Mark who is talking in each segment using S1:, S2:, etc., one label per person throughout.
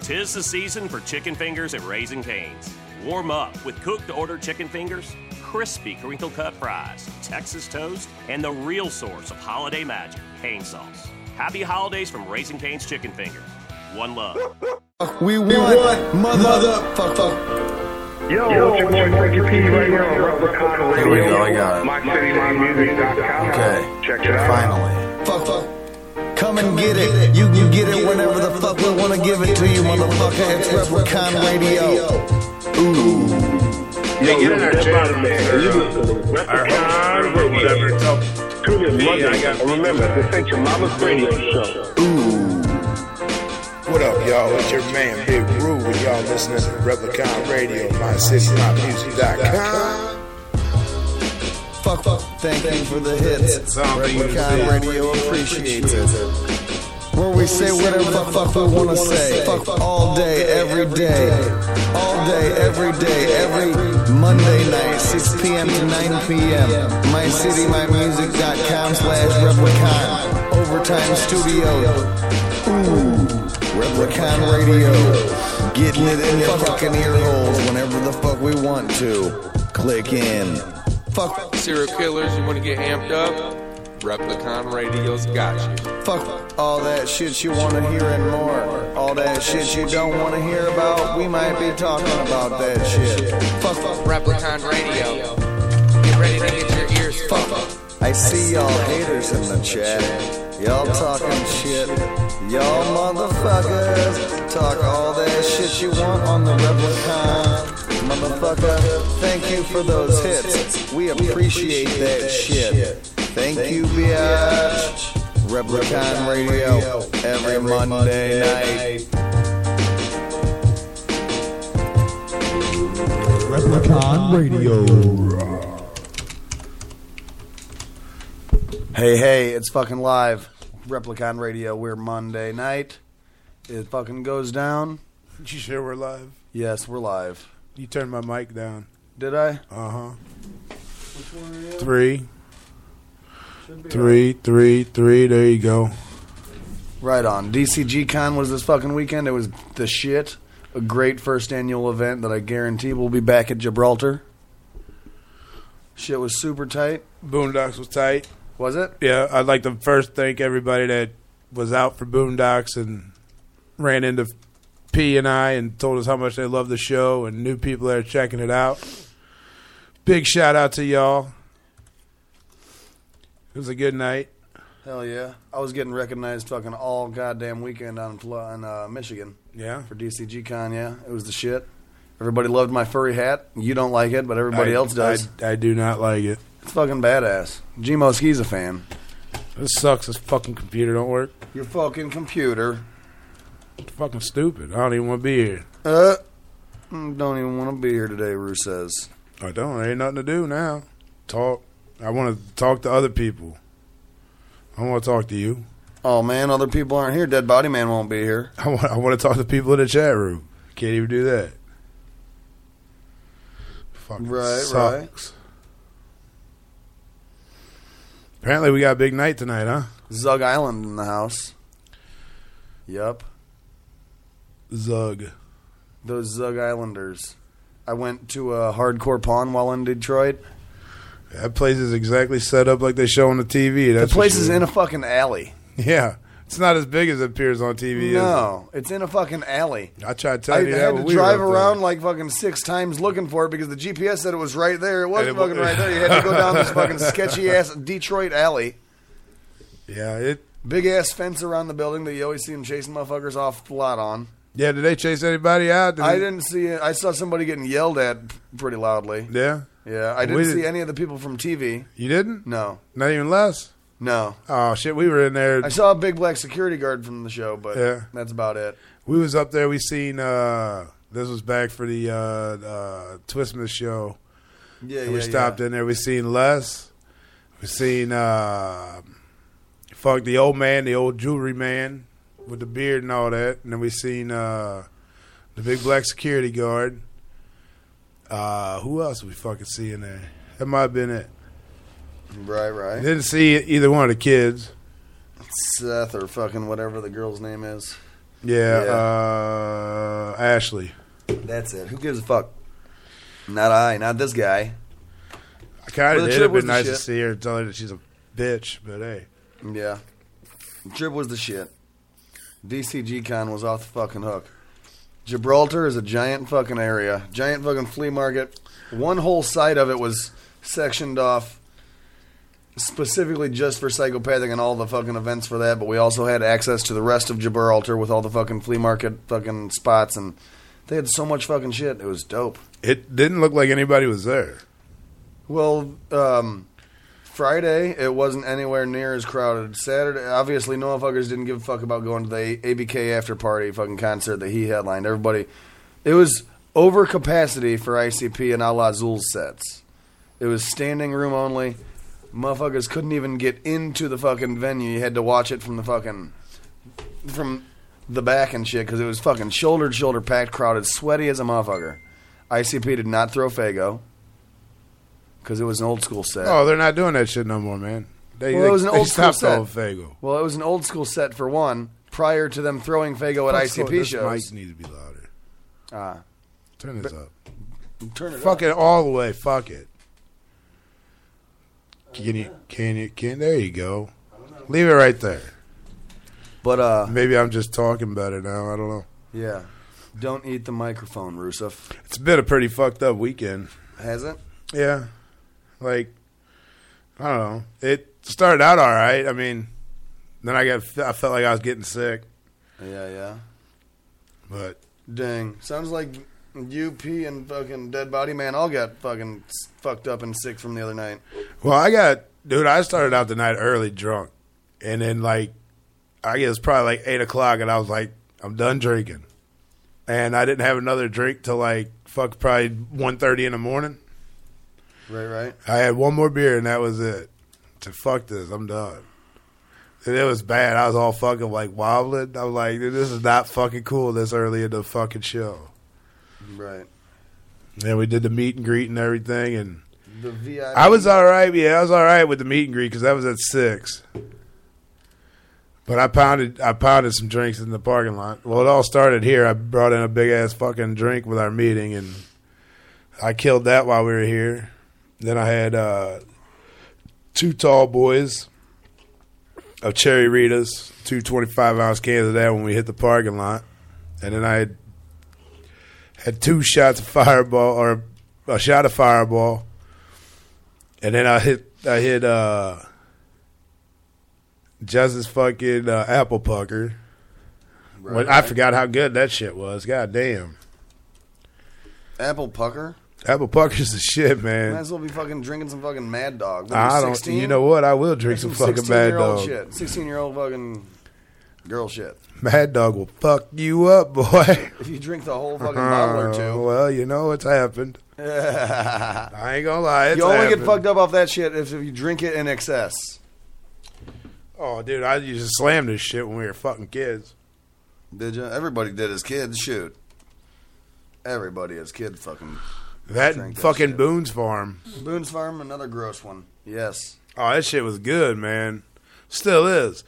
S1: Tis the season for chicken fingers at Raising Cane's. Warm up with cooked order chicken fingers, crispy crinkle cut fries, Texas toast, and the real source of holiday magic, cane sauce. Happy holidays from Raising Cane's Chicken Fingers. One love.
S2: We want, mother, fuck, fuck.
S3: Yo, it's your boy Frankie P right here on Rubber Con Radio.
S4: Here we go, I got it.
S3: MyCityMyMusic.com.
S4: Okay.
S3: Check it out.
S4: Finally.
S2: Fuck, fuck. Come and get it. You can get it whenever the fuck we wanna give it to you, motherfucker. It's Replicon Radio.
S3: Yo,
S4: get
S3: yo,
S4: in there,
S3: step
S4: Jay.
S3: out of there. You listen to
S4: Our
S3: Replicon
S4: whole
S3: Radio.
S4: whatever.
S3: Tune in
S4: Me, I
S3: Mondays.
S4: got-
S3: And Remember, this ain't your mama's radio show.
S5: What up, y'all? It's your man, Big Roo, and y'all listening to Replicon Radio, mycitymymusic.com.
S2: Fuck, fuck. Thank you for the hits. Replicon Radio appreciates it. Where we say whatever the fuck we wanna say. Fuck all day, every day. All day, every day, every Monday night, 6 p.m. to 9 p.m. MyCityMyMusic.com slash Replicon. Overtime Studio. Ooh, Replicon Radio. Getting it in your fucking ear holes whenever the fuck we want to. Click in. Fuck,
S6: Serial killers, you want to get amped up? Replicon Radio's got you.
S2: Fuck all that shit you wanna hear and more. All that shit you don't wanna hear about, we might be talking about that shit. Fuck, fuck,
S6: Replicon Radio. Get ready to get your ears fucked.
S2: fuck. I see y'all haters in the chat. Y'all talking shit. Y'all motherfuckers. Talk all that shit you want on the Replicon. Motherfucker, thank you for those hits. We appreciate that shit. Thank you, bitch. Replicon Radio every Monday night. Hey, hey, it's fucking live. Replicon Radio, we're Monday night. It fucking goes down.
S5: You sure we're live?
S2: Yes, we're live.
S5: You turned my mic down.
S2: Did I?
S5: Uh huh. Three. Three, three, three. There you go.
S2: Right on. DCG Con was this fucking weekend. It was the shit. A great first annual event that I guarantee will be back at Gibraltar. Shit was super tight.
S5: Boondocks was tight.
S2: Was it?
S5: Yeah, I'd like to first thank everybody that was out for Boondocks and ran into P and I and told us how much they love the show and new people that are checking it out. Big shout out to y'all. It was a good night.
S2: Hell yeah. I was getting recognized fucking all goddamn weekend on Fla- on uh, Michigan.
S5: Yeah.
S2: for DCG Con, yeah. It was the shit. Everybody loved my furry hat. You don't like it, but everybody
S5: I-
S2: else does.
S5: I, I do not like it.
S2: it's fucking badass. Gmo Ski's a fan.
S5: This sucks. This fucking computer don't work.
S2: Your fucking computer.
S5: It's fucking stupid. I don't even want to be here.
S2: Uh, mm, don't even want to be here today, Rue says.
S5: I don't. There ain't nothing to do now. Talk. I want to talk to other people. I want to talk to you.
S2: Oh man, other people aren't here. Dead Body Man won't be here.
S5: I want, I want to talk to people in the chat room. Can't even do that. Fucking
S2: Right,
S5: sucks. Apparently, we got a big night tonight, huh?
S2: Zug Island in the house. Yup.
S5: Zug.
S2: Those Zug Islanders. I went to a hardcore pawn while in Detroit.
S5: That place is exactly set up like they show on the TV. That's
S2: The place
S5: for
S2: is
S5: sure.
S2: in a fucking alley.
S5: Yeah, it's not as big as it appears on TV.
S2: No, it's in a fucking alley.
S5: is it? I tried
S2: I
S5: telling you that.
S2: had
S5: when
S2: to
S5: we
S2: drive
S5: were up
S2: around
S5: there.
S2: like fucking six times looking for it because the GPS said it was right there. It wasn't
S5: And it wa-
S2: fucking right there. You had to go down this fucking sketchy ass Detroit alley.
S5: yeah, it.
S2: Big ass fence around the building that you always see them chasing motherfuckers off flat on.
S5: Yeah, did they chase anybody out? Did
S2: I
S5: they-
S2: didn't see it. I saw somebody getting yelled at pretty loudly.
S5: Yeah,
S2: Yeah, I
S5: We
S2: didn't
S5: did-
S2: see any of the people from TV.
S5: you didn't.
S2: No,
S5: Not even less.
S2: no.
S5: Oh shit, we were in there.
S2: I saw a big black security guard from the show, but
S5: Yeah.
S2: that's about it.
S5: We was up there. We seen uh, this was back for the uh, uh, Twistmas show.
S2: Yeah,
S5: And we stopped in there. We seen Les. We seen uh, fuck the old man, the old jewelry man with the beard and all that. And then we seen uh, the big black security guard. Uh, who else we fucking see in there? That might have been it.
S2: Right, right.
S5: Didn't see either one of the kids.
S2: Seth or fucking whatever the girl's name is.
S5: Yeah.
S2: Yeah.
S5: Uh, Lashley.
S2: That's it. Who gives a fuck? Not I. Not this guy.
S5: I kind
S2: Well,
S5: of
S2: the
S5: did.
S2: trip
S5: It'd
S2: was
S5: been
S2: the
S5: nice to
S2: shit.
S5: see her and tell her that she's a bitch, but hey,
S2: Yeah. Drip was the shit. DCG Con was off the fucking hook. Gibraltar is a giant fucking area. Giant fucking flea market. One whole side of it was sectioned off specifically just for psychopathic and all the fucking events for that, but we also had access to the rest of Gibraltar with all the fucking flea market fucking spots and they had so much fucking shit. It was dope.
S5: it didn't look like anybody was there.
S2: Well, um, Friday it wasn't anywhere near as crowded. Saturday, obviously, no fuckers didn't give a fuck about going to the ABK after party fucking concert that he headlined. Everybody, it was over capacity for ICP and Ala Azul sets. It was standing room only. Motherfuckers couldn't even get into the fucking venue. You had to watch it from the fucking from the back and shit because it was fucking shoulder to shoulder packed, crowded, sweaty as a motherfucker. ICP did not throw Fago because it was an old school set.
S5: Oh, they're not doing that shit no more, man. They,
S2: Well,
S5: they-
S2: it was an
S5: they
S2: old school
S5: stopped
S2: set.
S5: all Fago.
S2: Well, it was an old school set for one. Prior to them throwing Fago at ICP
S5: this
S2: shows,
S5: mic needs to be louder.
S2: Ah.
S5: Turn this up.
S2: turn it
S5: Fuck it all the way. Fuck it. Can you? Can you? Can there you go? Leave it right there.
S2: up. But uh,
S5: Maybe I'm just talking better now. I don't know.
S2: yeah, don't eat the microphone, Rusev.
S5: It's been a pretty fucked up weekend.
S2: Has it?
S5: Yeah. Like, I don't know. It started out all right. I mean, then I got, I felt like I was getting sick,
S2: Yeah, yeah.
S5: but
S2: Dang, sounds like UP and fucking Dead Body Man all got fucking s- fucked up and sick from the other night.
S5: Well, I got dude. I started out the night early drunk, and then like I guess probably like eight o'clock, and I was like, I'm done drinking, and I didn't have another drink till like fuck probably one thirty in the morning.
S2: Right, right.
S5: I had one more beer, and that was it. To fuck this, I'm done. And it was bad. I was all fucking like wobbling. I was like, dude, this is not fucking cool this early in the fucking show.
S2: Right.
S5: And we did the meet and greet and everything, and
S2: The VIP.
S5: I was all right. Yeah, I was all right with the meet and greet because that was at six. But I pounded, I pounded some drinks in the parking lot. Well, it all started here. I brought in a big ass fucking drink with our meeting, and I killed that while we were here. Then I had uh, two tall boys of cherry Ritas, two 25 ounce cans of that when we hit the parking lot, and then I had, had two shots of fireball or a shot of fireball. And then I hit I hit uh Justice fucking uh, apple pucker.
S2: Right,
S5: When- I
S2: right.
S5: forgot how good that shit was. God damn.
S2: Apple Pucker.
S5: Apple pucker's the shit,
S2: Might
S5: man.
S2: as well be fucking drinking some fucking Mad Dog. When
S5: I
S2: you're
S5: don't
S2: 16,
S5: you know what? I will drink some fucking mad
S2: 16-year-old
S5: dog.
S2: shit. Sixteen-year-old fucking girl shit.
S5: Mad dog will fuck you up, boy.
S2: If you drink the whole fucking bottle or
S5: Uh,
S2: two,
S5: well, you know it's happened. I ain't gonna lie. It's
S2: you only
S5: happened.
S2: get fucked up off that shit if you drink it in excess.
S5: Oh, dude, I used to slam this shit when we were fucking kids.
S2: Did you? Everybody did as kids. Shoot, everybody as kids. Fucking
S5: That
S2: Drank that
S5: fucking
S2: shit.
S5: Boone's Farm.
S2: Boone's Farm, another gross one. Yes,
S5: Oh, that shit was good, man. Still is.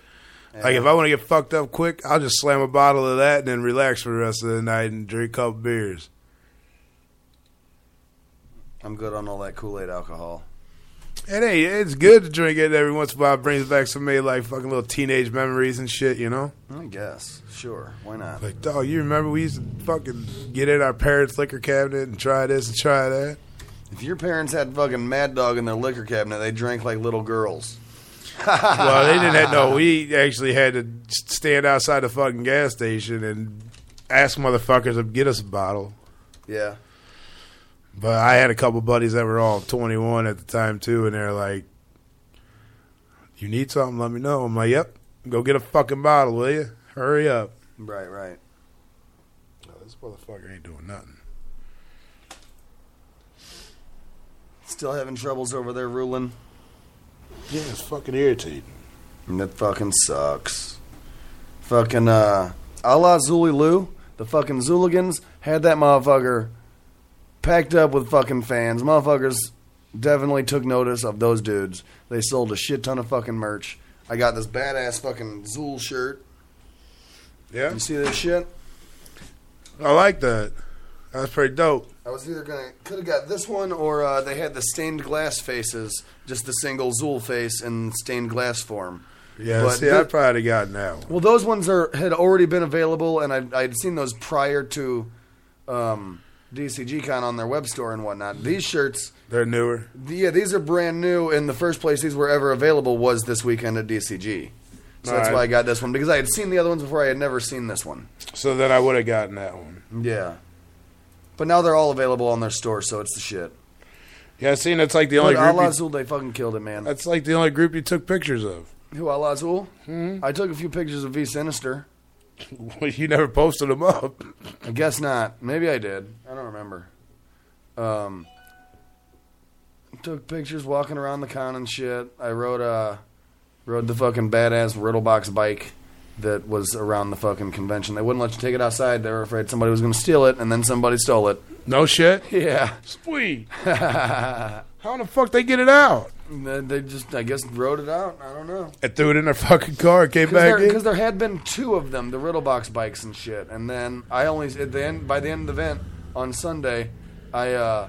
S5: Like if I want to get fucked up quick, I'll just slam a bottle of that and then relax for the rest of the night and drink a couple beers.
S2: I'm good on all that Kool Aid alcohol.
S5: It ain't. It's good to drink it every once in a while. It brings back some maybe like fucking little teenage memories and shit. You know,
S2: I guess. Sure. Why not?
S5: like dog, you remember we used to fucking get in our parents' liquor cabinet and try this and try that.
S2: If your parents had fucking Mad Dog in their liquor cabinet, they drank like little girls.
S5: well, they didn't have no. We actually had to stand outside the fucking gas station and ask motherfuckers to get us a bottle.
S2: Yeah.
S5: But I had a couple buddies that were all 21 at the time too, and they're like, "You need something? Let me know." I'm like, "Yep, go get a fucking bottle, will you? Hurry up!"
S2: Right. Right.
S5: No, this motherfucker ain't doing nothing.
S2: Still having troubles over there, ruling.
S5: Yeah, it's fucking irritating.
S2: And That fucking sucks. Fucking uh Allah Zuli Lou, the fucking Zooligans had that motherfucker packed up with fucking fans. Motherfuckers definitely took notice of those dudes. They sold a shit ton of fucking merch. I got this badass fucking Zool shirt.
S5: Yeah,
S2: You see this shit?
S5: I like that. That's pretty dope.
S2: I was either gonna could have got this one or uh, they had the stained glass faces, just the single Zool face in stained glass form.
S5: Yeah,
S2: But
S5: see,
S2: thi-
S5: I probably gotten that one.
S2: Well, those ones are had already been available, and I'd, I'd seen those prior to um, DCGCon on their web store and whatnot. These shirts,
S5: They're newer.
S2: the, yeah, these are brand new, and the first place these were ever available was this weekend at DCG. So that's
S5: Alright.
S2: why I got this one because I had seen the other ones before. I had never seen this one.
S5: So then I would have gotten that one.
S2: Yeah, but now they're all available on their store, so it's the shit.
S5: Yeah, I seen that's like the only
S2: But
S5: group.
S2: Allah
S5: you,
S2: Azul, they fucking killed it, man.
S5: that's like the only group you took pictures of.
S2: Who Allah Azul? I took a few pictures of V Sinister.
S5: Hmm? Well, you never posted them up.
S2: I guess not. Maybe I did. I don't remember. Um, took pictures walking around the con and shit. I rode uh rode the fucking badass Riddlebox bike that was around the fucking convention. They wouldn't let you take it outside. They were afraid somebody was going to steal it, and then somebody stole it.
S5: No shit.
S2: Yeah,
S5: Sweet. How the fuck they get it out?
S2: they they just I guess rode it out. I don't know.
S5: And threw it in their fucking car. and Came back
S2: Because
S5: in.
S2: there, had been two of them, the Riddlebox bikes and shit. And then I only at the end by the end of the event on Sunday, I uh,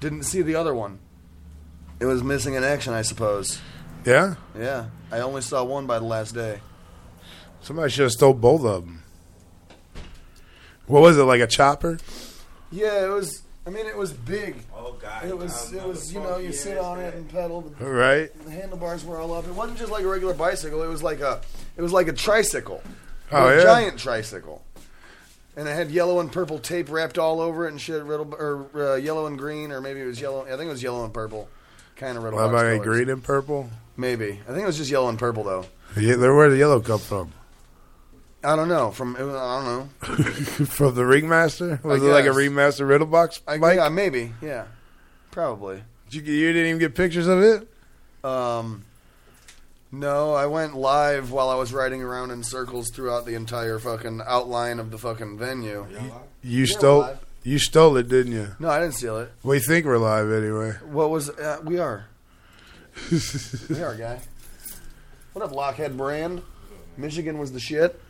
S2: didn't see the other one. It was missing in action, I suppose.
S5: Yeah.
S2: Yeah, I only saw one by the last day.
S5: Somebody should have stole both of them. What was it like a chopper?
S2: Yeah, it was. I mean, it was big.
S7: Oh God!
S2: It was. It was. You know, you sit on it and pedal. but
S5: Right.
S2: The handlebars were all up. It wasn't just like a regular bicycle. It was like a. It was like a tricycle.
S5: Oh
S2: a
S5: yeah.
S2: giant tricycle. And it had yellow and purple tape wrapped all over it and shit. Riddle or uh, yellow and green, or maybe it was yellow. I think it was yellow and purple, kind of riddle.
S5: What
S2: box
S5: about that
S2: colors.
S5: green and purple?
S2: Maybe I think it was just yellow and purple though.
S5: Yeah, there where the yellow come from?
S2: I don't know. From it was- I don't know.
S5: from the ringmaster? Was
S2: I
S5: it like a
S2: guess.
S5: ringmaster riddle box?
S2: I,
S5: Mike,
S2: yeah, maybe. Yeah, probably.
S5: Did you, you didn't even get pictures of it.
S2: Um, no, I went live while I was riding around in circles throughout the entire fucking outline of the fucking venue.
S5: You stole.
S2: live.
S5: You stole it, didn't you?
S2: No, I didn't steal it.
S5: We think we're live anyway.
S2: What was uh, we are? we are, guy. What up, Lockhead Brand? Michigan was the shit.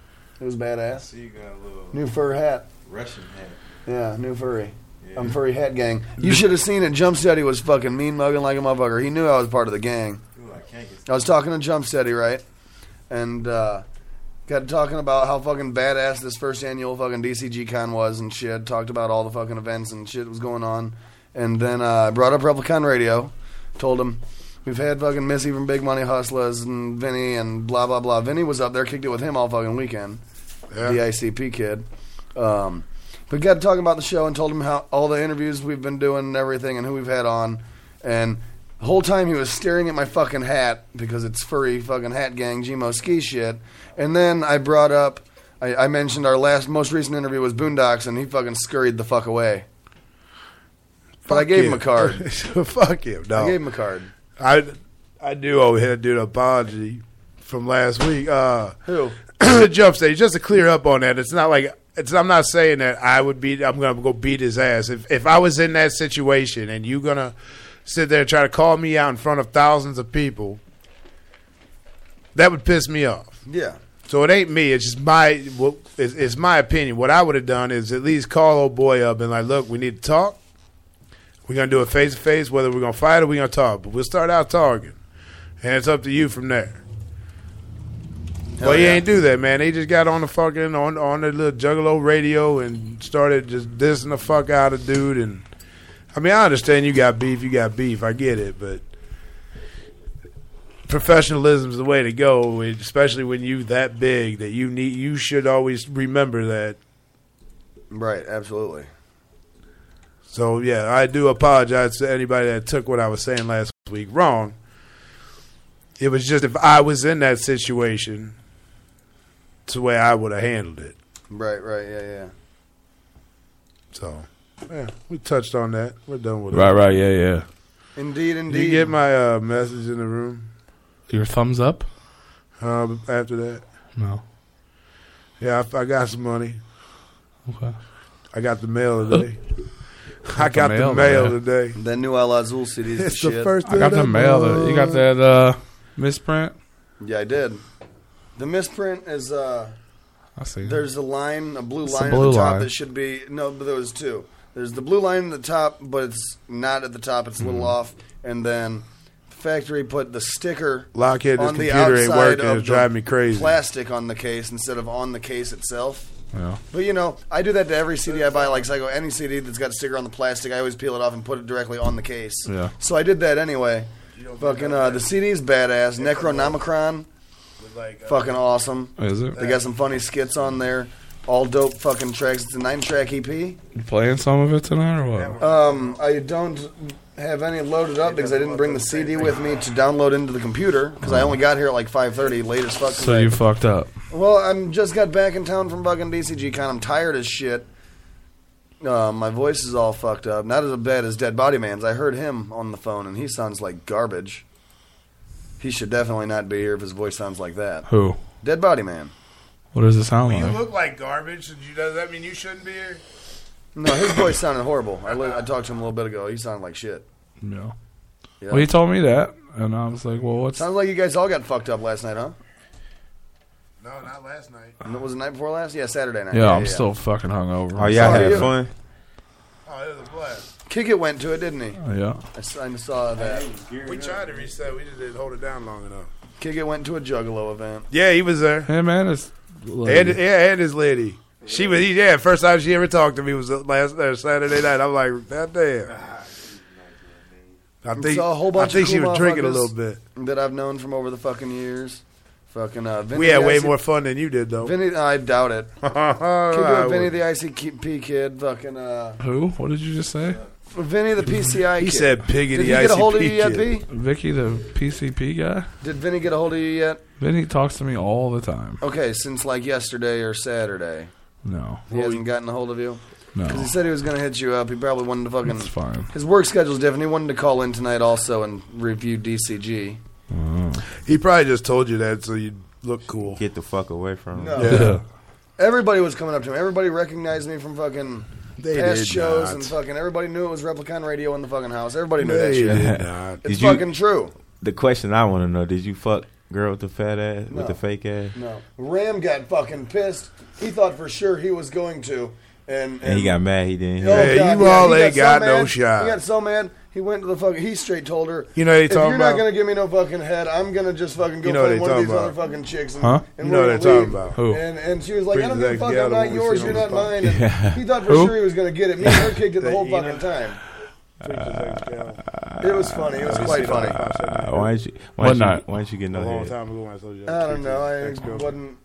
S2: It was badass.
S7: See, you got a little
S2: New fur hat.
S7: Russian hat.
S2: Yeah, new furry.
S7: Yeah.
S2: I'm furry hat gang. You should have seen it. Jump Steady was fucking mean mugging like a motherfucker. He knew I was part of the gang.
S7: Ooh, I can't get.
S2: I was talking to Jump Steady, right? And uh, got to talking about how fucking badass this first annual fucking DCG con was and shit. Talked about all the fucking events and shit that was going on. And then uh, I brought up Replicon Radio. Told him we've had fucking Missy from Big Money Hustlers and Vinny and blah blah blah. Vinny was up there, kicked it with him all fucking weekend
S5: Yeah.
S2: the ICP kid. Um, but got to talking about the show and told him how all the interviews we've been doing and everything and who we've had on. And the whole time he was staring at my fucking hat because it's furry fucking hat gang Gmo ski shit. And then I brought up, I, I mentioned our last most recent interview was Boondocks and he fucking scurried the fuck away. But I
S5: Fuck
S2: gave
S5: you.
S2: him a card.
S5: Fuck him. No.
S2: I gave him a card.
S5: I I do owe him dude an apology from last week. Uh,
S2: Who?
S5: jump stage. Just to clear up on that, it's not like it's. I'm not saying that I would beat. I'm gonna go beat his ass. If if I was in that situation and you gonna sit there and try to call me out in front of thousands of people, that would piss me off.
S2: Yeah.
S5: So it ain't me. It's just my. Well, it's, it's my opinion. What I would have done is at least call old boy up and like, look, we need to talk. We're gonna do it face to face, whether we're gonna fight or we're gonna talk. But we'll start out talking, and it's up to you from there.
S2: Hell
S5: but he
S2: yeah.
S5: ain't do that, man. He just got on the fucking on on the little Juggalo radio and started just dissing the fuck out of dude. And I mean, I understand you got beef, you got beef. I get it, but professionalism is the way to go, especially when you that big that you need. You should always remember that.
S2: Right, absolutely.
S5: So yeah, I do apologize to anybody that took what I was saying last week wrong. It was just if I was in that situation, it's the way I would have handled it.
S2: Right, right, yeah, yeah.
S5: So yeah, we touched on that. We're done with
S8: Right,
S5: it.
S8: right, yeah, yeah.
S2: Indeed,
S5: Did you
S2: indeed.
S5: get my uh, message in the room
S8: Your thumbs up?
S5: uh, after that?
S8: No.
S5: Yeah, I, I got some money.
S8: Okay.
S5: I got the mail today. I got the
S8: mail,
S5: mail
S8: man.
S5: today.
S2: that new Al Azul city is the
S5: It's the
S2: shit.
S5: first.
S8: I got
S5: of
S8: the mail.
S5: month.
S8: You got that uh, misprint?
S2: Yeah, I did. The misprint is uh
S8: I see.
S2: There's a line, a blue
S8: It's a
S2: line
S8: blue
S2: at the top
S8: line.
S2: that should be no, but there was two. There's the blue line at the top, but it's not at the top. It's a
S8: Mm-hmm.
S2: little off. And then factory put the sticker
S5: Lockheed, this
S2: on the
S5: computer ain't
S2: outside
S5: working.
S2: of
S5: It's driving
S2: the
S5: me crazy.
S2: plastic on the case instead of on the case itself.
S8: yeah.
S2: But you know, I do that to every CD I buy. Like Psycho, any CD that's got a sticker on the plastic, I always peel it off and put it directly on the case.
S8: Yeah.
S2: So I did that anyway. Fucking uh, the CD's badass. Necronomicon, fucking awesome.
S8: Is it?
S2: They got some funny skits on there. All dope fucking tracks. It's a nine track E EP.
S8: You playing some of it tonight or what?
S2: Um, I don't have any loaded up because I didn't bring the CD with me to download into the computer because I only got here at like 5:30, late as fuck. 'cause
S8: so
S2: I-
S8: you fucked up.
S2: well, I'm just got back in town from fucking DCGCon. I'm tired as shit. Uh, my voice is all fucked up. Not as bad as Dead Body Man's. I heard him on the phone, and he sounds like garbage. He should definitely not be here if his voice sounds like that.
S8: Who?
S2: Dead Body Man.
S8: What does it sound
S5: You
S8: like?
S5: look like garbage. and you- Does that mean you shouldn't be here?
S2: No, his voice sounded horrible. I, li- I talked to him a little bit ago. He sounded like shit.
S8: No.
S2: Yeah.
S8: Well, he told me that, and I was like, "Well, what's?"
S2: sounds like you guys all got fucked up last night, huh?
S5: No, not last night.
S2: And it was the night before last? Yeah, Saturday night.
S8: Yeah, I'm still fucking hungover.
S9: Oh, y'all
S2: Sorry,
S9: had
S2: you-
S9: fun?
S5: Oh, it was a blast.
S2: Kick it went to it, didn't he?
S8: Oh, Yeah.
S2: I, s- I saw that.
S5: We tried to reset. We just didn't hold it down long enough.
S2: Kick it went to a Juggalo event.
S5: Yeah, he was there.
S8: Hey man, it's.
S5: And yeah, and his lady. She was he, yeah. First time she ever talked to me was last uh, Saturday night. I'm like, that damn. I think
S2: Saw a whole bunch
S5: I think
S2: of
S5: she
S2: cool
S5: was drinking a
S2: motherfuckers.
S5: little bit.
S2: that I've known from over the fucking years. Fucking uh, Vinny
S5: We had
S2: the
S5: way
S2: IC
S5: more fun than you did though.
S2: Vinny, I doubt it. Keep it with Vinny the ICP kid, fucking uh,
S8: Who? What did you just say?
S2: Vinny the PCI.
S5: he
S2: kid.
S5: said, "Piggy
S2: "Did
S5: the
S2: he get a hold of you
S5: ICP
S2: yet,
S5: kid."
S2: P?
S8: Vicky, the PCP guy.
S2: Did Vinny get a hold of you yet?
S8: Vinny talks to me all the time.
S2: Okay, since like yesterday or Saturday,
S8: No,
S2: he hasn't gotten a hold of you because
S8: no,
S2: he said he was gonna hit you up. He probably wanted to fucking.
S8: it's fine.
S2: His work schedule's different. He wanted to call in tonight also and review DCG.
S5: He probably just told you that so you look cool.
S9: Get the fuck away from him.
S5: Yeah.
S8: Yeah.
S2: Everybody was coming up to him. Everybody recognized me from fucking
S5: They
S2: past
S5: did
S2: shows
S5: not.
S2: and fucking. Everybody knew it was Replicon Radio in the fucking house. Everybody knew
S5: They
S2: that shit.
S5: did not.
S2: It's
S9: Did you-
S2: fucking true.
S9: The question I want to know: Did you fuck girl with the fat ass,
S2: No.
S9: with the fake ass?
S2: No. Ram got fucking pissed. He thought for sure he was going to. And, and,
S9: And he got mad. He didn't.
S2: Oh,
S9: hear
S5: Yeah,
S9: it.
S5: you
S2: God,
S5: all
S2: he
S5: ain't
S2: so
S5: got no
S2: mad.
S5: shot.
S2: He got so mad, he went to the fucking. He straight told her,
S5: You know they
S2: if
S5: talking
S2: you're not
S5: about?
S2: going to give me no fucking head, I'm going to just fucking go
S5: You know
S2: find
S5: they
S2: one of these
S5: talking
S2: other
S5: about.
S2: fucking chicks. And,
S8: Huh?
S2: and
S5: You
S2: we're
S5: know
S2: gonna
S5: they're talking
S2: leave."
S5: about.
S8: Who?
S2: And, and she was like, I don't
S5: Preacher's
S2: give a
S5: act
S2: fuck. I'm
S5: gathering
S2: not
S5: when we
S2: yours.
S5: see
S2: You're
S5: them
S2: not
S5: on the phone.
S2: mine. And He thought for
S8: Who?
S2: sure he was going to get it. Me and her kicked it the whole
S5: you know-
S2: fucking time.
S8: Uh,
S2: It was funny. It was quite funny.
S9: Uh, why didn't you? Why
S8: What
S9: didn't you,
S8: night?
S9: why didn't you get no
S5: A long
S9: head?
S5: time ago when I told you.
S2: I don't know. I
S5: Ex-girlfriend.
S2: wasn't.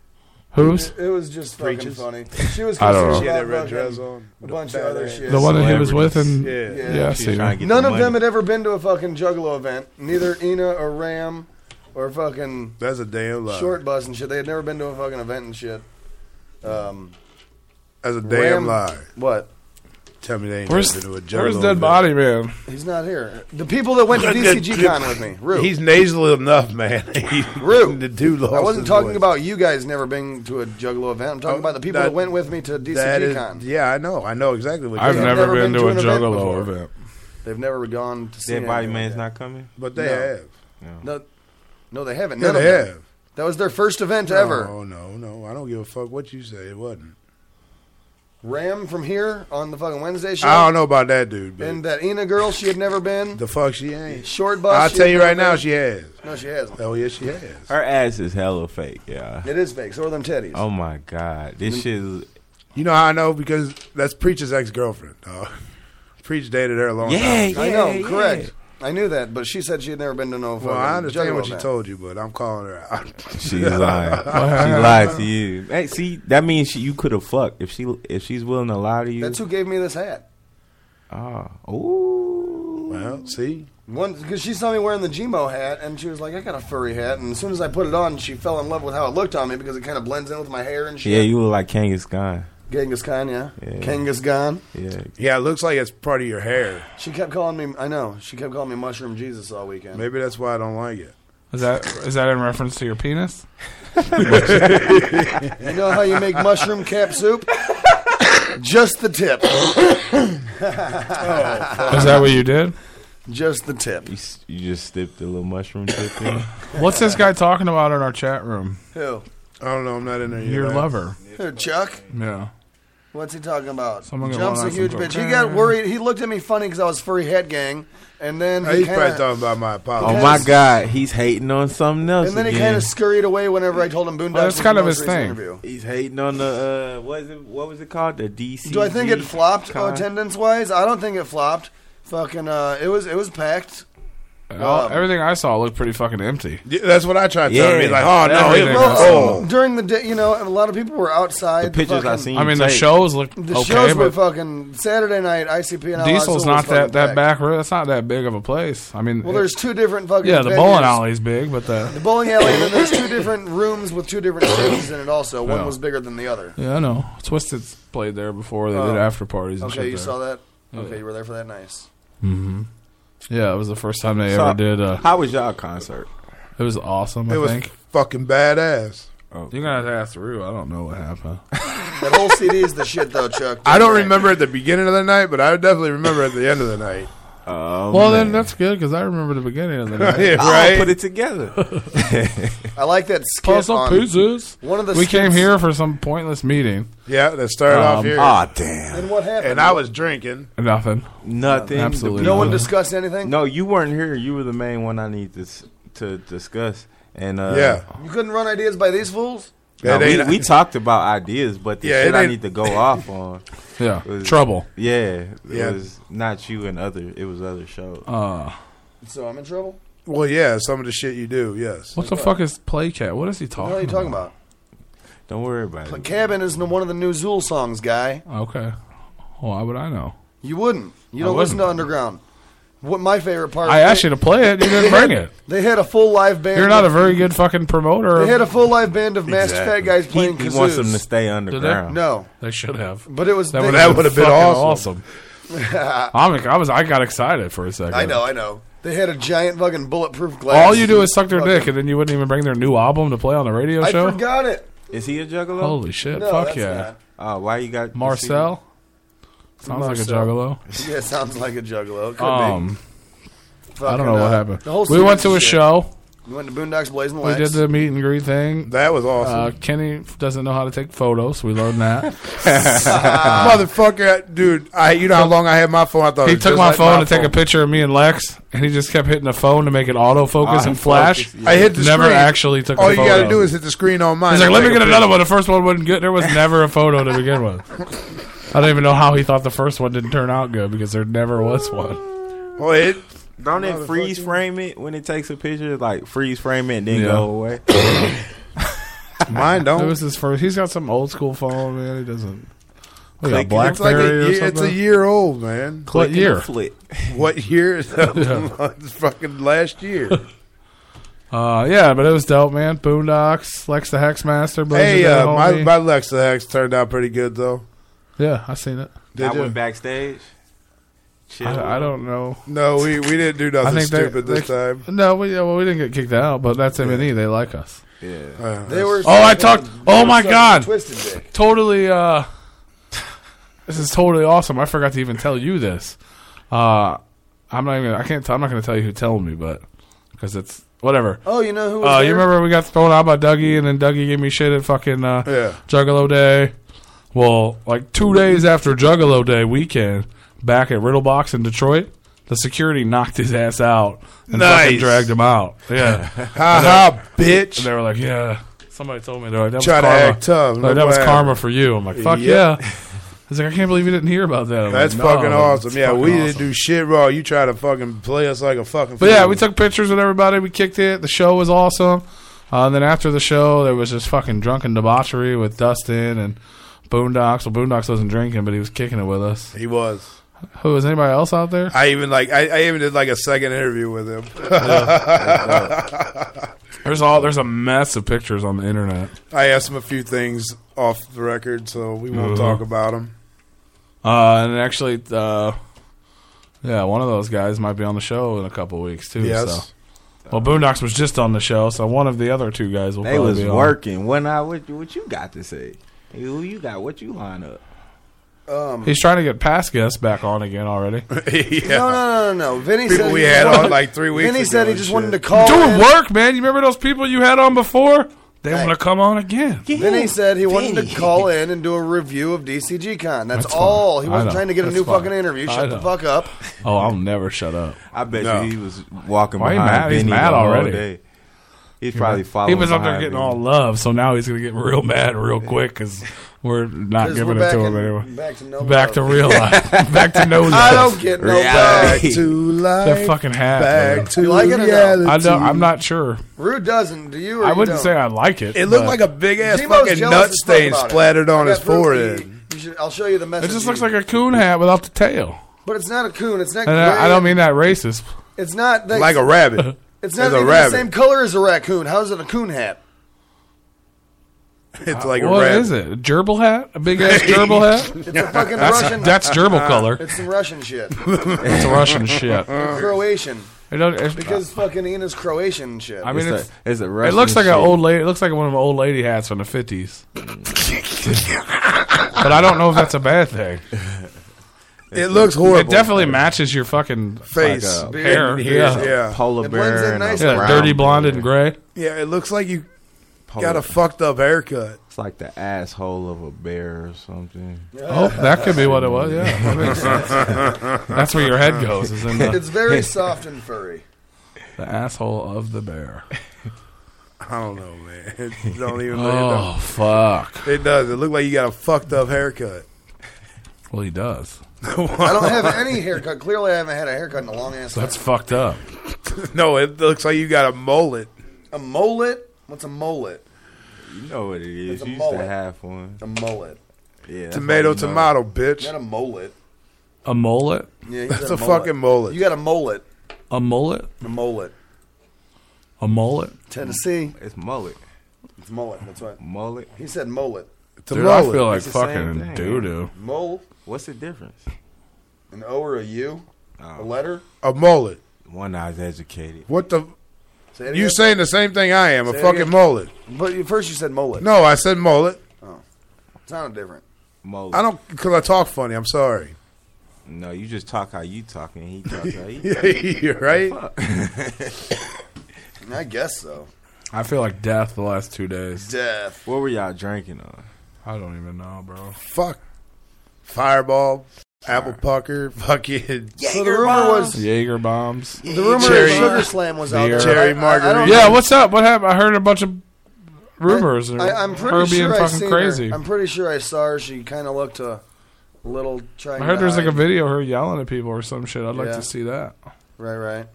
S8: Who's
S2: It was just fucking
S5: Preachers.
S2: funny. She was
S8: I don't know.
S2: concerned
S5: She had that
S2: about
S5: red dress
S2: fucking
S5: on.
S2: a bunch of other shit.
S8: the one that he was with? And yeah,
S5: Yeah.
S2: Yeah.
S8: I
S9: She's
S8: see.
S9: trying to get
S2: None
S9: the
S2: of them
S9: money.
S2: had ever been to a fucking Juggalo event. Neither Ina or Ram or fucking
S5: That's a damn lie.
S2: Short Bus and shit. They had never been to a fucking event and shit. Um,
S5: That's a damn
S2: Ram-
S5: lie.
S2: what?
S5: Tell me they ain't
S8: Where's
S5: never been to a
S8: Where's
S5: Juggalo
S8: Dead
S5: event.
S8: Body Man?
S2: He's not here. The people that went to DCG Con with me. Rue.
S5: He's nasal enough, man. He,
S2: Rue.
S5: the dude lost
S2: I wasn't
S5: his
S2: talking
S5: voice.
S2: about you guys never being to a Juggalo event. I'm talking
S5: Oh,
S2: about the people that,
S5: that-
S2: went with me to
S5: That
S2: DCG
S5: is-
S2: Con.
S5: yeah, I know. I know exactly what.
S8: I've
S5: you're
S8: never, been, to a
S2: an event
S8: Juggalo
S2: before.
S8: event.
S2: They've never gone to see
S9: Dead body
S2: anything like
S9: man's
S2: that.
S9: not coming.
S5: But they
S2: No.
S5: have.
S2: No, no, they haven't.
S5: Yeah,
S2: None
S5: they
S2: of them.
S5: have.
S2: That was their first event ever.
S5: No, no, no. I don't give a fuck what you say. It wasn't.
S2: Ram from here on the fucking Wednesday show.
S5: I don't know about that dude. But
S2: And that Ina girl, she had never been.
S5: the fuck she ain't.
S2: Short bus.
S5: I'll
S2: she
S5: tell
S2: had
S5: you
S2: never
S5: right now,
S2: been.
S5: she has.
S2: no, she hasn't.
S5: Oh yeah, she has.
S9: Her ass is hella fake. Yeah.
S2: It is fake. So are them teddies.
S9: Oh my god, this shit. Is,
S5: You know how I know because that's Preacher's ex girlfriend. dog. Preach dated her a long time.
S9: yeah,
S5: ago.
S9: yeah,
S2: I know,
S9: yeah.
S2: correct. I knew that, but she said she had never been to no.
S5: Well, I understand what
S2: you
S5: she told you, but I'm calling her out.
S9: She's lying. she lied to you. Hey, see, that means she, you could have fucked if she if she's willing to lie to you.
S2: That's who gave me this hat.
S9: Ah, ooh.
S5: well, see,
S2: One, because she saw me wearing the Gmo hat, and she was like, "I got a furry hat." And as soon as I put it on, she fell in love with how it looked on me because it kind of blends in with my hair and shit.
S9: Yeah, you look like Kangas Khan.
S2: Genghis Khan, yeah,
S9: Yeah.
S2: Genghis Khan.
S9: Yeah,
S5: yeah, it looks like it's part of your hair.
S2: She kept calling me. I know she kept calling me Mushroom Jesus all weekend.
S5: Maybe that's why I don't like it.
S8: Is that is that in reference to your penis?
S2: You know how you make mushroom cap soup? Just the tip.
S8: Is that what you did?
S2: Just the tip.
S9: you, s- you just dipped a little mushroom tip in.
S8: What's this guy talking about in our chat room?
S2: Who?
S5: I don't know. I'm not in there. yet.
S8: Your
S5: Right.
S8: lover.
S2: Here, Chuck.
S8: Yeah.
S2: What's he talking about?
S8: Someone got
S2: Jumps
S8: one
S2: a
S8: on
S2: huge
S8: some
S2: bitch. He
S8: cocaine.
S2: got worried. He looked at me funny because I was furry head gang, and then
S5: Hey,
S2: he
S5: He's probably
S2: kind of
S5: talking about my
S9: Oh
S5: apology.
S9: my God, he's hating on something else.
S2: and then he
S9: again.
S2: kind of scurried away whenever I told him Boondocks.
S8: that's
S2: was
S8: kind
S2: the
S8: of
S2: most
S8: his
S2: recent
S8: thing.
S2: Interview.
S9: He's hating on the uh, what is it? What was it called? The DC.
S2: Do I think it flopped
S9: Con-
S2: attendance wise? I don't think it flopped. Fucking, uh, it was it was packed. Uh, Um,
S8: All- everything I saw looked pretty fucking empty.
S5: Yeah, that's what I try to tell him.
S9: Yeah.
S5: He's like, oh no,
S8: Everything
S5: it-
S8: was-
S5: oh.
S2: During the day, you know, a lot of people were outside.
S9: The pictures I
S2: fucking-
S9: seen.
S8: I mean, the
S9: take.
S8: shows looked
S2: The
S8: okay,
S2: shows were
S8: but
S2: fucking Saturday night. ICP and Al
S8: Diesel's
S2: Azul was
S8: not
S2: fucking
S8: that that
S2: packed.
S8: back road. That's not that big of a place. I mean,
S2: Well, there's two different fucking
S8: yeah, the
S2: venues.
S8: bowling alley's big, but the
S2: bowling alley, and then there's two different rooms with two different stages in it. Also, one
S8: Yeah.
S2: was bigger than the other.
S8: yeah, I know. Twisted played there before they did
S2: Oh.
S8: after parties. And
S2: Okay,
S8: shit
S2: you
S8: there.
S2: saw that. Okay, you were there for that. Nice.
S8: Mm-hmm. Yeah, it was the first time they
S9: So-
S8: ever did. Uh,
S9: How was y'all concert?
S8: it was awesome. I
S5: it was
S8: think
S5: fucking badass.
S9: Oh.
S8: you're gonna have to ask Rue. I don't know what happened.
S2: That whole CD is the shit, though, Chuck.
S5: I don't remember at the beginning of the night, but I definitely remember at the end of the night.
S9: Oh,
S8: well, then
S9: man.
S8: that's good because I remember the beginning of the night.
S5: yeah,
S9: I'll
S5: right.
S9: put it together.
S2: I like that skit
S8: Plus,
S2: on
S8: up pizzas.
S2: one of the
S8: we came
S2: skits-
S8: here for some pointless meeting.
S5: yeah, that started off
S8: Um,
S5: here,
S9: Aw, Ah, damn.
S2: And what happened?
S5: and I was drinking.
S8: Nothing.
S9: Nothing.
S8: Absolutely
S9: The
S2: no
S9: people-
S2: one discussed anything.
S9: No, you weren't here. You were the main one I need to s- to discuss. And uh,
S5: yeah,
S2: You couldn't run ideas by these fools.
S9: no,
S5: It ain't-
S9: we, we talked about ideas, but the
S5: Yeah, it
S9: shit I
S5: ain't-
S9: need to go off on.
S8: Yeah,
S9: was-
S8: trouble.
S9: Yeah, it
S5: Yeah.
S9: was not you and other. It was other shows.
S8: Uh,
S2: So I'm in trouble.
S5: well, yeah, some of the shit you do. Yes,
S8: what the fuck is Playcat? What is he
S2: What
S8: talking?
S2: the hell are you talking about?
S9: Don't worry about
S2: But
S9: it.
S2: Cabin is one of the new Zool songs, guy.
S8: Okay. Why would I know?
S2: You wouldn't. You
S8: I
S2: don't listen to
S8: wouldn't.
S2: Underground. What my favorite part?
S8: I asked you to play it. You didn't bring it.
S2: They had a full live band.
S8: You're not a
S2: of-
S8: very good fucking promoter.
S2: They had
S8: of-
S2: a full live band of masked
S9: Exactly.
S2: fat guys playing
S9: He, he
S2: kazoos.
S9: wants them to stay underground.
S2: no,
S8: They should have.
S2: but it was.
S8: That
S2: they-
S8: would
S5: that would've been awesome.
S8: I'm, I was. I got excited for a second.
S2: I know, I know. They had a giant fucking bulletproof glass.
S8: All you do is suck their
S2: Fucking-
S8: dick, and then you wouldn't even bring their new album to play on the radio
S2: I
S8: show.
S2: forgot it.
S9: Is he a juggalo?
S8: Holy shit!
S2: No,
S8: Fuck
S2: that's
S8: yeah,
S2: not.
S9: Oh, why you got
S8: Marcel. Sounds
S2: Marcel.
S8: like a
S2: Yeah, sounds like a juggalo. It Could
S8: juggalo. Um,
S2: be.
S8: I
S2: Fucking,
S8: don't know
S2: uh,
S8: what happened.
S2: the whole
S8: We went to a
S2: series is
S8: show.
S2: shit. We went to Boondocks Blazing
S8: We
S2: Lights.
S8: did the meet and greet thing.
S5: that was
S8: Uh,
S5: awesome,
S8: Kenny doesn't know how to take photos. We learned that.
S5: motherfucker, dude. I you know how long I had my phone? I thought
S8: he
S5: it was
S8: took
S5: just
S8: my
S5: like
S8: phone to take a picture of me and Lex, and he just kept hitting the phone to make it
S5: Ah,
S8: autofocus and
S9: Autofocus,
S8: flash.
S9: yeah.
S5: I hit the
S8: Never
S5: screen.
S8: actually took.
S5: All
S8: a
S5: you
S8: photo.
S5: got to do is hit the screen on mine.
S8: He's like,
S5: and
S8: let me
S5: take
S8: get
S5: a
S8: another one. The first one wouldn't get. There was never a photo to begin with. I don't even know how he thought the first one didn't turn out good because there never was one.
S5: picture. Oh, it.
S9: Marcel? Don't it freeze frame it when it takes a picture? Like freeze frame it and then
S8: Yeah.
S9: go away.
S5: Mine
S8: It
S5: don't.
S8: was his first. He's got some old school phone, man. He doesn't. We
S9: Click it.
S8: got
S5: it's like
S8: BlackBerry
S5: a,
S8: or
S5: year- it's a
S8: something.
S5: year old, man.
S8: What
S9: Flick it
S8: year?
S9: and Flip.
S5: What year? It's fucking last year.
S8: Uh, yeah, but it was dope, man. Boondocks, Lex the Hexmaster. Blazer
S5: hey,
S8: Dad,
S5: uh, my,
S8: homie.
S5: my Lexa Hex turned out pretty good though.
S8: yeah, I seen it.
S5: Did
S9: I
S5: you?
S9: went backstage. Chill.
S8: I, I don't know.
S5: No, we, we didn't do nothing
S8: I think they-
S5: stupid this
S8: they-
S5: time.
S8: No, we yeah, well, we didn't get kicked out, but that's M and E. They like us.
S9: Yeah.
S5: Uh,
S2: They were. um,
S8: Oh, I talked.
S2: they
S8: Oh
S2: were
S8: my
S2: sucking
S8: god.
S2: Twisted dick.
S8: totally uh this is totally awesome i forgot to even tell you this uh i'm not even i can't tell i'm not gonna tell you who told me but because it's whatever
S2: Oh, you know who? Was
S8: uh
S2: there?
S8: you remember we got thrown out by dougie and then dougie gave me shit at fucking uh
S5: Yeah.
S8: juggalo day well like two days after juggalo day weekend back at riddle box in detroit the security knocked his ass out and fucking
S5: Nice.
S8: dragged him out yeah
S5: ha ha,
S8: and
S5: bitch.
S8: they were like yeah somebody told me they're like that was
S5: Try to
S8: karma.
S5: act tough.
S8: Like,
S5: Look
S8: that
S5: what
S8: was
S5: happened.
S8: karma for you. I'm like, fuck
S5: Yep.
S8: yeah. He's like, I can't believe you didn't hear about that. I'm
S5: That's
S8: like, "No,
S5: fucking
S8: it's
S5: awesome. Yeah,
S8: fucking
S5: we
S8: awesome."
S5: didn't do shit wrong. You try to fucking play us like a fucking.
S8: But yeah,
S5: fool.
S8: we took pictures with everybody. We kicked it. The show was awesome. Uh, and then after the show, there was just fucking drunken debauchery with Dustin and Boondocks. Well, Boondocks wasn't drinking, but he was kicking it with us.
S5: He was.
S8: Who was anybody else out there?
S5: I even like. I, I even did like a second interview with him.
S8: There's all there's a mess of pictures on the internet.
S5: I asked him a few things off the record, so we won't
S8: Mhm.
S5: talk about him.
S8: Uh, and actually, uh, yeah, one of those guys might be on the show in a couple weeks too.
S5: Yes.
S8: So. Well, Boondocks was just on the show, so one of the other two guys will
S9: They
S8: probably
S9: was
S8: be on.
S9: working. When I what, what you got to say? Hey, Who you got? What you line up?
S2: Um,
S8: He's trying to get past guests back on again already.
S5: yeah.
S2: no, no, no, no, no. Vinny
S5: People
S2: said
S5: we
S2: he just
S5: had on
S2: wanted-
S5: like three weeks.
S2: Vinny
S5: ago
S2: said he
S5: and
S2: just
S5: shit.
S2: wanted to call.
S8: Doing
S2: in.
S8: work, man. You remember those people you had on before? They want to come on again.
S2: Then he said he wanted to call in and do a review of DCGCon. That's,
S8: That's fine.
S2: all. He
S8: I
S2: wasn't
S8: know.
S2: trying to get a
S8: That's
S2: new
S8: fine.
S2: fucking interview.
S8: I
S2: Shut the
S8: know.
S2: fuck up.
S8: Oh, I'll never shut up.
S9: I bet
S5: No.
S9: you he was walking
S8: Why he
S9: behind
S8: mad? He's
S9: Vinny
S8: mad
S9: the whole
S8: already.
S9: day. He's probably following.
S8: He was up there
S9: behind
S8: getting
S9: Vinny.
S8: all love, so now he's going to get real mad real quick because we're not
S2: 'Cause
S8: giving
S2: we're
S8: it to
S2: back in-
S8: him anyway.
S2: Back to no.
S8: Back to
S2: love.
S8: real life. back to no
S2: I
S8: love.
S2: don't get no
S9: Reality.
S2: back.
S5: Back to life.
S8: That fucking hat.
S5: Back
S8: man.
S5: to
S2: You like it or no?
S5: reality.
S8: I don't, I'm not sure.
S2: Rude doesn't. Do you? Or
S8: I
S2: you
S8: wouldn't
S2: don't?
S8: say I like it.
S5: It looked
S8: but
S5: like a big ass
S2: Demo's
S5: fucking
S2: jealous
S5: nut
S2: as fuck
S5: stain
S2: about it.
S5: splattered on
S2: I
S5: his
S2: got proof.
S5: forehead.
S2: You- You should, I'll show you the message.
S8: It just
S2: you-
S8: looks like a coon hat without the tail.
S2: But it's not a coon. It's not.
S8: And I, I
S2: gray.
S8: don't mean that racist.
S2: It's not the,
S5: Like a rabbit.
S2: It's not
S5: as a
S2: even the
S5: rabbit.
S2: same color as a raccoon. How is it a coon hat?
S5: It's like a
S8: what
S5: rabbit.
S8: is it? A gerbil hat? A big ass gerbil hat?
S2: It's a fucking Russian.
S8: That's gerbil color.
S2: it's some Russian shit.
S8: It's Russian shit.
S2: Croatian.
S8: It don't- it's-
S2: Because fucking Ina's Croatian and shit.
S8: I mean,
S9: It's
S8: it's,
S9: a, it's a
S8: it
S9: Russian
S8: looks like
S9: shit.
S8: an old lady. It looks like one of the old lady hats from the fifties. but I don't know if that's a bad thing.
S5: It looks horrible.
S8: It definitely matches your fucking
S5: face.
S8: like, uh, hair.
S5: yeah.
S8: Yeah, yeah.
S5: yeah.
S9: polar
S2: It blends in
S9: bear. and a
S2: nicely.
S9: brown
S8: dirty
S9: bear.
S8: blonde and gray.
S5: it looks like you
S9: Polar-
S5: got a fucked up haircut.
S9: It's like the asshole of a bear or something.
S8: Oh, that could be what it was. Yeah, that makes sense. that's where your head goes. Is in the,
S2: it's very soft and furry.
S8: the asshole of the bear.
S5: I don't know, man. It don't even
S8: Oh fuck!
S5: it, does. It looked like you got a fucked up haircut.
S8: Well, he does.
S2: I don't have any haircut. Clearly, I haven't had a haircut in a long ass time.
S8: That's fucked up.
S5: No, it looks like you got a mullet.
S2: A mullet? What's a mullet?
S9: You know what it is.
S2: It's a
S9: You used
S2: mullet.
S9: to have one.
S2: A mullet.
S9: Yeah, that's how you know.
S5: tomato, tomato, bitch.
S2: Not a mullet.
S8: A mullet.
S2: Yeah, you
S5: That's
S2: got
S5: a,
S2: mullet.
S5: fucking mullet.
S2: You got a mullet.
S8: A mullet.
S2: A mullet.
S8: A mullet.
S2: Tennessee.
S9: It's mullet.
S2: It's mullet. That's right.
S9: Mullet.
S2: He said mullet.
S5: It's a
S8: Dude, I
S5: mullet.
S8: feel like
S9: It's the same
S8: fucking
S9: thing.
S8: doo doo.
S2: Mole,
S9: What's the difference? Oh.
S2: an O or a U, a letter.
S5: a mullet.
S9: One eye's educated.
S5: What the?
S2: Say it
S5: You
S2: again.
S5: saying the same thing I am?
S2: Say
S5: a
S2: it
S5: fucking
S2: again.
S5: mullet?
S2: but you- first you said mullet.
S5: No, I said mullet.
S2: It sounded different.
S9: Mullet.
S5: I don't because I talk funny. I'm sorry.
S9: No, you just talk how you talk, and he talks how he. talk.
S5: You're right.
S2: I guess so.
S8: I feel like death the last two days.
S2: Death.
S9: What were y'all drinking on?
S8: I don't even know, bro.
S5: Fuck. Fireball, apple pucker, fucking
S2: So the rumor was
S8: Jaeger bombs.
S2: the rumor
S5: Cherry-
S2: is Sugar Slam was out
S8: Beer.
S2: there.
S5: Cherry
S2: I- I- I don't
S5: margarita.
S8: Yeah, what's up? What happened? I heard a bunch of rumors.
S2: I, I'm pretty
S8: her
S2: sure
S8: being
S2: I
S8: fucking
S2: seen
S8: crazy.
S2: Her. I'm pretty sure I saw her. She kind of looked a little. Trying
S8: I heard
S2: to
S8: there's like a
S2: hide.
S8: video of her yelling at people or some shit. I'd like
S2: Yeah.
S8: to see that.
S2: Right, right.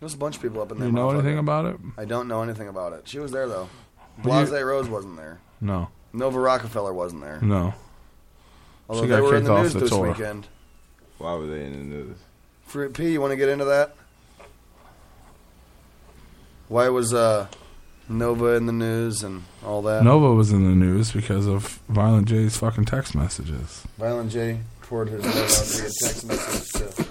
S2: There's a bunch of people up in there.
S8: You know anything about it?
S2: I don't know anything about it. She was there though.
S8: Well,
S2: Blase Rose wasn't there.
S8: No,
S2: Nova Rockefeller wasn't there.
S8: no.
S2: Although
S8: She
S2: they
S8: got
S2: were in
S8: kicked
S2: the
S8: off
S2: news
S8: the
S2: this
S8: tour.
S2: weekend.
S9: Why were they in the news?
S2: Fruit P, you want to get into that? Why was uh, Nova in the news and all that?
S8: Nova was in the news because of Violent J's fucking text messages.
S2: Violent J poured his heart out to get text message to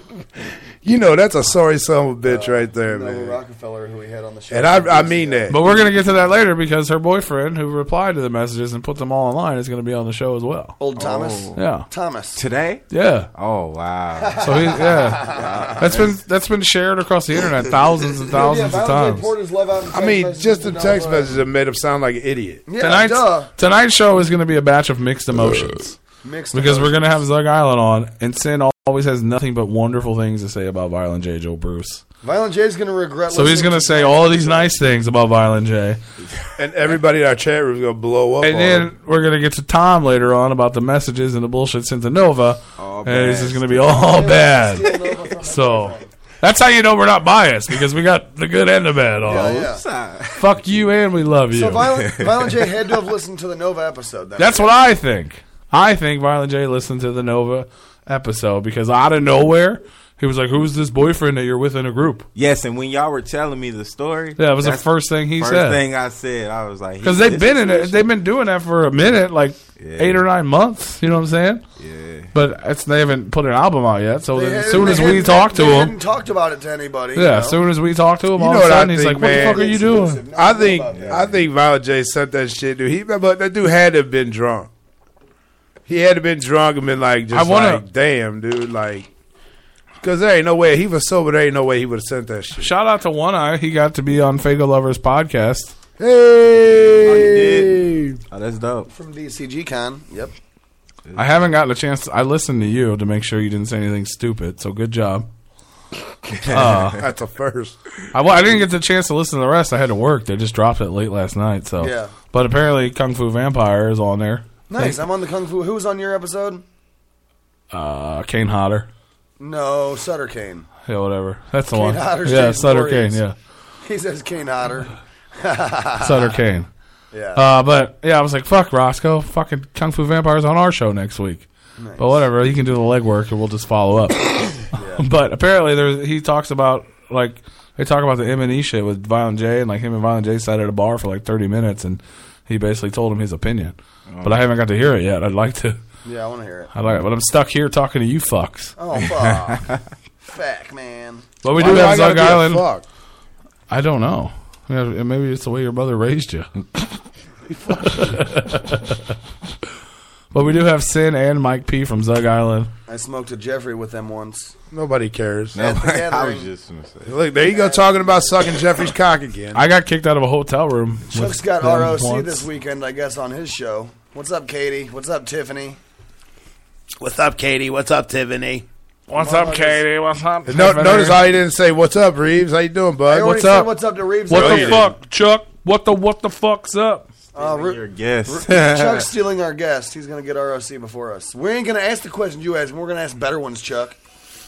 S5: You know that's a sorry son of a bitch right there,
S2: Nova
S5: man.
S2: Rockefeller, who we had on the show.
S5: And I, I mean that.
S8: But we're gonna get to that later because her boyfriend, who replied to the messages and put them all online, is gonna be on the show as well.
S2: Old Thomas.
S9: Oh.
S8: Yeah,
S2: Thomas.
S9: Today?
S8: yeah.
S9: Oh wow!
S8: So he, yeah, that's been that's been shared across the internet thousands and
S2: yeah,
S8: thousands of
S2: Violent J
S8: times.
S2: poured his love out in
S5: I
S2: text
S5: mean,
S2: messages
S5: just the
S2: to
S5: text
S2: Nova.
S5: messages made him sound like an idiot.
S2: Yeah, duh.
S8: Tonight's, tonight's show is going to be a batch of mixed emotions
S2: Mixed
S8: because we're going to have Zug Island on, and Sin always has nothing but wonderful things to say about Violent J. Joe Bruce.
S2: Violent J's gonna regret.
S8: So he's
S2: listening
S8: going to say all these nice things about Violent J.
S5: And everybody in our chat room is gonna blow up.
S8: And
S5: on
S8: then
S5: him.
S8: we're going to get to Tom later on about the messages and the bullshit sent to Nova.
S9: All
S8: and this
S9: bad.
S8: is going to be all bad. So that's how you know we're not biased because we got the good and the bad on.
S2: Yeah, yeah.
S8: Fuck you and we love you.
S2: So Violent, Violent J had to have listened to the Nova episode. Then.
S8: That's what I think. I think Violent J listened to the Nova episode because out of nowhere, he was like, Who's this boyfriend that you're with in a group?
S9: yes, and when y'all were telling me the story,
S8: Yeah, that was the
S9: that's
S8: first thing he
S9: first
S8: said.
S9: thing I said. I was like,
S8: Because
S9: he- this
S8: they've been in it.
S9: is-
S8: They've been doing that for a minute, like
S9: Yeah.
S8: eight or nine months. You know what I'm saying?
S9: Yeah,
S8: But it's, they haven't put an album out yet. So
S2: They
S8: as
S2: hadn't-
S8: soon
S2: they
S8: as we
S2: hadn't-
S8: talk to
S2: they
S8: him,
S2: hadn't talked about it to anybody. you
S8: yeah,
S2: know?
S8: as soon as we talk to him,
S5: You
S8: all
S5: know
S8: of a
S5: what I
S8: sudden he's
S5: think,
S8: like, "What the
S5: man?
S8: fuck are you doing?"
S2: No,
S5: I
S2: no,
S5: think
S2: about that.
S5: I think Violent J sent that shit to. He, but that dude had to have been drunk. He had to have been drunk and been like, just
S8: I wanna-
S5: like, damn, dude, like, because there ain't no way he was sober. There ain't no way he would have sent that shit.
S8: Shout out to One Eye. He got to be on Fago Lovers podcast.
S5: Hey,
S9: Oh, that's dope.
S2: From DCG Con. Yep.
S8: I haven't gotten a chance. I listened to you to make sure you didn't say anything stupid. So good job.
S2: Uh.
S8: Uh,
S5: that's a first.
S8: I, well, I didn't get the chance to listen to the rest. I had to work. They just dropped it late last night. So
S2: Yeah.
S8: But apparently, Kung Fu Vampire is on there.
S2: Nice. I'm on the Kung Fu. Who was on your episode?
S8: Uh, Kane Hodder.
S2: No, Sutter Kane.
S8: Yeah, whatever. That's the one.
S2: Hodder's
S8: yeah,
S2: Jason
S8: Sutter Kane.
S2: Voorhees.
S8: Yeah,
S2: He says Kane Hodder.
S8: Sutter Kane.
S2: Yeah.
S8: Uh, but yeah, I was like, fuck Roscoe, fucking Kung Fu Vampires on our show next week. But whatever, he can do the legwork and we'll just follow up. but apparently, there's he talks about like they talk about the M and E shit with Violent J and like him and Violent J sat at a bar for like 30 minutes and he basically told him his opinion. But I haven't got to hear it yet. I'd like to.
S2: yeah, I want to hear it.
S8: I like, it. but I'm stuck here talking to you fucks.
S2: Oh, fuck. Fuck, man.
S8: But we
S5: Why
S8: do
S5: do I
S8: have Zug
S5: gotta be a
S8: Island.
S5: fuck?
S8: I don't know. Yeah, Maybe it's the way your mother raised you. but we do have Sin and Mike P from Zug Island.
S2: I smoked a Jeffrey with them once.
S5: Nobody cares.
S2: At the
S9: I
S2: gathering.
S9: was just gonna say.
S5: Look, there you go talking about sucking Jeffrey's cock again.
S8: I got kicked out of a hotel room.
S2: Chuck's
S8: with
S2: got
S8: them
S2: ROC
S8: once.
S2: this weekend, I guess, on his show. What's up, Katie? What's up, Tiffany?
S10: What's up, Katie? What's up, Tiffany?
S8: What's up, Katie? What's up?
S5: no, notice how you didn't say what's up, Reeves. How you doing,
S2: I
S5: bud?
S2: already
S5: What's
S2: said
S8: up?
S2: what's up to Reeves.
S8: what
S2: earlier.
S8: the fuck, Chuck? What the what the fuck's up?
S2: Uh, Ru-
S9: Your guess.
S2: Chuck's stealing our guest. He's going to get ROC before us. We ain't going to ask the question you asked. We're going to ask better ones, Chuck.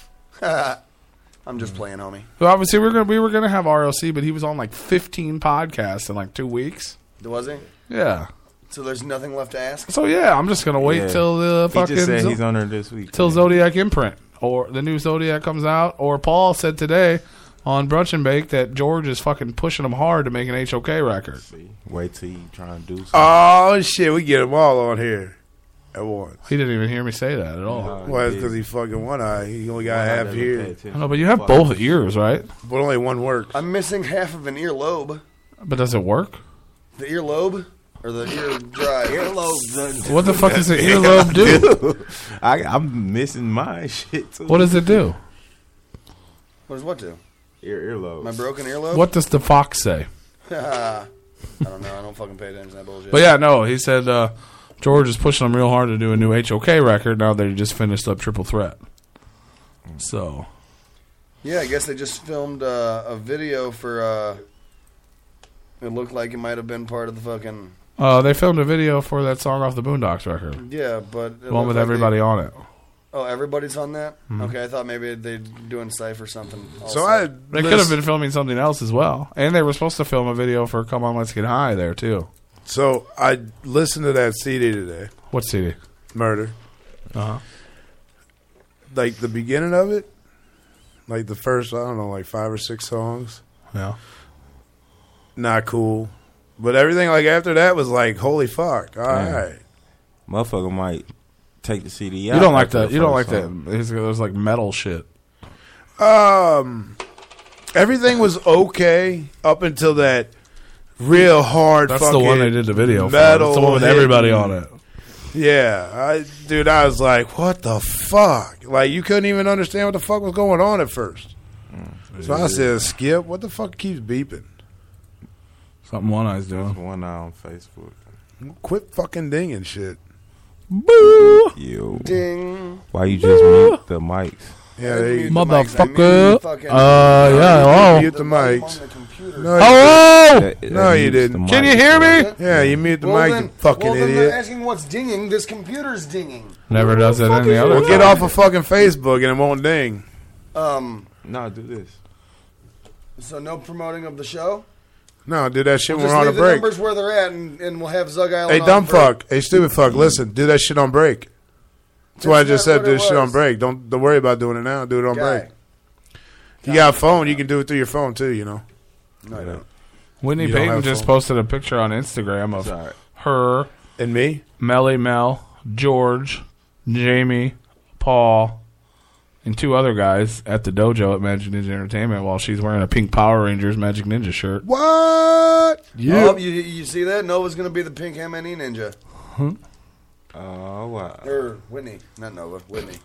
S2: I'm just
S8: Mm.
S2: playing, homie.
S8: Well, obviously, we are gonna we were gonna have RLC, but he was on like 15 podcasts in like two weeks.
S2: Was he?
S8: Yeah.
S2: So there's nothing left to ask?
S8: So yeah, I'm just gonna wait
S9: Yeah.
S8: till the
S9: he
S8: fucking
S9: just said
S8: Zo-
S9: he's on there this week.
S8: till Zodiac imprint or the new Zodiac comes out. Or Paul said today on Brunch and Bake that George is fucking pushing him hard to make an HOK record.
S9: Wait till you try and do something.
S5: Oh shit, we get them all on here at once.
S8: He didn't even hear me say that at all.
S5: Well, that's because he fucking one eye. He only got half here,
S8: I know, but you have both ears, right?
S5: but only one works.
S2: I'm missing half of an earlobe.
S8: But does it work?
S2: The earlobe? Or the ear dry? Earlobe.
S8: What the fuck does an earlobe do?
S9: I, I'm missing my shit too.
S8: What does it do?
S2: What does what do?
S9: Ear earlobe.
S2: My broken earlobe?
S8: What does the fox say?
S2: I don't know. I don't fucking pay attention to that bullshit.
S8: But yeah, no, he said uh, George is pushing him real hard to do a new HOK record now that he just finished up Triple Threat. So
S2: Yeah, I guess they just filmed uh, a video for. Uh, it looked like it might have been part of the fucking.
S8: uh, they filmed a video for that song off the Boondocks record,
S2: Yeah, but it
S8: the one
S2: looked
S8: with
S2: like
S8: everybody
S2: They,
S8: on it.
S2: oh, everybody's on that.
S8: Hmm.
S2: Okay, I thought maybe they doing cipher something. Also.
S5: so I
S8: They could have been filming something else as well, and they were supposed to film a video for "Come On, Let's Get High" there too.
S5: So I listened to that CD today,
S8: What CD?
S5: Murder.
S8: Uh-huh.
S5: Like the beginning of it, like the first I don't know, like five or six songs.
S8: Yeah,
S5: Not cool, but everything like after that was like, holy fuck! All right,
S9: Yeah. Motherfucker might take the CD out.
S8: you don't like
S9: after
S8: that.
S9: the
S8: You don't like
S9: first
S8: that.
S9: song.
S8: It's- There's like metal shit.
S5: Um, everything was okay up until that real hard.
S8: That's the
S5: fucking-
S8: one they did the video for.
S5: metal
S8: It's the one with everybody on it.
S5: Yeah, I dude, I was like, what the fuck? Like you couldn't even understand what the fuck was going on at first. So I said, skip. What the fuck keeps beeping?
S8: Something One Eye's
S9: There's
S8: doing.
S9: one eye on Facebook.
S5: Quit fucking dinging shit.
S8: Boo!
S9: Yo,
S2: Ding.
S9: why you just mute the mics?
S5: Yeah, there you
S2: Mute the mics. I
S8: Motherfucker.
S2: muted fucking-
S8: Uh, yeah. Oh,
S5: mute the
S2: mic
S5: mics.
S2: on the computer.
S5: No, you
S8: hello.
S5: No, you didn't.
S8: Can you hear me?
S5: didn't. yeah, you mute the
S2: Well
S5: mic,
S2: then-
S5: you fucking
S2: well, then
S5: idiot.
S2: they're asking what's dinging. This computer's dinging.
S8: Never does it any other.
S5: Well, get off of fucking Facebook and it won't ding.
S2: Um.
S9: No, do this.
S2: So no promoting of the show.
S5: No, do that shit
S2: Just
S5: when we're on
S2: leave
S5: a
S2: the
S5: break.
S2: numbers where they're at, and, and we'll have Zug Island.
S5: Hey,
S2: on
S5: dumb
S2: for-
S5: fuck. Hey, stupid fuck. Listen, do that shit on break. That's why I
S2: That's
S5: just
S2: not
S5: said
S2: what it
S5: do this shit on
S2: was.
S5: break. Don't don't worry about doing it now. Do it on
S2: Guy.
S5: break. You got a phone. You can do it through your phone too. You know.
S2: No, I don't.
S8: Whitney
S5: You don't
S8: Payton
S5: have
S8: just
S5: phone.
S8: posted a picture on Instagram of
S9: Sorry.
S8: her,
S5: And me.
S8: Melly Mel, George, Jamie, Paul, and two other guys at the dojo at Magic Ninja Entertainment while she's wearing a pink Power Rangers Magic Ninja shirt.
S5: What?
S2: Oh, you, you see that? Nova's going to be the pink M&E ninja.
S9: Oh, wow.
S2: Or Whitney. Not Nova. Whitney.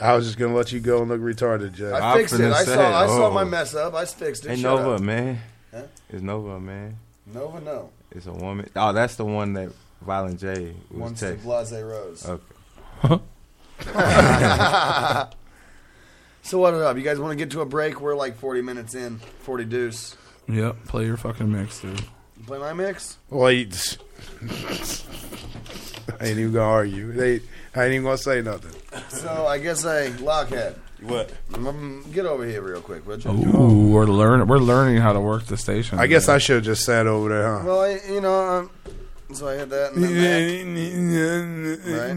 S5: I was just gonna let you go and look retarded, Jay.
S2: I
S9: I
S2: fixed it.
S9: finna
S2: I
S9: say,
S2: saw, I saw
S9: oh.
S2: my mess up. I fixed it.
S9: Hey,
S2: Shut
S9: Nova,
S2: up.
S9: man. It's Nova, man.
S2: Nova, no.
S9: It's a woman. Oh, that's the one that Violent J was
S2: Once to
S9: texting.
S2: Blase Rose.
S9: Okay.
S2: so what it up? You guys want to get to a break? We're like 40 minutes in. 40 deuce.
S8: Yep, play your fucking mix, dude.
S2: You play my mix?
S5: Wait. I ain't even gonna argue. They, I ain't even gonna say nothing.
S2: So I guess I lockhead.
S11: What?
S2: Mm, Get over here real quick, would you?
S8: Ooh, we're learning. We're learning how to work the station.
S5: I guess I should have just sat over there, huh?
S2: Well, I, you know, um, so I had that. And then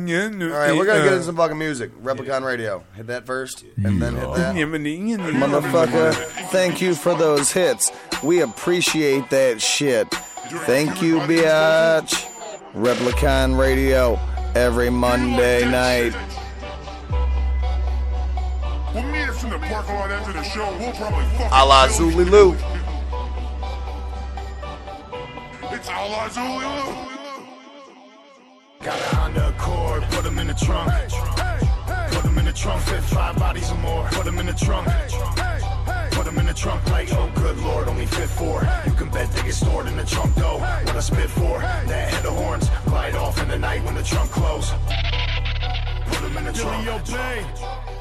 S2: that. Right? All right, we're gonna get into some fucking music. Replicon Radio. Hit that first, and then hit that.
S12: Motherfucker, thank you for those hits. We appreciate that shit. Thank you, Biatch. Replicon Radio every Monday night.
S13: When me and from the parking lot after the show, we'll probably fuck.
S2: A la Zulu Lou.
S13: It's a la Zulu.
S14: Got a Honda Accord, put 'em in the trunk. Put 'em in the trunk, fit five bodies or more. Put 'em in the trunk. Put 'em in the trunk like, oh good lord, only fit four. You can bet they get stored in the trunk though. What I spit for, that head of horns. Glide off in the night when the trunk close. Put 'em in the trunk.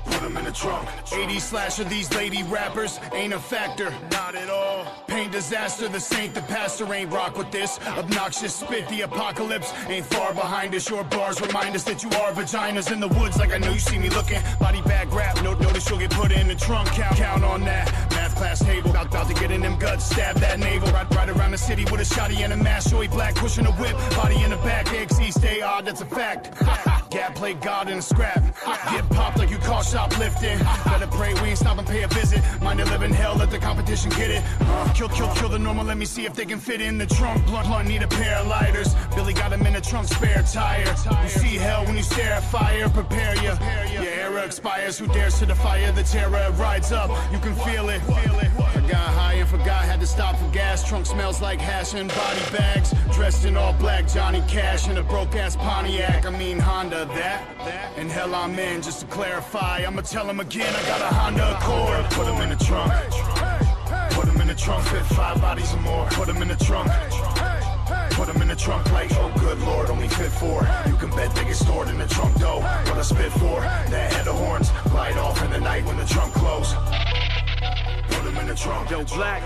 S14: Put 'em in the trunk.
S15: 80 slash of these lady rappers ain't a factor, not at all. Pain disaster, the saint, the pastor ain't rock with this. Obnoxious spit, the apocalypse ain't far behind us. Your bars remind us that you are vaginas in the woods, like I know you see me looking. Body bag rap, no notice you'll get put in the trunk. Count, count on that. Math class table, about, about to get in them guts, stab that navel. Ride, ride around the city with a shotty and a mask. Joey Black pushing a whip, body in the back. AXE stay odd, that's a fact. Gap play God in a scrap. Get popped like you caught shoplifting. Better pray we ain't stop and pay a visit. Mind to live in hell, let the competition get it. Uh, Kill, kill, kill the normal, let me see if they can fit in the trunk. Blunt, blunt, need a pair of lighters. Billy got him in the trunk, spare tire. You see hell when you stare at fire, prepare ya. Your era expires, who dares to defy the terror? It rides up, you can feel it. Feel it. I got high and forgot, had to stop for gas. Trunk smells like hash and body bags. Dressed in all black, Johnny Cash in a broke ass Pontiac. I mean Honda, that, that. And hell I'm in, just to clarify. I'ma tell him again, I got a Honda Accord.
S14: Put 'em in the trunk. Put 'em in the trunk, fit five bodies or more. Put 'em in the trunk. Put 'em in the trunk like, oh good lord, only fit four. You can bet they get stored in the trunk though. What I spit for, that head of horns. Light off in the night when the trunk close. Put 'em in the trunk. Yo, black.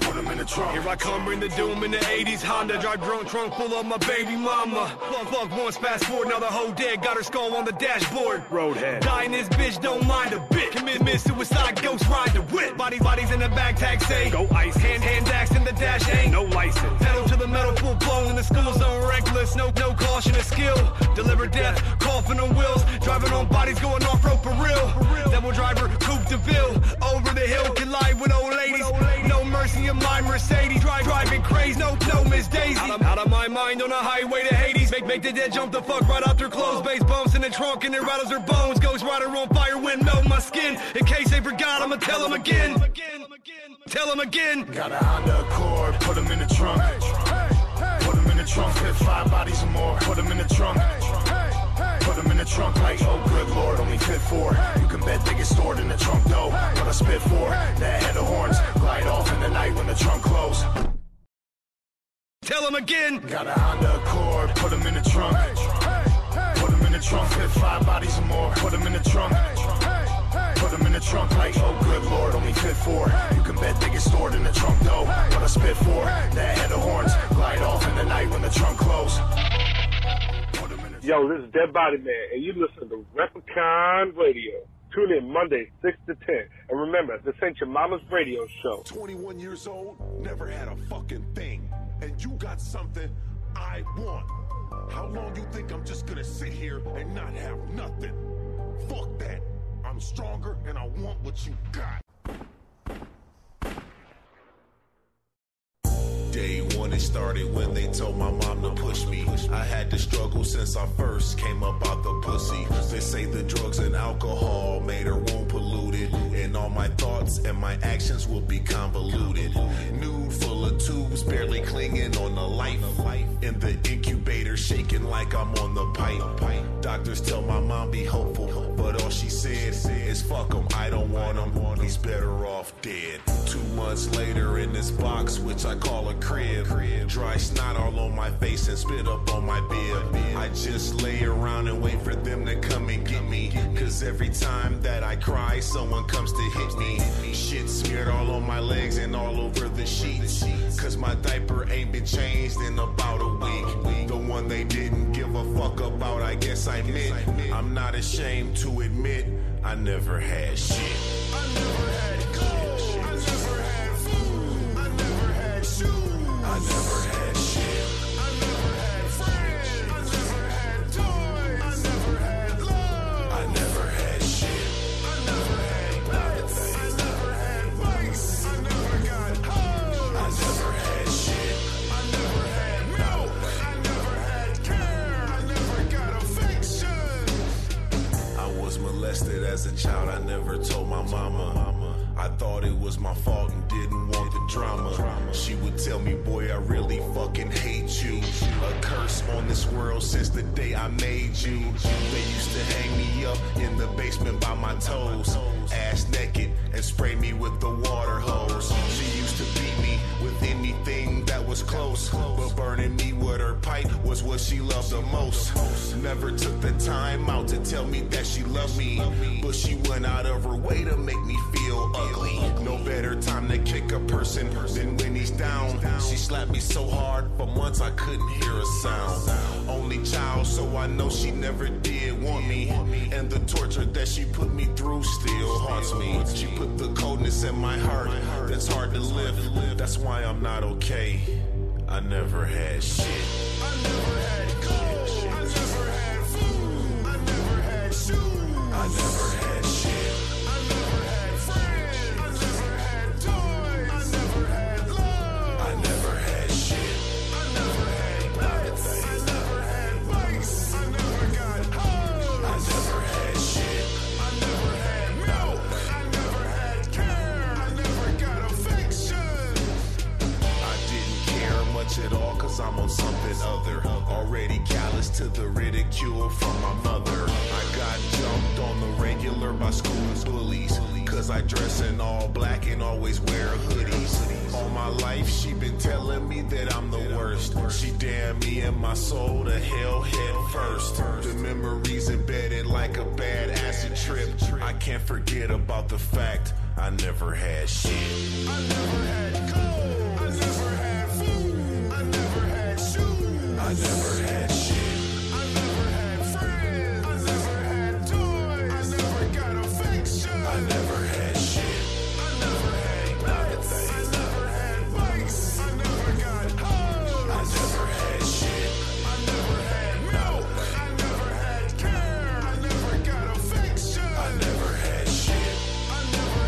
S14: Put 'em in the trunk.
S6: Here I come, bring the doom in the 80s Honda. Drive drunk, trunk full of my baby mama. Fuck, fuck, once fast forward, now the whole dead. Got her skull on the dashboard. Roadhead. Dying this bitch, don't mind a bit. Commitment, suicide, ghost ride the whip. Bodies, bodies in the bag, tag say. Go ice. Hand, hand, axe in the dash, ain't. No license. Pedal to the metal, full blown in the school zone. Reckless, no, no caution or skill. Deliver death, coughing on wheels. Driving on bodies, going off road for real. Devil driver, coupe de ville. Over the hill, collide with old ladies. No mercy in my Mercedes. Drive, driving crazy, no, no Miss Daisy. Out of, out of my mind on a highway to Hades. Make, make the dead jump the fuck right off their clothes. Base bumps in the trunk and it rattles their bones. Ghost rider on fire, wind melt my skin. In case they forgot, I'ma tell them again. Tell them again.
S14: Got a Honda Accord, put 'em in the trunk. Put 'em in the trunk, fit five bodies or more. Put 'em in the trunk. Put 'em in the trunk like, oh good lord, only fit four. You can bet they get stored in the trunk though. What I spit for, that head of horns. Glide off in the night when the trunk close.
S6: Tell them again.
S14: Got a Honda Accord, put 'em in the trunk. Put 'em in the trunk, fit five bodies or more. Put 'em in the trunk. Put 'em in the trunk like, oh good lord, only fit four. You can bet they get stored in the trunk though. What I spit for, that head of horns. Glide off in the night when the trunk close.
S16: Yo, this is Dead Body Man, and you listen to Replicon Radio. Tune in Monday, 6 to 10. And remember, this ain't your mama's radio show.
S13: 21 years old, never had a fucking thing. And you got something I want. How long you think I'm just gonna sit here and not have nothing? Fuck that. I'm stronger and I want what you got.
S3: Day one, it started when they told my mom to push me. I had to struggle since I first came up out the pussy. They say the drugs and alcohol made her womb polluted, and all my thoughts and my actions will be convoluted. Nude, full of tubes, barely clinging on the life. In the incubator, shaking like I'm on the pipe. Doctors tell my mom be hopeful, but all she said is fuck him, I don't want him. He's better off dead. Two months later in this box, which I call a crib. Dry snot all on my face and spit up on my bib. I just lay around and wait for them to come and get me. Cause every time that I cry, someone comes to hit me. Shit smeared all on my legs and all over the sheets. Cause my diaper ain't been changed in about a week. The one they didn't give a fuck about, I guess I meant. I'm not ashamed to admit, I never had shit. I never had shit. I never had shit. I never had shit. I was molested as a child, I never told my mama. I thought it was my fault and didn't want the drama. She would tell me, boy, I really fucking hate you. A curse on this world since the day I made you. They used to hang me up in the basement by my toes, ass naked, and spray me with the water hose. She used to beat me with anything that was close. But burning me with her pipe was what she loved the most. Never took the time out to tell me that she loved me. But she went out of her way to make me feel ugly. No better time to kick a person than when he's down. She slapped me so hard for months I couldn't hear a sound. Only child, so I know she never did want me. And the torture that she put me through still haunts me. She put the coldness in my heart that's hard to live. That's why I'm not okay. I never had shit. I never had shit. I never had shit. I never had shit. I didn't care much at all cause I'm on something other. Already callous to the ridicule from my mother. I got jumped on the regular by school's bullies. Cause I dress in all black and always wear hoodies. All my life she been telling me that I'm the worst. She damn me and my soul to hell head first. The memories embedded like a bad acid trip. I can't forget about the fact I never had shit. I never had I never had shit. I never had shit. I never had shit. I never had shit.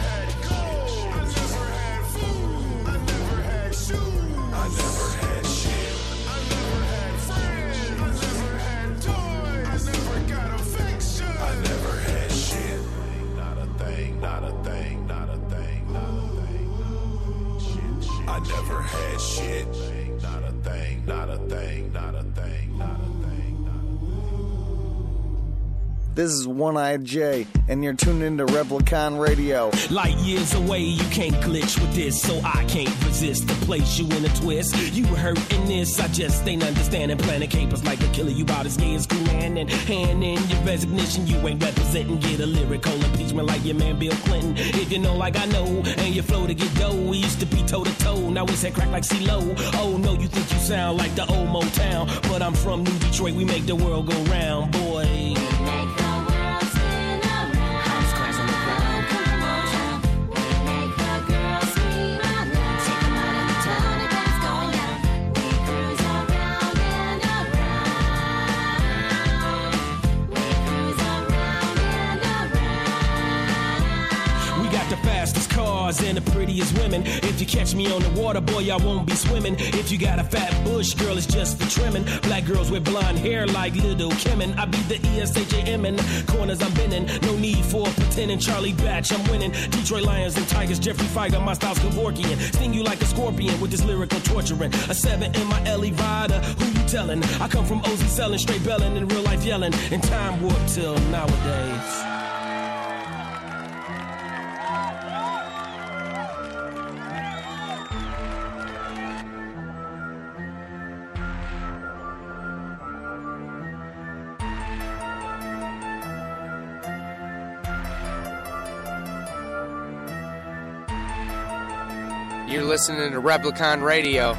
S3: I never had shit. I never had shit. Not a thing, not a thing, not a thing, not a thing. Shit, shit. I never had shit. Not a thing, not a thing, not a thing, not a thing.
S10: This is One Eyed Jay, and you're tuned into Replicon Radio.
S17: Light years away, you can't glitch with this, so I can't resist to place you in a twist. You hurt in this, I just ain't understanding. Planet capers like a killer, you out as gay as Kulan and hand in your resignation. You ain't representing, get a lyrical impeachment like your man Bill Clinton. If you know, like I know, and your flow to get dough, we used to be toe to toe, now it's head crack like CeeLo. Oh no, you think you sound like the old Motown, but I'm from New Detroit, we make the world go round, boy. We got the fastest cars and the prettiest women. If you catch me on the water, boy, I won't be swimming. If you got a fat bush, girl, it's just for trimming. Black girls with blonde hair like little Kim and I be the E ESHAM in the corners I'm bending. No need for pretending. Charlie Batch, I'm winning. Detroit Lions and Tigers, Jeffrey Feiger, my style's Kevorkian. Sting you like a scorpion with this lyrical torturing. A seven in my Ellie Vida, who you telling? I come from OZ selling, straight belling, in real life yelling. And time warp till nowadays.
S18: You're listening to Replicon Radio.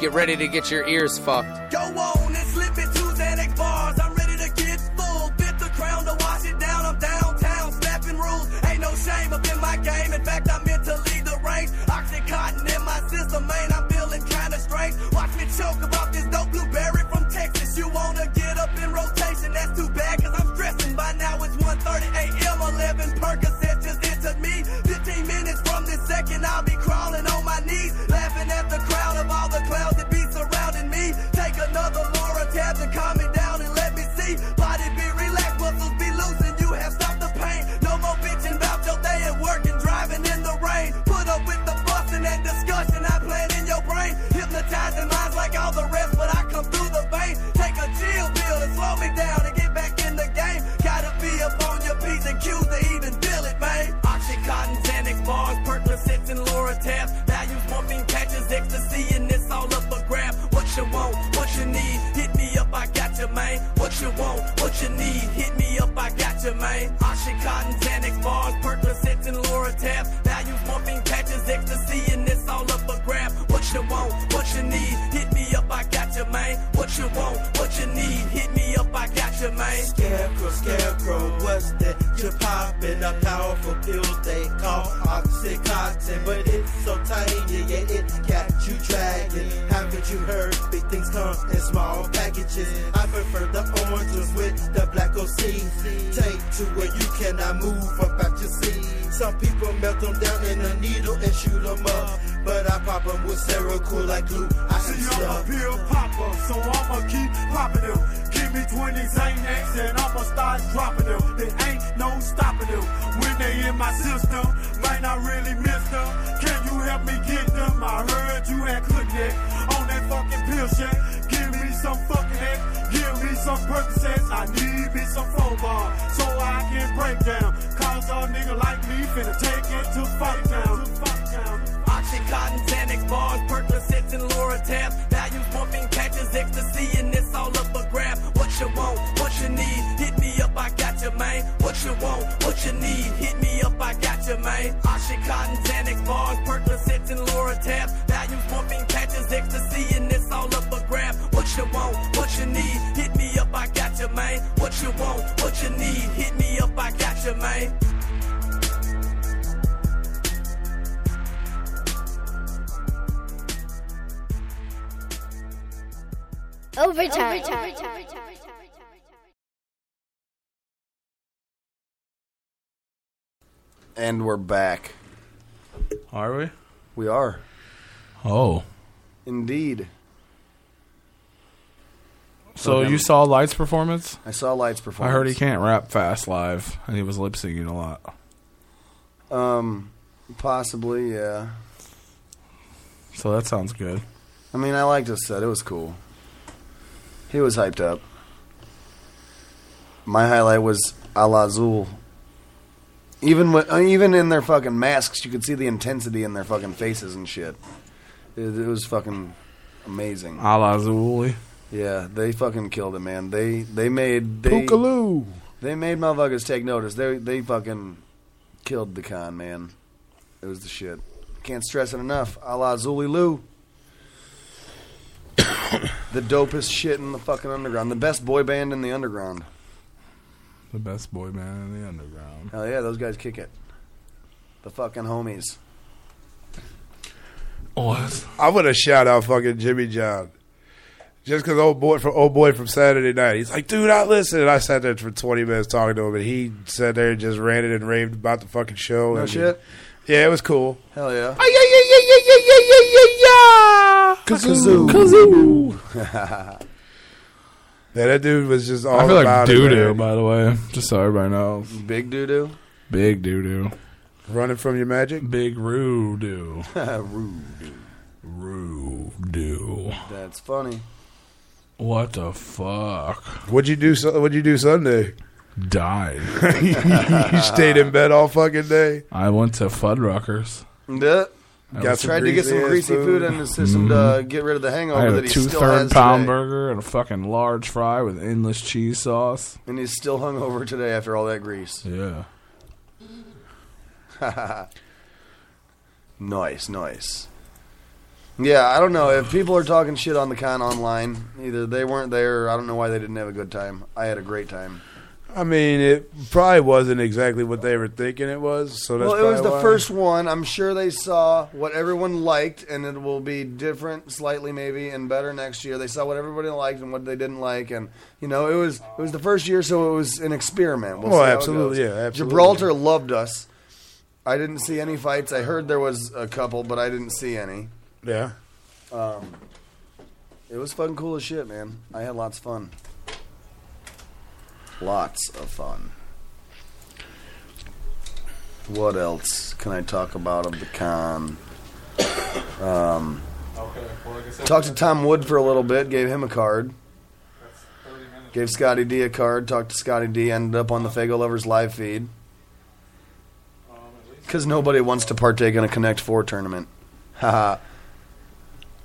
S18: Get ready to get your ears fucked.
S19: Go on and slip into Xanax bars. I'm ready to get full. Bit the crown to wash it down. I'm downtown, snapping rules. Ain't no shame up in my game. In fact, I'm meant to lead the ranks. Oxycontin in my system, man. I'm feeling kinda strange. Watch me choke about this dope blueberry from Texas. You wanna get up in rotation? That's too bad, cause I'm stressing. By now it's 1.30 a.m. 11 Percocet just entered me. 15 minutes from this second, I'll be crawling on my knees. Laughing at the crowd of all the clowns that be surrounding me. Take another Laura tab to calm me down and let me see. Body be relaxed, muscles be loose, and you have stopped the pain. No more bitching about your day at work and driving in the rain. Put up with the busting and discussion I plan in your brain. Hypnotizing minds like all the rest, but I come through the vein. Take a chill pill and slow me down and get back in the game. Gotta be up on your P's and Q's to even feel it, man. Oxycontin, Xanax, bars, Percocets, and Loratap. Values, morphine patches, ecstasy, and it's all up for grab. What you want, what you need, hit me up, I got you, man. What you want, what you need, hit me up, I got you, man. Oxycontin, Xanax, bars, Percocets, and Loratap. Values, morphine patches, ecstasy, and it's all up for grab. What you want, what you need, hit me up, I got you, man. What you want, what you need, hit me up, I got you, man. Scarecrow, scarecrow, what's that? You're popping a powerful pill they call Oxycontin, but it's so tiny, yeah, it got you dragging. Haven't you heard? Big things come in small packages. I prefer the oranges with the black OC. Take to where you cannot move about your seat. Some people melt them down in a needle and shoot them up, but I pop them with Seroquel like glue. I am stuck.
S20: pill popper, so I'ma keep popping them. Give me 20 Xanax and I'ma start dropping them. There ain't no stopping them. When they in my system, might I really miss them. Can you help me get them? I heard you had clicked it on that fucking pill shit. Give me some fucking head. Give me some Percocets. I need me some phone bar so I can break down. Cause a nigga like me finna take it to fight town.
S19: Oxycontin, Xanax bars, Percocets, and Loratap. Values, morphine patches, ecstasy, and it's all up for grab. What you want, what you need, hit me up, I got you, man. What you want, what you need, hit me up, I got you, man. Oxycontin, Xanax bars, Percocets, and Loratap. Values, morphine patches, ecstasy, and it's all up for grab. What you want, what you need, hit me up, I got you, man. What you want, what you need, hit me up, I got you, man.
S21: Overtime.
S2: And we're back.
S8: Are we?
S2: We are.
S8: Oh.
S2: Indeed.
S8: So you saw Lights performance?
S2: I saw Lights performance.
S8: I heard he can't rap fast live, and he was lip syncing a lot.
S2: Um, possibly, yeah.
S8: So that sounds good.
S2: I mean, I liked his set. It was cool. He was hyped up. My highlight was Alazul. Even with, uh, even in their fucking masks, you could see the intensity in their fucking faces and shit. It, it was fucking amazing.
S8: Alazuli.
S2: Yeah, they fucking killed it, man. They they made they they made motherfuckers take notice. They they fucking killed the con, man. It was the shit. Can't stress it enough. A la Zuli Lou. the dopest shit in the fucking underground. The best boy band in the underground.
S8: The best boy band in the underground.
S2: Hell yeah, those guys kick it. The fucking homies.
S5: I would have shout out fucking Jimmy John. Just because old boy from old boy from Saturday night, he's like, dude, I listened. And I sat there for twenty minutes talking to him, and he sat there and just ranted and raved about the fucking show.
S2: No
S5: and
S2: shit?
S5: Yeah, it was cool.
S2: Hell yeah.
S5: yeah, yeah, yeah, yeah, yeah, yeah, yeah, yeah.
S2: Kazoo.
S5: Kazoo. Yeah, that dude was just all
S8: I feel like
S5: about
S8: doo doo,
S5: it. man.
S8: by the way, just so everybody knows.
S2: Big doo doo.
S8: Big doo doo.
S5: Running from your magic?
S8: Big roo doo.
S2: Rude.
S8: Roo doo.
S2: That's funny.
S8: What the fuck?
S5: What'd you do? Su- What'd you do Sunday?
S8: Died.
S5: you stayed in bed all fucking day.
S8: I went to Fuddruckers.
S2: Yeah.
S8: That
S2: Got
S8: was
S2: tried to get some
S5: greasy-ass
S2: greasy food
S5: food.
S2: in his system to get rid of the hangover
S8: Mm-hmm. I
S2: that
S8: had a
S2: he
S8: two
S2: still has
S8: third pound
S2: today.
S8: burger and a fucking large fry with endless cheese sauce.
S2: And he's still hungover today after all that grease.
S8: Yeah.
S2: Nice, nice. Yeah, I don't know. If people are talking shit on the con online, either they weren't there or I don't know why they didn't have a good time. I had a great time.
S5: I mean, it probably wasn't exactly what they were thinking it was. So that's
S2: well, it was
S5: probably
S2: the
S5: why.
S2: first one. I'm sure they saw what everyone liked, and it will be different, slightly maybe, and better next year. They saw what everybody liked and what they didn't like, and you know, it was it was the first year, so it was an experiment. We'll
S5: Oh,
S2: see how it
S5: absolutely,
S2: goes.
S5: yeah, absolutely.
S2: Gibraltar loved us. I didn't see any fights. I heard there was a couple, but I didn't see any.
S5: Yeah.
S2: Um, it was fucking cool as shit, man. I had lots of fun. Lots of fun. What else can I talk about of the con? Um, talked to Tom Wood for a little bit. Gave him a card. Gave Scotty D a card. Talked to Scotty D. Ended up on the Fago Lovers live feed. Because nobody wants to partake in a Connect Four tournament. Haha.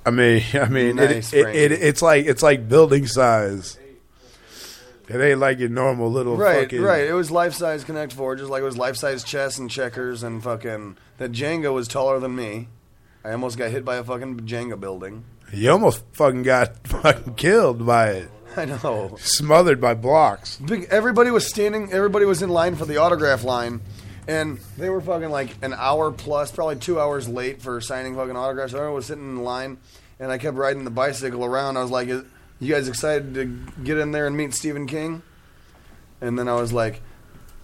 S5: I mean, I mean, it-
S2: Nice,
S5: it,
S2: Frankie.
S5: it, it's like it's like building size. It ain't like your normal little
S2: right,
S5: fucking
S2: right. It was life size Connect Four, just like it was life size chess and checkers and fucking. That Jenga was taller than me. I almost got hit by a fucking Jenga building.
S5: You almost fucking got fucking killed by it.
S2: I know.
S5: Smothered by blocks.
S2: Big, everybody was standing. Everybody was in line for the autograph line, and they were fucking like an hour plus, probably two hours late for signing fucking autographs. Everyone was sitting in line, and I kept riding the bicycle around. I was like, "Is- "You guys excited to get in there and meet Stephen King?" And then I was like,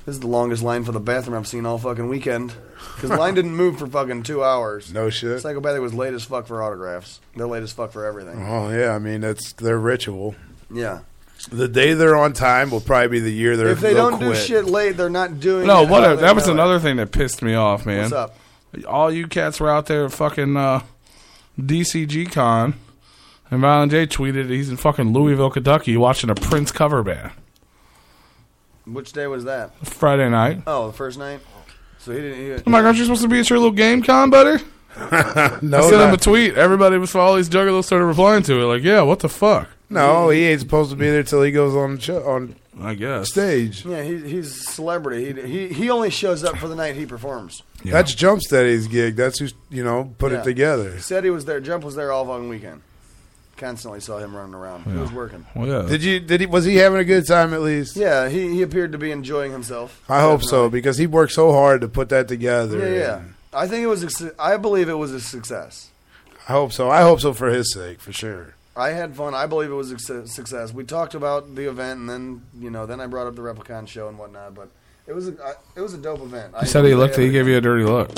S2: "This is the longest line for the bathroom I've seen all fucking weekend." Because the line didn't move for fucking two hours.
S5: No shit.
S2: Psychopathic was late as fuck for autographs. They're late as fuck for everything.
S5: Oh yeah, I mean that's their ritual.
S2: Yeah.
S5: The day they're on time will probably be the year they're.
S2: If they
S5: they'll
S2: don't do
S5: quit.
S2: shit late, they're not doing.
S8: No,
S2: it
S8: what?
S2: how
S8: A,
S2: they
S8: that was
S2: know it.
S8: another thing that pissed me off, man.
S2: What's up?
S8: All you cats were out there fucking uh, DCG Con, and Violent J tweeted he's in fucking Louisville, Kentucky, watching a Prince cover band
S2: Which day was that?
S8: Friday night.
S2: Oh, the first night. So he didn't. He,
S8: Oh my gosh, you're supposed to be at your little game con, buddy. I sent him a
S5: not-
S8: tweet. Everybody was all these juggalos started replying to it, like, "Yeah, what the fuck?"
S5: No, he ain't supposed to be there till he goes on ch- on.
S8: I guess
S5: stage.
S2: Yeah, he, he's a celebrity. He, he he only shows up for the night he performs.
S5: That's Jumpsteady's gig. That's who you know put
S2: Yeah.
S5: it together.
S2: Said he was there. Jump was there all fucking weekend. Constantly saw him running around. He
S5: Yeah.
S2: was working.
S8: Well, yeah.
S5: Did you? Did he? Was he having a good time at least?
S2: Yeah, he, he appeared to be enjoying himself.
S5: I hope so because he worked so hard to put that together.
S2: Yeah, yeah. I think it was. a su- I believe it was a success.
S5: I hope so. I hope so for his sake, for sure.
S2: I had fun. I believe it was a su- success. We talked about the event, and then you know, then I brought up the Replicon show and whatnot. But it was a I, it was a dope event. I
S8: He said he
S2: enjoyed
S8: looked.
S2: it.
S8: He gave you a dirty look.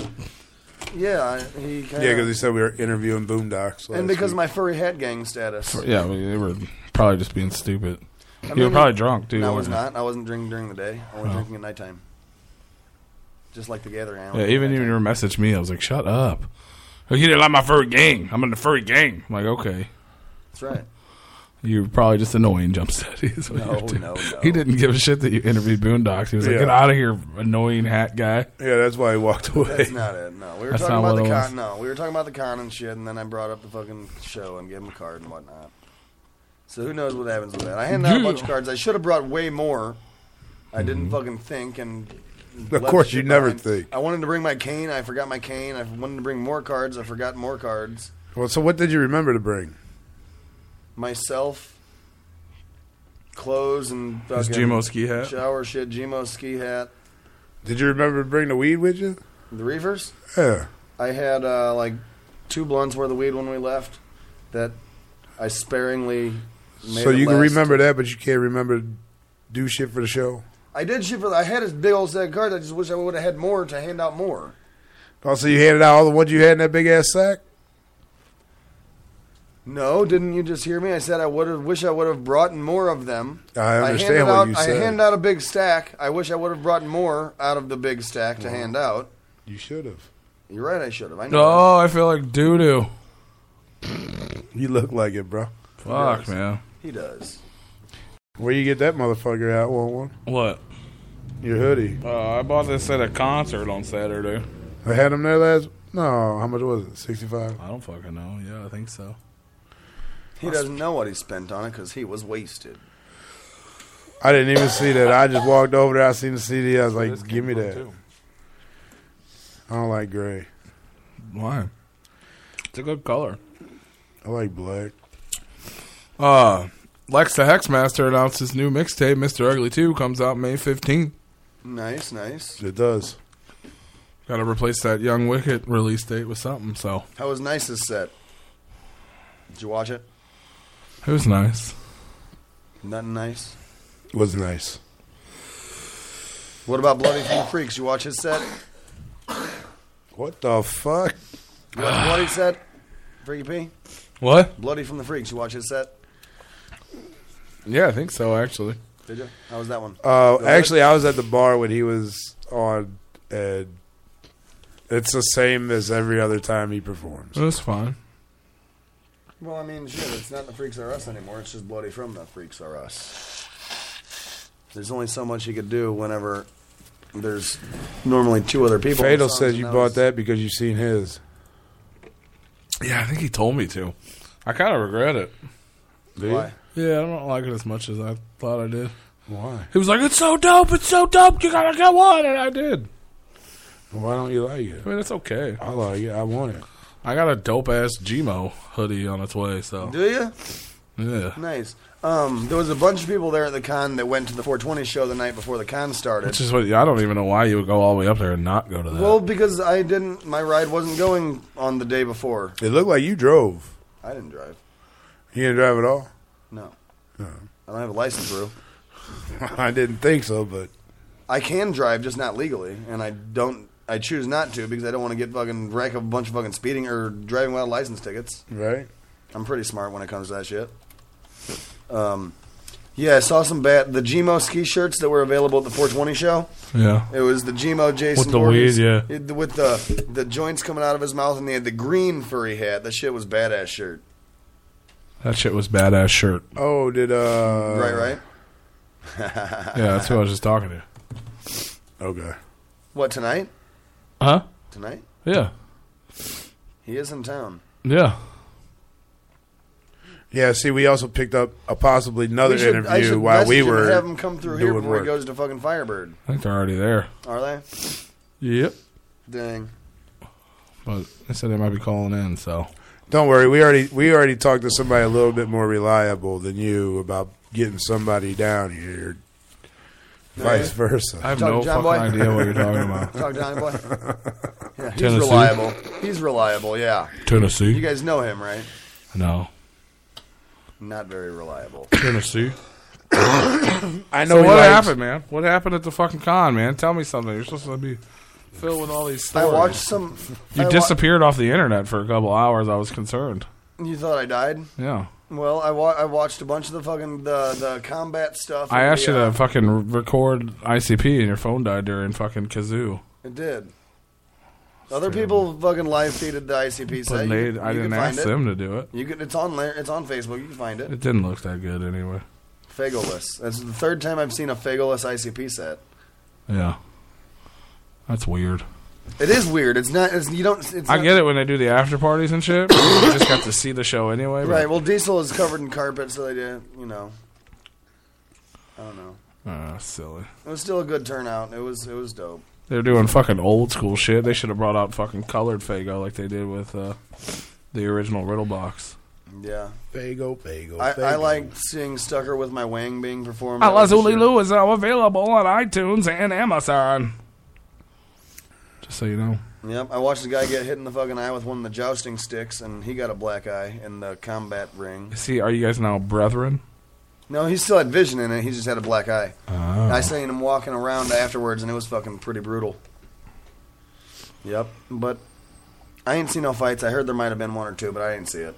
S2: Yeah, I- he
S5: Yeah,
S2: kind
S5: because he said we were interviewing Boondocks.
S2: and because my furry hat gang status.
S8: Yeah, we- they were probably just being stupid.
S2: I
S8: you were
S2: mean,
S8: probably drunk, too.
S2: No, I was
S8: weren't you?
S2: not. I wasn't drinking during the day. I was
S8: Oh.
S2: drinking at nighttime. Just like the gathering. I
S8: Yeah,
S2: only-
S8: even your message me, I was like, "Shut up." Like, you didn't like my furry gang. I'm in the furry gang. I'm like, okay,
S2: That's right.
S8: you're probably just annoying jump steady. is what
S2: No,
S8: you're doing.
S2: no, no.
S8: He didn't give a shit that you interviewed Boondocks. He was like,
S5: Yeah.
S8: "Get out of here, annoying hat guy."
S5: Yeah, that's why he walked away.
S2: That's not it. No, we were
S8: That's
S2: talking
S8: not
S2: about the
S8: what it was.
S2: con. No, we were talking about the con and shit, and then I brought up the fucking show and gave him a card and whatnot. So who knows what happens with that? I handed out a bunch of cards. I should have brought way more. I
S8: Mm-hmm.
S2: didn't fucking think and.
S5: Of
S2: left
S5: course, you
S2: shit
S5: never
S2: behind.
S5: think.
S2: I wanted to bring my cane. I forgot my cane. I wanted to bring more cards. I forgot more cards.
S5: Well, so what did you remember to bring?
S2: myself, clothes, and
S5: His
S2: fucking
S5: Gmo ski hat?
S2: shower shit, Gmo ski hat,
S5: Did you remember to bring the weed with you?
S2: the reefers.
S5: Yeah.
S2: I had uh, like two blunts worth of weed when we left that I sparingly. Made
S5: so
S2: it
S5: you can
S2: last.
S5: remember that, but you can't remember to do shit for the show.
S2: I did shit for. I had a big old set of cards. I just wish I would have had more to hand out more.
S5: Also, Oh, you handed out all the ones you had in that big ass sack.
S2: No, didn't you just hear me? I said I would have. Wish I would have brought in more of them.
S5: I understand
S2: handed
S5: what
S2: out,
S5: you
S2: I
S5: said.
S2: handed out a big stack. I wish I would have brought more out of the big stack to
S5: Well,
S2: hand out.
S5: You should have.
S2: You're right. I should have. I know.
S8: Oh, I feel like doo doo.
S5: You look like it, bro.
S8: Fuck, man.
S2: He does.
S5: Where you get that motherfucker out? Want one?
S8: What?
S5: Your hoodie.
S8: Uh, I bought this at a concert on Saturday.
S5: I had him there last. No, how much was it? Sixty-five.
S8: I don't fucking know. Yeah, I think so.
S2: He doesn't know what he spent on it because he was wasted.
S5: I didn't even see that. I just walked over there. I seen the CD. I was like, "Give me that." I don't like gray.
S8: Why? It's a good color.
S5: I like black.
S8: Uh, Lex the Hexmaster announced his new mixtape, Mr. Ugly 2, comes out May 15th.
S2: Nice, nice.
S5: It does.
S8: Got to replace that Young Wicked release date with something, so.
S2: How was Nice's set? Did you watch it?
S8: It was nice.
S2: Nothing nice.
S5: Was nice.
S2: What about Bloody from the Freaks? You watch his set?
S5: What the fuck?
S2: You watch Bloody set? Freaky P?
S8: What?
S2: Bloody from the Freaks. You watch his set?
S8: Yeah, I think so, actually.
S2: Did you? How was that one? Go
S5: Uh,
S2: ahead.
S5: actually, I was at the bar when he was on, and it's the same as every other time he performs.
S8: It was fine.
S2: Well, I mean, shit, it's not the Freaks Are Us anymore. It's just Bloody from the Freaks Are Us. There's only so much you could do whenever there's normally two other people. in
S5: Fatal
S2: songs,
S5: says
S2: and
S5: you
S2: that
S5: bought
S2: was-
S5: that because you've seen his.
S8: Yeah, I think he told me to. I kind of regret it.
S5: Do you? Why?
S8: Yeah, I don't like it as much as I thought I did.
S5: Why?
S8: He was like, "It's so dope! It's so dope! You gotta get one!" And I did.
S5: Why don't you like it?
S8: I mean, it's okay.
S5: I like it. I want it.
S8: I got a dope ass Gmo hoodie on its way. So
S2: Do you?
S8: yeah,
S2: Nice. Um, there was a bunch of people there at the con that went to the 420 show the night before the con started.
S8: which is what I don't even know why you would go all the way up there and not go to that.
S2: Well, because I didn't, my ride wasn't going on the day before.
S5: It looked like you drove.
S2: I didn't drive.
S5: You didn't drive at all.
S2: No.
S5: No.
S2: I don't have a license, Rue.
S5: I didn't think so, but
S2: I can drive, just not legally, and I don't. I choose not to because I don't want to get fucking wreck a bunch of fucking speeding or driving without license tickets.
S5: Right.
S2: I'm pretty smart when it comes to that shit. Um, yeah, I saw some bad the Gmo ski shirts that were available at the 420 show.
S8: Yeah.
S2: it was the Gmo Jason
S8: With the
S2: Voorhees-
S8: weed, yeah.
S2: it- with the the joints coming out of his mouth, and they had the green furry hat. That shit was badass shirt.
S8: That shit was badass shirt.
S5: oh, did uh
S2: right, right.
S8: Yeah, that's who I was just talking to.
S5: Okay.
S2: What tonight?
S8: Huh?
S2: Tonight?
S8: Yeah.
S2: He is in town.
S8: Yeah.
S5: Yeah. See, we also picked up a possibly another
S2: We should- I
S5: interview
S2: should
S5: while
S2: message
S5: we
S2: him and
S5: were
S2: have him come through here
S5: doing
S2: before
S5: work.
S2: he goes to fucking Firebird.
S8: I think they're already there.
S2: Are they?
S8: Yep.
S2: Dang.
S8: But they said they might be calling in. So
S5: Don't worry, we already we already talked to somebody a little bit more reliable than you about getting somebody down here. Vice versa.
S8: I have
S2: Talk
S8: no
S2: to John
S8: fucking
S2: Boy?
S8: idea what you're talking about.
S2: Talk to Johnny Boy. Yeah, he's
S8: Tennessee?
S2: reliable. He's reliable. Yeah.
S8: Tennessee?
S2: You guys know him, right?
S8: No.
S2: Not very reliable.
S8: Tennessee.
S5: I
S2: know
S8: So
S2: he
S8: what
S2: likes-
S8: happened, man? What happened at the fucking con, man? Tell me something. You're supposed to be filled with all these
S2: I
S8: stories.
S2: watched some.
S8: You
S2: I wa-
S8: disappeared off the internet for a couple hours. I was concerned.
S2: you thought I died?
S8: Yeah.
S2: Well, I, wa- I watched a bunch of the fucking the the combat stuff.
S8: I
S2: and
S8: asked
S2: the,
S8: you to
S2: uh,
S8: fucking r- record ICP and your phone died during fucking Kazoo.
S2: It did. Other people fucking live feeded the ICP
S8: But
S2: site.
S8: they-
S2: You-
S8: I
S2: you can
S8: didn't
S2: find
S8: ask them to do it.
S2: You could, it's on there. It's on Facebook. You can find it.
S8: It didn't look that good anyway.
S2: Fageless. That's the third time I've seen a Fageless ICP set.
S8: Yeah. That's weird.
S2: It is weird. It's not. It's, you don't. It's
S8: I
S2: not-
S8: get it when they do the after parties and shit. but you just got to see the show anyway. but-
S2: Right. Well, Diesel is covered in carpet, so they did. You know. I don't know.
S8: Ah, silly.
S2: It was still a good turnout. It was. It was dope.
S8: They're doing fucking old school shit. They should have brought out fucking colored Fago like they did with uh, the original Riddle Box.
S2: Yeah.
S5: Fago, Fago.
S2: I, I
S8: Fago.
S2: like seeing Stucker with my wang being performed.
S8: Ah,
S2: That was a
S8: Lazuli
S2: shit.
S8: Lou is now available on iTunes and Amazon. Just so you know.
S2: Yep. I watched a guy get hit in the fucking eye with one of the jousting sticks, and he got a black eye in the combat ring.
S8: See, are you guys now brethren?
S2: No, he still had vision in it. He just had a black eye.
S5: Ah.
S8: Oh.
S2: I seen him walking around afterwards, and it was fucking pretty brutal. Yep. But I ain't seen no fights. I heard there might have been one or two, but I didn't see it.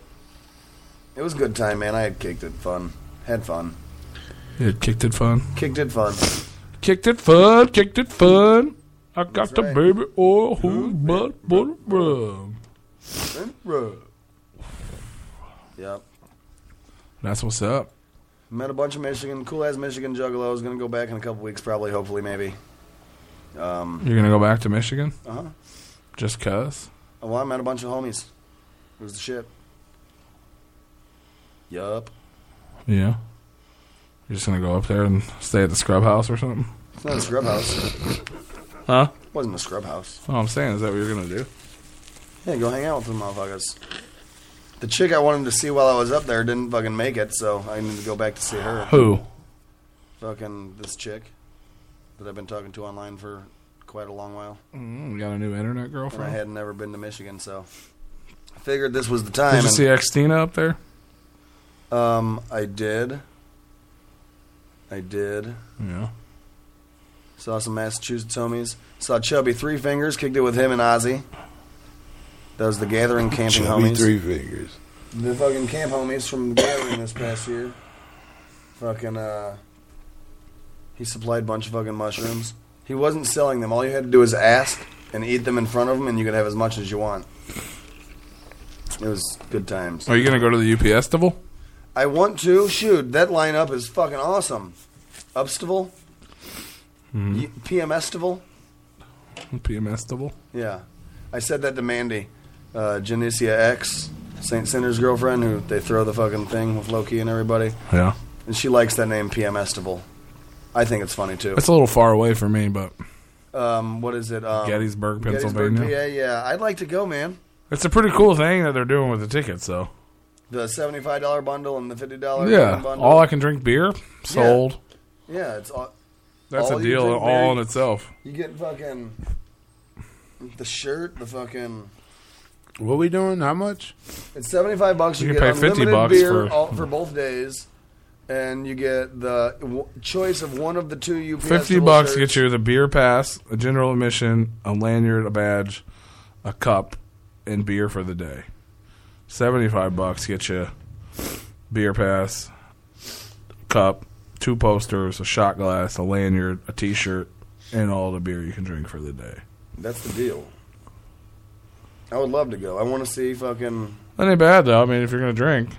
S2: It was a good time, man. I had kicked it fun. Had fun.
S8: Yeah, kicked it fun.
S2: Kicked it fun.
S8: Kicked it fun, kicked it fun. I got the
S2: right.
S8: baby oil, who's but butter rub.
S2: Yep.
S8: That's what's up.
S2: Met a bunch of Michigan, cool ass Michigan juggalos. Gonna go back in a couple weeks, probably, hopefully, maybe. Um,
S8: You're going to go back to Michigan?
S2: Uh huh.
S8: Just cuz?
S2: Well, I met a bunch of homies. It was the shit. Yup.
S8: Yeah. You're just going to go up there and stay at the scrub house or something?
S2: It's not a scrub house.
S8: Huh?
S2: Wasn't a scrub house.
S8: That's what I'm saying. Is that what you're going to do?
S2: Yeah, go hang out with them motherfuckers. The chick I wanted to see while I was up there didn't fucking make it, so I need to go back to see her.
S8: Who?
S2: Fucking this chick that I've been talking to online for quite a long while.
S8: Mm, got a new internet
S2: And I
S8: girlfriend.
S2: had never been to Michigan, so I figured this was the time.
S8: Did you
S2: and-
S8: see Xtina up there?
S2: Um, I did. I did.
S8: Yeah.
S2: Saw some Massachusetts homies. Saw Chubby Three Fingers. Kicked it with him and Ozzy. That was the Gathering camping
S22: Chubby
S2: homies.
S22: Three Fingers.
S2: The fucking camp homies from the Gathering this past year. Fucking uh, he supplied a bunch of fucking mushrooms. He wasn't selling them. All you had to do was ask and eat them in front of him, and you could have as much as you want. It was good times.
S8: Are you going to go to the UPS devil?
S2: I want to. Shoot, that lineup is fucking awesome. Upstival,
S8: Mm.
S2: y- PMStival.
S8: PMS devil?
S2: Yeah, I said that to Mandy, uh, Janicia X, Saint Sinner's girlfriend, who they throw the fucking thing with Loki and everybody,
S8: Yeah.
S2: and she likes that name PMStival. I think it's funny too.
S8: It's a little far away for me, but
S2: Um, what is it? Um,
S8: Gettysburg,
S2: Gettysburg,
S8: Pennsylvania.
S2: PA, yeah, I'd like to go, man.
S8: it's a pretty cool thing that they're doing with the tickets, though.
S2: The seventy-five dollar bundle and the fifty dollar
S8: Yeah.
S2: bundle.
S8: All I can drink beer? Sold.
S2: Yeah, it's all.
S8: That's
S2: all
S8: a
S2: you
S8: deal
S2: drink,
S8: all
S2: Mary.
S8: in itself.
S2: You get fucking the shirt, the fucking.
S5: What we doing? How much?
S2: It's seventy five bucks. You,
S5: You
S2: get
S5: can pay 50
S2: unlimited
S5: bucks
S2: beer
S5: for-
S2: all, for both days, and you get the w- choice of one of the two UPS.
S8: 50
S2: double
S8: bucks
S2: shirts.
S8: gets you the beer pass, a general admission, a lanyard, a badge, a cup, and beer for the day. 75 bucks gets you beer pass, cup, two posters, a shot glass, a lanyard, a t shirt, and all the beer you can drink for the day.
S2: That's the deal. I would love to go. I want to see fucking
S8: That ain't bad, though. I mean, if you're going to drink,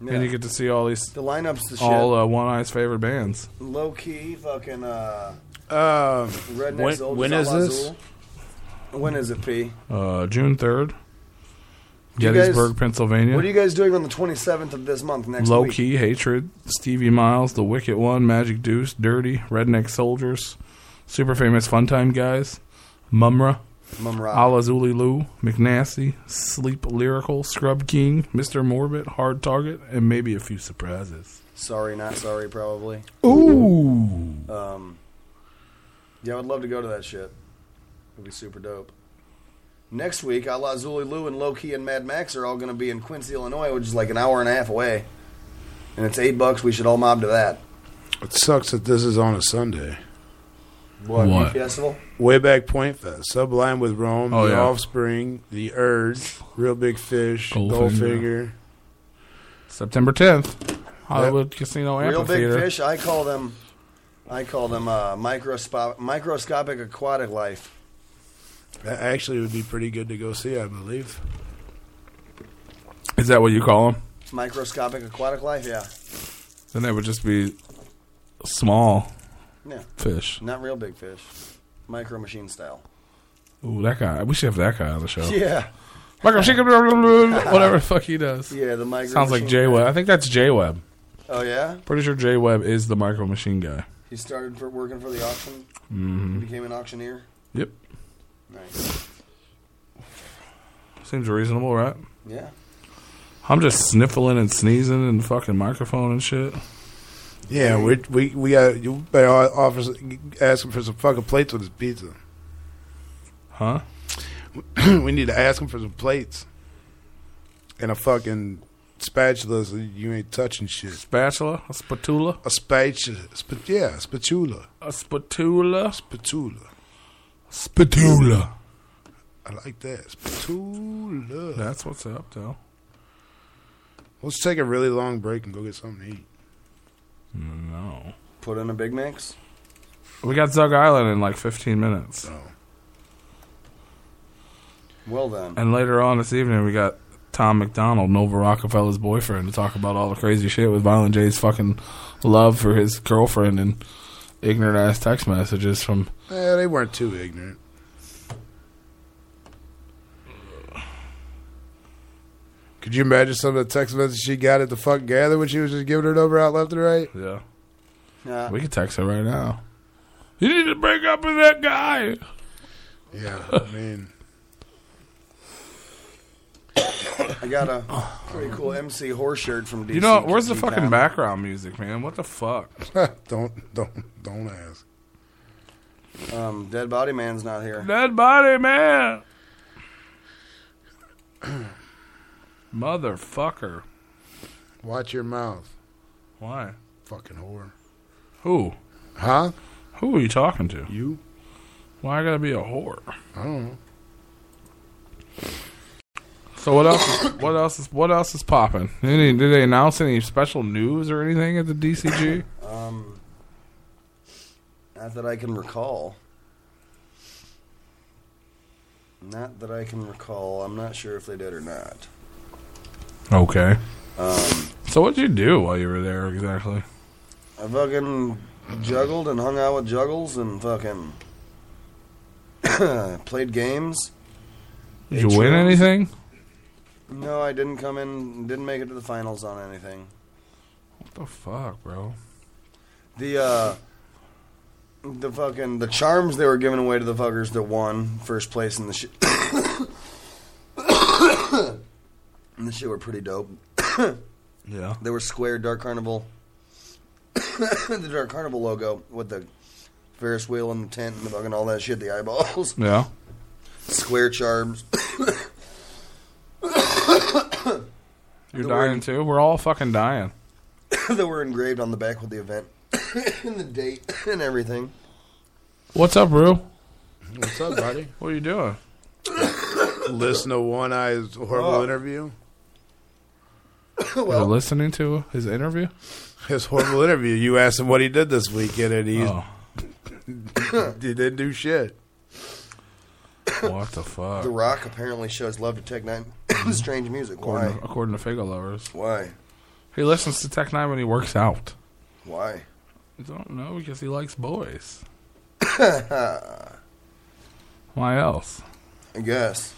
S2: Yeah.
S8: and you get to see all these,
S2: the lineups. The shit.
S8: all uh, One Eye's favorite bands.
S2: low key fucking uh.
S5: Um,
S2: Redneck's
S8: when-
S2: old
S8: when
S2: Zala
S8: is this?
S2: Azul. When is it, P?
S8: Uh, June 3rd,
S2: You guys-
S8: Gettysburg, Pennsylvania.
S2: What are you guys doing on the twenty seventh of this month? Next
S8: Low
S2: week?
S8: Key, Hatred, Stevie Miles, The Wicked One, Magic Deuce, Dirty, Redneck Soldiers, Super Famous Fun Time Guys, Mumra,
S2: Mumra.
S8: Alazuli Lou, McNasty, Sleep Lyrical, Scrub King, Mr. Morbid, Hard Target, and maybe a few surprises.
S2: Sorry, not sorry, probably.
S8: Ooh.
S2: Um, yeah, I would love to go to that shit. It'd be super dope. Next week, Ala Zuli Lou and Low Key and Mad Max are all going to be in Quincy, Illinois, which is like an hour and a half away. And it's eight bucks. We should all mob to that.
S5: It sucks that this is on a Sunday.
S2: What, What? Festival?
S5: Way back Point Fest, Sublime with Rome,
S8: Oh,
S5: The
S8: yeah.
S5: Offspring, The Urge, Real Big Fish,
S8: Goldfinger.
S5: Goldfinger.
S8: September 10th, Hollywood Casino
S2: Real
S8: Amphitheater.
S2: big fish. I call them. I call them uh, microspo- microscopic aquatic life.
S5: That actually would be pretty good to go see, I believe.
S8: Is that what you call them?
S2: Microscopic aquatic life. Yeah.
S8: Then they would just be small
S2: Yeah.
S8: fish.
S2: Not real big fish. Micro machine style.
S8: Ooh, that guy. We should have that guy on the show.
S2: Yeah.
S8: Michael Chicken, whatever the fuck he does.
S2: Yeah, the micro
S8: Sounds like
S2: machine
S8: J Web. I think that's J Web.
S2: Oh yeah.
S8: Pretty sure J Web is the micro machine guy.
S2: He started for working for the auction.
S8: Mhm.
S2: He became an auctioneer.
S8: Yep.
S2: Nice.
S8: Seems reasonable, right?
S2: Yeah.
S8: I'm just sniffling and sneezing and fucking microphone and shit.
S5: Yeah, we we we got you better offer ask him for some fucking plates with his pizza.
S8: Huh?
S5: we need to ask him for some plates and a fucking spatula. So you ain't touching shit.
S8: Spatula, a spatula,
S5: a spatula. Sp- yeah, spatula.
S8: A spatula.
S5: Spatula.
S8: Spatula.
S5: I like that. Spatula.
S8: That's what's up, though.
S5: Let's take a really long break and go get something to eat.
S8: No.
S2: Put in a Big Macs.
S8: We got Zug Island in like 15 minutes.
S2: Oh. Well then.
S8: And later on this evening, we got Tom McDonald, Nova Rockefeller's boyfriend, to talk about all the crazy shit with Violent J's fucking love for his girlfriend and ignorant ass text messages from.
S5: Eh, they weren't too ignorant. Could you imagine some of the text messages she got at the fuck gather when she was just giving her number out left and right?
S8: Yeah.
S2: Yeah.
S8: We can text her right now. You need to break up with that guy.
S5: Yeah, I mean,
S2: I got a pretty cool MC horse shirt from DC.
S8: You know, where's the
S2: Geek
S8: fucking
S2: Town.
S8: background music, man? What the fuck?
S5: don't don't don't ask.
S2: Um, Dead Body Man's not here.
S8: Dead body man. Motherfucker.
S5: Watch your mouth.
S8: Why?
S5: Fucking whore.
S8: Who?
S5: Huh?
S8: Who are you talking to?
S5: You.
S8: Why I gotta be a whore?
S5: I don't know.
S8: So what else? Is, what else is what else is popping? Any, did they announce any special news or anything at the DCG?
S2: Um, not that I can recall. Not that I can recall. I'm not sure if they did or not.
S8: Okay.
S2: Um,
S8: So what'd you do while you were there exactly?
S2: I fucking juggled and hung out with juggles and fucking played games.
S8: Did you win anything?
S2: No, I didn't come in. Didn't make it to the finals on anything.
S8: What the fuck, bro?
S2: The uh the fucking the charms they were giving away to the fuckers that won first place in the shit. and the shit were pretty dope.
S8: yeah.
S2: They were square Dark Carnival the Dark Carnival logo with the Ferris wheel and the tent and the fucking all that shit, the eyeballs.
S8: Yeah.
S2: Square charms.
S8: You're
S2: The
S8: dying
S2: word-
S8: too. We're all fucking dying.
S2: that were engraved on the back with the event and the date and everything.
S8: What's up, Rue?
S5: What's up, buddy?
S8: What are you doing?
S5: Listen to One Eye's horrible
S2: Oh.
S5: interview.
S8: You're listening to his interview.
S5: His horrible interview. You asked him what he did this weekend, and he's,
S8: Oh.
S5: he didn't do shit.
S8: What the fuck? Mm-hmm.
S2: The Rock apparently shows love to Tech Nine strange music.
S8: According,
S2: Why?
S8: according to Figo lovers,
S2: Why?
S8: he listens to Tech Nine when he works out.
S2: Why?
S8: I don't know because he likes boys. Why else?
S2: I guess.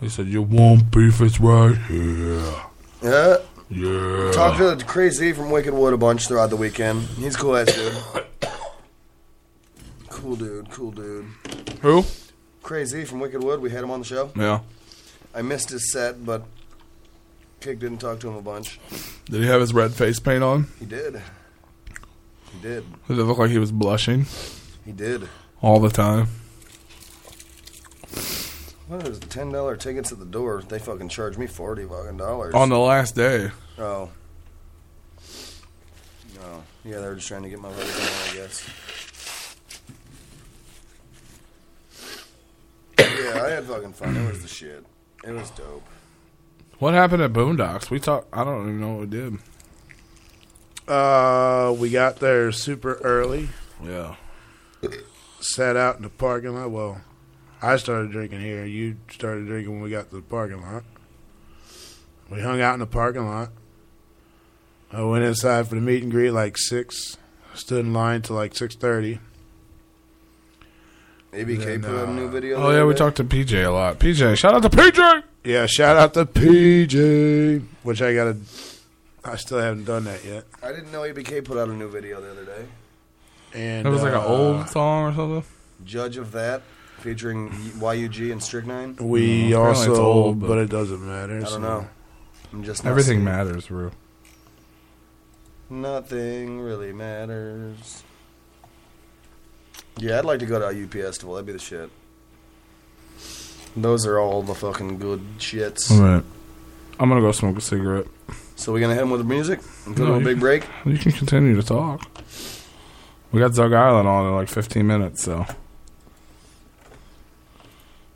S8: He said you want beef? It's right here.
S2: Yeah.
S8: Yeah.
S2: Talked to Crazy from Wicked Wood a bunch throughout the weekend. He's a cool ass dude. cool dude, cool dude.
S8: Who?
S2: Crazy from Wicked Wood, we had him on the show.
S8: Yeah.
S2: I missed his set, but Kick didn't talk to him a bunch.
S8: Did he have his red face paint on?
S2: He did. He did.
S8: Did it look like he was blushing
S2: He did.
S8: all the time?
S2: What are those ten dollar tickets at the door? They fucking charge me forty fucking dollars.
S8: On the last day.
S2: Oh. No. Yeah, they were just trying to get my vote in, I guess. yeah, I had fucking fun. It was the shit. It was dope.
S8: What happened at Boondocks? We talked. I don't even know what we did.
S5: Uh, we got there super early.
S8: Yeah.
S5: Sat out in the parking lot. Well, I started drinking here. You started drinking when we got to the parking lot. We hung out in the parking lot. I went inside for the meet and greet like six. Stood in line till like six thirty.
S2: ABK put out a new video.
S8: Oh yeah, we talked to PJ a lot. PJ, shout out to PJ.
S5: Yeah, shout out to PJ, which I gotta. I still haven't done that yet.
S2: I didn't know ABK put out a new video the other day.
S5: And
S8: It was like an
S5: uh,
S8: old song or something.
S2: Judge of that, featuring YUG and Strychnine.
S8: Mm,
S5: We
S8: apparently it's
S5: also,
S8: old, but-
S5: but, it doesn't matter.
S2: I don't
S5: so-
S2: know. I'm just not
S8: Everything
S2: seeing-
S8: matters, Rue.
S2: Nothing really matters. Yeah, I'd like to go to a U festival. That'd be the shit. Those are all the fucking good shits.
S8: All right. I'm gonna go smoke a cigarette.
S2: So we're gonna hit him with the music and go
S8: No,
S2: to a
S8: you-
S2: big break.
S8: You can continue to talk. We got Zug Island on in like 15 minutes, so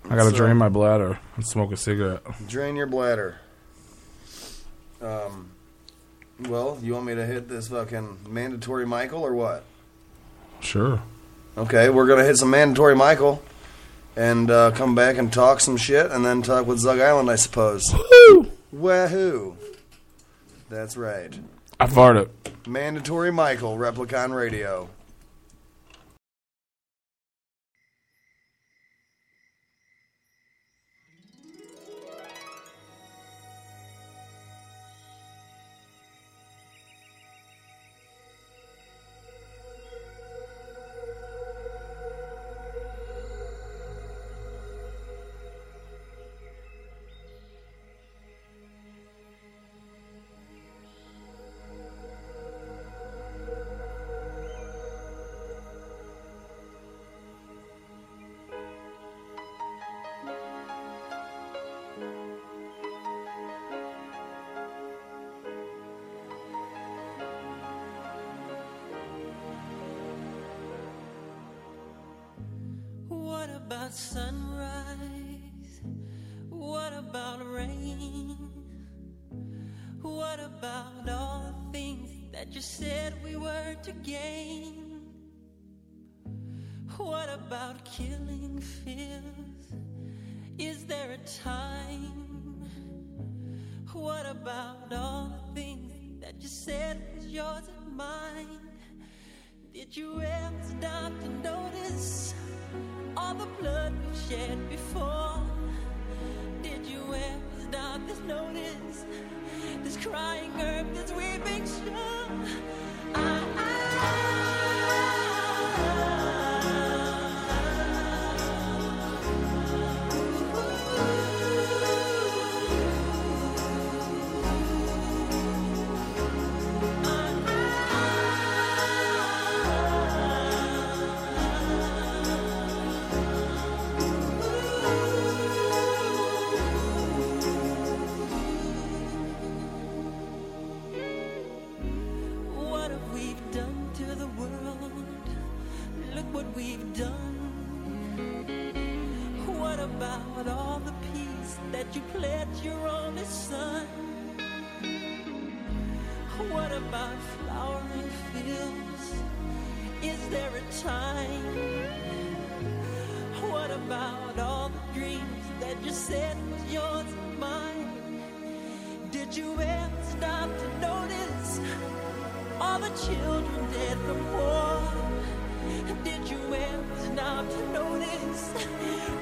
S8: I gotta
S2: So-
S8: drain my bladder and smoke a cigarette.
S2: Drain your bladder. Um, well, you want me to hit this fucking mandatory Michael or what?
S8: Sure.
S2: Okay, we're gonna hit some mandatory Michael, and uh, come back and talk some shit, and then talk with Zug Island, I suppose. Woo! Wahoo! That's right.
S8: I farted.
S2: Mandatory Michael, Replicon Radio.
S23: about sunrise? What about rain? What about all the things that you said we were to gain? What about killing fears? Is there a time? What about all the things that you said was yours and mine? Did you ever stop to notice all the blood we shed before? Did you ever stop to notice this crying herb, this weeping shore? What have we done to the world? Look what we've done. What about all the peace that you pledged your only son? What about flowering fields? Is there a time? What about all the dreams that you said was yours and mine? Did you ever stop to notice? All the children dead from war. Did you ever stop to notice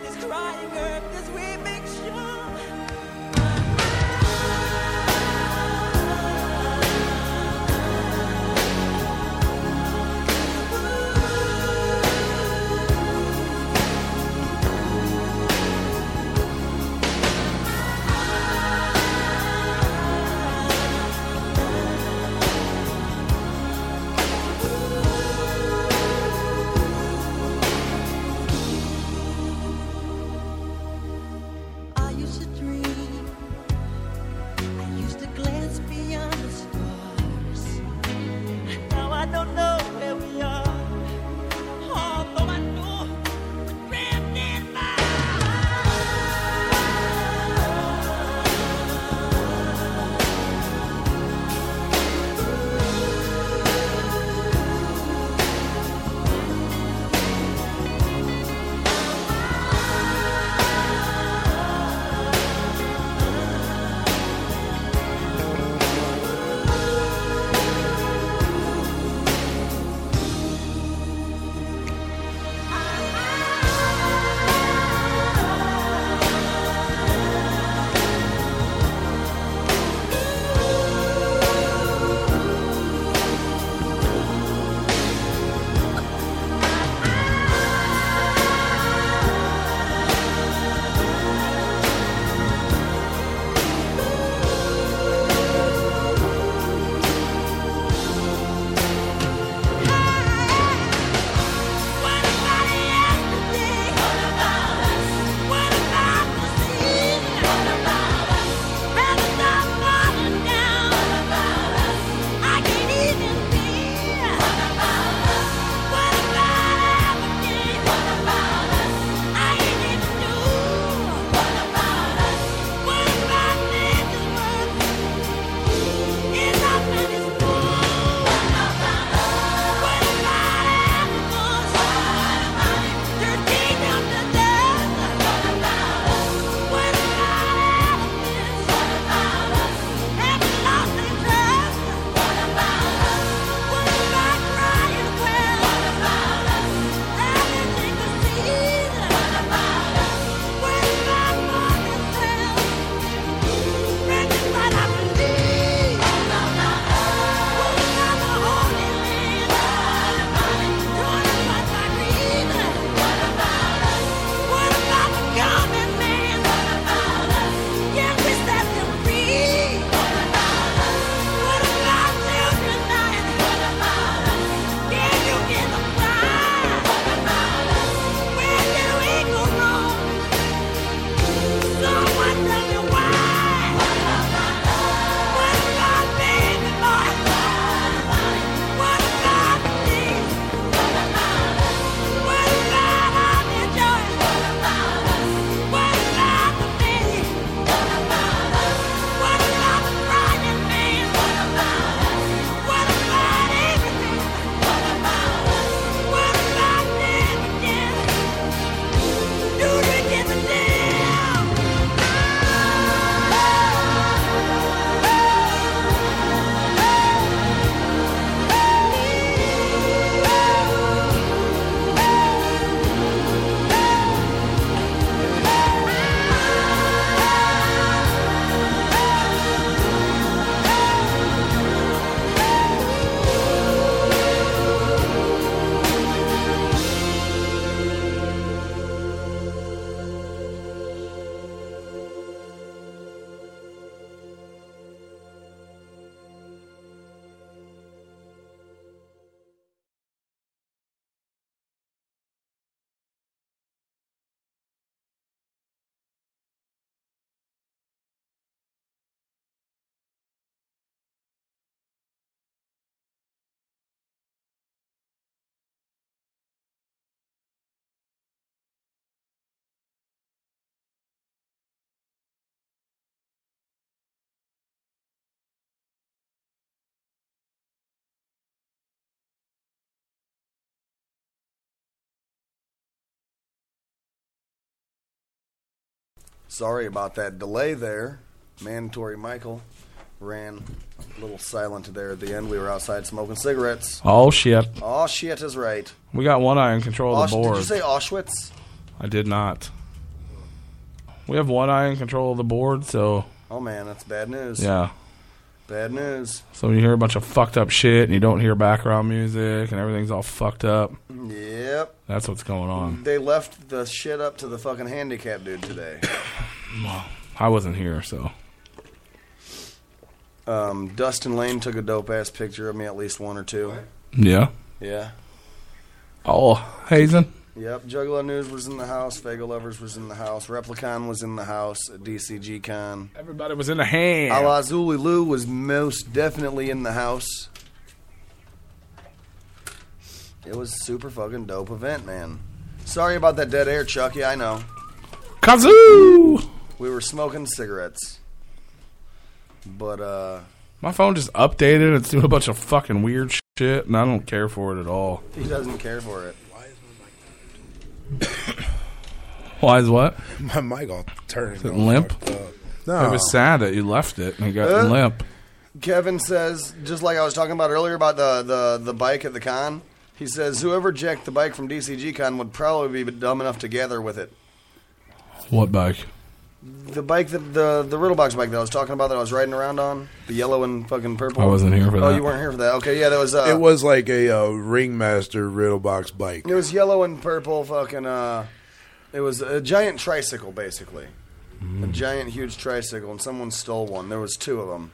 S23: this crying earth, this weeping shore? Ooh.
S2: Sorry about that delay there. Mandatory Michael ran a little silent there at the end. We were outside smoking cigarettes.
S8: Oh, shit.
S2: Oh shit is right.
S8: We got one eye in control of
S2: Ausch-
S8: the board.
S2: Did you say Auschwitz?
S8: I did not. We have one eye in control of the board, so
S2: Oh man, that's bad news.
S8: yeah.
S2: Bad news.
S8: So you hear a bunch of fucked up shit, and you don't hear background music, and everything's all fucked up.
S2: Yep.
S8: That's what's going on.
S2: They left the shit up to the fucking handicap dude today.
S8: I wasn't here, so
S2: Um, Dustin Lane took a dope ass picture of me, at least one or two.
S8: yeah.
S2: Yeah.
S8: Oh, Hazen.
S2: Yep. Juggalo News was in the house. Fago Lovers was in the house. Replicon was in the house. At DCG Con.
S8: Everybody was in the hand.
S2: Alazuli Lou was most definitely in the house. It was a super fucking dope event, man. Sorry about that dead air, Chucky. I know.
S8: Kazoo.
S2: We were smoking cigarettes. But, uh,
S8: My phone just updated. It's doing a bunch of fucking weird shit, and I don't care for it at all.
S2: he doesn't care for it.
S8: Why is what?
S5: My mic all turned.
S8: Is it limp?
S5: No.
S8: It was sad that you left it and it got
S2: Huh?
S8: limp.
S2: Kevin says, just like I was talking about earlier about the, the, the bike at the con, he says, whoever jacked the bike from DCG Con would probably be dumb enough to gather with it.
S8: What bike?
S2: The bike, that, the the Riddlebox bike that I was talking about that I was riding around on, the yellow and fucking purple.
S5: I wasn't here for
S2: Oh,
S5: that.
S2: you weren't here for that. Okay, yeah, that was. Uh,
S5: it was like a uh, ringmaster riddle box bike.
S2: It was yellow and purple. Fucking. Uh, it was a giant tricycle, basically,
S5: Mm.
S2: a giant, huge tricycle, and someone stole one. There was two of them.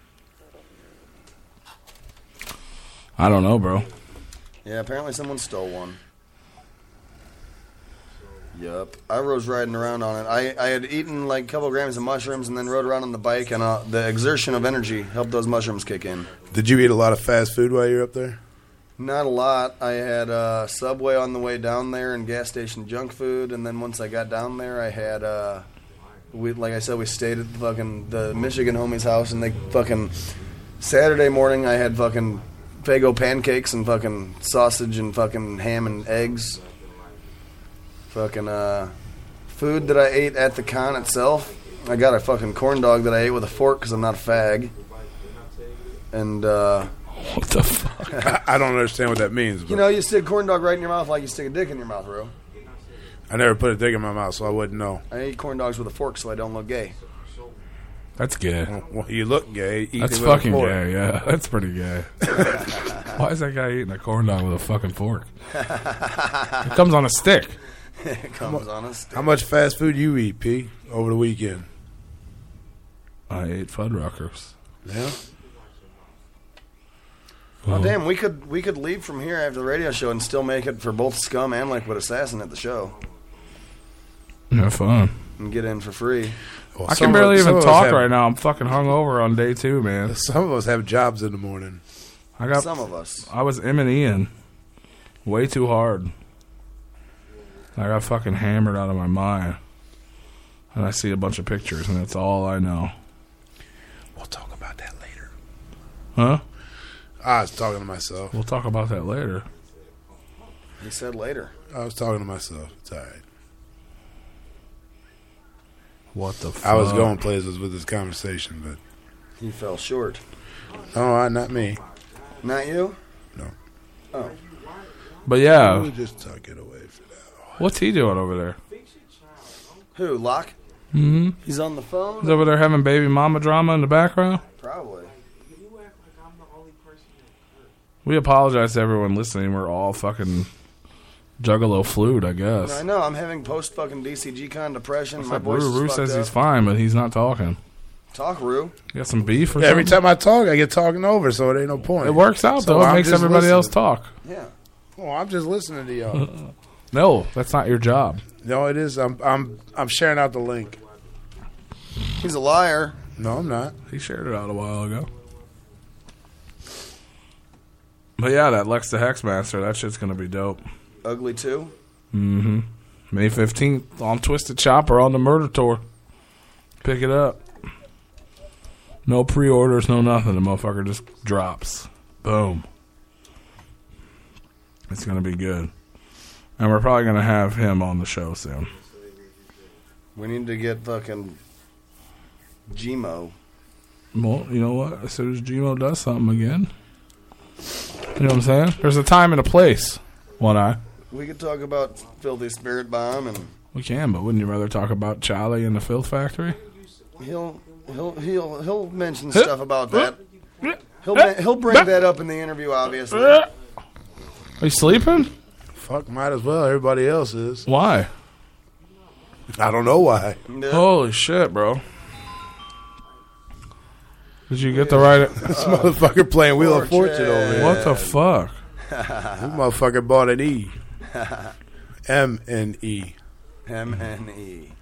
S8: I don't know, bro.
S2: Yeah, apparently someone stole one. Yep. I was riding around on it. I, I had eaten like a couple grams of mushrooms and then rode around on the bike, and uh, the exertion of energy helped those mushrooms kick in.
S5: Did you eat a lot of fast food while you were up there?
S2: Not a lot. I had uh, Subway on the way down there and gas station junk food, and then once I got down there, I had uh, we like I said we stayed at the fucking the Michigan homie's house, and they fucking Saturday morning I had fucking Fago pancakes and fucking sausage and fucking ham and eggs. Fucking uh, food that I ate at the con itself. I got a fucking corn dog that I ate with a fork because I'm not a fag. And uh,
S8: what the fuck?
S5: I, I don't understand what that means. But
S2: You know, you stick a corn dog right in your mouth like you stick a dick in your mouth, bro.
S5: I never put a dick in my mouth, so I wouldn't know.
S2: I eat corn dogs with a fork so I don't look gay.
S8: That's gay.
S5: Well, you look gay. eat
S8: That's
S5: it with a
S8: fucking
S5: fork.
S8: gay. Yeah, that's pretty gay. Why is that guy eating a corn dog with a fucking fork? It comes on a stick.
S2: it comes on us.
S5: How much fast food you eat, P? Over the weekend?
S8: I ate Fuddruckers.
S5: Yeah.
S2: Oh damn, we could we could leave from here after the radio show and still make it for both Scum and Liquid Assassin at the show
S8: Have fun.
S2: and get in for free.
S8: I can barely even talk right now. I'm fucking hungover on day two, man.
S5: Some of us have jobs in the morning.
S8: I got
S2: Some of us.
S8: I was M and E'ing way too hard. I got fucking hammered out of my mind, and I see a bunch of pictures, and that's all I know. We'll talk about that later. Huh?
S5: I was talking to myself.
S8: We'll talk about that later.
S2: He said later.
S5: I was talking to myself. It's all right.
S8: What the?
S5: I was
S8: fuck?
S5: going places with this conversation, but
S2: He fell short.
S5: no, I- not me.
S2: Not you?
S5: No.
S2: Oh.
S8: But yeah.
S5: We'll just tuck it away.
S8: What's he doing over there?
S2: Who, Locke?
S8: Mm-hmm.
S2: He's on the phone?
S8: He's over there having baby mama drama in the background.
S2: Probably.
S8: We apologize to everyone listening. We're all fucking juggalo flued, I guess.
S2: I know, I'm having post fucking DCG con depression. My
S8: Like,
S2: voice
S8: Roo, Roo
S2: is fucked
S8: says he's
S2: up.
S8: fine, but he's not talking.
S2: Talk, Roo.
S8: You got some beef or
S5: Yeah, every
S8: something?
S5: time I talk, I get talking over, so it ain't no point.
S8: It works out,
S5: So
S8: though. It
S5: I'm
S8: makes
S5: just
S8: everybody else
S5: listening.
S8: talk.
S2: Yeah.
S5: Oh, I'm just listening to y'all.
S8: No, that's not your job.
S5: no, it is. I'm I'm I'm sharing out the link.
S2: He's a liar.
S5: No, I'm not.
S8: He shared it out a while ago. But yeah, that Lex the Hexmaster, that shit's gonna be dope.
S2: Ugly too?
S8: Mm-hmm. May fifteenth on Twisted Chopper on the Murder Tour. Pick it up. No pre-orders, no nothing. The motherfucker just drops. Boom. It's gonna be good, and we're probably gonna have him on the show soon.
S2: We need to get fucking Gmo.
S8: Well, you know what? As soon as Gmo does something again, you know what I'm saying? There's a time and a place. One eye.
S2: We could talk about Filthy Spirit Bomb and
S8: We can, but wouldn't you rather talk about Charlie and the Filth Factory?
S2: he'll he'll he'll he'll mention stuff about that. He'll ma- he'll bring that up in the interview obviously.
S8: Are you sleeping?
S5: Fuck, might as well. Everybody else is.
S8: Why?
S5: I don't know why.
S8: Holy shit, bro. Did you get the right?
S5: This motherfucker playing Wheel of Fortune over here.
S8: What the fuck?
S5: This motherfucker bought an E. M N E.
S2: M N E.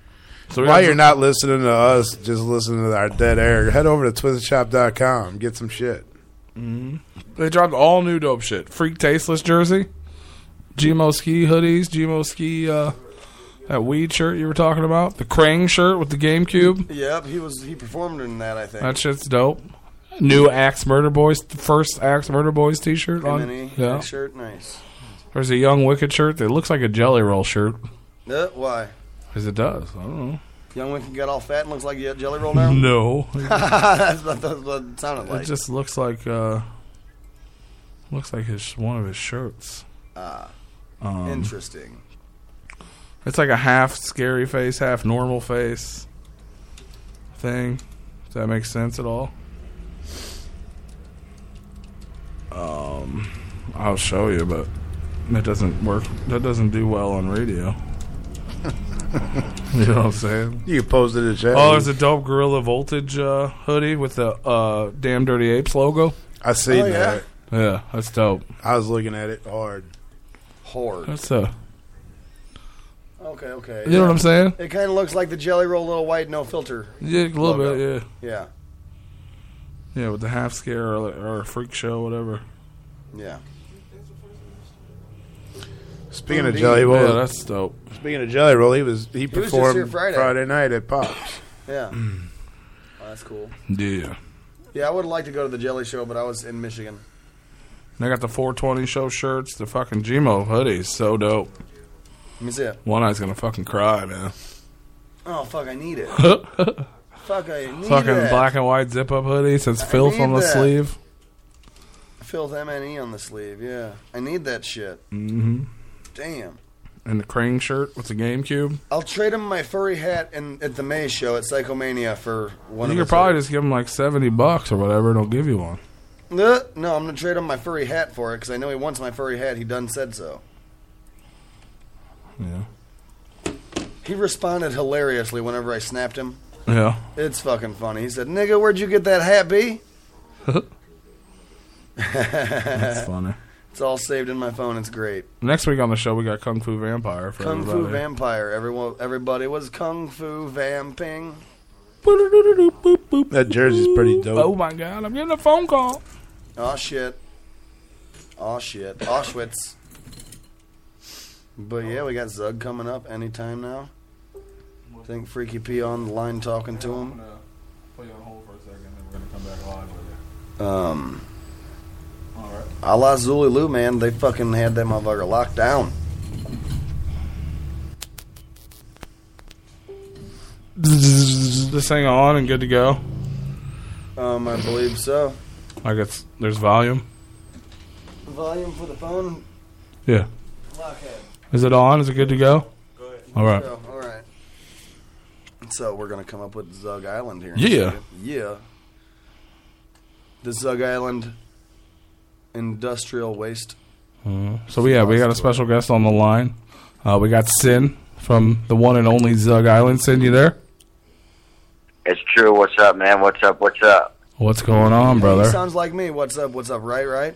S8: So we
S5: While
S8: got-
S5: you're not listening to us, just listen to our dead air. Head over to twizzshop.com. Get some shit.
S8: Mm-hmm. They dropped all new dope shit. Freak Tasteless jersey, Gmo ski hoodies, Gmo ski uh, that weed shirt you were talking about, the Krang shirt with the GameCube.
S2: Yep, he was he performed in that I think.
S8: That shit's dope. New Axe Murder Boys, first Axe Murder Boys T-shirt on.
S2: M&E
S8: Yeah,
S2: shirt, nice.
S8: there's a Young Wicked shirt that looks like a Jelly Roll shirt,
S2: Uh, why?
S8: as it does. I don't know.
S2: Young Winston got all fat and looks like a jelly roll now?
S8: No.
S2: that's, what, that's what it sounded like.
S8: It just looks like uh, looks like his one of his shirts.
S2: Ah.
S8: Um,
S2: Interesting.
S8: It's like a half scary face, half normal face thing. If that makes sense at all. Um, I'll show you, but that doesn't work. That doesn't do well on radio. you know what I'm saying?
S5: You can post it in the chat.
S8: Oh, there's a dope Gorilla Voltage uh, hoodie with the uh, Damn Dirty Apes logo.
S5: I seen Oh, yeah?
S8: that. Yeah, that's dope.
S5: I was looking at it hard.
S2: Hard.
S8: That's a
S2: Okay, okay.
S8: You know what I'm saying?
S2: It kind of looks like the jelly roll, little white, no filter.
S8: Yeah, a little
S2: logo.
S8: bit,
S2: Yeah,
S8: yeah, with the half scare or, or freak show, whatever.
S2: yeah.
S5: Speaking of Jelly Roll,
S8: yeah, that's dope.
S5: Speaking of Jelly Roll, he was he
S2: was just
S5: performed
S2: here Friday.
S5: night at Pops.
S2: Yeah.
S8: Mm.
S2: Well, that's cool.
S8: Yeah.
S2: Yeah, I would like to go to the jelly show, but I was in Michigan.
S8: They got the 420 show shirts, the fucking Gmo hoodies. So dope.
S2: Let me see it.
S8: One eye's gonna fucking cry, man.
S2: Oh, fuck, I need it. fuck, I need
S8: fucking
S2: that.
S8: black and white zip up hoodie says
S2: I
S8: filth
S2: need
S8: on the
S2: that.
S8: sleeve.
S2: Filth M&E E on the sleeve, yeah. I need that shit.
S8: hmm
S2: Damn.
S8: And the crane shirt with the GameCube.
S2: I'll trade him my furry hat in, at the May show at Psychomania for one
S8: you
S2: of
S8: could
S2: his
S8: probably just give them like 70 bucks or whatever, and they'll give you one.
S2: Uh, no, I'm gonna trade him my furry hat for it because I know he wants my furry hat. He done said so.
S8: Yeah.
S2: He responded hilariously whenever I snapped him.
S8: Yeah.
S2: It's fucking funny. He said, "Nigga, where'd you get that hat, B?"
S8: That's funny.
S2: It's all saved in my phone. It's great.
S8: Next week on the show, we got Kung Fu Vampire. For
S2: Kung Fu
S8: everybody.
S2: Vampire. Everyone, everybody was Kung Fu vamping.
S5: That jersey's pretty dope.
S8: Oh my god, I'm getting a phone call.
S2: Oh shit. Oh shit. Auschwitz. But yeah, we got Zug coming up anytime now. I think Freaky P on the line talking to him.
S8: Put you on hold for a second, then we're gonna come back live with
S2: Um,
S8: you. All right.
S2: a la Zulu Lou, man, they fucking had that motherfucker locked down.
S8: This thing on and good to go.
S2: Um, I believe so.
S8: Like it's there's volume.
S2: Volume for the phone.
S8: Yeah.
S2: Lockhead.
S8: Is it on? Is it good to go? All right.
S2: So, all right. So we're gonna come up with Zug Island here. in a
S8: Yeah.
S2: second. Yeah. The Zug Island industrial waste.
S8: Uh, so yeah, we got a special guest on the line. Uh, we got Sin from the one and only Zug Island. Sin, you there?
S24: It's true. What's up, man? What's up? What's up?
S8: What's going on,
S2: He
S8: brother?
S2: sounds like me. What's up? What's up? Right, right.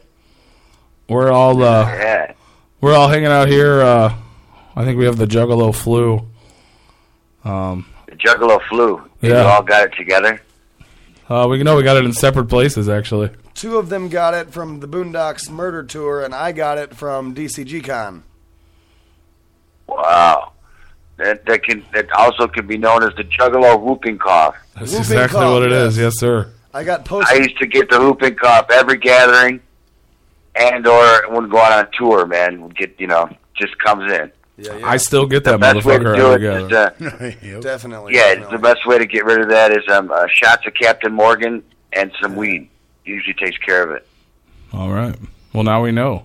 S8: We're all uh,
S24: Yeah.
S8: we're all hanging out here. Uh, I think we have the Juggalo flu. Um,
S24: The Juggalo flu. You
S8: Yeah.
S24: all got it together.
S8: uh, we know we got it in separate places actually.
S2: Two of them got it from the Boondocks Murder Tour, and I got it from DCG Con.
S24: Wow. That that can that also can be known as the Juggalo whooping cough.
S8: That's
S2: Whooping
S8: exactly
S2: cough,
S8: what it is. Yes, sir.
S2: I got
S24: I used to get the whooping cough every gathering, and or when going on tour, man, would get you know just comes in.
S2: Yeah,
S8: I still get that
S24: best way to
S8: motherfucker
S24: do
S8: out
S24: it is, uh,
S8: together.
S2: Definitely. Definitely.
S24: Yeah, the best way to get rid of that is um, uh, shots of Captain Morgan and some weed. Usually takes care of it.
S8: All right. Well, now we know.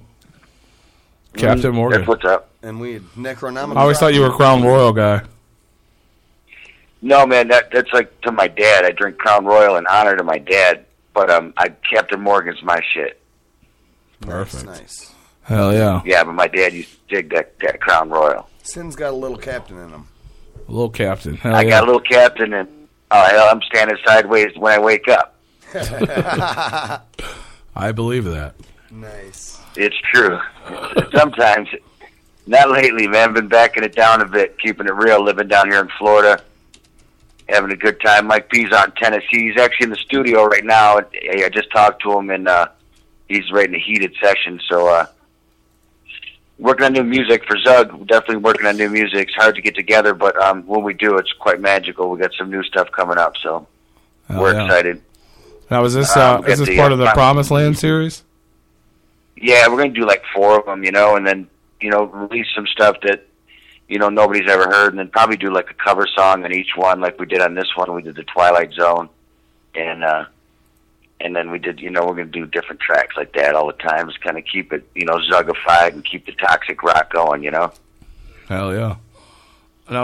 S8: Captain Morgan.
S24: That's what's up.
S2: And we necronomicon.
S8: I always thought you were a Crown Royal guy.
S24: No, man, that that's like to my dad. I drink Crown Royal in honor to my dad, but um, I Captain Morgan's my shit.
S8: Perfect.
S2: Nice.
S8: Hell yeah.
S24: Yeah, but my dad used to dig that, that Crown Royal.
S2: Sin's got a little captain in him.
S8: A little captain. Hell
S24: I
S8: yeah.
S24: got a little captain, and oh hell, I'm standing sideways when I wake up.
S8: I believe that.
S2: nice.
S24: It's true. Sometimes, not lately, man. Been backing it down a bit, keeping it real. Living down here in Florida, having a good time. Mike P's out in Tennessee. He's actually in the studio right now. I I just talked to him, and uh, he's right in a heated session. So, uh, working on new music for Zug. Definitely working on new music. It's hard to get together, but um, when we do, it's quite magical. We got some new stuff coming up, so
S8: Hell
S24: we're
S8: yeah.
S24: excited.
S8: Now is this
S24: Um,
S8: uh, is
S24: at
S8: this
S24: the,
S8: part
S24: uh,
S8: of the
S24: Pro-
S8: Promised Land series?
S24: Yeah, we're gonna do like four of them, you know, and then you know release some stuff that you know nobody's ever heard, and then probably do like a cover song on each one, like we did on this one. We did the Twilight Zone, and uh, and then we did, you know, we're gonna do different tracks like that all the time, just kind of keep it, you know, zuggified and keep the toxic rock going, you know.
S8: Hell yeah.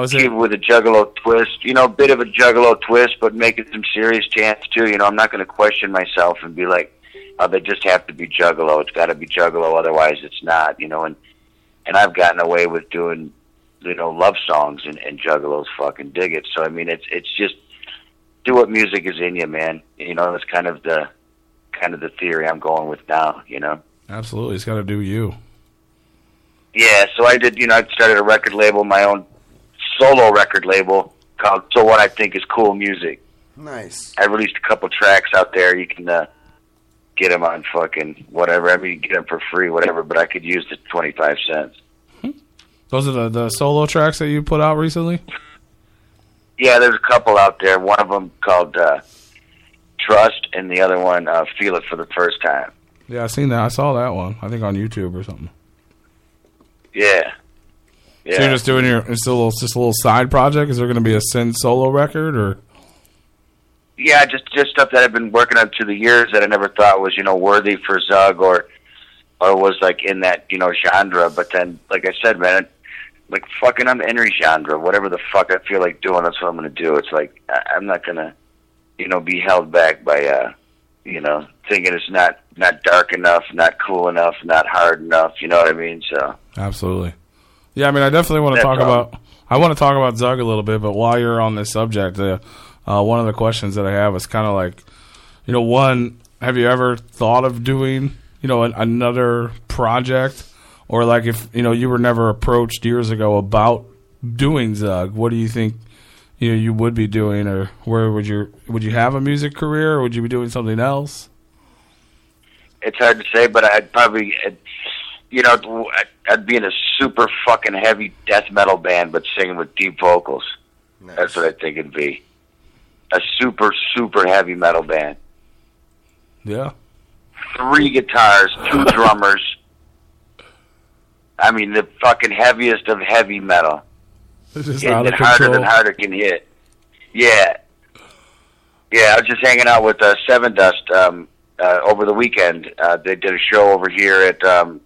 S24: keep it with a juggalo twist, you know, a bit of a juggalo twist, but make it some serious chants too. You know, I'm not gonna question myself and be like, oh, they just have to be juggalo. It's got to be juggalo, otherwise it's not. You know, and and I've gotten away with doing you know love songs and, and juggalos fucking dig it. So I mean, it's it's just do what music is in you, man. You know, that's kind of the kind of the theory I'm going with now. You know.
S8: Absolutely. It's got to do you.
S24: Yeah, so I did. You know, I started a record label, my own solo record label called So What I Think Is Cool Music.
S2: Nice.
S24: I released a couple tracks out there. You can uh, get them on fucking whatever. I mean, you can get them for free, whatever. But I could use the twenty five cents.
S8: Those are the, the solo tracks that you put out recently?
S24: Yeah, there's a couple out there. One of them called uh, Trust, and the other one uh, Feel It for the First Time.
S8: Yeah, I seen that. I saw that one. I think on YouTube or something.
S24: Yeah, yeah.
S8: So you're just doing your it's a little it's just a little side project. Is there going to be a Sin solo record or
S24: yeah, just just stuff that I've been working on through the years that I never thought was you know worthy for Zug or or was like in that you know genre. But then, like I said, man, like fucking, I'm in every genre. Whatever the fuck I feel like doing, that's what I'm gonna do. It's like I- I'm not gonna you know be held back by uh you know thinking it's not not dark enough, not cool enough, not hard enough. You know what I mean? So
S8: Absolutely. Yeah, I mean, I definitely want to talk
S24: That's all.
S8: about. I want to talk about Zug a little bit, but while you're on this subject, uh, uh, one of the questions that I have is kind of like, you know, one, have you ever thought of doing, you know, an, another project, or like if you know you were never approached years ago about doing Zug, what do you think, you know, you would be doing, or where would you would you have a music career, or would you be doing something else?
S24: it's hard to say, but I'd probably, I'd, you know, I'd- I'd be in a super fucking heavy death metal band, but singing with deep vocals. That's what I think it'd be. A super, super heavy metal band.
S8: Yeah.
S24: Three guitars, two drummers. I mean, the fucking heaviest of heavy metal.
S8: It's just
S24: Getting
S8: out of
S24: it harder
S8: control.
S24: than harder can hit. Yeah. Yeah, I was just hanging out with uh, Seven Dust um, uh, over the weekend. Uh, they did a show over here at um,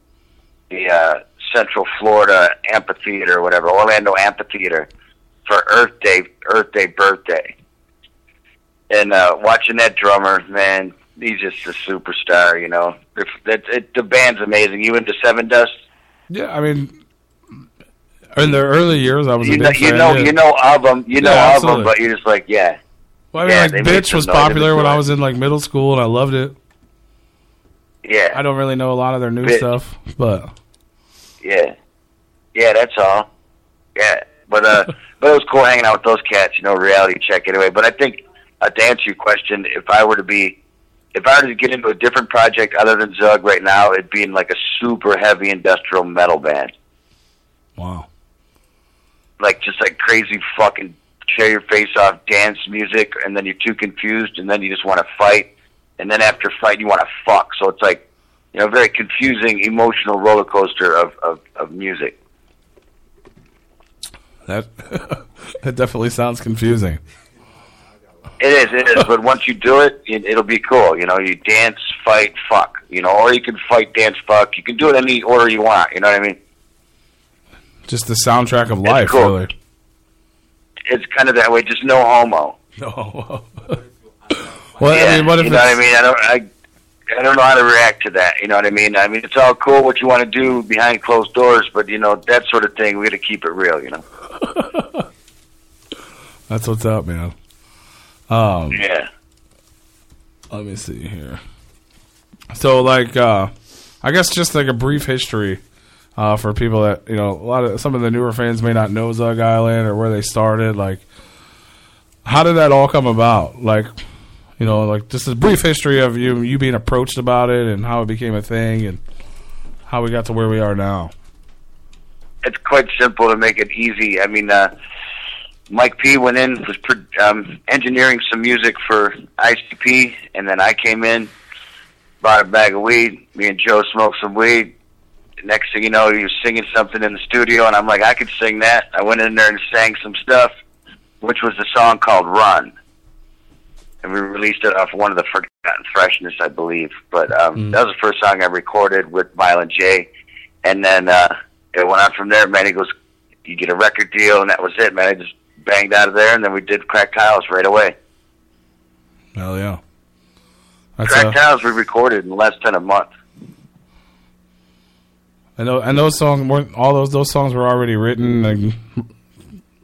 S24: the uh, Central Florida Amphitheater, or whatever, Orlando Amphitheater, for Earth Day, Earth Day birthday. And uh, watching that drummer, man, he's just a superstar. You know, if, that, it, the band's amazing. You into Seven Dust?
S8: Yeah, I mean, in the early years, I was
S24: you
S8: a
S24: know,
S8: big
S24: you
S8: fan,
S24: know,
S8: yeah.
S24: you know of them, you know
S8: Yeah,
S24: of them,
S8: absolutely.
S24: but you're just like, yeah.
S8: Well, I mean,
S24: Yeah,
S8: like
S24: they made
S8: Bitch
S24: some
S8: was
S24: noise in
S8: popular
S24: the
S8: when I
S24: joint.
S8: was in like middle school, and I loved it.
S24: Yeah,
S8: I don't really know a lot of their new
S24: Bitch.
S8: stuff, but
S24: yeah, yeah. That's all. Yeah, but uh, but it was cool hanging out with those cats. You know, reality check anyway. But I think uh, to answer your question, if I were to be, if I were to get into a different project other than Zug right now, it'd be in like a super heavy industrial metal band.
S8: Wow.
S24: Like just like crazy fucking tear your face off dance music, and then you're too confused, and then you just want to fight, and then after fight you want to fuck. So it's like. You know, very confusing, emotional roller coaster of, of, of music.
S8: That that definitely sounds confusing.
S24: It is, it is. but once you do it, it, it'll be cool. You know, you dance, fight, fuck. You know, or you can fight, dance, fuck. You can do it any order you want. You know what I mean?
S8: Just the soundtrack of life,
S24: cool.
S8: really.
S24: It's kind of that way. Just no homo.
S8: No. Well, I mean, what if
S24: you know what I
S8: it's-
S24: mean? I don't. I, I don't know how to react to that. You know what I mean? I mean, it's all cool what you want to do behind closed doors, but you know that sort of thing. We got to keep it real. You know?
S8: That's what's up, man. Um,
S24: Yeah.
S8: Let me see here. So, like, uh, I guess just like a brief history uh, for people that you know, a lot of some of the newer fans may not know Zug Island or where they started. Like, how did that all come about? Like, you know, like just a brief history of you you being approached about it and how it became a thing and how we got to where we are now.
S24: It's quite simple to make it easy. I mean, uh, Mike P went in was pro- um, engineering some music for ICP, and then I came in, bought a bag of weed. Me and Joe smoked some weed. Next thing you know, he was singing something in the studio, and I'm like, I could sing that. I went in there and sang some stuff, which was a song called Run. And we released it off one of the Forgotten Freshness, I believe. But um, that was the first song I recorded with Violent J. And then uh, it went on from there. Man, he goes, You get a record deal, and that was it, man. I just banged out of there, and then we did Crack Tiles right away.
S8: Hell yeah. That's
S24: Crack
S8: uh,
S24: Tiles we recorded in less than a month.
S8: I know, and those songs weren't all those those songs were already written like,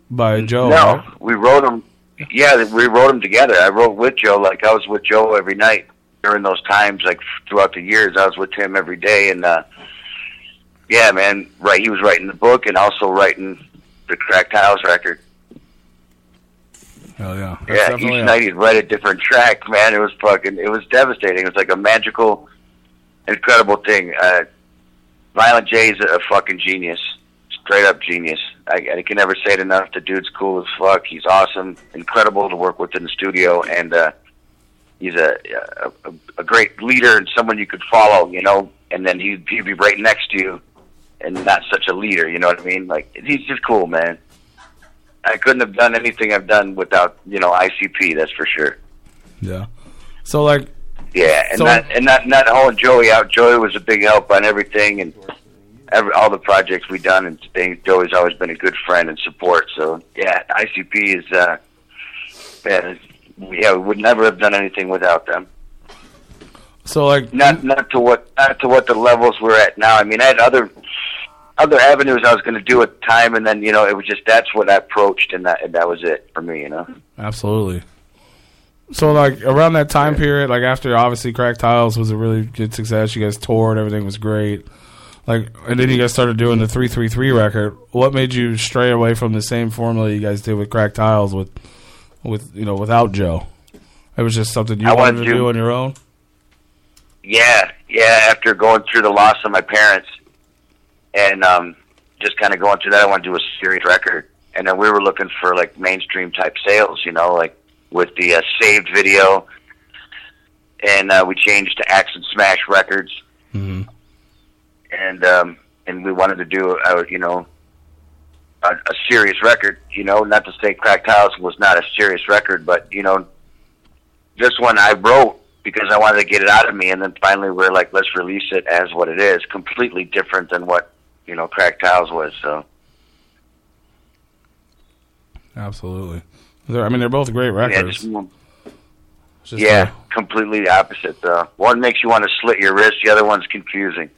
S8: by Joe.
S24: Mm. no,
S8: right?
S24: we wrote them. Yeah, we wrote them together. I wrote with Joe. Like I was with Joe every night during those times. Like throughout the years, I was with him every day. And uh, yeah, man, right. He was writing the book and also writing the Crack Tiles record.
S8: Hell yeah. That's
S24: Yeah,
S8: definitely
S24: each
S8: a-
S24: night he'd write a different track, man. It was fucking, it was devastating. It was like a magical, incredible thing. Uh, Violent J is a fucking genius, straight up genius. I, I can never say it enough. The dude's cool as fuck. He's awesome, incredible to work with in the studio, and uh, he's a, a a- a great leader and someone you could follow, you know. And then he'd, he'd be right next to you, and not such a leader, you know what I mean? Like he's just cool, man. I couldn't have done anything I've done without you know ICP. That's for sure.
S8: Yeah. So like
S24: Yeah, and
S8: So-
S24: that and that not holding Joey out. Joey was a big help on everything and every all the projects we done and things. Joey's always been a good friend and support. So yeah, ICP is uh, yeah, yeah, we would never have done anything without them.
S8: so like
S24: Not not to what not to what the levels we're at now. I mean, I had other other avenues I was going to do at the time, and then you know it was just that's what I approached, and that and that was it for me. You know.
S8: absolutely. So like around that time period, like after obviously Crack Tiles was a really good success, you guys toured, everything was great. Like and then you guys started doing the three three three record. What made you stray away from the same formula you guys did with Crack Tiles with with you know, without Joe? It was just something you
S24: I
S8: wanted,
S24: wanted
S8: to
S24: to-
S8: do on your own?
S24: Yeah, yeah. After going through the loss of my parents, and um, just kind of going through that, I want to do a serious record. And then we were looking for like mainstream type sales, you know, like with the uh, saved video, and uh, we changed to Axe and Smash Records, and um, and we wanted to do, uh, you know, a, a serious record. You know, not to say Cracked House was not a serious record, but you know, this one I wrote because I wanted to get it out of me, and then finally we're like, let's release it as what it is, completely different than what you know Cracked Tiles was. So
S8: Absolutely. They're, I mean they're both great records.
S24: yeah, just,
S8: Just,
S24: yeah, completely the opposite. Though one makes you want to slit your wrist, the other one's confusing.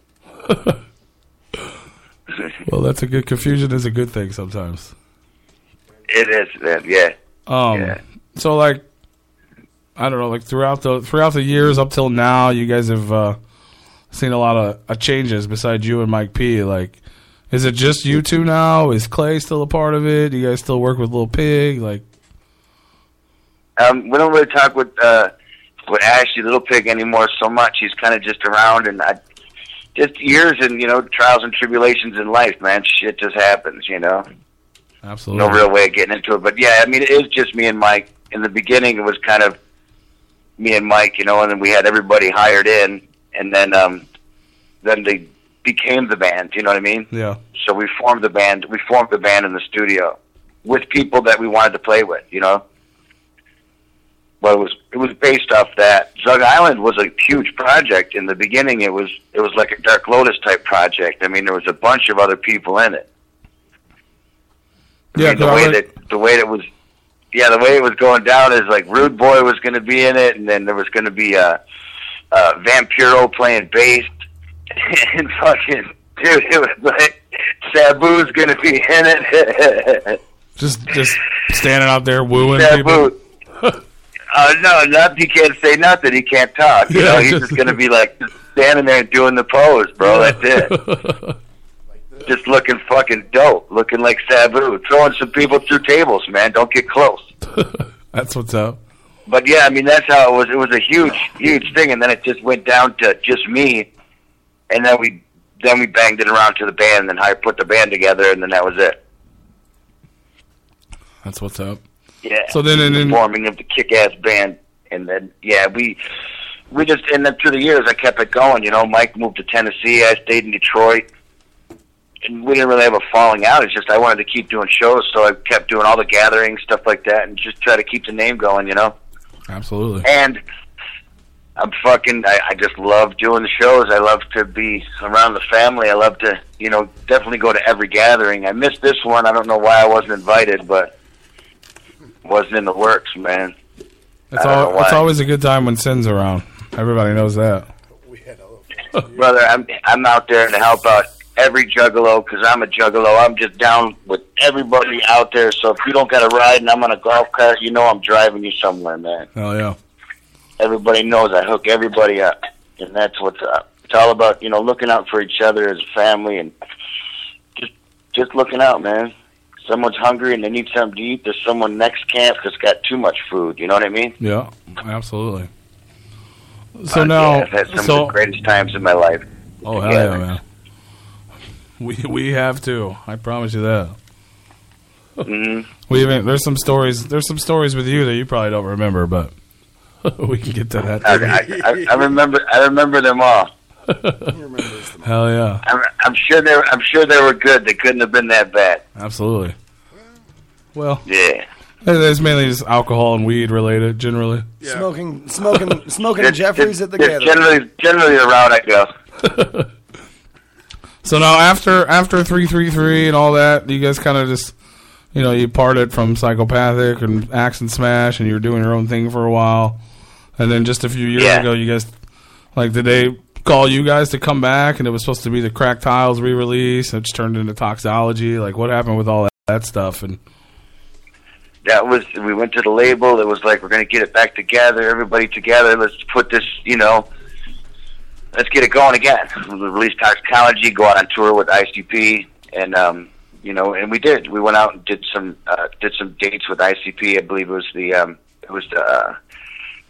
S8: Well, that's a good confusion is a good thing sometimes.
S24: It is, man. Yeah,
S8: Um, so like, I don't know, like throughout the throughout the years up till now, you guys have uh, seen a lot of uh, changes besides you and Mike P. Like, is it just you two now? Is Clay still a part of it? Do you guys still work with Lil Pig? Like,
S24: um, we don't really talk with uh, with Ashley Little Pig anymore so much. He's kind of just around, and I just years and you know trials and tribulations in life, man. Shit just happens, you know.
S8: absolutely
S24: no real way of getting into it. But yeah, I mean, it is just me and Mike. In the beginning, it was kind of me and Mike, you know, and then we had everybody hired in, and then um, then they became the band. You know what I mean?
S8: Yeah.
S24: So we formed the band. We formed the band in the studio, with people that we wanted to play with, you know. But it was it was based off that Zug Island was a huge project in the beginning. It was it was like a Dark Lotus type project. I mean, there was a bunch of other people in it. I
S8: Yeah,
S24: mean, the
S8: 'cause I
S24: way
S8: read-
S24: that the way that was, yeah, the way it was going down is like Rude Boy was going to be in it, and then there was going to be uh, uh, Vampiro playing bass, and fucking dude, it was like Sabu's going to be in it.
S8: Just just standing out there wooing people.
S24: Sabu. Uh, no, not, he can't say nothing. He can't talk. You
S8: Yeah,
S24: know, he's
S8: just-
S24: just going to be like just standing there and doing the pose, bro. That's it. just looking fucking dope, looking like Sabu, throwing some people through tables, man. Don't get close.
S8: That's what's up.
S24: but yeah, I mean that's how it was. It was a huge, huge thing, and then it just went down to just me, and then we then we banged it around to the band, and then I put the band together, and then that was it.
S8: That's what's up.
S24: Yeah.
S8: So then- and then-
S24: the forming of the kick-ass band, and then yeah, we we just and then through the years I kept it going. You know, Mike moved to Tennessee, I stayed in Detroit, and we didn't really have a falling out. It's just I wanted to keep doing shows, so I kept doing all the gatherings, stuff like that, and just try to keep the name going. You know.
S8: Absolutely.
S24: And I'm fucking. I, I just love doing the shows. I love to be around the family. I love to, you know, definitely go to every gathering. I missed this one. I don't know why I wasn't invited, but wasn't in the works, man.
S8: It's
S24: I don't know
S8: all, it's
S24: why.
S8: always a good time when Sin's around. Everybody knows that.
S24: brother. I'm I'm out there to help out every juggalo because I'm a juggalo. I'm just down with everybody out there. So if you don't got a ride and I'm on a golf cart, you know I'm driving you somewhere, man.
S8: Hell yeah.
S24: everybody knows I hook everybody up, and that's what's up. It's all about you know looking out for each other as a family and just just looking out, man. Someone's hungry and they need something to eat. There's someone next camp that's got too much food. You know what I mean?
S8: Yeah, absolutely. So
S24: Uh,
S8: now,
S24: yeah, I've had some
S8: so
S24: of the greatest times in my life.
S8: oh hell yeah, man. We we have to. I promise you that.
S24: Mm-hmm.
S8: We even there's some stories. There's some stories with you that you probably don't remember, but we can get to that.
S24: I, I, I, I remember. I remember them all.
S8: Hell yeah,
S24: I'm, I'm sure they. Were, I'm sure they were good. They couldn't have been that bad.
S8: absolutely. Well,
S24: yeah.
S8: It's mainly just alcohol and weed related, generally.
S2: Smoking, smoking, smoking
S24: Just-
S2: Jeffries
S24: just-
S2: at the
S24: just
S2: gathering.
S24: Generally, generally the route I go.
S8: So now after after three three three and all that, you guys kind of just you know you parted from psychopathic and axe and smash, and you were doing your own thing for a while, and then just a few years
S6: Yeah.
S8: ago, you guys like did they call you guys to come back, and it was supposed to be the Crack Tiles re-release, and it just turned into Toxology. Like what happened with all that, that stuff? And
S24: that was we went to the label. It was like we're going to get it back together, everybody together. Let's put this, you know, let's get it going again. We released Toxicology, go out on tour with ICP, and um, you know, and we did. We went out and did some uh, did some dates with ICP. I believe it was the um, it was the uh,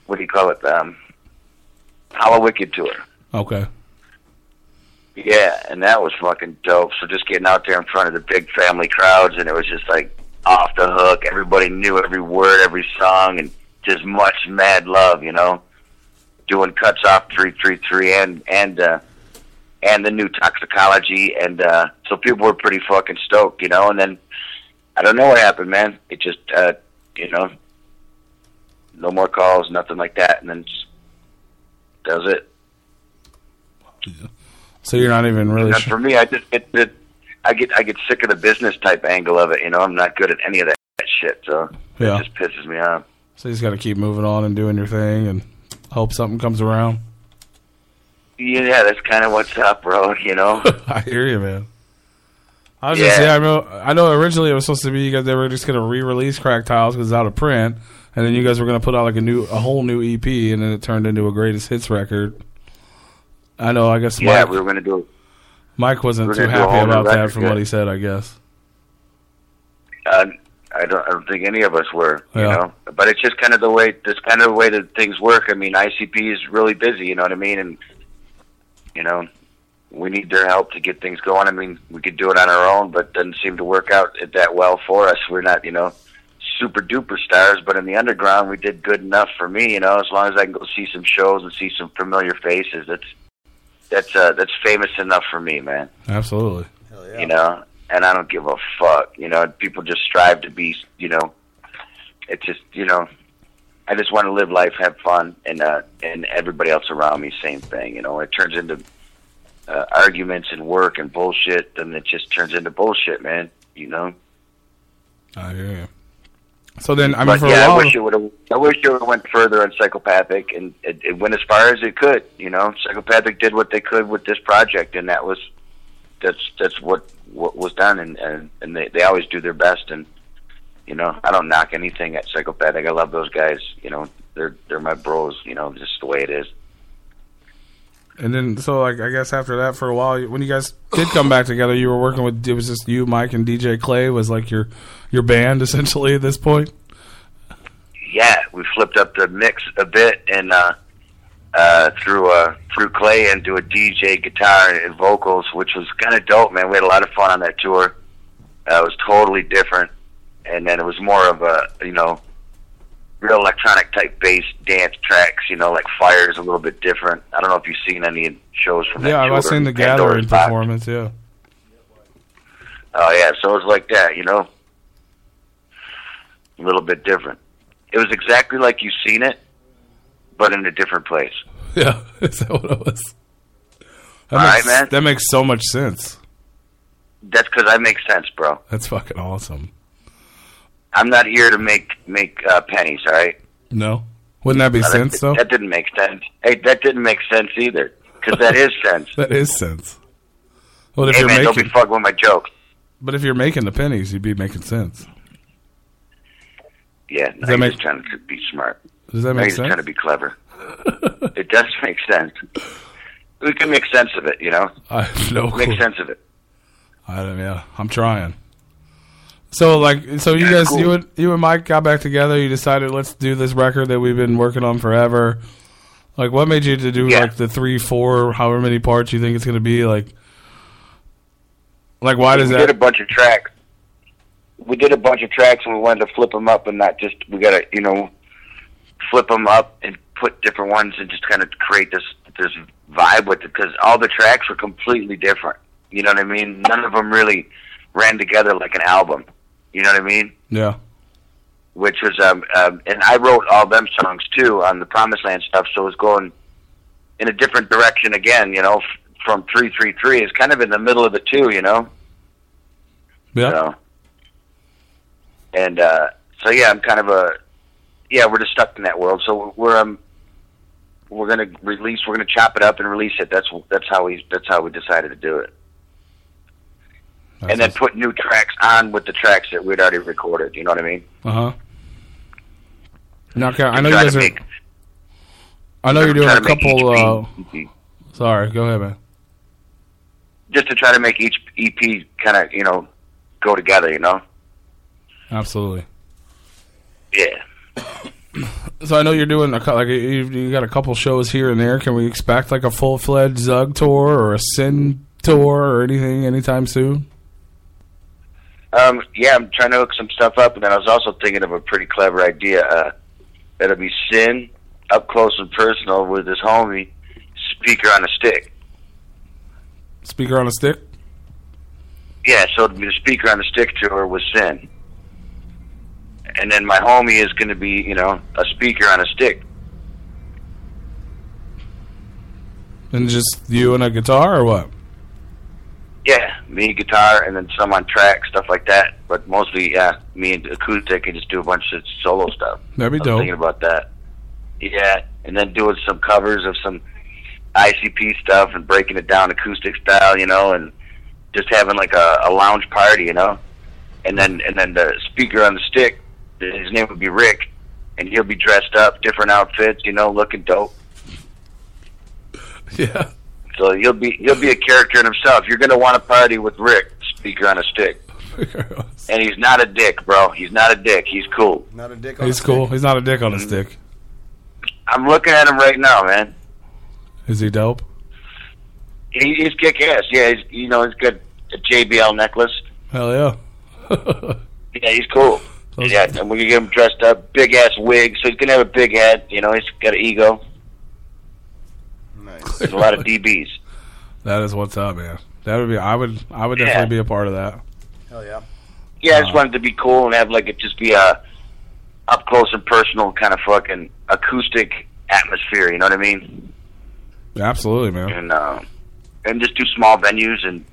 S24: what do you call it? Um, Hollow Wicked tour.
S8: okay,
S24: Yeah, and that was fucking dope. So just getting out there in front of the big family crowds, and it was just like off the hook. Everybody knew every word, every song, and just much mad love, you know. Doing cuts off three three three and and uh, and the new toxicology, and uh, so people were pretty fucking stoked, you know. And then I don't know what happened, man. It just uh, you know, no more calls, nothing like that, and then s- that was it.
S8: so you're not even really
S24: Not
S8: sure.
S24: for me. I just it, it, I get I get sick of the business type angle of it. You know, I'm not good at any of that, shit. So
S8: yeah.
S24: it just pisses me off.
S8: So you just got to keep moving on and doing your thing, and hope something comes around.
S24: Yeah, that's kind of what's up, bro. You know.
S8: I hear you, man. I was just
S24: Yeah.
S8: yeah. I know. I know. Originally, it was supposed to be you guys. They were just gonna re-release Crack Tiles because it's out of print, and then you guys were gonna put out like a new, a whole new EP, and then it turned into a greatest hits record. I know. I guess
S24: yeah,
S8: Mike,
S24: we were gonna do.
S8: Mike
S24: we're
S8: wasn't too
S24: gonna do a
S8: happy
S24: whole new
S8: about that
S24: record,
S8: from
S24: yeah.
S8: what he said. I guess.
S24: Uh, I don't. I don't think any of us were. You
S8: Yeah.
S24: know. But it's just kind of the way. That's kind of the way that things work. I mean, ICP is really busy. You know what I mean? And you know. We need their help to get things going. I mean, we could do it on our own, but doesn't seem to work out that well for us. We're not, you know, super duper stars, but in the underground, we did good enough for me. You know, as long as I can go see some shows and see some familiar faces, that's that's uh, that's famous enough for me, man.
S8: Absolutely.
S24: You know, and I don't give a fuck. You know, people just strive to be. You know, it's just you know, I just want to live life, have fun, and uh, and everybody else around me, same thing. You know, it turns into uh, arguments and work and bullshit, then it just turns into bullshit, man. You know.
S8: I hear you. So then, I mean,
S24: But,
S8: for
S24: yeah,
S8: a
S24: I
S8: while,
S24: wish it would have. I wish it would've went further on psychopathic, and it, it went as far as it could. You know, psychopathic did what they could with this project, and that was that's that's what what was done, and and, and they they always do their best, and you know, I don't knock anything at psychopathic. I love those guys. You know, they're they're my bros. You know, just the way it is.
S8: and then so like I guess after that, for a while, when you guys did come back together, you were working with it was just you, Mike, and DJ Clay was like your your band essentially at this point.
S24: yeah, we flipped up the mix a bit and uh, uh, threw uh, threw Clay into a DJ guitar and vocals, which was kind of dope, man. We had a lot of fun on that tour. Uh, it was totally different, and then it was more of a you know real electronic type bass dance tracks. You know, like Fire is a little bit different. I don't know if you've seen any shows from that.
S8: Yeah,
S24: tour.
S8: I've seen the
S24: Pandora's
S8: Gathering performance. Yeah,
S24: Oh yeah, so it was like that, you know. A little bit different. It was exactly like you seen it, but in a different place.
S8: yeah, is that what it was? That
S24: All right,
S8: makes,
S24: man.
S8: That makes so much sense.
S24: That's because I make sense, bro.
S8: That's fucking awesome.
S24: I'm not here to make make uh, pennies. All right.
S8: No, wouldn't that be
S24: Uh,
S8: sense
S24: that,
S8: though?
S24: That didn't make sense. Hey, that didn't make sense either. Because that is sense.
S8: That is sense. Well, if
S24: hey
S8: you're
S24: man, don't
S8: making,
S24: be fucking with my jokes.
S8: but if you're making the pennies, you'd be making sense.
S24: Yeah, no,
S8: that
S24: you're
S8: make-
S24: just trying to be smart.
S8: Does that
S24: No,
S8: make
S24: you're just
S8: sense?
S24: trying to be clever. it does make sense. We can make sense of it, you know.
S8: I have no
S24: make
S8: clue.
S24: sense of it.
S8: I don't. Yeah, I'm trying. So like, so you guys, you and you and Mike got back together. You decided let's do this record that we've been working on forever. Like, what made you to do like the three, four, however many parts you think it's going to be? Like, like why does
S24: we
S8: that?
S24: did a bunch of tracks. We did a bunch of tracks, and we wanted to flip them up, and not just we got to you know flip them up and put different ones, and just kind of create this this vibe with it because all the tracks were completely different. You know what I mean? None of them really ran together like an album. You know what I mean?
S8: yeah,
S24: Which was um, um and I wrote all them songs too on the Promised Land stuff, so it was going in a different direction again. You know, f- from three three three is kind of in the middle of it too. You know.
S8: yeah.
S24: So, and uh, so yeah, I'm kind of a yeah. We're just stuck in that world. So we're um we're gonna release. We're gonna chop it up and release it. That's that's how we that's how we decided to do it. and then put new tracks on with the tracks that we'd already recorded. You know what I mean?
S8: Uh huh. Knockout. I know you
S24: Try to
S8: guys are.
S24: make-
S8: I know you're doing
S24: try
S8: a
S24: to make
S8: couple. Uh,
S24: each beat-
S8: sorry, go ahead, man.
S24: just to try to make each EP kind of you know go together. You know?
S8: Absolutely.
S24: Yeah.
S8: So I know you're doing a, cou- like you, you got a couple shows here and there. Can we expect like a full fledged Zug tour or a Sin tour or anything anytime soon?
S24: Um, yeah, I'm trying to hook some stuff up, and then I was also thinking of a pretty clever idea. Uh, that'll be Sin up close and personal with his homie, speaker on a stick.
S8: Speaker on a stick.
S24: Yeah, so it'll be the speaker on a stick tour with Sin, and then my homie is going to be, you know, a speaker on a stick.
S8: And just you and a guitar or what?
S24: Yeah, me guitar, and then some on track stuff like that. But mostly, yeah, me and acoustic, and just do a bunch of solo stuff.
S8: That'd be
S24: I was
S8: dope.
S24: Thinking about that. Yeah, and then doing some covers of some ICP stuff and breaking it down acoustic style, you know, and just having like a, a lounge party, you know. And then and then the speaker on the stick, his name would be Rick, and he'll be dressed up, different outfits, you know, looking dope.
S8: Yeah.
S24: So he'll be he'll be a character in himself. You're gonna want to party with Rick, speaker on a stick. and he's not a dick, bro. He's not a dick. He's cool.
S2: Not a dick.
S8: He's cool. He's not a dick on
S24: Mm-hmm.
S8: a stick.
S24: I'm looking at him right now, man.
S8: Is he dope?
S24: He, he's kick ass. Yeah, he's you know he's got a JBL necklace.
S8: Hell yeah.
S24: Yeah, he's cool. yeah, and we're gonna get him dressed up, big ass wig, so he's gonna have a big head. You know, he's got an ego. Nice. There's a lot of DBs.
S8: That is what's up, man. That would be. I would. I would definitely be a part of that.
S2: Hell yeah.
S24: Yeah, I just wanted to be cool and have like it just be a up close and personal kind of fucking acoustic atmosphere. You know what I mean?
S8: Absolutely, man.
S24: And uh, and just do small venues and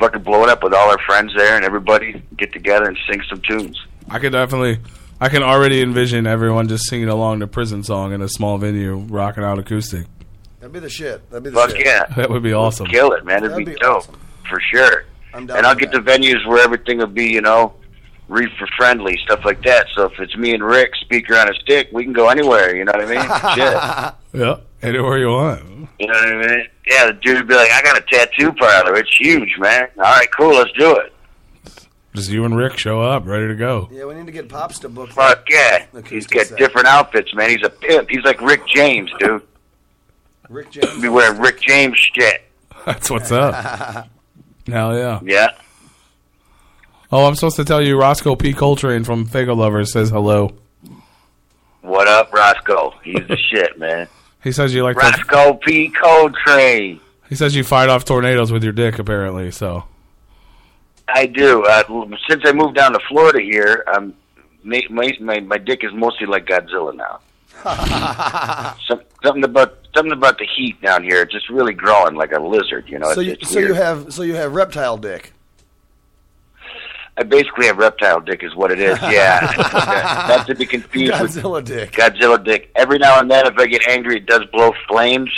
S24: fucking blow it up with all our friends there and everybody get together and sing some tunes.
S8: I could definitely, I can already envision everyone just singing along the prison song in a small venue, rocking out acoustic.
S2: That'd be the shit. That'd be the
S24: Fuck
S2: shit.
S24: yeah,
S8: That would be awesome.
S24: Kill it, man. It'd
S2: That'd
S24: be,
S2: be
S24: dope for sure.
S2: I'm
S24: And
S2: down
S24: I'll
S2: with
S24: get the venues where everything will be, you know, reefer friendly stuff like that. So if it's me and Rick, speaker on a stick, we can go anywhere. You know what I mean? Shit.
S8: Yeah, anywhere you want.
S24: You know what I mean? Yeah, the dude would be like, "I got a tattoo parlor. It's huge, man. All right, cool, let's do it."
S8: Just you and Rick show up, ready to go.
S2: Yeah, we need to get Pops to book.
S24: Fuck yeah. He's
S2: Acoustic
S24: got
S2: set.
S24: different outfits, man. He's a pimp. He's like Rick James, dude.
S2: Rick James.
S24: Be wearing Rick James shit.
S8: That's what's up. Hell yeah.
S24: Yeah.
S8: Oh, I'm supposed to tell you, Roscoe P. Coltrane from Fago Lovers says hello.
S24: What up, Roscoe? He's the shit, man.
S8: He says you like to,
S24: Roscoe P. Coltrane.
S8: he says you fight off tornadoes with your dick, apparently. So
S24: I do. Uh, since I moved down to Florida here, um, my, my, my, my dick is mostly like Godzilla now. Some, something about something about the heat down here. It's just really growing like a lizard. You know.
S2: so
S24: It's-
S2: you,
S24: it's
S2: so you
S24: weird.
S2: have so you have reptile dick.
S24: I basically have reptile dick, is what it is. Yeah, That- not to be confused
S2: Godzilla
S24: with
S2: dick.
S24: Godzilla dick. Every now and then, if I get angry, it does blow flames.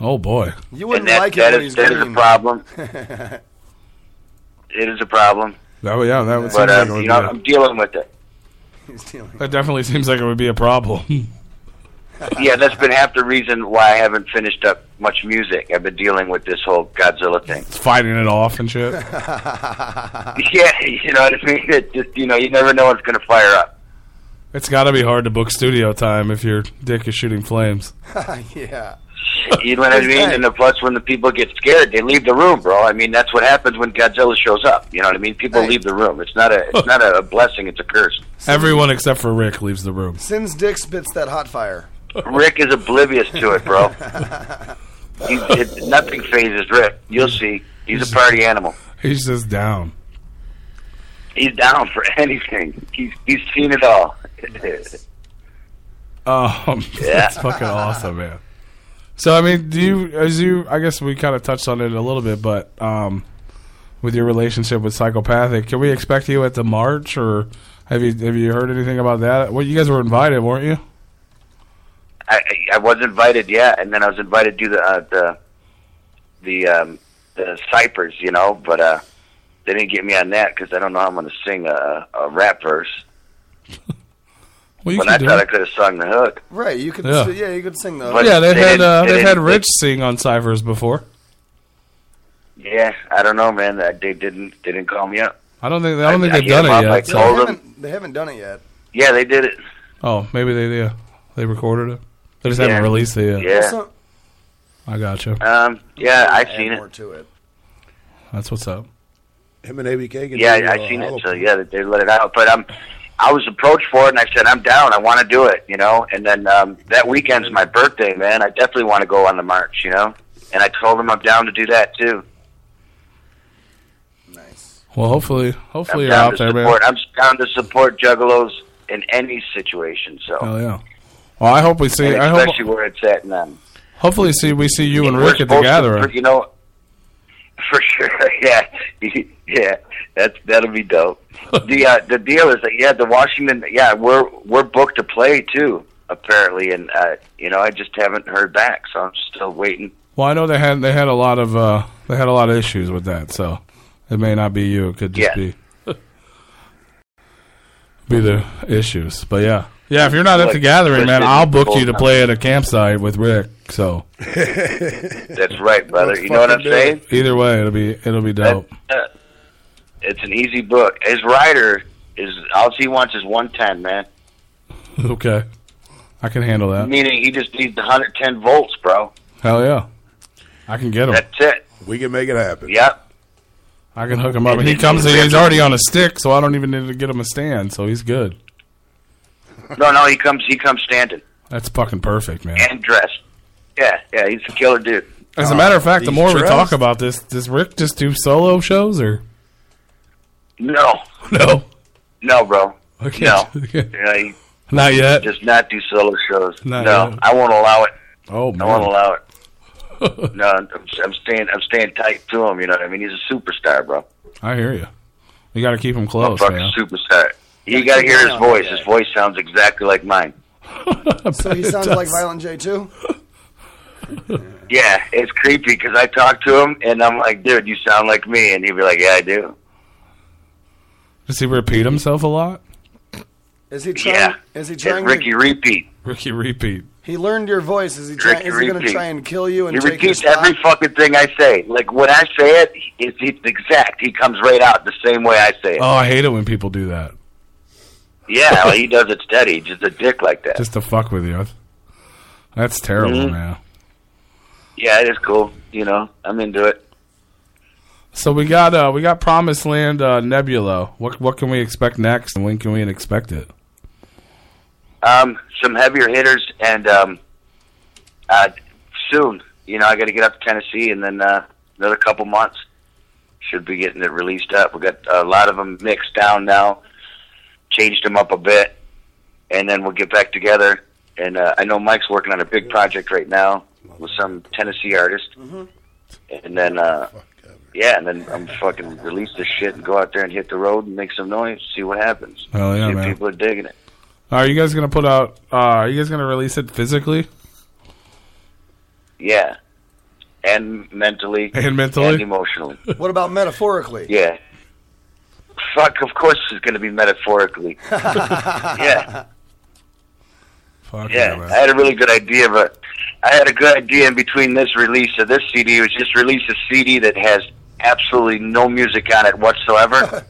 S8: Oh boy.
S2: You
S24: wouldn't and that,
S2: like it
S24: that
S2: when
S24: is-
S2: he's
S24: that is a
S2: green.
S24: problem. It is a problem.
S8: That, yeah, that would seem
S24: but
S8: like it
S24: uh,
S8: would
S24: you know,
S8: be a-
S24: I'm dealing with it.
S8: that definitely seems like it would be a problem.
S24: yeah, that's been half the reason why I haven't finished up much music. I've been dealing with this whole Godzilla thing.
S8: Fighting it off and shit.
S24: yeah, you know what I mean. It just you know, you never know what's going to fire up.
S8: It's got to be hard to book studio time if your dick is shooting flames.
S2: yeah.
S24: You know what I mean? And the plus, when the people get scared, they leave the room, bro. I mean, that's what happens when Godzilla shows up. You know what I mean? People leave the room. It's not a it's not a blessing. It's a curse.
S8: Everyone except for Rick leaves the room.
S2: Sin's dick spits that hot fire.
S24: Rick is oblivious to it, bro. He, it, nothing phases Rick. You'll see. He's a party animal.
S8: He's just down.
S24: He's down for anything. He's he's seen it all.
S8: Um, that's
S24: Yeah.
S8: fucking awesome, man. So I mean, do you as you? I guess we kind of touched on it a little bit, but um, with your relationship with psychopathic, can we expect you at the march, or have you have you heard anything about that? Well, you guys were invited, weren't you?
S24: I, I- I was invited, yeah, and then I was invited to the uh, the the um, the Cyphers, you know, but uh, they didn't get me on that because I don't know how I'm going to sing a, a rap verse.
S8: Well, you
S24: when
S8: can
S24: I
S8: do
S24: thought
S8: it.
S24: I could have sung the hook.
S2: Right, you could
S8: Yeah.
S2: yeah, yeah you could sing the
S24: But
S8: yeah, they've
S24: they
S8: had
S24: didn't-
S8: uh,
S24: they
S8: they've had
S24: didn't-
S8: Rich sing on ciphers before.
S24: Yeah, I don't know, man. That they didn't they didn't call me up.
S8: I don't think I don't think
S24: I
S8: they've
S24: hit
S8: done
S24: him up,
S8: it
S24: I
S8: yet. so-
S24: told them.
S2: They haven't done it yet.
S24: Yeah, they did it.
S8: Oh, maybe they yeah they recorded it. They just
S24: Yeah.
S8: haven't released it yet.
S24: Yeah.
S8: I gotcha.
S24: Um, yeah, I've seen it.
S2: to it.
S8: That's what's up.
S5: Him and ABK can
S24: Yeah,
S5: do,
S24: I,
S5: uh,
S24: I seen
S5: all
S24: it.
S5: of
S24: So yeah, they let it out. But um, I was approached for it, and I said I'm down. I want to do it. You know. And then um, that weekend's my birthday, man. I definitely want to go on the march. You know. And I told them I'm down to do that too.
S8: Well, hopefully, hopefully
S24: I'm
S8: you're
S24: down
S8: out
S24: to
S8: there, man.
S24: support. I'm down to support juggalos in any situation. So.
S8: Hell yeah. Well, I hope we see.
S24: And
S8: I hope
S24: especially where it's at now.
S8: hopefully see we see you and
S24: We're
S8: Rick at the
S24: supposed to-
S8: gathering.
S24: you know, for sure. Yeah, yeah. That's that'll be dope. the uh, the deal is that yeah, the Washington. Yeah, we're we're booked to play too. Apparently, and uh, you know, I just haven't heard back, so I'm still waiting.
S8: Well, I know they had they had a lot of uh, they had a lot of issues with that, so it may not be you. It could just
S24: Yeah.
S8: be be the issues. But yeah, yeah. If you're not at the
S24: Look,
S8: gathering, man,
S24: listen,
S8: I'll book
S24: full
S8: you to
S24: time.
S8: play at a campsite with Rick. So
S24: That's right, brother. You know what I'm saying?
S8: Either way, it'll be it'll be dope.
S24: Uh, it's an easy book. His rider is all he wants is 110, man.
S8: okay, I can handle that.
S24: Meaning he just needs the 110 volts, bro.
S8: Hell yeah, I can get him.
S24: That's it.
S5: We can make it happen.
S24: Yep.
S8: I can hook him up, and he comes in. He's already on a stick, so I don't even need to get him a stand. So he's good.
S24: No, no, he comes. He comes standing
S8: That's fucking perfect, man.
S24: and dressed. Yeah, yeah. He's a killer dude.
S8: As a matter of fact, the
S24: he's
S8: more we
S24: dressed.
S8: talk about this, does Rick just do solo shows or?
S24: No.
S8: No.
S24: No, bro.
S8: Okay.
S24: No. Yeah, you-
S8: Not yet.
S24: Just not do solo shows.
S8: Not
S24: no,
S8: yet.
S24: I won't allow it.
S8: Oh
S24: I
S8: man.
S24: won't allow it. no, I'm, I'm staying. I'm staying tight to him. You know what I mean? He's a superstar, bro.
S8: I hear you. You got to keep him close,
S24: Fucking
S8: man.
S24: superstar. You got to hear his voice. His voice sounds exactly like mine.
S2: So he
S8: It
S2: sounds like
S8: does.
S2: Violent J too.
S24: Yeah, it's creepy because I talk to him and I'm like, dude, you sound like me, and he'd be like, yeah, I do.
S8: Does he repeat himself a lot?
S2: Is he trying?
S24: Yeah.
S2: Is he
S24: It's
S2: trying?
S24: Ricky
S2: to,
S24: Repeat.
S8: Ricky Repeat.
S2: he learned your voice. Is he trying?
S24: Ricky
S2: Is he going to
S24: Repeat.
S2: try and kill you and
S24: He
S2: take your
S24: repeats
S2: spot?
S24: every fucking thing I say. Like when I say it, it's, it's exact. He comes right out the same way I say it.
S8: Oh, I hate it when people do that.
S24: Yeah, well, he does it steady. Just a dick like that.
S8: Just to fuck with you. That's terrible,
S24: Mhm.
S8: man.
S24: yeah, it is cool. You know, I'm into it.
S8: So we got uh we got Promised Land uh, Nebula. What what can we expect next, and when can we expect it?
S24: Um, some heavier hitters, and um, uh, soon, you know, I got to get up to Tennessee, and then uh, another couple months should be getting it released up. We got a lot of them mixed down now, changed them up a bit, and then we'll get back together. And uh, I know Mike's working on a big project right now with some Tennessee artist, and then uh, yeah, and then I'm fucking release this shit and go out there and hit the road and make some noise, see what happens.
S8: Hell yeah,
S24: see if
S8: man.
S24: people are digging it.
S8: Are you guys gonna put out? Uh, are you guys gonna release it physically?
S24: Yeah. And mentally.
S8: And mentally?
S24: And emotionally.
S2: What about metaphorically?
S24: Yeah. Fuck, of course it's going to be metaphorically. yeah.
S8: Fuck
S24: yeah. I had a really good idea, but I had a good idea in between this release of this CD was just release a CD that has absolutely no music on it whatsoever.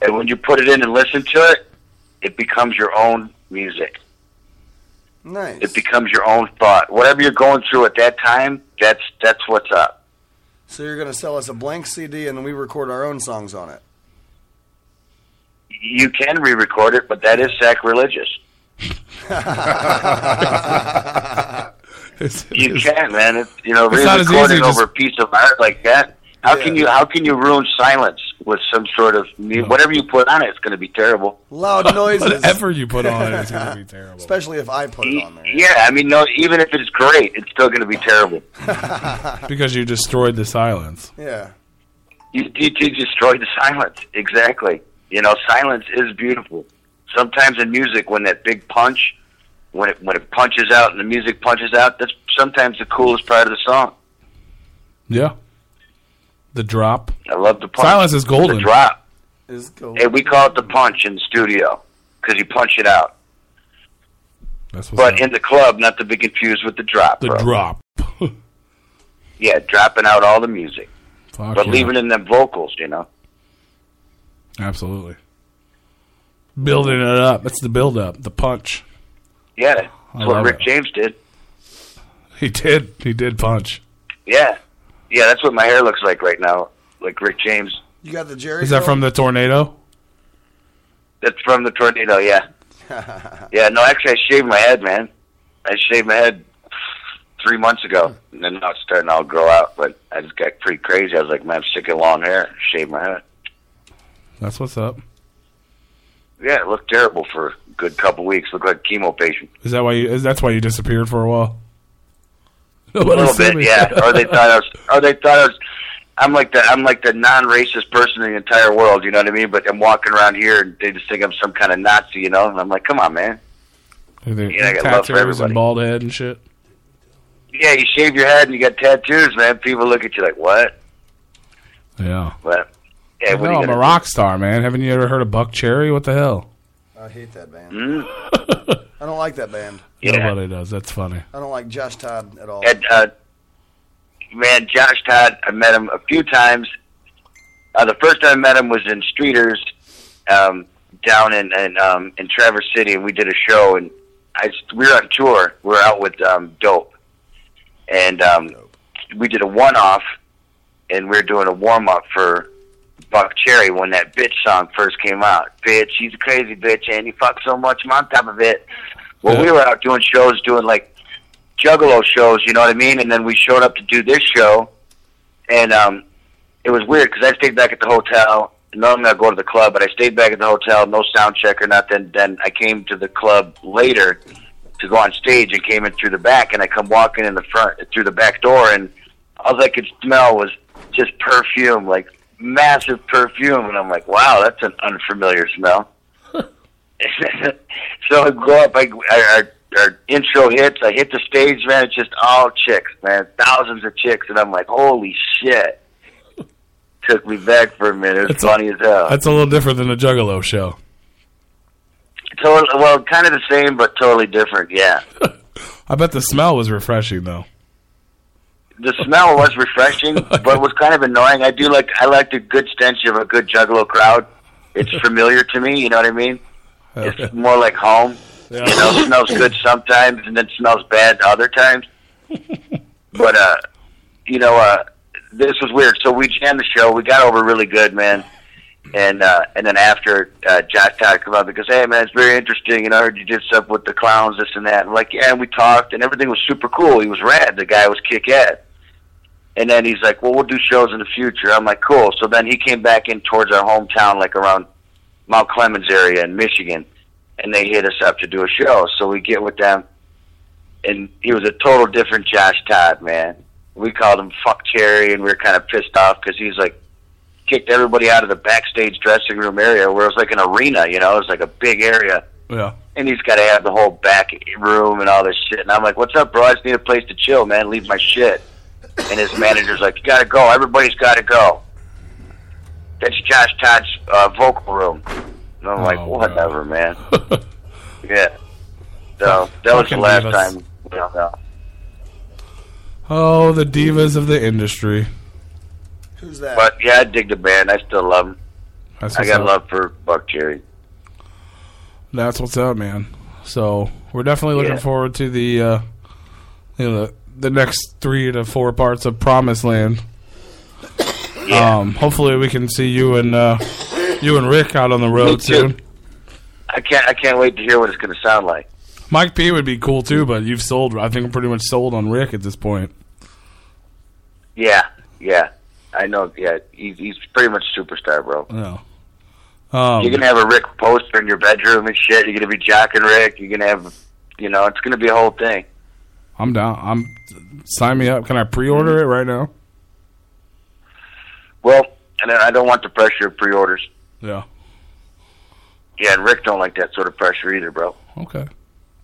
S24: and when you put it in and listen to it, it becomes your own music.
S2: Nice.
S24: It becomes your own thought. Whatever you're going through at that time, that's that's what's up.
S2: So you're going to sell us a blank CD and we record our own songs on it.
S24: you can re-record it, but that is sacrilegious. you can, man. It, you know,
S8: It's not as
S24: re-recording
S8: easy,
S24: over
S8: just-
S24: a piece of art like that. How can you? How can you ruin silence with some sort of mu- whatever you put on it? It's going to be terrible.
S2: Loud noises.
S8: Whatever you put on it is going to be terrible.
S2: Especially if I put it on there.
S24: Yeah, I mean, no. Even if it's great, it's still going to be terrible.
S8: because you destroyed the silence.
S2: Yeah.
S24: You, you, you destroy the silence. Exactly. You know, silence is beautiful. Sometimes in music, when that big punch, when it when it punches out and the music punches out, that's sometimes the coolest part of the song.
S8: Yeah. The drop.
S24: I love the punch.
S8: Silence is golden.
S24: The drop.
S2: Is golden.
S24: Hey, we call it the punch in the studio because you punch it out.
S8: That's what's
S24: But in the club, not to be confused with the drop.
S8: The
S24: bro.
S8: drop.
S24: Yeah, dropping out all the music,
S8: Fuck
S24: but
S8: yeah.
S24: leaving in them vocals. You know.
S8: Absolutely. Building it up. That's the build up. The punch.
S24: Yeah, that's
S8: I
S24: what
S8: love
S24: Rick
S8: it.
S24: James did.
S8: He did. He did punch.
S24: Yeah, yeah, that's what my hair looks like right now, like Rick James.
S2: You got the Jerry
S8: Is that from the tornado?
S24: That's from the tornado. Yeah,
S2: the.
S24: yeah. No, actually, I shaved my head, man. I shaved my head three months ago, and then now it's starting to all grow out. But I just got pretty crazy. I was like, man, I'm sick of long hair. Shave my head.
S8: That's what's up.
S24: Yeah, it looked terrible for a good couple weeks. Looked like a chemo patient.
S8: Is that why you? Is that's why you disappeared for a while?
S24: a little bit, yeah. Or they thought I was. Or they thought I was. I'm like the I'm like the non-racist person in the entire world. You know what I mean? But I'm walking around here, and they just think I'm some kind of Nazi. You know? And I'm like, come on, man. Yeah, I got love for
S8: tattoos and
S24: everybody.
S8: bald head and shit.
S24: Yeah, you shave your head and you got tattoos, man. People look at you like, what?
S8: Yeah.
S24: But yeah, what
S8: no,
S24: are you
S8: I'm a
S24: gonna
S8: rock star, man. Haven't you ever heard of Buck Cherry? What the hell?
S2: I hate that band.
S24: Mm.
S2: I don't like that band.
S8: Nobody does. That's funny.
S2: I don't like Josh Todd at all.
S24: And uh, man, Josh Todd, I met him a few times. Uh, the first time I met him was in Streeters um, down in in, um, in Traverse City, and we did a show. And I we were on tour. We were out with um, Dope, and um, we did a one off, and we were doing a warm up for. Buck Cherry when that bitch song first came out. Bitch, he's a crazy bitch and he fucks so much, I'm on top of it. Well, we were out doing shows, doing like juggalo shows, you know what I mean? And then we showed up to do this show, and um, it was weird because I stayed back at the hotel, known that I go to the club, but I stayed back at the hotel, no sound check or nothing. Then I came to the club later to go on stage and came in through the back, and I come walking in the front through the back door, and all I could smell was just perfume, like massive perfume, and I'm like, wow, that's an unfamiliar smell. so I go up, I, I, I, our intro hits, I hit the stage, man, it's just all chicks, man, thousands of chicks, and I'm like, holy shit. Took me back for a minute. It was
S8: That's a-
S24: funny as hell.
S8: That's a little different than a Juggalo show.
S24: Totally, well, kind of the same, but totally different. Yeah,
S8: I bet the smell was refreshing though.
S24: the smell was refreshing, but was kind of annoying. I do like I like the good stench of a good Juggalo crowd. It's familiar to me. You know what I mean? It's more like home. You know, it smells good sometimes, and then smells bad other times. But uh, you know, uh, this was weird. So we jammed the show. We got over really good, man. And uh, and then after uh, Josh Todd come up because hey man, it's very interesting. You know, I heard you did stuff with the clowns, this and that. And like yeah, and we talked, and everything was super cool. He was rad. The guy was kick ass. And then he's like, well, we'll do shows in the future. I'm like, cool. So then he came back in towards our hometown, like around Mount Clemens area in Michigan, and they hit us up to do a show. So we get with them, and he was a total different Josh Todd, man. We called him Fuck Cherry, and we were kind of pissed off because he's like kicked everybody out of the backstage dressing room area where it was like an arena, you know, it was like a big area.
S8: Yeah.
S24: And he's got to have the whole back room and all this shit. And I'm like, what's up, bro? I just need a place to chill, man. Leave my shit. And his manager's like, you got to go. Everybody's got to go. That's Josh Todd's uh, vocal room. And I'm like,
S8: Oh.
S24: whatever, man. yeah. So that was the
S8: Fucking
S24: last
S8: divas.
S24: time. You know,
S8: Oh, the divas of the industry.
S24: Who's that? But yeah, I dig the band. I still love them.
S8: That's
S24: I
S8: what's
S24: got
S8: up.
S24: love for Buck Cherry.
S8: That's what's up, man. So we're definitely looking
S24: Yeah.
S8: forward to the uh, you know the, the next three to four parts of Promised Land. Um, hopefully we can see you and uh, you and Rick out on the
S24: Me
S8: road
S24: too.
S8: soon.
S24: I can't. I can't wait to hear what it's going to sound like.
S8: Mike P would be cool too, but you've sold. I think I'm pretty much sold on Rick at this point.
S24: Yeah, yeah. I know. Yeah, he's, he's pretty much a superstar, bro.
S8: No. Um,
S24: you're gonna have a Rick poster in your bedroom and shit. You're gonna be jocking Rick. You're gonna have, you know, it's gonna be a whole thing.
S8: I'm down. I'm sign me up. Can I pre-order
S24: Mm-hmm.
S8: it right now?
S24: Well, and I I don't want the pressure of pre-orders.
S8: Yeah.
S24: Yeah, and Rick don't like that sort of pressure either, bro.
S8: Okay.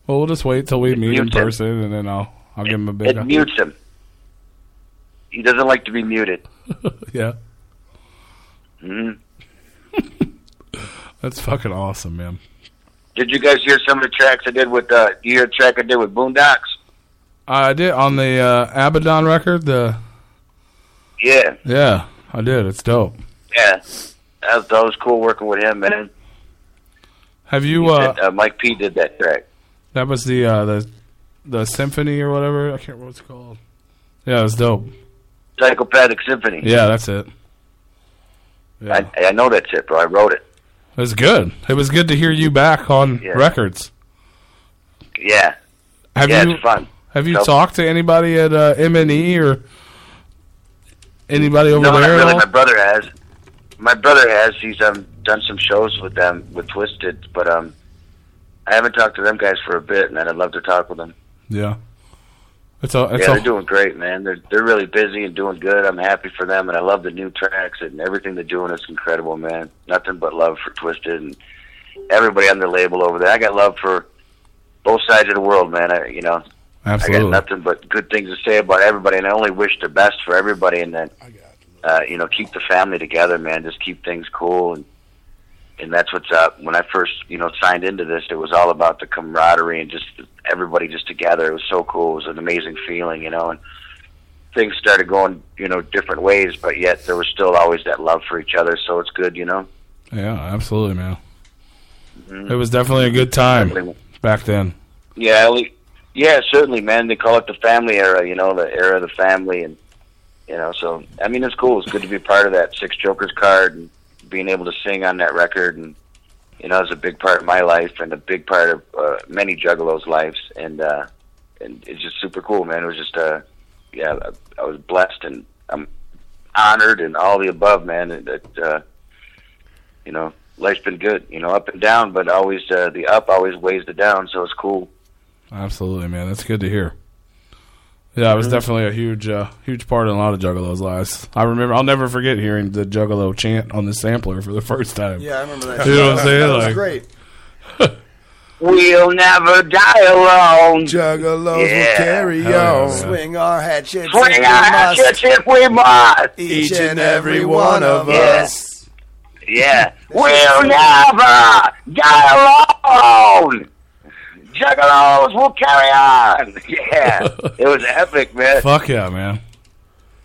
S8: Well, we'll just wait till we meet in
S24: mutes him.
S8: person, and then I'll I'll give him a big
S24: It mutes him. He doesn't like to be muted.
S8: yeah.
S24: hmm
S8: That's fucking awesome, man.
S24: Did you guys hear some of the tracks I did with? Uh, you hear a track I did with Boondocks?
S8: I did on the uh, Abaddon record. The
S24: Yeah,
S8: yeah, I did. It's dope.
S24: yeah. That was, that was cool working with him, man.
S8: Have you? Uh,
S24: Uh, Mike P did that track.
S8: that was the uh, the the symphony or whatever. I can't remember what it's called. Yeah, it's dope.
S24: Psychopathic Symphony.
S8: Yeah, that's it.
S24: I, I know that's it, bro. I wrote it.
S8: It was good. It was good to hear you back on
S24: Yeah.
S8: records.
S24: Yeah.
S8: Have
S24: yeah,
S8: you
S24: it's fun.
S8: have you
S24: Nope.
S8: talked to anybody at uh, M and E or anybody over
S24: no,
S8: there?
S24: Not
S8: at
S24: really.
S8: all?
S24: My brother has. My brother has. He's um done some shows with them with Twisted, but um, I haven't talked to them guys for a bit, and I'd love to talk with them.
S8: Yeah, it's a it's
S24: yeah,
S8: a
S24: they're doing great, man. They're they're really busy and doing good. I'm happy for them, and I love the new tracks and everything they're doing is incredible, man. Nothing but love for Twisted and everybody on their label over there. I got love for both sides of the world, man. I you know
S8: absolutely.
S24: I got nothing but good things to say about everybody, and I only wish the best for everybody. And then, uh, you know, keep the family together, man. Just keep things cool, and and that's what's up. When I first, you know, signed into this, it was all about the camaraderie and just everybody just together. It was so cool. It was an amazing feeling, you know. And things started going, you know, different ways, but yet there was still always that love for each other. So it's good, you know.
S8: Yeah, absolutely, man.
S24: Mhm.
S8: It was definitely a good time back then.
S24: Yeah, Ali- yeah, certainly, man. They call it the family era, you know, the era of the family, and you know, so I mean, it's cool. It's good to be part of that Six Jokers card and being able to sing on that record, and you know, it's a big part of my life and a big part of uh, many Juggalos' lives, and uh, and it's just super cool, man. It was just, uh, yeah, I, I was blessed and I'm honored and all the above, man. That uh, you know, life's been good. You know, up and down, but always uh, the up always weighs the down, so it's cool.
S8: Absolutely, man. That's good to hear. Yeah, it was
S24: Mhm.
S8: definitely a huge, uh, huge part in a lot of Juggalo's lives. I remember, I'll never forget hearing the Juggalo chant on the sampler for the first time.
S2: Yeah, I remember that.
S8: You know what I'm saying?
S2: That was
S8: Like,
S2: great.
S24: We'll never die alone.
S5: Juggalos
S2: Yeah.
S5: will carry
S2: Hell yeah,
S5: on.
S2: man. Swing our hatchets.
S24: Swing
S2: if we
S24: our
S2: must.
S24: hatchets if we must.
S2: Each and every one of us.
S24: Yeah. We'll never die alone. Juggalos will carry on. Yeah. it was epic, man.
S8: Fuck yeah, man.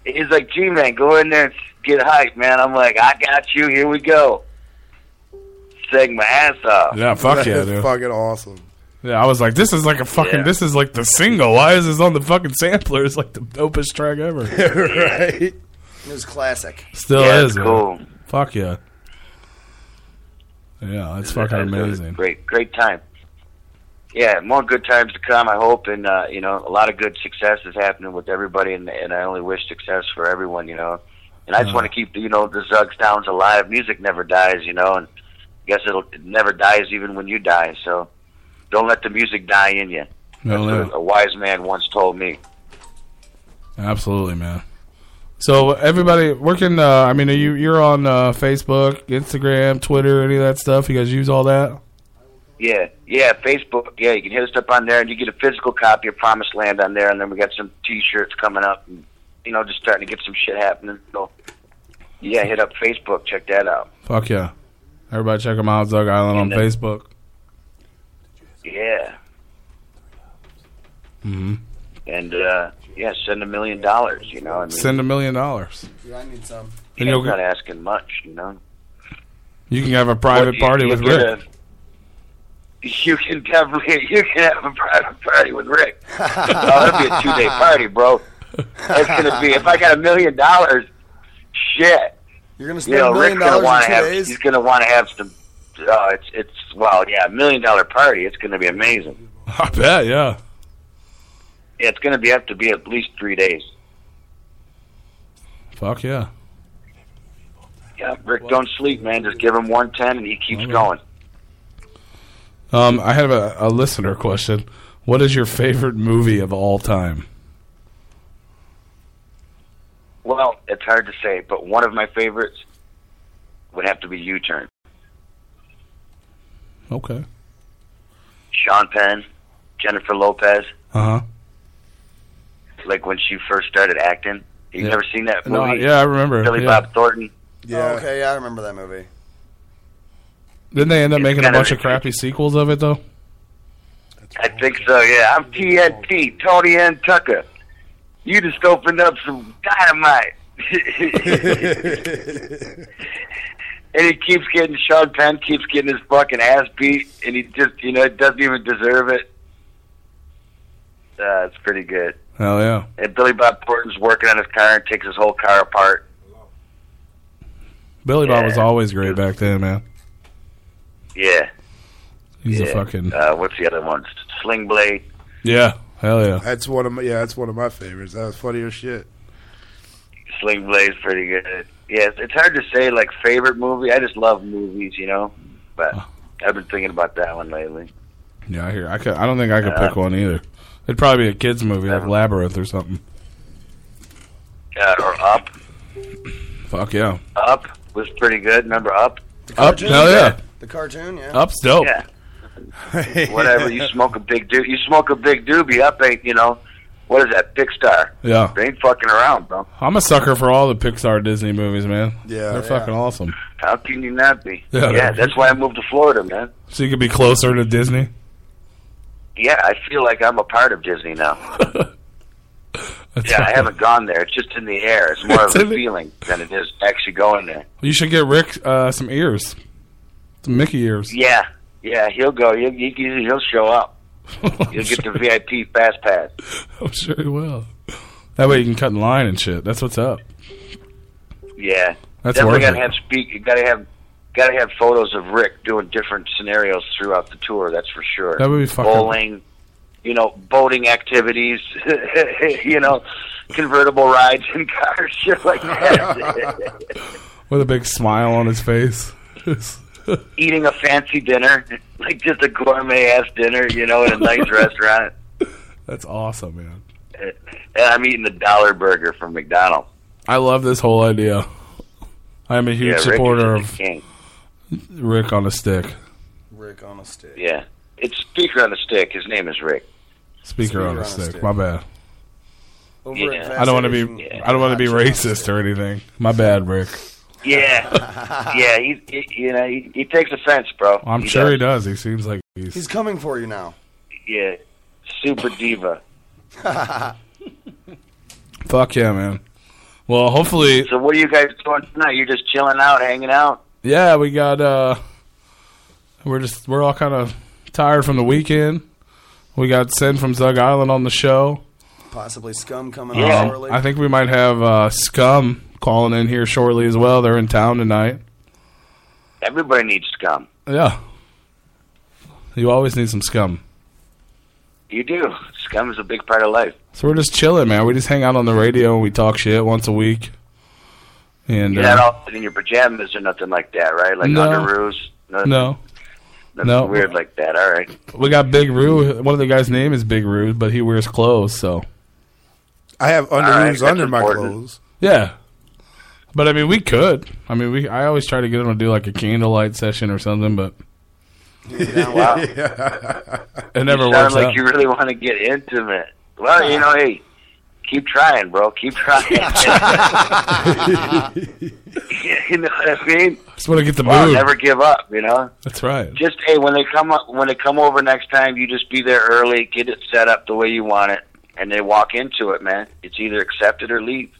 S24: He's like, G Man, go in there and get hyped, man. I'm like, I got you. Here we go. Sing my ass off.
S8: Yeah, fuck yeah,
S5: That's
S8: dude.
S5: fucking awesome.
S8: Yeah, I was like, this is like a fucking,
S5: Yeah.
S8: this is like the single. Why is this on the fucking sampler? It's like the dopest track ever.
S2: It was classic.
S8: Still
S24: Yeah,
S8: is,
S24: it's
S8: man.
S24: cool.
S8: Fuck yeah. Yeah, that's fucking amazing.
S24: Great, great time. Yeah, more good times to come. I hope, and uh, you know, a lot of good success is happening with everybody, and, and I only wish success for everyone. You know, and I just
S8: Yeah.
S24: want to keep you know the Zugs Downs alive. Music never dies, you know, and I guess it'll it never dies even when you die. So don't let the music die in you.
S8: No, no.
S24: A wise man once told me.
S8: Absolutely, man. So everybody, where can uh, I mean, are you you're on uh, Facebook, Instagram, Twitter, any of that stuff? You guys use all that?
S24: Yeah, yeah, Facebook. Yeah, you can hit us up on there, and you get a physical copy of Promised Land on there, and then we got some T-shirts coming up, and you know, just starting to get some shit happening. So, yeah, hit up Facebook, check that out.
S8: Fuck yeah! Everybody, check them out, Zug Island on
S24: And, uh,
S8: Facebook.
S24: Yeah,
S8: hmm
S24: and uh, yeah, send a million dollars. You know, I mean,
S8: Send a million dollars.
S2: Yeah, I need some.
S24: you
S8: and
S24: know,
S8: you'll
S24: I'm not asking much. You know,
S8: You can have a private
S24: But you-
S8: party
S24: you
S8: with
S24: get
S8: Rick.
S24: a- you can definitely you can have a private party with Rick. oh, that'll be a two day party, bro. That's gonna be if I got a million dollars, shit.
S2: You're gonna
S24: you
S2: spend
S24: know,
S2: a million
S24: Rick's gonna
S2: dollars
S24: want
S2: in
S24: to
S2: two
S24: have.
S2: days.
S24: He's gonna want to have some. Uh, it's it's well, yeah, a million dollar party. It's gonna be amazing.
S8: I bet, yeah.
S24: Yeah, It's gonna be have to be at least three days.
S8: Fuck yeah.
S24: Yeah, Rick, don't sleep, man. Just give him one ten, and he keeps going.
S8: Um, I have a, a listener question. What is your favorite movie of all time?
S24: Well, it's hard to say, but one of my favorites would have to be U Turn.
S8: Okay.
S24: Sean Penn, Jennifer Lopez,
S8: Uh huh.
S24: like when she first started acting. You've
S8: Yeah.
S24: never seen that movie?
S8: No, yeah, I remember,
S24: Billy
S8: yeah.
S24: Bob Thornton.
S2: Yeah. okay, yeah, I remember that movie.
S8: Didn't they end up making a
S24: kinda
S8: bunch of crappy sequels of it though?
S24: I think so, yeah. I'm TNT, Tony Ann Tucker. You just opened up some dynamite. and he keeps getting, Sean Penn keeps getting his fucking ass beat, and he just, you know, doesn't even deserve it. Uh, it's pretty good.
S8: Hell yeah.
S24: And Billy Bob Thornton's working on his car and takes his whole car apart.
S8: Billy Bob was always great back then, man.
S24: Yeah.
S8: He's a
S24: yeah.
S8: fucking
S24: Uh, what's the other one? Sling Blade.
S8: yeah. Hell yeah.
S5: That's one of my yeah, that's one of my favorites. That was funnier shit.
S24: Sling Blade's pretty good. Yeah, it's, it's hard to say like favorite movie. I just love movies, you know. But I've been thinking about that one lately.
S8: Yeah, I hear. I could, I don't think I could
S24: Uh,
S8: pick one either. It'd probably be a kids movie like Labyrinth or something.
S24: Uh, or Up.
S8: Fuck yeah.
S24: Up was pretty good. Remember Up?
S8: Up. Hell yeah.
S2: The cartoon, yeah.
S8: Up's dope.
S24: Yeah. Whatever. You smoke a big do You smoke a big doobie. Up ain't you know. What is that? Big Star.
S8: Yeah.
S24: They ain't fucking around, bro.
S8: I'm a sucker for all the Pixar Disney movies, man.
S24: Yeah,
S8: They're
S24: yeah.
S8: fucking awesome.
S24: How can you not be?
S8: Yeah.
S24: that's why I moved to Florida, man.
S8: So you could be closer to Disney.
S24: Yeah, I feel like I'm a part of Disney now. yeah, I haven't gone there. It's just in the air. It's more of
S8: It's
S24: a
S8: in the-
S24: feeling than it is actually going there.
S8: You should get Rick uh, some ears, some Mickey ears.
S24: Yeah, yeah, he'll go. He'll, he- he'll show up. He'll get the VIP fast pass.
S8: I'm sure he will. That way you can cut in line and shit. That's what's up.
S24: Yeah,
S8: That's
S24: definitely
S8: worth
S24: gotta
S8: it.
S24: have speak. You gotta have gotta have photos of Rick doing different scenarios throughout the tour. That's for sure.
S8: That would be fucking-
S24: bowling. You know, boating activities. you know, convertible rides and cars, shit like that.
S8: With a big smile on his face.
S24: eating a fancy dinner, like just a gourmet ass dinner, you know, at a nice restaurant.
S8: That's awesome, man.
S24: And I'm eating the dollar burger from McDonald's.
S8: I love this whole idea. I'm a huge
S24: Yeah, Rick is
S8: supporter
S24: the
S8: of
S24: king.
S8: Rick on a stick.
S2: Rick on a stick.
S24: Yeah, it's speaker on a stick. His name is Rick.
S8: Speaker, on, a, stick. My bad.
S2: Over
S24: Yeah.
S8: I don't want to be. I don't want to be racist or anything. My bad, Rick.
S24: Yeah, yeah. He, he you know he, he takes offense, bro.
S8: I'm
S24: He
S8: sure he does. He seems like he's.
S2: He's coming for you now.
S24: Yeah, super diva.
S8: Fuck yeah, man. Well, hopefully,
S24: So what are you guys doing tonight? You're just chilling out, hanging out.
S8: yeah. We got. uh We're just. We're all kind of tired from the weekend. We got Sin from Zug Island on the show.
S2: Possibly scum coming
S8: Um,
S2: on early.
S8: I think we might have uh, Scum calling in here shortly as well. They're in town tonight.
S24: Everybody needs scum.
S8: Yeah. You always need some scum.
S24: You do. Scum is a big part of life.
S8: So we're just chilling, man. We just hang out on the radio and we talk shit once a week. And
S24: You're
S8: uh,
S24: not all in your pajamas or nothing like that, right? Like
S8: No.
S24: underoos. Nothing,
S8: no,
S24: nothing
S8: No.
S24: weird like that. All right.
S8: we got Big Roo. One of the guys' name is Big Roo, but he wears clothes. So
S5: I have
S24: All right,
S5: underoos
S24: Uh, that's
S5: under my
S24: important.
S5: clothes.
S8: yeah. But I mean, we could. I mean, we. I always try to get him to do like a candlelight session or something, but
S24: Wow.
S8: it never
S24: you sound
S8: works
S24: like
S8: out.
S24: you really want to get intimate. Well, you know, hey, keep trying, bro. Keep trying. you know what I mean?
S8: Just want to get the
S24: Wow,
S8: mood.
S24: never give up. You know.
S8: That's right.
S24: Just hey, when they come up, when they come over next time, you just be there early, get it set up the way you want it, and they walk into it, man. It's either accepted or leave.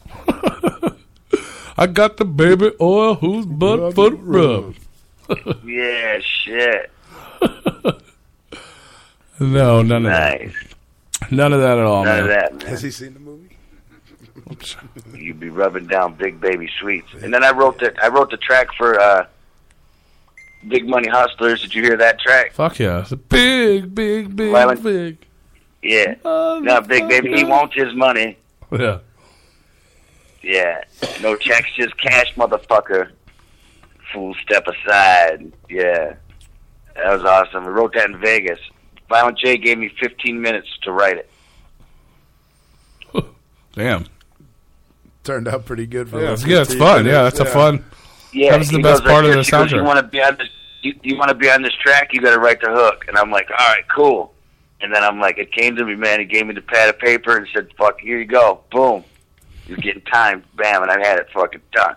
S8: I got the baby oil. Who's butt foot rub?
S24: yeah, shit.
S8: No, none of that. None of that at all,
S24: None
S8: Oh, man.
S24: of that, man.
S5: Has he seen the movie?
S24: You'd be rubbing down Big Baby Sweets. And then I wrote the I wrote the track for uh, Big Money Hustlers. Did you hear that track?
S8: Fuck yeah. It's a big, big, big,
S24: Violent-
S8: big.
S24: Yeah. no, Big Baby, he wants his money.
S8: Yeah.
S24: Yeah. No checks, just cash, motherfucker. Fool, step aside. Yeah. That was awesome. We wrote that in Vegas. Violent J gave me 15 minutes to write it.
S8: Damn.
S5: Turned out pretty good for
S8: Yeah,
S5: us.
S8: it's good. It's fun. Yeah, that's a fun.
S24: Yeah,
S8: that was the
S24: he
S8: best
S24: goes
S8: part
S24: like
S8: of the
S24: this, he goes, You
S8: soundtrack.
S24: want to be on this? You, you want to be on this track? You got to write the hook. And I'm like, all right, cool. And then I'm like, it came to me, man. He gave me the pad of paper and said, "Fuck, here you go. Boom. You're getting time. Bam." And I had it fucking done.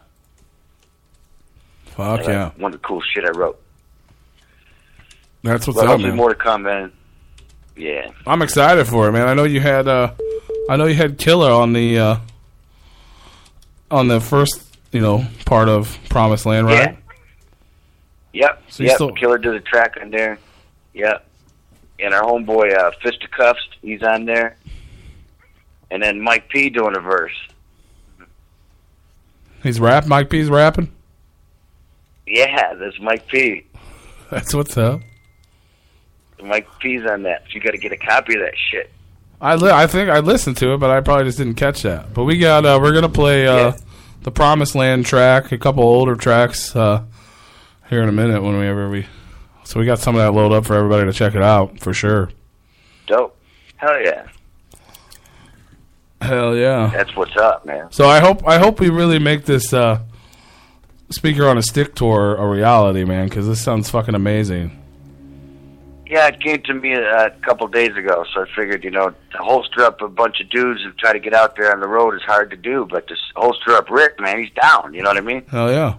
S8: Fuck
S24: And
S8: yeah.
S24: that's One of the cool shit I wrote.
S8: That's what's
S24: But
S8: up,
S24: hopefully
S8: man.
S24: more to come, man. Yeah.
S8: I'm excited for it, man. I know you had uh I know you had Killer on the uh on the first, you know, part of Promised Land, right?
S24: Yep.
S8: So you
S24: yep.
S8: still-
S24: Killer did a track on there. Yep. And our homeboy uh, Fisticuffs, he's on there. And then Mike P doing a verse.
S8: He's rap Mike P's rapping.
S24: Yeah, that's Mike P.
S8: That's what's up.
S24: Mike P's on that. So you got to get a copy of that shit.
S8: I li- I think I listened to it, but I probably just didn't catch that. But we got uh, we're gonna play uh, the Promised Land track, a couple older tracks uh, here in a minute when we ever we. So we got some of that load up for everybody to check it out for sure.
S24: Dope. Hell yeah.
S8: Hell yeah.
S24: That's what's up, man.
S8: Oh. So I hope I hope we really make this uh, speaker on a stick tour a reality, man, because this sounds fucking amazing.
S24: Yeah, it came to me uh, a couple days ago, so I figured, you know, to holster up a bunch of dudes and try to get out there on the road is hard to do, but to s- holster up Rick, man, he's down. You know what I mean?
S8: Hell yeah.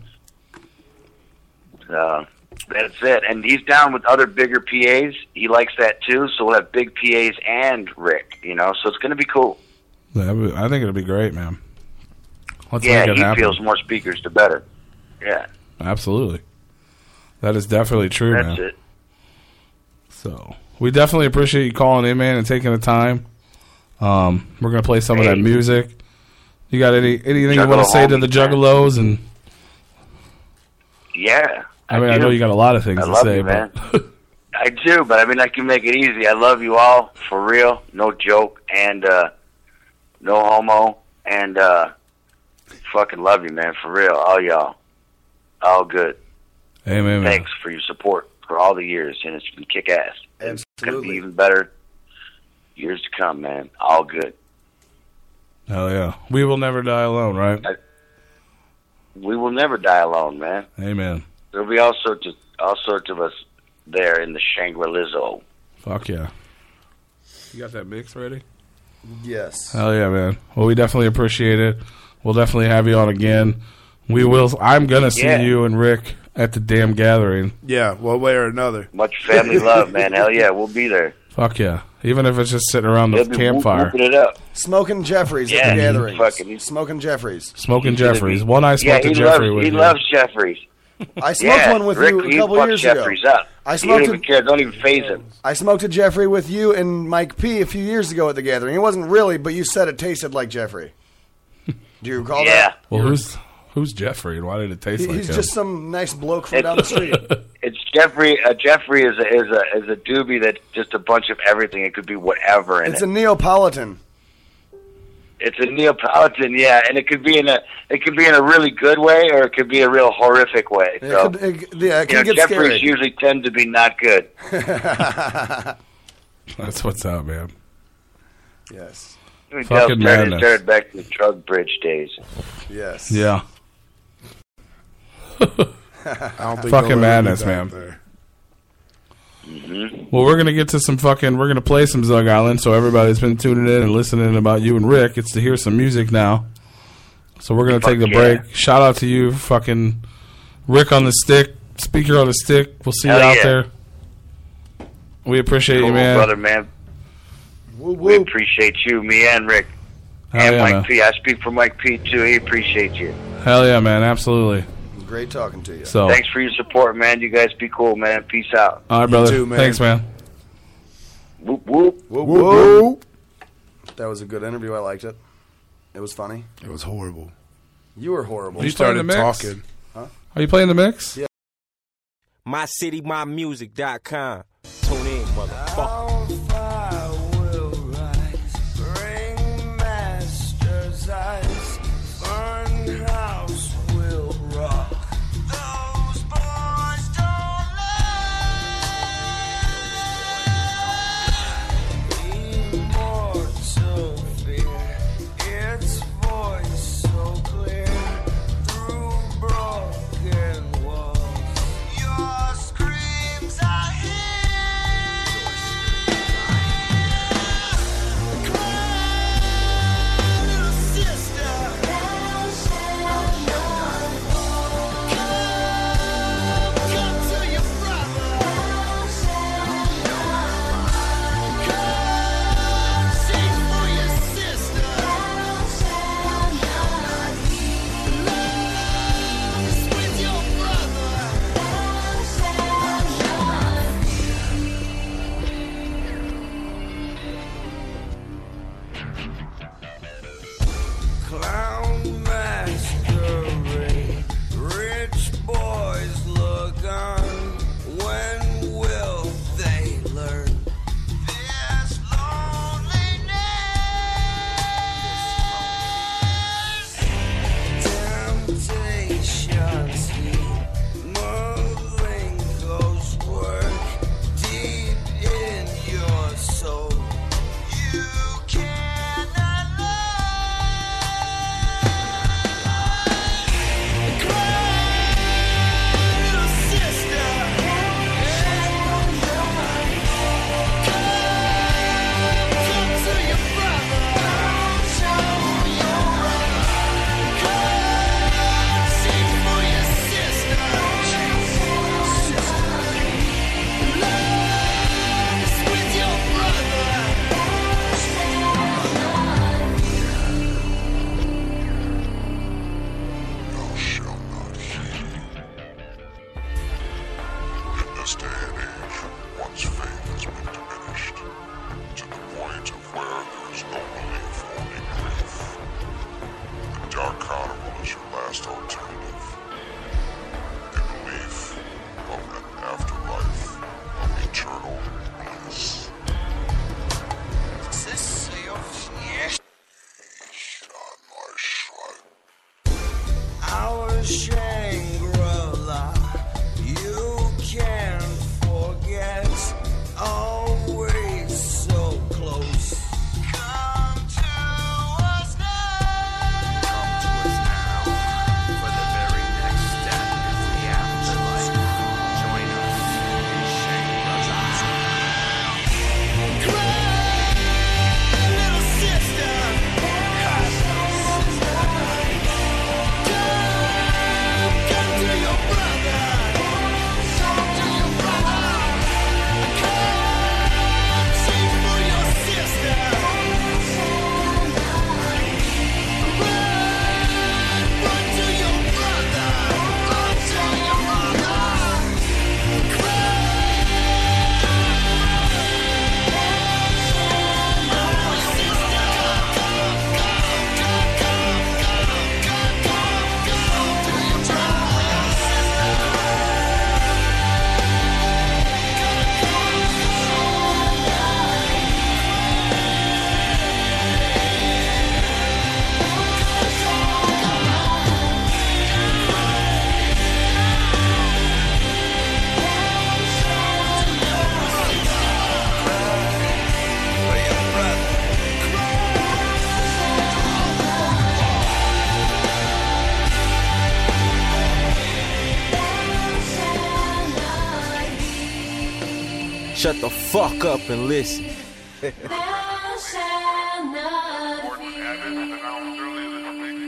S24: Uh, that's it. And he's down with other bigger PAs. He likes that too, so we'll have big PAs and Rick, you know, so it's going to be cool.
S8: That would- I think it'll be great, man. Let's
S24: yeah,
S8: make it
S24: he
S8: happen.
S24: feels more speakers, the better. Yeah,
S8: Absolutely. That is definitely true, man.
S24: that's it.
S8: So we definitely appreciate you calling in, man, and taking the time. Um, we're gonna play some of that music. You got any anything you want
S24: Juggalo
S8: to say to the Juggalos? And
S24: Yeah.
S8: I mean, I,
S24: do.
S8: know you got a lot of things
S24: I
S8: to
S24: love
S8: say,
S24: you, man.
S8: but
S24: I do, but I mean, I can make it easy. I love you all for real, no joke, and uh, no homo, and uh, fucking love you, man, for real, all y'all, all good.
S8: Amen. man.
S24: Thanks for your support for all the years, and it's been kick ass. It's going to be even better years to come, man. All good.
S8: Hell yeah. We will never die alone, right?
S24: We will never die alone, man.
S8: Amen.
S24: There'll be all sorts of all sorts of us there in the Shangri Lizzo.
S8: Fuck yeah. You got that mix ready?
S2: Yes.
S8: Hell yeah, man. Well, we definitely appreciate it. We'll definitely have you on again. We will. I'm gonna see
S5: Yeah.
S8: you and Rick at the damn gathering.
S5: Yeah, one way or another.
S24: Much family love, man. Hell yeah, we'll be there.
S8: Fuck yeah. Even if it's just sitting around
S24: They'll
S8: the
S24: be whoop-
S8: campfire,
S24: whooping it up.
S2: Smoking Jeffries at
S24: Yeah,
S2: the gathering.
S24: fucking-
S2: Smoking Jeffries.
S8: smoking
S24: He's gonna
S8: Jeffries.
S24: be-
S8: One I
S24: yeah,
S8: smoked
S24: he
S8: a Jeffrey
S24: loves,
S8: with
S24: He
S8: you.
S24: loves Jeffries.
S2: I smoked
S24: Yeah,
S2: one with
S24: Rick,
S2: you a
S24: he
S2: couple
S24: fucked
S2: years
S24: Jeffries
S2: ago.
S24: up.
S2: I
S24: He
S2: smoked
S24: don't even
S2: a-
S24: care. Don't even phase him.
S2: I smoked a Jeffrey with you and Mike P a few years ago at the gathering. It wasn't really, but you said it tasted like Jeffrey. Do you recall that?
S8: Well, who's who's Jeffrey and why did it taste
S2: He-
S8: like
S2: he's
S8: him?
S2: just some nice bloke from down the street.
S24: It's Jeffrey. Uh, Jeffrey is a, is a is a doobie that's just a bunch of everything. It could be whatever in
S2: It's
S24: it.
S2: a Neapolitan.
S24: it's a Neapolitan, yeah, and it could be in a it could be in a really good way or it could be a real horrific way.
S2: It
S24: so
S2: could, it, yeah, it can
S24: you know,
S2: get
S24: Jeffries Oh. usually tend to be not good.
S2: scary.
S8: That's what's up, man.
S2: yes.
S24: We
S8: Fucking
S24: delve turn
S8: madness.
S24: and turn back to the drug bridge days.
S2: Yes.
S8: Yeah.
S2: I
S5: don't think
S8: Fucking
S5: they'll let me
S8: madness,
S5: back
S8: man.
S5: there.
S24: Mm-hmm.
S8: Well, we're gonna get to some fucking. We're gonna play some Zug Island. So everybody's been tuning in and listening about you and Rick. It's to hear some music now. So we're gonna take the
S24: yeah.
S8: break. Shout out to you, fucking Rick on the stick, speaker on the stick. We'll see you
S24: Hell
S8: out
S24: yeah.
S8: there. We appreciate you,
S24: Cool,
S8: man.
S24: brother, man. We appreciate you, me and Rick,
S8: Hell
S24: and
S8: yeah,
S24: Mike
S8: man.
S24: P. I speak for Mike P. too. He appreciates you.
S8: Hell yeah, man. Absolutely.
S2: Great talking to you.
S8: So-
S24: thanks for your support, man. You guys be cool, man. Peace out.
S8: All right, brother. Thanks, man.
S24: Whoop whoop.
S2: Whoop, That was a good interview. I liked it. It was funny.
S5: It was horrible.
S2: You were horrible.
S8: You You started played the mix? talking.
S2: Huh?
S8: Are you playing the mix?
S2: Yeah.
S6: MyCityMyMusic.com. Tune in, motherfucker.
S25: Ringmaster's eyes, Funhouse will rock. Those boys don't lie. Immortal fear, its voice so clear through broken walls. Your screams are here.
S9: shut the fuck up and listen.
S10: Thou shalt not
S26: Abbott announced earlier this week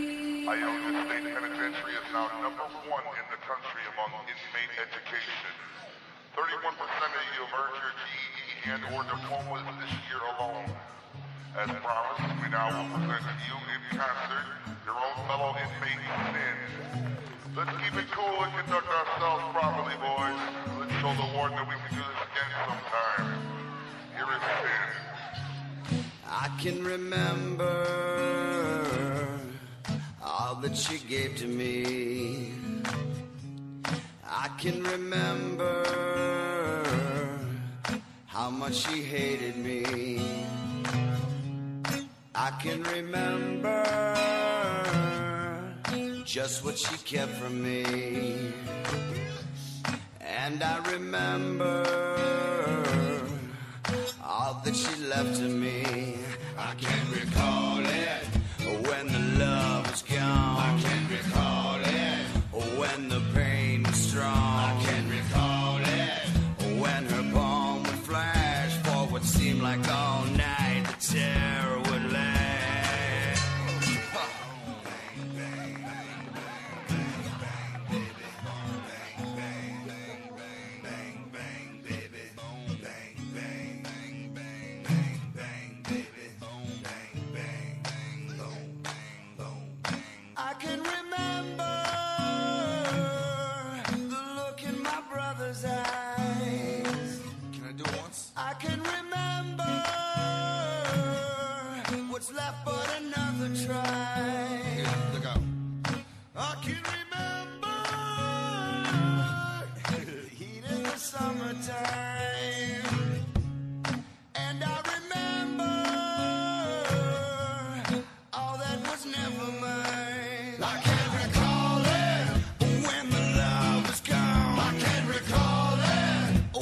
S26: Iona State Penitentiary is now number one in the country among inmate education. 31% of you have earned your GED and or diplomas this year alone. As promised, we now will present to you in concert your own fellow inmate sin. Let's keep it cool and conduct ourselves properly, boys. Let's show the warden that we can do this again sometime. Here is sin.
S25: I can remember all that you gave to me. I can remember how much you hated me. I can remember just what you kept from me. And I remember all that she left to me. I can recall it when the love was gone. I can recall it when the pain was strong. I can recall it when her palm would flash for what seemed like all night. The terror would last. I can remember the look in my brother's eyes. Can I do it once? I can remember what's left but another try. look out. I can remember heat in the summertime. And I remember all that was never mine. I can't recall it when the love was gone. I can't recall it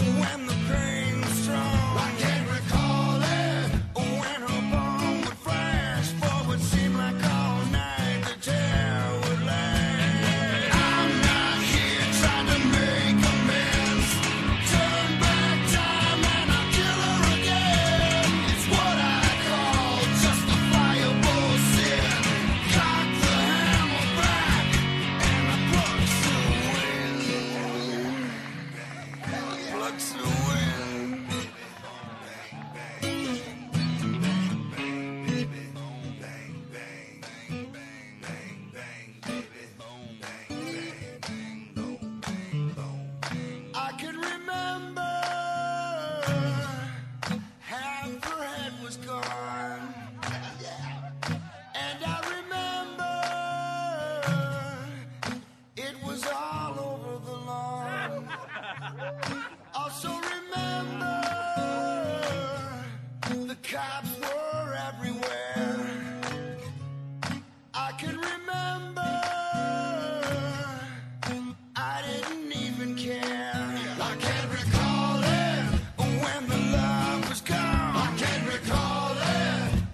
S25: when the pain was strong. I can't recall it when her bomb would flash for what seemed like all night. The terror would last. I'm not here trying to make amends. Turn back time and I'll kill her again. It's what I call justifiable sin. Cock the hammer back and I plucks the wind. Plucks the wind. I can remember half her head was gone. And I remember it was all over the lawn. Also remember the cops were everywhere. I can remember I didn't even care. I can't recall it when the love was gone. I can't recall it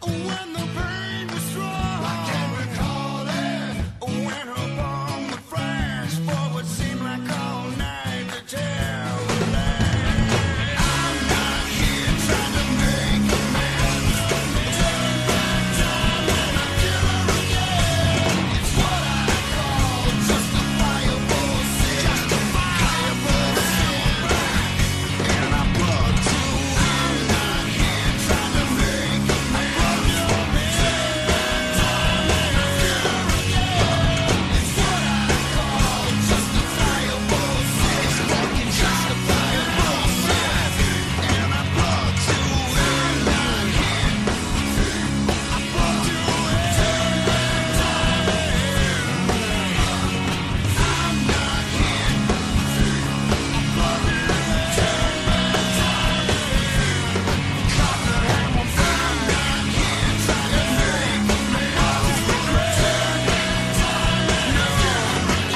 S25: when the pain was strong. I can't recall it when her bomb would flash for what seemed like all night. The terror would last. I'm not here trying to make amends. Turn back time and I kill her again. It's what I call justifiable sin. Justifiable sin. And I plug to I'm not here trying to make amends. Turn back time and I kill her again. It's what I call justifiable sin. It's fucking justifiable sin. And I plug to I'm not here. I plug to Turn back time I'm not here. Turn back time. Cock the hammer back. I'm not here trying to make amends. Turn back time and I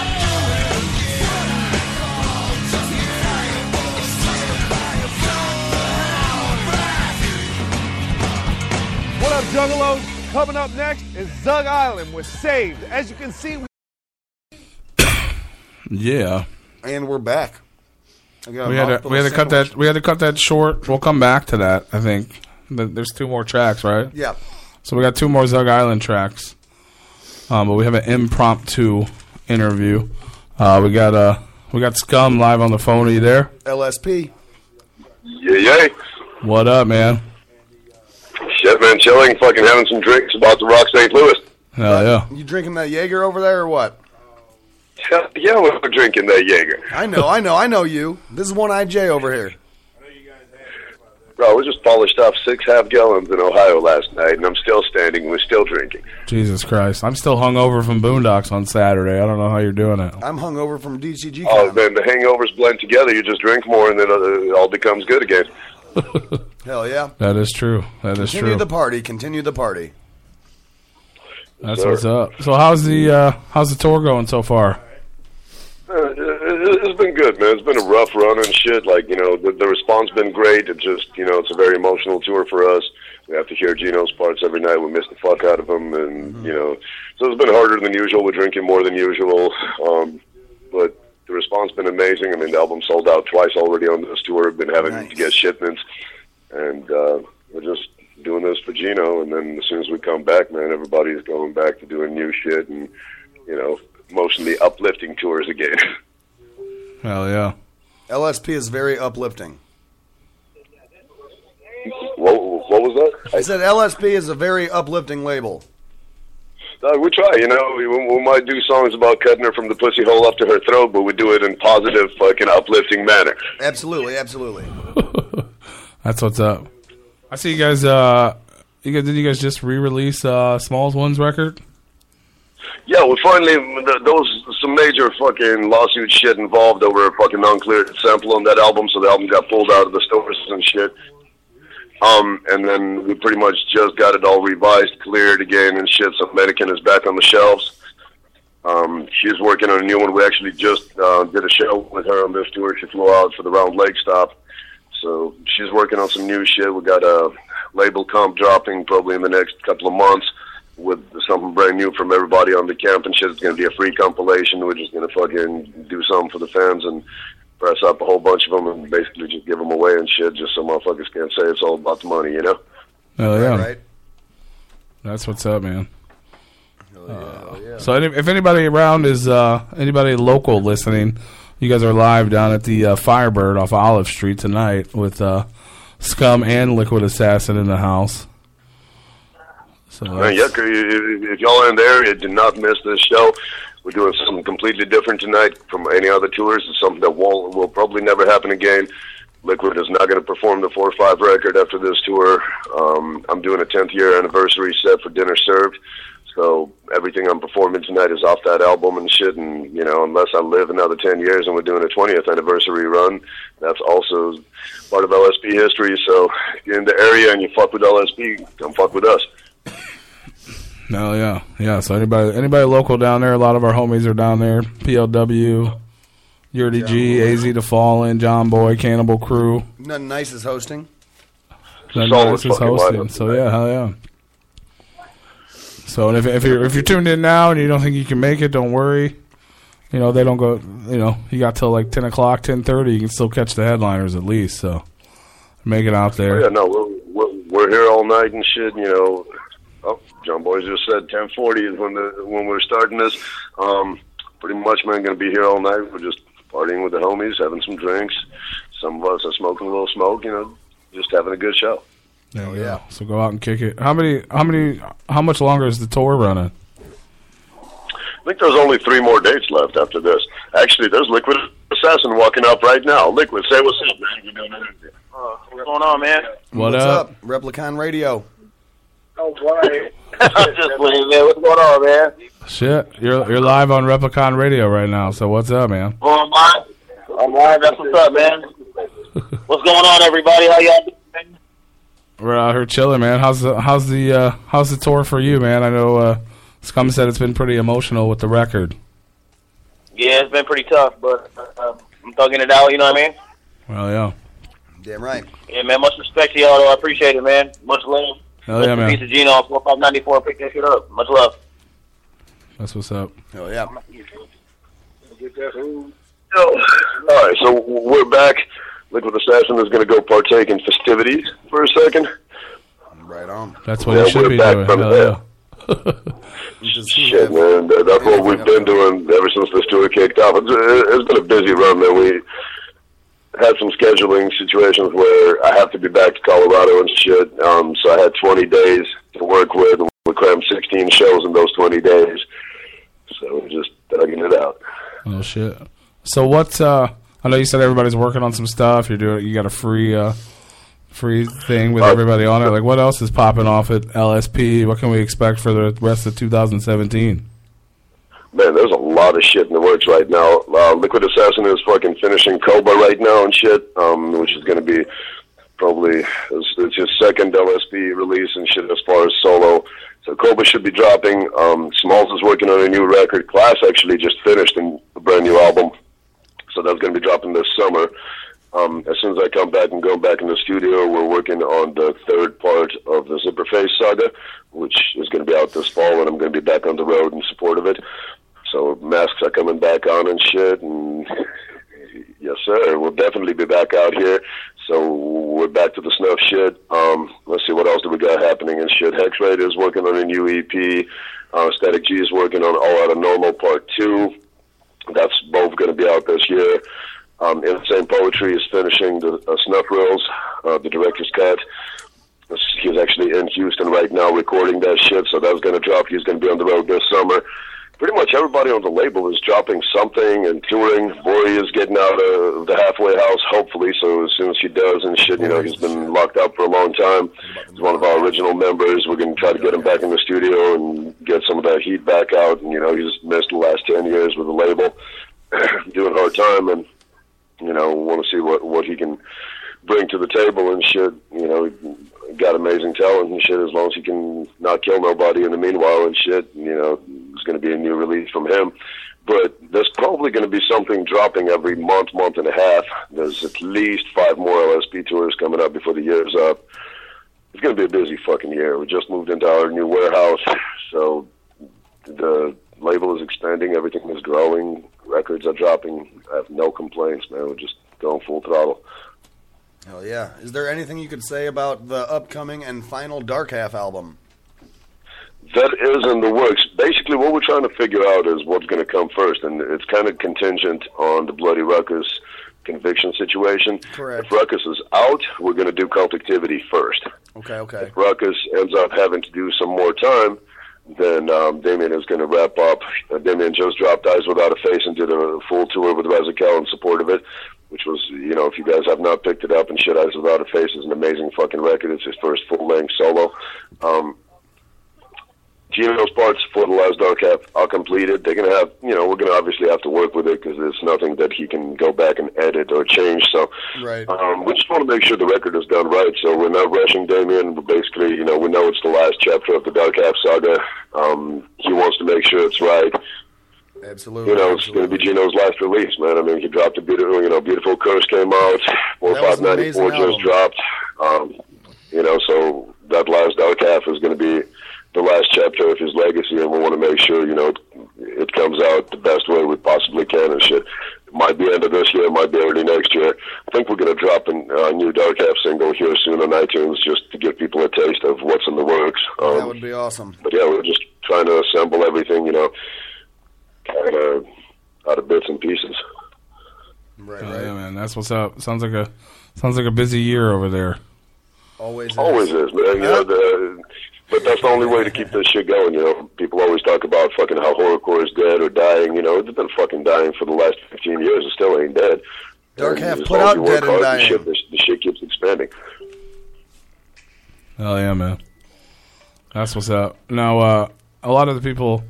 S25: kill her again. It's what I call justifiable sin. Cock the hammer back.
S16: What up, Juggalos? Coming up next is Zug Island with Saved. As you can see,
S27: Yeah.
S2: And we're back. I got
S8: we had to
S2: multiple
S8: we had to cut that we had to cut that short. We'll come back to that. I think Th- there's two more tracks, right?
S2: Yeah.
S8: So we got two more Zug Island tracks, um, but we have an impromptu interview. Uh, we got uh we got Scum live on the phone. Are you there?
S2: LSP.
S28: Yeah, yeah.
S8: What up, man?
S28: Shit, man, chilling, fucking having some drinks about to rock St. Louis.
S8: Hell yeah.
S2: You drinking that Jaeger over there or what?
S28: Hell yeah, we're drinking that Jaeger.
S2: I know, I know, I know you. This is one IJ over here.
S28: Bro, we just polished off six half gallons in Ohio last night, and I'm still standing. We're still drinking.
S8: Jesus Christ, I'm still hungover from Boondocks on Saturday. I don't know how you're doing it.
S2: I'm hungover from DCG.
S28: Oh, man, the hangovers blend together. You just drink more, and then uh, it all becomes good again.
S2: Hell yeah.
S8: That is true. That is
S2: Continue
S8: true.
S2: the party. Continue the party.
S8: That's what's up. So how's the uh, how's the tour going so far?
S28: Uh, it- it- It's been good, man. It's been a rough run and shit. Like you know, the, the response been great. It just you know, it's a very emotional tour for us. We have to hear Gino's parts every night. We miss the fuck out of him, and you know, so it's been harder than usual. We're drinking more than usual, um, but the response been amazing. I mean, the album sold out twice already on this tour. Been having to get shipments, and uh, we're just doing this for Gino. And then as soon as we come back, man, everybody's going back to doing new shit and you know, emotionally uplifting tours again.
S8: Hell yeah.
S2: LSP is very uplifting.
S28: What, what was that?
S2: I said LSP is a very uplifting label.
S28: Uh, we try, you know. We, we might do songs about cutting her from the pussy hole up to her throat, but we do it in positive, fucking uplifting manner.
S2: Absolutely, absolutely.
S8: That's what's up. I see you guys. Uh, you guys did you guys just re-release uh, Smalls One's record?
S28: Yeah, well, finally, th- there was some major fucking lawsuit shit involved over a fucking uncleared sample on that album, so the album got pulled out of the stores and shit. Um, and then we pretty much just got it all revised, cleared again and shit, so Medican is back on the shelves. Um, she's working on a new one. We actually just uh, did a show with her on this tour. She flew out for the Round Lake stop. So she's working on some new shit. We got a label comp dropping probably in the next couple of months with something brand new from everybody on the camp and shit. It's going to be a free compilation. We're just going to fucking do something for the fans and press up a whole bunch of them and basically just give them away and shit just so motherfuckers can't say it's all about the money, you know?
S8: Hell yeah.
S28: right.
S8: That's what's up, man. Uh, So any, if anybody around is uh, anybody local listening, you guys are live down at the uh, Firebird off Olive Street tonight with uh, Scum and Liquid Assassin in the house. So
S28: Man, yeah, if- if if y'all are in the area, do not miss this show. We're doing something completely different tonight from any other tours. It's something that will will probably never happen again. Liquid is not going to perform the four or five record after this tour. Um, I'm doing a 10th year anniversary set for Dinner Served, so everything I'm performing tonight is off that album and shit. And you know, unless I live another 10 years and we're doing a 20th anniversary run, that's also part of LSP history. So if you're in the area and you fuck with LSP, come fuck with us.
S8: No, yeah, yeah. So anybody, anybody local down there, a lot of our homies are down there. PLW, Yurdy G, AZ The Fallen, John Boy, Cannibal Crew.
S2: Nothing nice is hosting.
S8: Then
S2: Solid
S8: Nice is
S2: fucking
S8: hosting.
S2: lineup.
S8: So yeah, hell yeah. So and if if you're if you're tuned in now and you don't think you can make it, don't worry. You know they don't go. You know you got till like ten o'clock, ten thirty. You can still catch the headliners at least. So make it out there.
S28: Oh, yeah, no, we're, we're, we're here all night and shit. You know, oh, John Boys just said ten forty is when the when we're starting this. Um, pretty much, man, gonna be here all night. We're just partying with the homies, having some drinks. Some of us are smoking a little smoke. You know, just having a good show.
S8: Hell yeah. So go out and kick it. How many? How many? How much longer is the tour running?
S28: I think there's only three more dates left after this. Actually, there's Liquid Assassin walking up right now. Liquid, say what's up, man. You're doing an interview.
S15: Uh, what's going on, man?
S8: What
S2: What's
S8: up?
S2: up? Replicon Radio.
S15: Oh, boy. Just playing, man. What's going on, man?
S8: Shit, you're you're live on Replicon Radio right now. So what's up, man?
S15: Going on? I'm live. That's what's up, man. What's going on, everybody? How y'all doing?
S8: We're out here chilling, man. How's the how's the uh, how's the tour for you, man? I know uh, Scum said it's been pretty emotional with the record.
S15: Yeah, it's been pretty tough, but uh, I'm thugging it out, you know what I mean?
S8: Well, yeah,
S2: Damn right.
S15: Yeah, man. Much respect to y'all, though. I appreciate it, man. Much love.
S8: hell yeah,
S15: Piece
S8: man.
S15: of Gino, 4594. Pick that shit up. Much love.
S8: That's what's up.
S2: Oh yeah.
S15: Get that
S28: All right, so we're back. Liquid Assassin is going to go partake in festivities for a second.
S2: Right on.
S8: That's what
S28: Yeah,
S8: you should
S28: we're
S8: be
S28: back
S8: doing.
S28: from
S8: Hell
S28: there.
S8: yeah.
S28: Shit, man, that- that's what we've been doing ever since this tour kicked off. It's, it's been a busy run, man. We had some scheduling situations where I have to be back to Colorado and shit. Um, so I had 20 days to work with, and we crammed 16 shows in those 20 days. So we're just thugging it out.
S8: Oh shit. So what's uh? I know you said everybody's working on some stuff. You're doing. You got a free uh, free thing
S28: Uh,
S8: with everybody on it. Like what else is popping off at LSP? What can we expect for the rest of 2017?
S28: Man, there's a lot of shit in the works right now. Uh, Liquid Assassin is fucking finishing Cobra right now and shit, um, which is going to be probably it's, it's his second LSB release and shit as far as solo. So Cobra should be dropping. Um, Smalls is working on a new record. Class actually just finished an- a brand new album, so that's going to be dropping this summer. Um, as soon as I come back and go back in the studio, we're working on the third part of the Zipper Face saga, which is going to be out this fall, and I'm going to be back on the road in support of it. So masks are coming back on and shit, and yes, sir, we'll definitely be back out here. So we're back to the snuff shit. Um, let's see what else do we got happening and shit. Hex Raid is working on a new EP. Uh, Static G is working on All Out of Normal Part Two. That's both going to be out this year. Um, Insane Poetry is finishing the uh, Snuff Reels, uh, the director's cut. This- He's actually in Houston right now recording that shit, so that's going to drop. He's going to be on the road this summer pretty much everybody on the label is dropping something and touring. Rory is getting out of the halfway house, hopefully. So as soon as he does and shit, you know, he's been locked up for a long time. He's one of our original members. We're going to try to get him back in the studio and get some of that heat back out. And, you know, he's missed the last 10 years with the label, doing hard time. And, you know, want to see what, what he can bring to the table and shit. You know, he got amazing talent and shit. As long as he can not kill nobody in the meanwhile and shit, you know, it's going to be a new release from him. But there's probably going to be something dropping every month, month and a half. There's at least five more LSP tours coming up before the year's up. It's going to be a busy fucking year. We just moved into our new warehouse, so the label is expanding. Everything is growing. Records are dropping. I have no complaints, man. We're just going full throttle.
S2: Hell yeah. Is there anything you could say about the upcoming and final Dark Half album?
S28: That is in the works. Basically, what we're trying to figure out is what's going to come first, and it's kind of contingent on the Bloody Ruckus conviction situation.
S2: Correct.
S28: If Ruckus is out, we're going to do cult activity first.
S2: Okay, okay.
S28: If Ruckus ends up having to do some more time, then um, Damien is going to wrap up. Uh, Damien just dropped Eyes Without a Face and did a full tour with Rezakel in support of it, which was, you know, if you guys have not picked it up and shit, Eyes Without a Face is an amazing fucking record. It's his first full length solo. Um, Gino's parts for the last dark half are completed. They're gonna have, you know, we're gonna obviously have to work with it because there's nothing that he can go back and edit or change. So
S2: Right.
S28: um, we just want to make sure the record is done right, so we're not rushing Damien. But basically, you know, we know it's the last chapter of the Dark Half saga. Um, he wants to make sure it's right.
S2: Absolutely.
S28: You know, it's going to be Gino's last release, man. I mean, he dropped a beautiful, you know, beautiful curse came out. Four
S2: That was
S28: five
S2: an
S28: ninety four
S2: amazing
S28: just dropped. Um, you know, so that last Dark Half is going to be the last chapter of his legacy, and we want to make sure you know it, it comes out the best way we possibly can and shit. It might be end of this year, it might be early next year. I think we're going to drop an- a new Dark Half single here soon on iTunes just to give people a taste of what's in the works. Um,
S2: That would be awesome.
S28: but yeah, we're just trying to assemble everything, you know, kind of out of bits and pieces.
S2: Right,
S8: Yeah, man, that's what's up. Sounds like a sounds like a busy year over there.
S2: Always is.
S28: Always is, man. You know, the, but that's the only way to keep this shit going. You know, people always talk about fucking how horrorcore is dead or dying. You know, it's been fucking dying for the last fifteen years. It still ain't dead.
S2: Dark
S28: And
S2: Half
S28: as
S2: put
S28: long as
S2: out
S28: you
S2: Dead
S28: work
S2: and
S28: hard, the
S2: Dying.
S28: shit, the, the shit keeps expanding.
S8: Oh yeah, man. That's what's up. Now, uh, a lot of the people,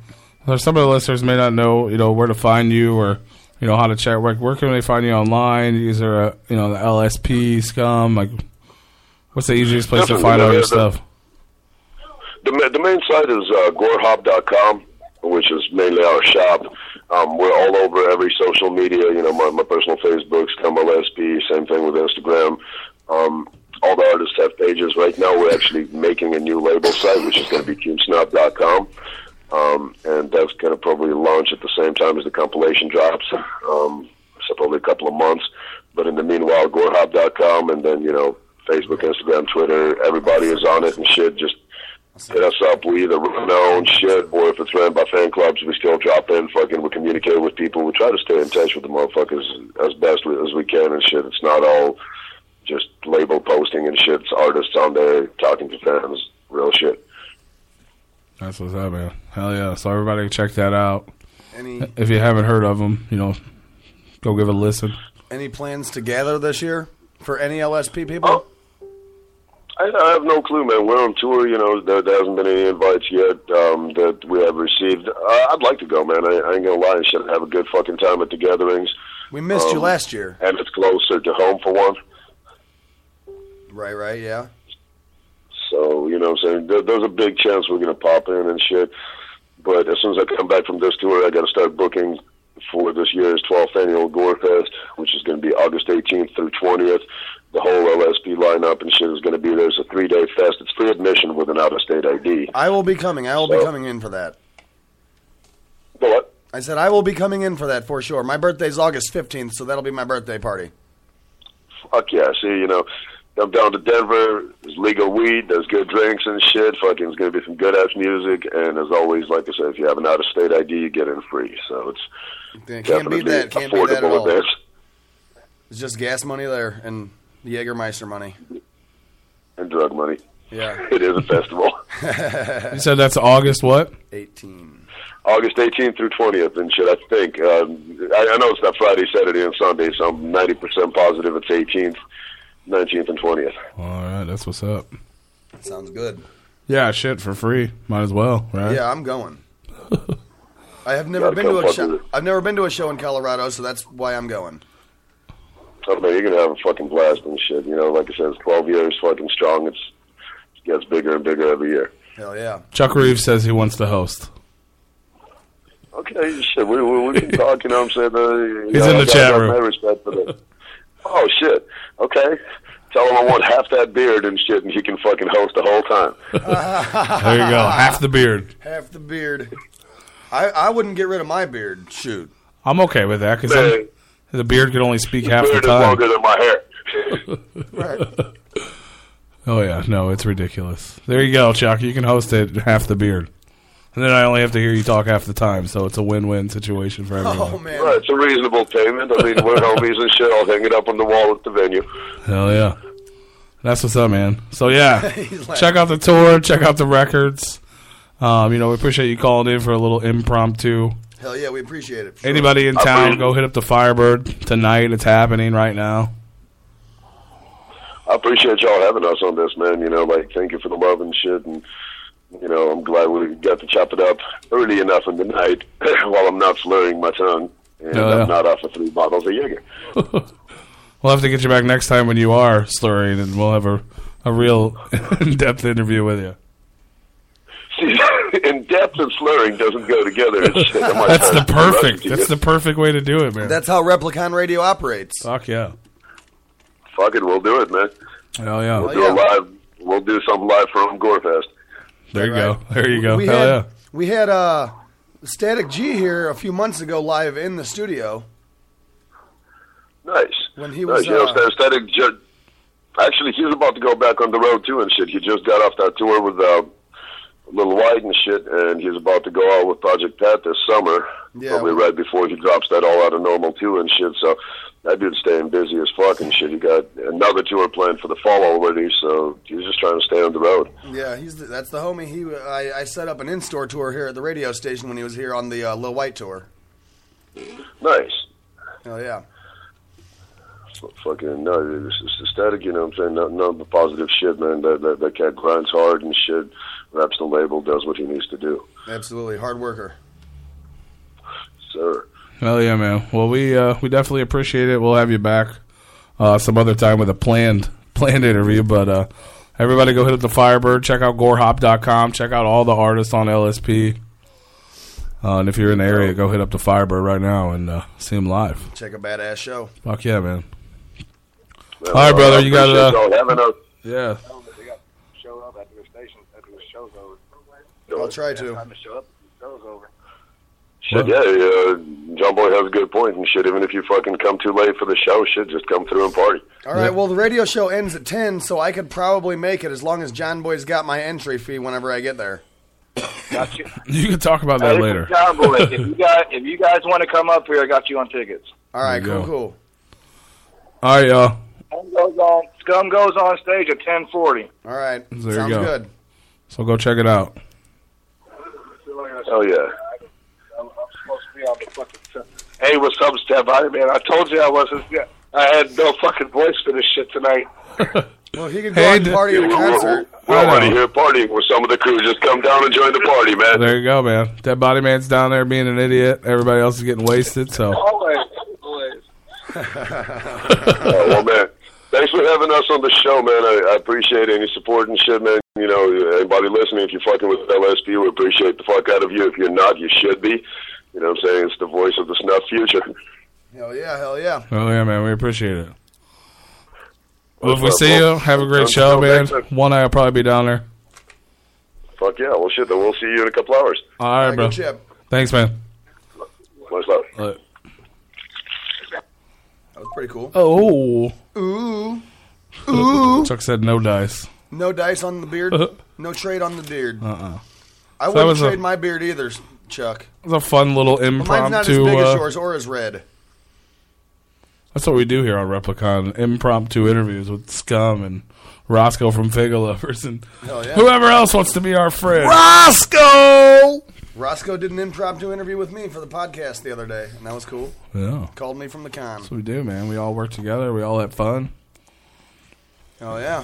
S8: there's some of the listeners may not know, you know, where to find you or you know how to check. Like, where can they find you online? Is there a you know the LSP scum? Like, what's the easiest place to
S28: Definitely,
S8: find all
S28: yeah,
S8: your
S28: the-
S8: stuff?
S28: The, ma- the main site is uh, gorehop.com, which is mainly our shop. Um, we're all over every social media. You know, my, my personal Facebook's Come LSP, same thing with Instagram. Um, all the artists have pages. Right now, we're actually making a new label site, which is going to be cubesnob.com. Um, and that's going to probably launch at the same time as the compilation drops. Um, so probably a couple of months. But in the meanwhile, gorehop.com and then, you know, Facebook, Instagram, Twitter, everybody is on it and shit. Just hit us up. We either run our own shit or if it's ran by fan clubs, we still drop in. Fucking, we communicate with people. We try to stay in touch with the motherfuckers as best we, as we can and shit. It's not all just label posting and shit. It's artists on there talking to fans, real shit.
S8: That's what's up, man. Hell yeah! So everybody can check that out.
S2: Any-
S8: if you haven't heard of them, you know, go give it a listen.
S2: Any plans to gather this year for any LSP people?
S15: Oh.
S28: I, I have no clue, man. We're on tour. You know, there, there hasn't been any invites yet um, that we have received. Uh, I'd like to go, man. I, I ain't gonna lie and shit. Have a good fucking time at the gatherings,
S2: we missed you
S28: Um,
S2: last year.
S28: and it's closer to home for one.
S2: Right, right, yeah.
S28: So you know, what I'm saying there, there's a big chance we're gonna pop in and shit. But as soon as I come back from this tour, I got to start booking for this year's 12th annual Gore Fest, which is going to be August 18th through 20th. The whole LSP lineup and shit is going to be there. It's a three-day fest. It's free admission with an out-of-state ID.
S2: I will be coming. I will be
S28: So-
S2: coming in for that.
S28: What?
S2: I said I will be coming in for that for sure. My birthday's August 15th, so that'll be my birthday party.
S28: Fuck yeah! See, you know, I'm down to Denver. There's legal weed. There's good drinks and shit. Fucking, there's going to be some good ass music. And as always, like I said, if you have an out-of-state ID, you get in free. So it's
S2: Can't
S28: definitely
S2: beat that. Can't beat
S28: affordable
S2: that at all.
S28: events.
S2: It's just gas money there and Jägermeister money.
S28: and drug money.
S2: Yeah.
S28: It is a festival.
S8: You said that's August what?
S2: 18.
S28: August 18th through 20th and shit, I think. Um, I, I know it's not Friday, Saturday, and Sunday, so I'm 90% positive it's 18th, 19th, and 20th.
S8: All right, that's what's up.
S2: Sounds good.
S8: Yeah, shit for free. Might as well, right?
S2: Yeah, I'm going. I have never
S8: Gotta
S2: been to
S8: come
S2: a
S8: fuck
S2: show.
S8: with
S2: I've never been to a show in Colorado, so that's why I'm going.
S28: Oh, man, you're going to have a fucking blast and shit. You know, like I said, it's 12 years fucking strong. It's, it gets bigger and bigger every year.
S2: Hell yeah.
S8: Chuck Reeves says he wants to host.
S28: Okay, shit, we, we, we can talk, you know what I'm saying? Uh,
S8: He's in the chat room.
S28: I have respect for that. oh, shit. Okay. Tell him I want half that beard and shit, and he can fucking host the whole time.
S8: There you go. Half the beard.
S2: Half the beard. I, I wouldn't get rid of my beard. Shoot.
S8: I'm okay with that because
S2: Man.
S8: the beard could only speak half the
S28: beard is
S8: time.
S28: longer than my hair.
S8: Oh yeah, no, it's ridiculous. There you go, Chuck. You can host it half the beard, and then I only have to hear you talk half the time. So it's a win-win situation for everyone.
S2: Oh, man.
S28: Well, it's a reasonable payment. I mean, we're homies and shit. I'll hang it up on the wall at the venue.
S8: Hell yeah, that's what's up, man. So yeah,
S28: He's like-
S8: check out the tour, check out the records. Um, you know, we appreciate you calling in for a little impromptu.
S2: Hell yeah, we appreciate it. for sure.
S8: Anybody in town, go hit up the Firebird tonight. It's happening right now.
S28: I appreciate y'all having us on this, man. You know, like, thank you for the love and shit. And, you know, I'm glad we got to chop it up early enough in the night while I'm not slurring my tongue. And
S8: Oh, yeah.
S28: I'm not off of three bottles of Jaeger.
S8: We'll have to get you back next time when you are slurring, and we'll have a a real in-depth interview with you.
S28: See, in depth and slurring doesn't go together. and shit. I might
S8: That's
S28: try
S8: the
S28: to correct
S8: perfect.
S28: you.
S8: That's the perfect way to do it, man. Oh,
S2: That's how Replicon Radio operates.
S8: Fuck yeah.
S28: Fuck it, we'll do it, man.
S8: Hell yeah.
S2: Oh,
S28: We'll do a live. We'll do something live from Gorefest.
S8: There you go. There you go.
S2: We
S8: Hell
S2: had
S8: yeah.
S2: we had uh, Static G here a few months ago, live in the studio.
S28: Nice.
S2: When he
S28: nice.
S2: was,
S28: you know,
S2: uh,
S28: Stan- Static ju- actually, he's about to go back on the road too and shit. He just got off that tour with uh, Little White and shit, and he's about to go out with Project Pat this summer.
S2: Yeah.
S28: Probably right before he drops that all out of normal too and shit. So that dude's staying busy as fuck and shit. He got another tour planned for the fall already, so he's just trying to stay on the road.
S2: Yeah, he's the, that's the homie. He I, I set up an in-store tour here at the radio station when he was here on the uh, Lil White tour.
S28: Nice.
S2: Hell yeah.
S28: F- Fucking no, it's, it's aesthetic. You know what I'm saying? Nothing, nothing but positive shit, man. That, that that cat grinds hard and shit. Raps the label, does what he needs to do.
S2: Absolutely, hard worker.
S28: Sir.
S8: Hell yeah, man. Well, we uh, we definitely appreciate it. We'll have you back uh, some other time with a planned planned interview. But uh, everybody, go hit up the Firebird. Check out gorehop.com. Check out all the artists on LSP. Uh, and if you're in the area, go hit up the Firebird right now and uh, see him live.
S2: Check a badass show.
S8: Fuck yeah, man. All right, brother. You got
S28: Appreciate
S8: uh,
S28: y'all having us.
S8: yeah.
S14: Show up after the station after the show's over.
S2: I'll try to.
S14: Time to show up. after The show's over.
S28: Shit, yeah, uh, John Boy has a good point and shit. Even if you fucking come too late for the show, shit, just come through and party.
S2: All right. Well, the radio show ends at ten, so I could probably make it as long as John Boy's got my entry fee whenever I get there.
S29: Gotcha.
S8: You can talk about
S29: Hey,
S8: that
S29: this
S8: later.
S29: is John Boy.
S30: if you guys, if you guys want to come up here, I got you on tickets.
S2: All right.
S8: There
S2: Cool.
S8: you
S2: Cool.
S8: All right, y'all.
S30: Scum goes on. Scum goes on stage at ten forty.
S2: All right.
S8: There you go. So go check it out.
S28: Oh yeah.
S30: Hey, what's up, Step Body Man? I told you I wasn't. I had no fucking voice for this shit tonight.
S2: Well, he could
S28: go out and
S2: party
S28: at a concert. We're already here partying with some of the crew. Just come down and join the party, man.
S8: There you go, man. That body man's down there being an idiot. Everybody else is getting wasted. So
S30: Always, always.
S28: oh, well, man. Thanks for having us on the show, man. I, I appreciate any support and shit, man. You know, anybody listening, if you're fucking with LSP, we appreciate the fuck out of you. If you're not, you should be. You know what I'm saying? It's the voice of the snuff future.
S2: Hell yeah. Hell yeah.
S8: oh yeah, man, we appreciate it. Well, if we
S28: Well,
S8: see you, have a
S28: well,
S8: great show,
S28: well,
S8: man.
S28: thanks,
S8: One eye will probably be down there.
S28: Fuck yeah. Well, shit, then we'll see you in a couple hours.
S8: All right, bro. Thanks, man.
S28: Much love.
S2: That was pretty cool.
S8: Oh,
S2: Ooh. Ooh.
S8: Chuck said no dice.
S2: No dice on the beard. No trade on the beard.
S8: Uh
S2: I
S8: uh Uh-huh. So that
S2: wouldn't
S8: was a-
S2: trade my beard either, Chuck.
S8: It was a fun little
S2: But mine's not as
S8: impromptu.
S2: big as
S8: Uh,
S2: yours or as red.
S8: that's what we do here on Replicon: impromptu interviews with Scum and Roscoe from Figga Lovers and
S5: Oh,
S2: Hell yeah.
S8: whoever else wants to be our friend.
S2: Roscoe. Roscoe did an impromptu interview with me for the podcast the other day, and that was cool.
S8: Yeah.
S2: Called me from the con.
S8: That's what we do, man. We all work together. We all have fun.
S2: Oh yeah.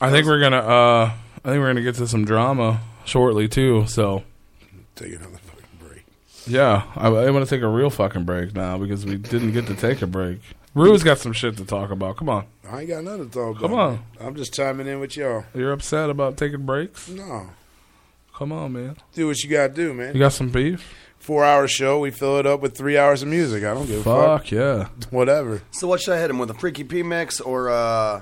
S8: I think we're gonna. uh I think we're gonna get to some drama shortly too. So
S5: Take another
S8: yeah, I, I want to take a real fucking break now because we didn't get to take a break. Rue's got some shit to talk about. Come on,
S5: I ain't got nothing to talk about.
S8: Come on.
S5: I'm just chiming in with y'all.
S8: you're upset about taking breaks?
S5: No.
S8: Come on, man.
S5: Do what you got to do, man.
S8: You got some beef?
S5: Four hour show. We fill it up with three hours of music. I don't give a
S8: Fuck
S5: fuck.
S8: yeah.
S5: Whatever.
S2: So what should I hit him with? A freaky P mix or uh,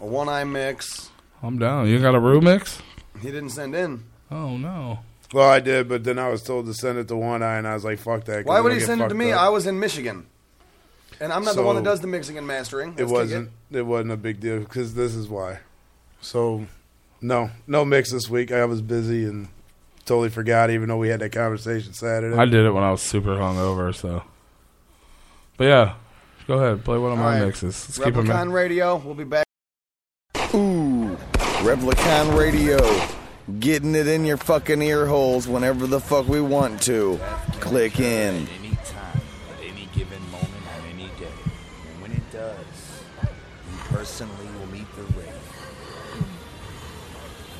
S2: a one eye mix?
S8: I'm down. You got a Rue mix?
S2: He didn't send in.
S8: Oh no.
S5: Well, I did, but then I was told to send it to One Eye, and I was like, "Fuck that." 'cause
S2: Why would
S5: it'll
S2: he
S5: get
S2: send it to
S5: fucked
S2: me?
S5: up.
S2: I was in Michigan, and I'm not the one that
S5: So-
S2: does the mixing and mastering.
S5: it
S2: Let's kick
S5: wasn't. It. wasn't a big deal because this is why. So, no, no mix this week. I was busy and totally forgot, even though we had that conversation Saturday.
S8: I did it when I was super hungover. So, but yeah, go ahead play one of
S2: All
S8: my
S2: right.
S8: mixes. Let's keep 'em in.
S2: Replicon Radio. We'll be back.
S31: Ooh, Replicon Radio. Getting it in your fucking ear holes whenever the fuck we want to. Click in.
S10: At any time, at any given moment, on any day. And when it does, you personally will meet the Wraith.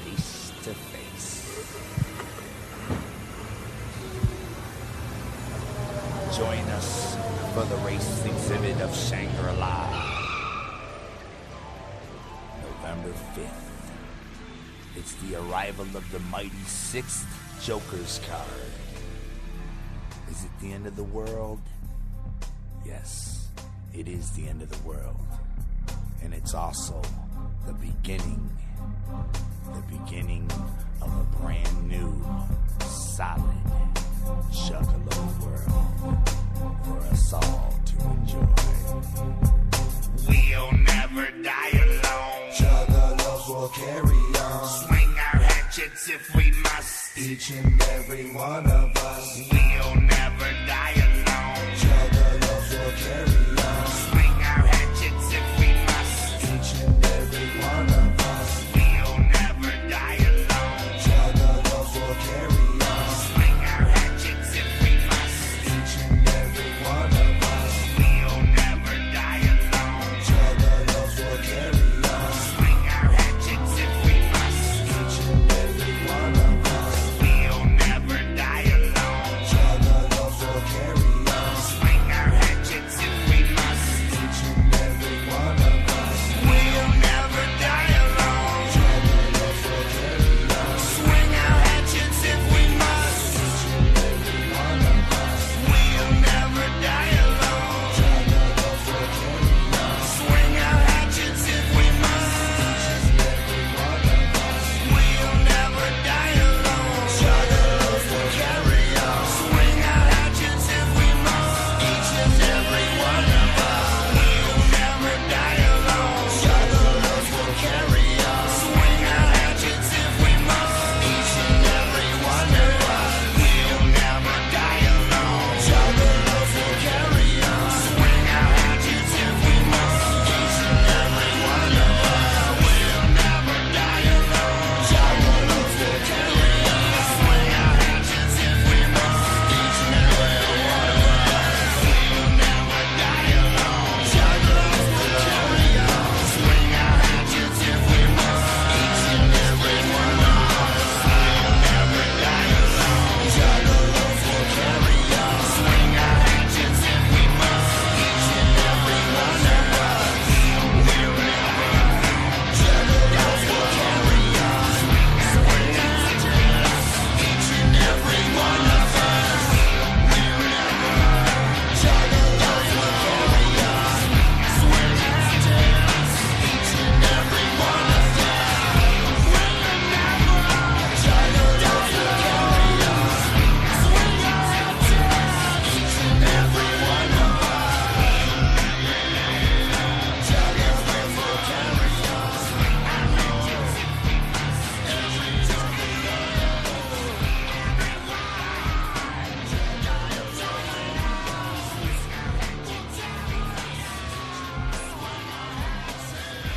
S10: Face to face. Join us for the race exhibit of Shangri-La. November 5th. It's the arrival of the mighty sixth Joker's card. Is it the end of the world? Yes, it is the end of the world. And it's also the beginning. The beginning of a brand new, solid, juggalo world for us all to enjoy. We'll never die alone. Juggalos will carry on. Swing our hatchets if we must. Each and every one of us. We'll never die alone. Juggalos will carry on. Swing our hatchets if we must. Each and every one of us. We'll never die alone. Juggalos will carry on. Swing our hatchets if we must. Each and every one of us. We'll never die alone. Juggalos will carry on. Swing our hatchets if we must. Each and every one of us. We'll never die alone. Juggalos will carry on. Swing our hatchets if we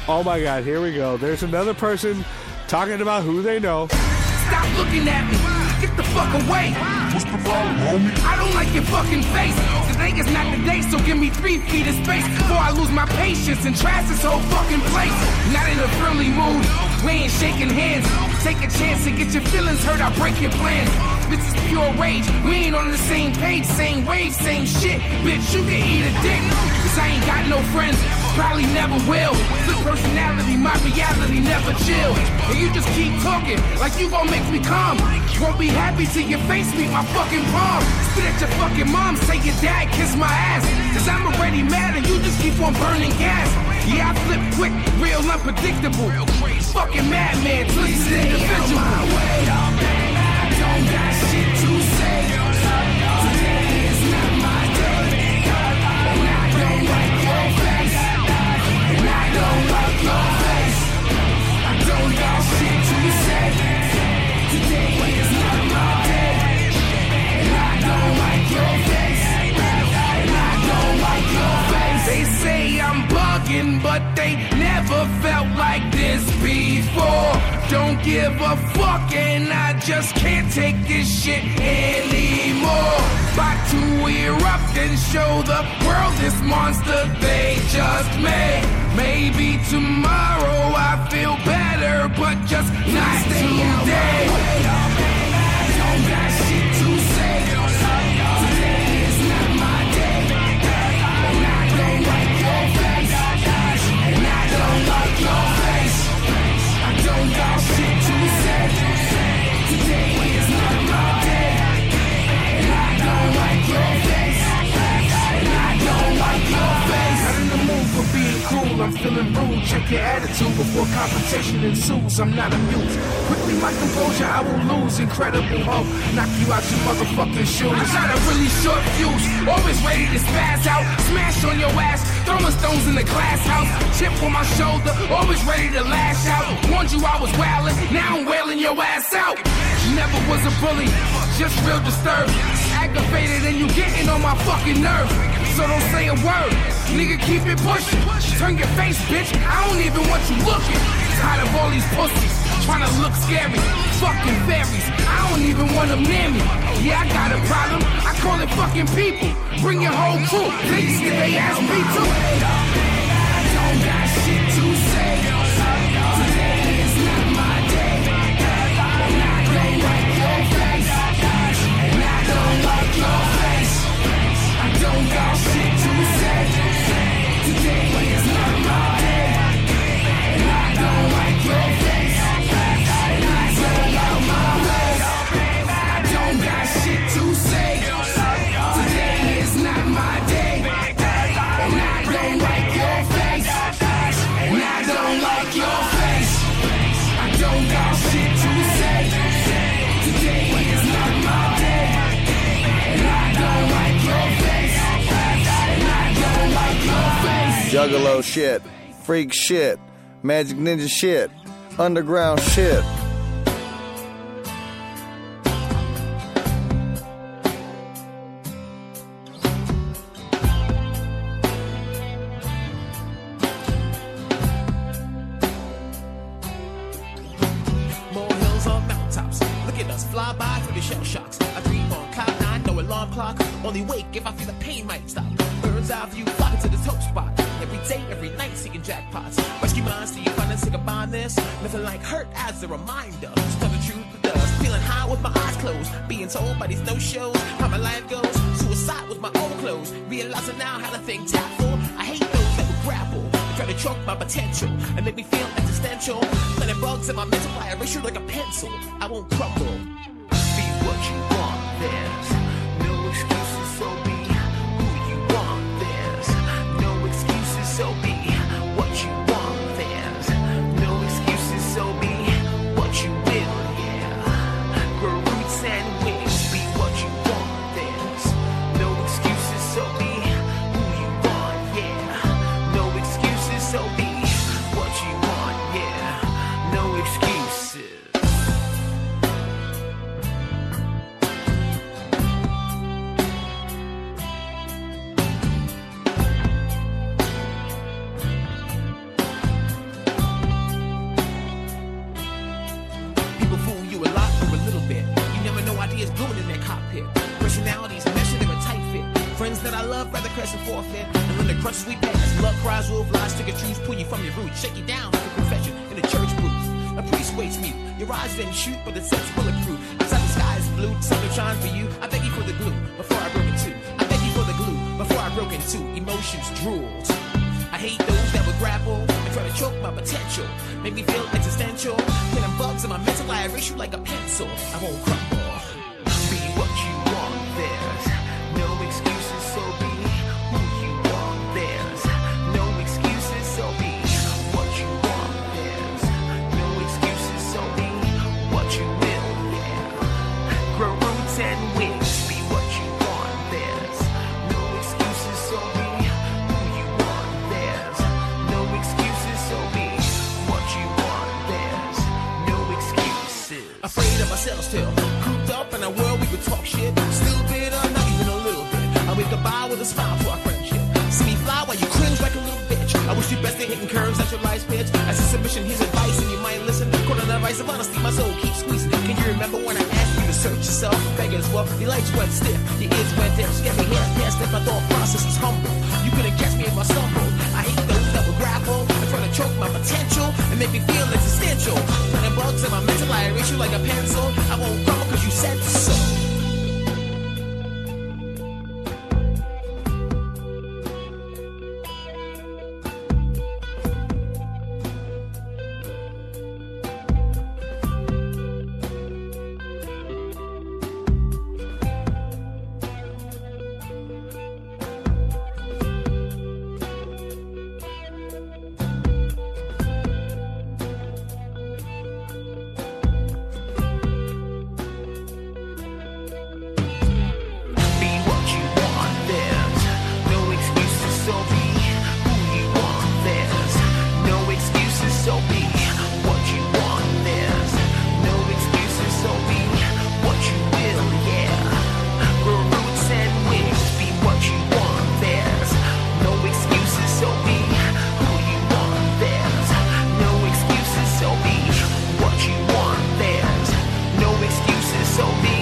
S16: Oh my God, here we go. There's another person talking about who they know.
S32: Stop looking at me. Get the fuck away. What's the problem, homie? I don't like your fucking face. Today is not the day, so give me three feet of space before I lose my patience and trash this whole fucking place. Not in a friendly mood. We ain't shaking hands. Take a chance and get your feelings hurt. I'll break your plans. This is pure rage. We ain't on the same page, same wave, same shit. Bitch, you can eat a dick. Cause I ain't got no friends. Probably never will. Flip personality, my reality never chill. And you just keep talking like you gon' make me calm. Won't be happy till your face meet my fucking palm. Spit at your fucking mom, say your dad kiss my ass. Cause I'm already mad and you just keep on burning gas. Yeah, I flip quick, real unpredictable. Fucking madman, till he's an individual. I don't got shit to say. Today is not my day. And I don't like your face. And I don't like your face. I don't got shit to say. Today is not my day. And I don't like your face. And I don't like your face. They say I'm bugging, but they never felt like this before. Don't give a fuck, and I just can't take this shit anymore. About to erupt and show the world this monster they just made. Maybe tomorrow I feel better, but just not today. I don't got shit to say. Today is not my day. And I don't like your face. And I don't like your face. I don't got shit to say. Today is not my day. And I don't like your face. And I don't like your face. Not in the mood for being cool. I'm feeling rude. Check your attitude before competition ensues. I'm not amused. Quickly, my composure, I will lose. Incredible hope. Knock you out your motherfucking shoes. I got a really short fuse. Always ready to spaz out. Smash on your ass. Throwing stones in the glass house. Chip on my shoulder. Always ready to lash out. Warned you I was wildin'. Now I'm wailing your ass out. Never was a bully. Just real disturbed. Aggravated and you getting on my fucking nerve. So don't say a word. Nigga, keep it pushing. Turn your face, bitch. I don't even want you looking. Tired of all these pussies. Trying to look scary. Fucking fairies. I don't even want them near me. Yeah, I got a problem. I call it fucking people. Bring your whole crew. Niggas get they ass beat too. I don't got shit to say. Today is not my day. And I don't like your face. And I don't like your face. I don't got shit to say. Today is not my day. And I don't like your face. And I don't like my face. I don't got shit to say. Today is not my day. And I don't like your face. And I don't like your face. I don't got shit to say. Today is not my day. And I don't like your face. And I don't like your face.
S10: Juggalo shit, freak shit, magic ninja shit, underground shit.
S22: More hills on mountaintops. Look at us fly by through the shell shocks. I dream on cloud nine, no alarm clock. Only wake if I feel the pain might stop. Birds eye view flocking to the top spot. Every day, every night, seeking jackpots. Rescue minds, see you find us, combine this. Nothing like hurt as a reminder. Just tell the truth with us. Feeling high with my eyes closed. Being told by these no shows how my life goes. Suicide with my old clothes. Realizing now how to think tactful. I hate those that would grapple. They Try to choke my potential and make me feel existential. Planting bugs in my mental by a ratio like a pencil. I won't crumble. Be what you want, there's no excuses, so be who you want, there's no excuses, so be what you want, there's no excuses, so be what you will, yeah. Grow roots and wings, be what you want, there's no excuses, so be who you want, yeah. No excuses, so be what you want, yeah. No excuses. love, rather crash and forfeit. And when the crutches we pass, love cries will oblige. Take a choose, pull you from your roots, shake you down like a confession in a church booth. A priest waits me. Your eyes didn't shoot, but the sense bulletproof. Outside the sky is blue, the sun will shine for you. I beg you for the glue before I broke into. I beg you for the glue before I broke into. Emotions drooled. I hate those that would grapple and try to choke my potential. Make me feel existential. Putting bugs in my mental, I erase you like a pencil. I won't crumble. Be what you want, there's no excuses, so be who you want, there's no excuses, so be what you want, there's no excuses, so be what you will, yeah. Grow roots and wings, be what you want, there's no excuses, so be who you want, there's no excuses, so be what you want, there's no excuses. Afraid of myself still. Cooped up in a world we could talk shit. Still bitter, not even a little bit. I wave goodbye with a smile to our friendship. See me fly while you cringe like a little bitch. I wish you best at hitting curves at your life's pitch. As a submission, here's advice, and you might listen. Caught on the advice of honesty, my soul keeps squeezing. Can you remember when I asked you to search yourself? Beggars, well, your lights went stiff, your ears went deaf. Scary hair past if my thought process was humble. You couldn't catch me if I stumbled. I hate those that will grapple and try to choke my potential and make me feel existential. Planting bugs in my mental, I erase you like a pencil. I won't crumble because you said so. Be what you want, there's no excuses, so be who you want, there's no excuses, so be what you want, there's no excuses, so be what you will, yeah. We're roots and wings, be what you want, there's no excuses, so be who you want, there's no excuses, so be what you want, there's no excuses, so be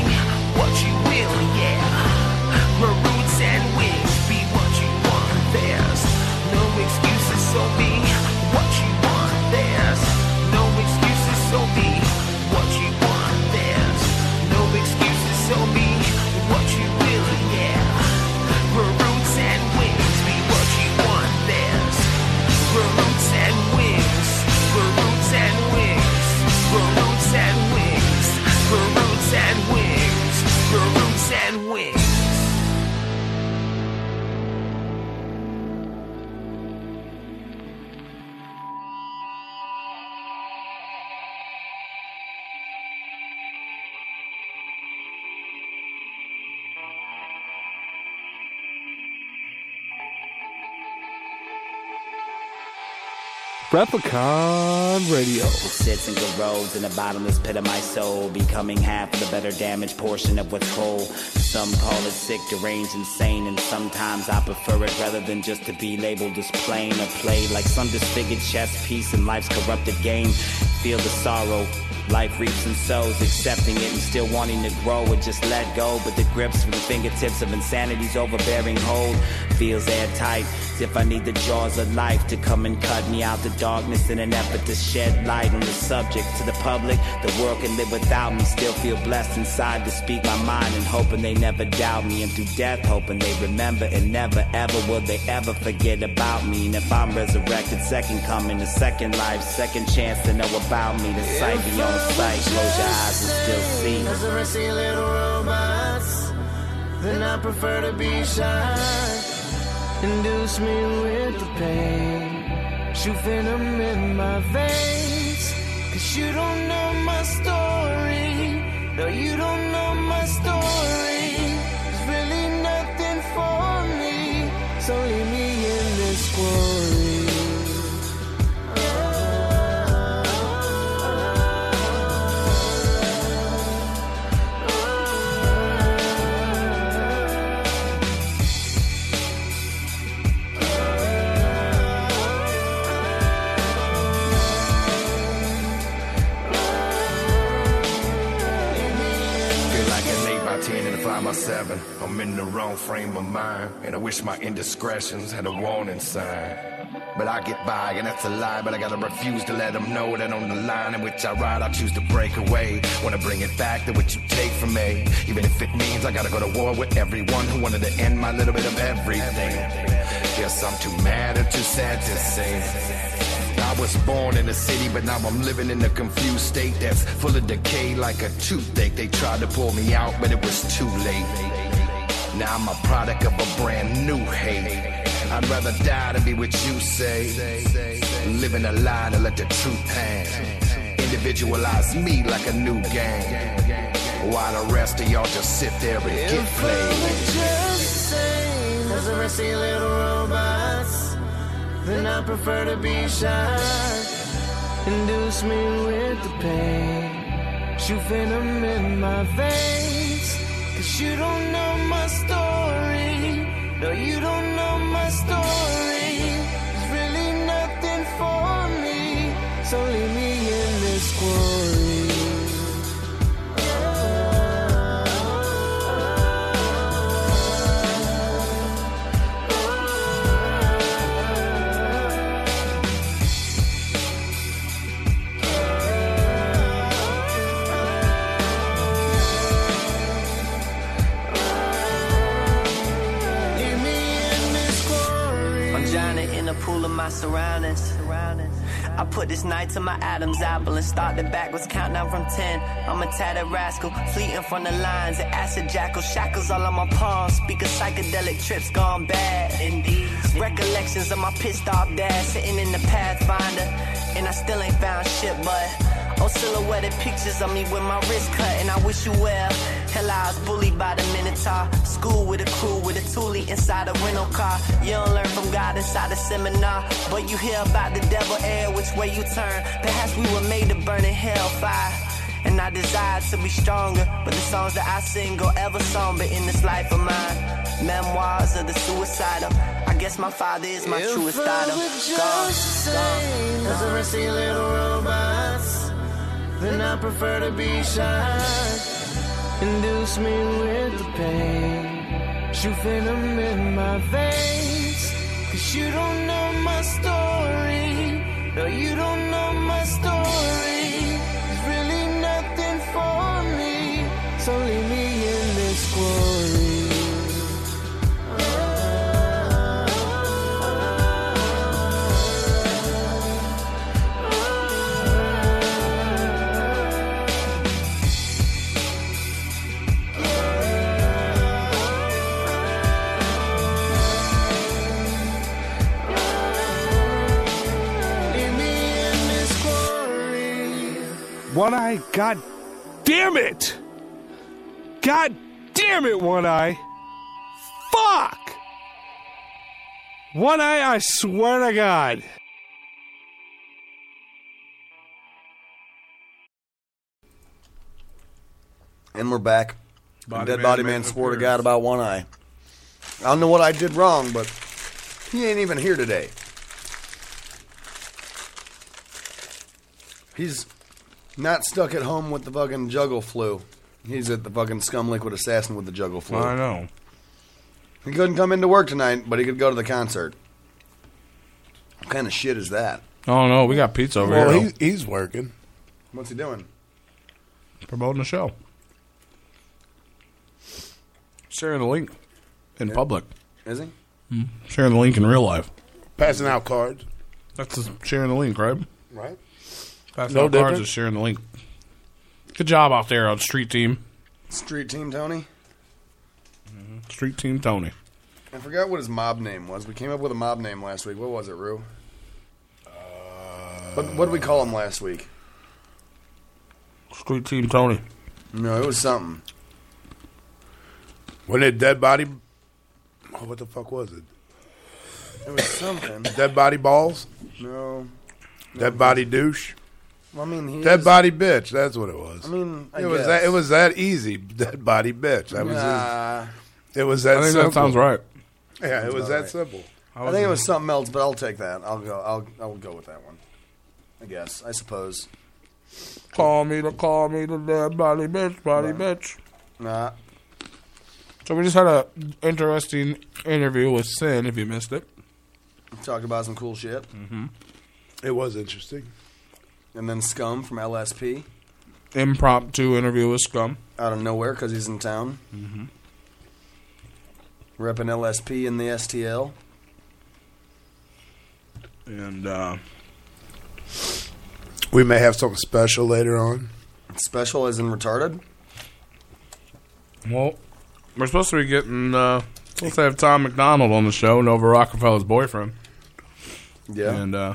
S22: what you will, yeah. We're roots and wings, be what you want, there's no excuses, so be what you want, there's no excuses, so be what you want, there's no excuses, so be what you will, yeah. We're roots and wings, be what you want, there's we're roots and wings, we're roots and wings, we're roots and wings, we're roots and wings, we're roots and wings.
S33: Replicon Radio.
S34: sits and corrodes in the bottomless pit of my soul, becoming half of the better damaged portion of what's whole. Some call it sick, deranged, insane, and sometimes I prefer it rather than just to be labeled as plain or played like some disfigured chess piece in life's corrupted game. Feel the sorrow. Life reaps and sows, accepting it and still wanting to grow or just let go. But the grips from the fingertips of insanity's overbearing hold feels airtight. As if I need the jaws of life to come and cut me out the darkness in an effort to shed light on the subject. To the public, the world can live without me. Still feel blessed inside to speak my mind and hoping they never doubt me. And through death, hoping they remember and never ever will they ever forget about me. And if I'm resurrected, second coming, a second life, second chance to know about me. The sight beyond sight, close your eyes and still see.
S35: Cause the rest of you little robots, then I prefer to be shot. Induce me with the pain, shoot venom in my veins. Cause you don't know my story, no, you don't know my story. There's really nothing for me, so leave me in this glory.
S18: like an 8 by 10 and a 5 by 7. I'm in the wrong frame of mind, and I wish my indiscretions had a warning sign. But I get by, and that's a lie, but I gotta refuse to let them know that on the line in which I ride, I choose to break away. Wanna bring it back to what you take from me, even if it means I gotta go to war with everyone who wanted to end my little bit of everything. Guess I'm too mad or too sad to say. I was born in the city, but now I'm living in a confused state that's full of decay like a toothache. They tried to pull me out, but it was too late. Now I'm a product of a brand new hate. I'd rather die than be what you say. Living a lie to let the truth hang. Individualize me like a new gang. While the rest of y'all just sit there and get played.
S20: Just same as the rest of you little robots. Then I prefer to be shot. Induce me with the pain. Shoot venom in my veins. Cause you don't know my story. No, you don't know my story. There's really nothing for me. So leave me in this quarry. Leave me in this quarry. I'm drowning in a pool of my surroundings. surroundings. I put this night to my Adam's apple and started backwards, counting down from 10. I'm a tattered rascal, fleeting from the lines. An acid jackal, shackles all on my palms. Speak of psychedelic trips gone bad. Indeed. Recollections of my pissed off dad, sitting in the Pathfinder. And I still ain't found shit, but. On silhouetted pictures of me with my wrist cut, and I wish you well. Hell, I was bullied by the Minotaur. School with a crew with a toolie inside a rental car. You don't learn from God inside a seminar, but you hear about the devil air which way you turn. Perhaps we were made to burn in hellfire. And I desire to be stronger, but the songs that I sing go ever somber in this life of mine. Memoirs of the suicidal. I guess my father is my If truest I idol. were Gone, just the gone, same as the gone. rest of you little robots, Then I prefer to be shot. Induce me with the pain. Shoot venom in my veins. Cause you don't know my story. No, you don't know my story. There's really nothing for me. So leave me in this glory. Leave me in this glory.
S16: One Eye, god damn it! God damn it, One Eye! Fuck! One Eye, I swear to God.
S2: And we're back.
S6: Body
S2: Dead
S6: Man
S2: Body
S6: makes
S2: Man
S6: an
S2: swore to
S6: appearance.
S2: God about one eye. I don't know what I did wrong, but he ain't even here today. He's not stuck at home with the fucking juggle flu. He's at the fucking scum liquid assassin with the juggle flu.
S8: I know.
S2: He couldn't come into work tonight, but he could go to the concert. What kind of shit is that?
S8: Oh no, we got pizza over
S5: well,
S8: here.
S5: he, he's working.
S2: What's he doing?
S8: though. Promoting the show. Sharing the link in public.
S2: Is he?
S8: Mm. Sharing the link in real life.
S5: Passing out cards.
S8: That's just sharing the link, right?
S5: Right.
S8: Passing
S5: No
S8: out cards
S5: different.
S8: is sharing the link. Good job out there on Street Team.
S2: Street Team Tony?
S5: Mm-hmm.
S8: Street Team Tony.
S2: I forgot what his mob name was. We came up with a mob name last week. What was it, Rue? what, what did we call him last week?
S8: Street Team Tony.
S2: No, it was something.
S5: When it dead body, oh, what the fuck was it?
S2: It was something.
S5: Dead body balls.
S2: No.
S5: Dead body douche.
S2: Well, I mean, he
S5: Dead
S2: is-
S5: body bitch. That's what it was.
S2: I mean, I
S5: it was
S2: guess.
S5: that. It was that easy. Dead body bitch. That was.
S2: Nah.
S5: His, it was that.
S8: I think that
S5: simple.
S8: sounds right.
S5: Yeah, it was
S2: about
S5: that
S2: right.
S5: simple.
S2: I, think it was something else, but I'll take that. I'll go. I'll I'll go with that one. I guess. I suppose.
S8: Call me to call me the dead body bitch, body bitch.
S2: Nah.
S8: So we just had a interesting interview with Sin. If you missed it,
S2: Talked about some cool shit. Mm-hmm.
S5: It was interesting.
S2: And then Scum from LSP
S8: impromptu interview with Scum.
S2: out of nowhere because he's in town. Mm-hmm. Repping LSP in the STL.
S8: And uh,
S5: We may have something special later on.
S2: special as in retarded.
S8: Well, we're supposed to be getting uh, supposed to have Tom McDonald on the show, Nova Rockefeller's boyfriend.
S2: Yeah.
S8: and uh,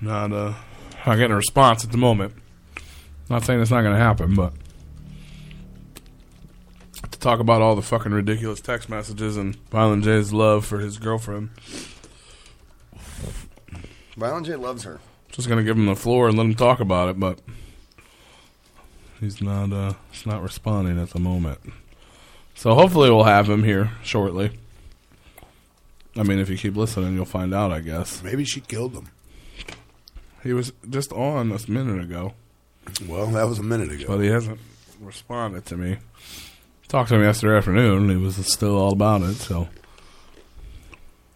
S8: not uh, not getting a response at the moment. Not saying it's not going to happen, but to talk about all the fucking ridiculous text messages and Violent J's love for his girlfriend,
S2: Violent J loves her.
S8: just going to give him the floor and let him talk about it, but he's not uh, he's not responding at the moment. So hopefully we'll have him here shortly. I mean, if you keep listening, you'll find out, I guess.
S5: Maybe she killed him.
S8: He was just on a minute ago.
S5: Well, that was a minute ago.
S8: But he hasn't responded to me. Talked to him yesterday afternoon. He was still all about it. So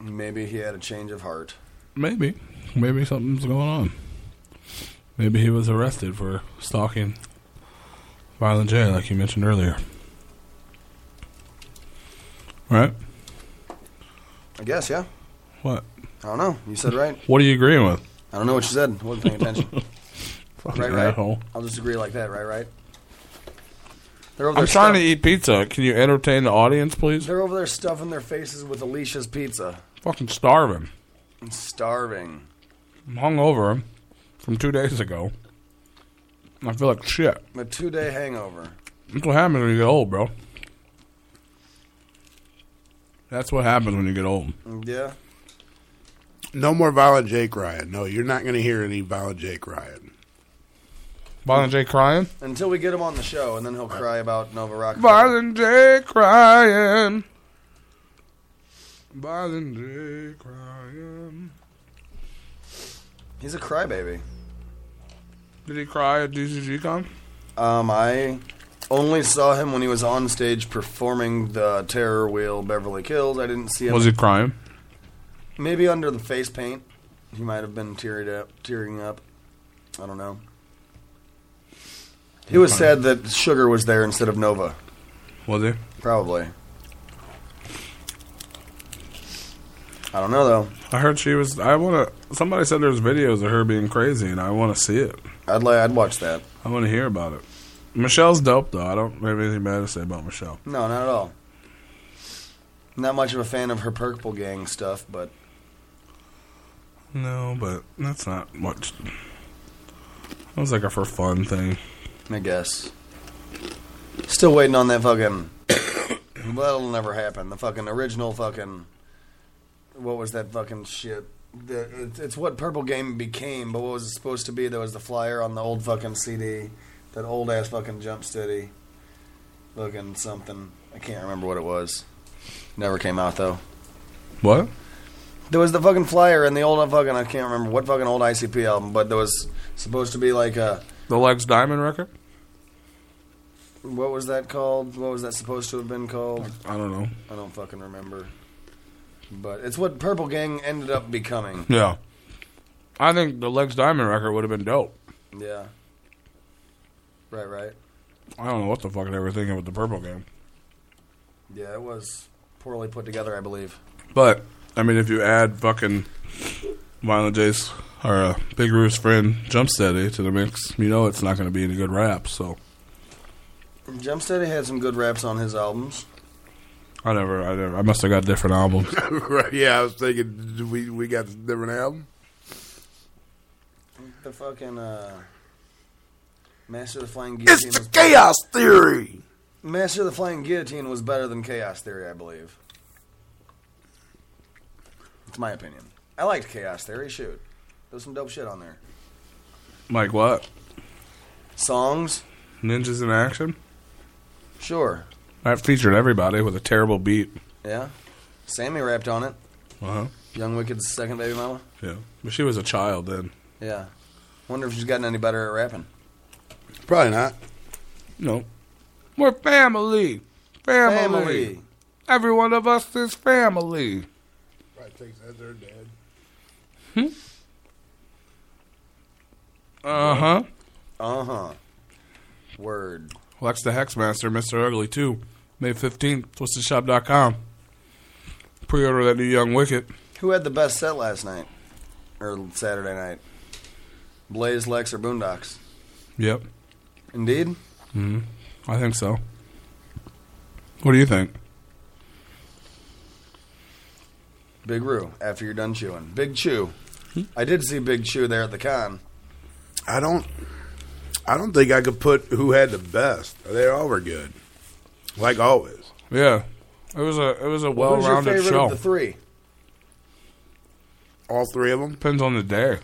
S2: Maybe he had a change of heart.
S8: maybe, maybe something's going on. Maybe he was arrested for stalking Violent J, like you mentioned earlier. Right?
S2: I guess, yeah.
S8: What?
S2: I don't know. You said right.
S8: What are you agreeing with?
S2: I don't know what you said. I wasn't paying attention.
S8: Fucking
S2: right, right.
S8: asshole.
S2: I'll just agree like that. Right, right. They're over
S8: I'm
S2: there
S8: trying to eat pizza. Can you entertain the audience, please?
S2: They're over there stuffing their faces with Alicia's pizza.
S8: Fucking starving.
S2: I'm starving.
S8: I'm hungover from two days ago. I feel like shit.
S2: I'm a two-day hangover.
S8: That's what happens when you get old, bro. That's what happens when you get old.
S2: Yeah.
S5: No more Violent Jake Riot. No, you're not going to hear any Violent Jake Riot.
S8: Violent J crying?
S2: Until we get him on the show, and then he'll cry about Nova Rock.
S8: Violent J crying. Violent J crying.
S2: He's a crybaby.
S8: Did he cry at DCG Con?
S2: Um, I only saw him when he was on stage performing the Terror Wheel Beverly Kills. I didn't see him.
S8: Was he crying?
S2: Maybe under the face paint, he might have been teared up, tearing up. I don't know. He was sad that Sugar was there instead of Nova.
S8: Was he?
S2: Probably. I don't know though.
S8: I heard she was. I want to. Somebody said there's videos of her being crazy, and I want to see it.
S2: I'd like. I'd watch that.
S8: I want to hear about it. Michelle's dope, though. I don't have anything bad to say about Michelle.
S2: No, not at all. Not much of a fan of her Purple Gang stuff, but
S8: No, but that's not much. That was like a for fun thing.
S2: I guess. Still waiting on that fucking. That'll never happen. The fucking original fucking. What was that fucking shit? The, it's- it's what Purple Game became, but what was it supposed to be? There was the flyer on the old fucking CD, that old ass fucking Jump City, fucking something. I can't remember what it was. Never came out though.
S8: What?
S2: There was the fucking flyer and the old fucking I can't remember what fucking old ICP album, but there was supposed to be like a
S8: The Lex Diamond record?
S2: what was that called? What was that supposed to have been called?
S8: I don't know.
S2: I don't fucking remember. But it's what Purple Gang ended up becoming.
S8: Yeah. I think the Lex Diamond record would have been dope.
S2: Yeah. Right, right.
S8: I don't know what the fuck they were thinking with the Purple Game.
S2: Yeah, it was poorly put together, I believe.
S8: But, I mean, if you add fucking Violent J's or uh, Big Roo's friend Jump Steady to the mix, you know it's not going to be any good rap, so.
S2: Jumpsteady had some good raps on his albums.
S8: I never, I never, I must have got different albums.
S5: right? Yeah, I was thinking d- we we got a different album.
S2: The fucking uh Master of the Flying
S5: It's
S2: Guillotine
S5: the
S2: was
S5: Chaos Theory.
S2: Master of the Flying Guillotine was better than Chaos Theory, I believe. It's my opinion. I liked Chaos Theory. Shoot, there's some dope shit on there.
S8: Like what?
S2: Songs?
S8: Ninjas in Action?
S2: Sure.
S8: That featured everybody with a terrible beat.
S2: Yeah. Sammy rapped on it.
S8: Uh
S5: Uh-huh.
S8: huh.
S2: Young Wicked's second baby mama.
S8: Yeah. But she was a child then.
S2: Yeah. Wonder if she's gotten any better at rapping.
S5: Probably not.
S8: No. We're family. Family.
S5: Family.
S8: Every one of us is family.
S5: Probably takes that they're dead.
S8: Hmm? Uh huh.
S2: Uh huh. Word.
S8: Lex the Hexmaster, Mr. Ugly 2, May 15th, twistedshop.com. Pre order that new Young Wicked.
S2: Who had the best set last night or Saturday night? Blaze, Lex, or Boondocks?
S8: Yep.
S2: Indeed.
S8: hmm I think so. What do you think?
S2: Big Roo. After you're done chewing, Big Chew. I did see Big Chew there at the con.
S5: I don't. I don't think I could put who had the best. They all were good, like always.
S8: Yeah. It was a it was a
S2: What
S8: well
S2: was your
S8: rounded
S2: favorite
S8: show.
S2: Of the three.
S5: All three of them
S8: depends on the day.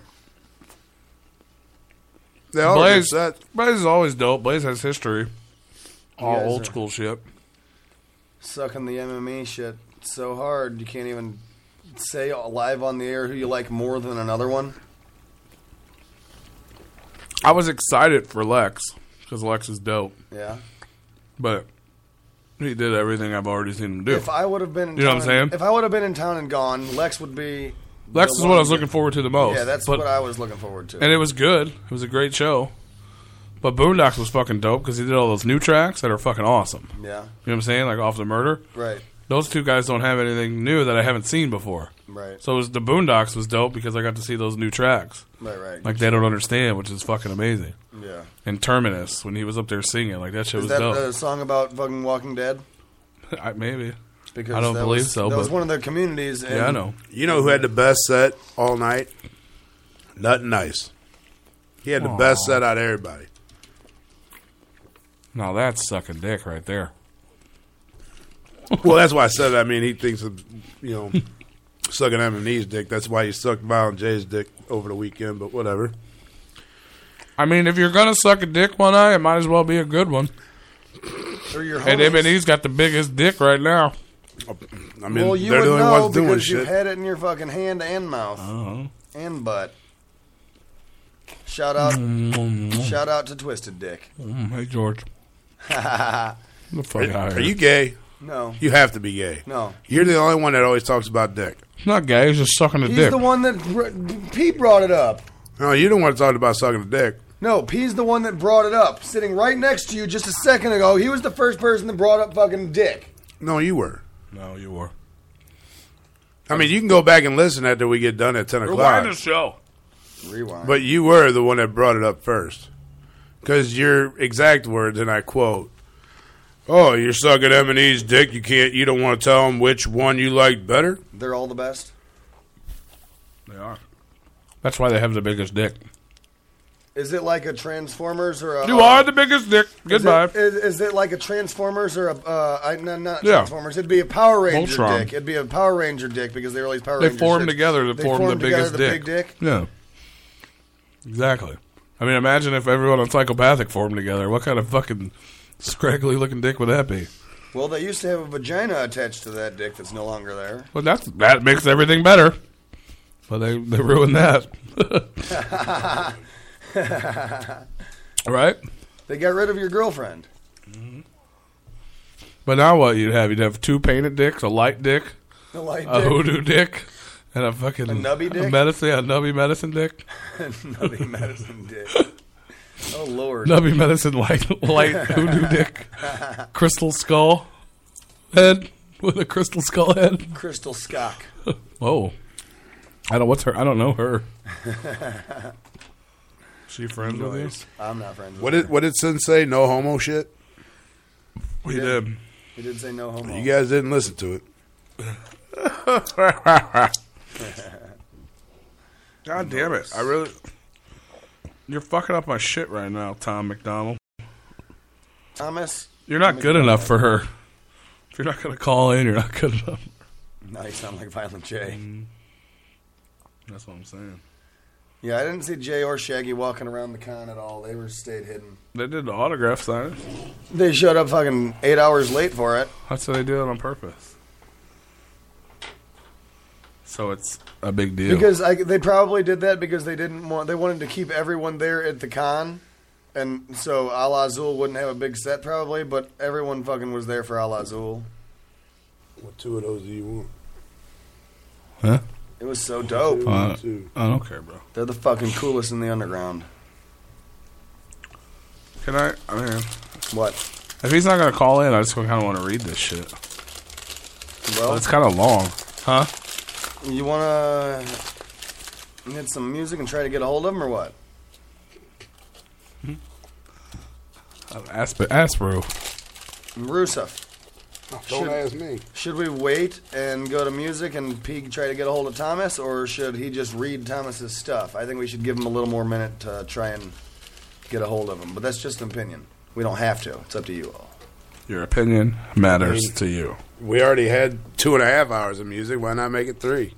S5: They all
S8: Blaze,
S5: good sets.
S8: Blaze is always dope. Blaze has history. All
S2: guys
S8: old
S2: are-
S8: school shit.
S2: Sucking the MMA shit so hard you can't even say live on the air who you like more than another one.
S8: I was excited for Lex because Lex is dope,
S2: Yeah.
S8: but he did everything I've already seen him do.
S2: If I would have been, in
S8: you know what I'm
S2: town-
S8: saying?
S2: If I would have been in town and gone, Lex would be.
S8: Lex
S2: the
S8: is what I was
S2: one-
S8: looking forward to the most.
S2: Yeah, that's
S8: but-
S2: what I was looking forward to.
S8: And it was good. It was a great show. But Boondocks was fucking dope because he did all those new tracks that are fucking awesome.
S2: Yeah.
S8: You know what I'm saying? Like Off the Murder.
S2: Right.
S8: Those two guys don't have anything new that I haven't seen before.
S2: Right.
S8: So it was, the Boondocks was dope because I got to see those new tracks.
S2: Right, right.
S8: Like they don't understand, which is fucking amazing.
S2: Yeah.
S8: And Terminus, when he was up there singing, like that shit
S2: Is
S8: was
S2: that
S8: dope.
S2: the song about fucking Walking Dead?
S8: I, maybe.
S2: Because
S8: I don't
S2: that
S8: believe
S2: was-
S8: so,
S2: That
S8: but-
S2: was one of their communities. And
S8: Yeah, I know.
S5: You know who had the best set all night? Nut Nice. He had the
S8: Aw.
S5: best set out of everybody.
S8: No, that's sucking dick right there.
S5: Well, that's why I said that. I mean, he thinks of, you know, sucking Eminem's dick. That's why he sucked Violent J's dick over the weekend, but whatever.
S8: I mean, if you're gonna suck a dick one eye, it might as well be a good one.
S2: Or your
S8: And
S2: homies.
S8: Ebony's got the biggest dick right now.
S5: I mean,
S2: well, you
S5: they're
S2: would
S5: the only
S2: know
S5: ones doing
S2: because you
S5: shit.
S2: had it in your fucking hand and mouth
S8: Uh-huh.
S2: and butt. Shout out,
S8: Mm-hmm.
S2: shout out to Twisted Dick.
S8: Mm, hey George, the fuck
S5: Are,
S8: out
S5: are
S8: here.
S5: you gay?
S2: No.
S5: You have to be gay.
S2: No.
S5: You're the only one that always talks about dick.
S8: He's not gay. He's just sucking a
S2: He's the one that br- Pete brought it up.
S5: No, you don't want to talk about sucking a dick.
S2: No, P's the one that brought it up. Sitting right next to you just a second ago, he was the first person that brought up fucking dick.
S5: No, you were.
S8: No, you were.
S5: I mean, you can go back and listen after we get done at 10 o'clock.
S8: Rewind the show.
S2: Rewind.
S5: But you were the one that brought it up first. Because your exact words, and I quote, Oh, you're sucking M&E's dick. You can't, you don't want to tell them which one you like better?
S2: They're all the best.
S8: They are. That's why they have the biggest dick.
S2: Is it like a Transformers or a? uh,
S8: You are the biggest dick. Goodbye.
S2: Is it, is, is it like a Transformers or a? Uh, I, no, not
S8: Yeah.
S2: Transformers. It'd be a Power Ranger
S8: Voltron.
S2: dick. It'd be a Power Ranger dick because they release Power
S8: They
S2: Ranger
S8: form
S2: shit.
S8: together to
S2: They
S8: form the
S2: together
S8: biggest
S2: the Big
S8: dick.
S2: dick.
S8: Yeah. Exactly. I mean, imagine if everyone on psychopathic formed together. What kind of fucking scraggly looking dick would that be?
S2: Well, they used to have a vagina attached to that dick that's no longer there.
S8: Well, that's that makes everything better. But they they ruined that, right?
S2: they got rid of your girlfriend.
S8: Mm-hmm. But now what you'd have? You'd have two painted dicks, a light dick,
S2: A light
S8: a
S2: dick.
S8: hoodoo dick, and a fucking
S2: A nubby
S8: a
S2: dick?
S8: medicine, a nubby medicine dick,
S2: Nubby medicine dick. Oh lord.
S8: nubby medicine light light hoodoo dick, crystal skull head with a crystal skull head.
S2: Crystal Scock.
S8: Oh, I don't. What's her? I don't know her. She friends with you?
S2: I'm not friends with
S5: What did, what did Sin say? No homo shit?
S8: We did.
S2: He did say no homo.
S5: You guys didn't listen to it.
S8: God damn it! I really. You're fucking up my shit right now, Tom McDonald.
S2: Thomas.
S8: You're not good enough for her. If you're not gonna call in, you're not good enough.
S2: Now you sound like Violent J.
S8: Mm-hmm. That's what I'm saying.
S2: Yeah, I didn't see Jay or Shaggy walking around the con at all. They were stayed hidden.
S8: They did the autograph sign.
S2: They showed up fucking eight hours late for it.
S8: That's how they do it on purpose. So it's a big deal.
S2: Because I, they probably did that because they didn't want they wanted to keep everyone there at the con and so Al Azul wouldn't have a big set probably, but everyone fucking was there for Al Azul.
S5: What two of those do you want?
S8: Huh?
S2: It was so dope.
S8: Uh, I don't care, bro.
S2: They're the fucking coolest in the underground.
S8: Can I? I mean,
S2: what?
S8: If he's not gonna call in, I just kind of want to read this shit.
S2: Well-
S8: it's kind of long, huh?
S2: You wanna hit some music and try to get a hold of them or what?
S8: Asper, Aspro.
S2: Rusev.
S5: Oh, don't ask me.
S2: Should we wait and go to music and Pete try to get a hold of Thomas, or should he just read Thomas's stuff? I think we should give him a little more minute to try and get a hold of him. But that's just an opinion. We don't have to. It's up to you all.
S8: Your opinion matters
S5: I mean-
S8: to you.
S5: We already had two and a half hours of music. Why not make it three?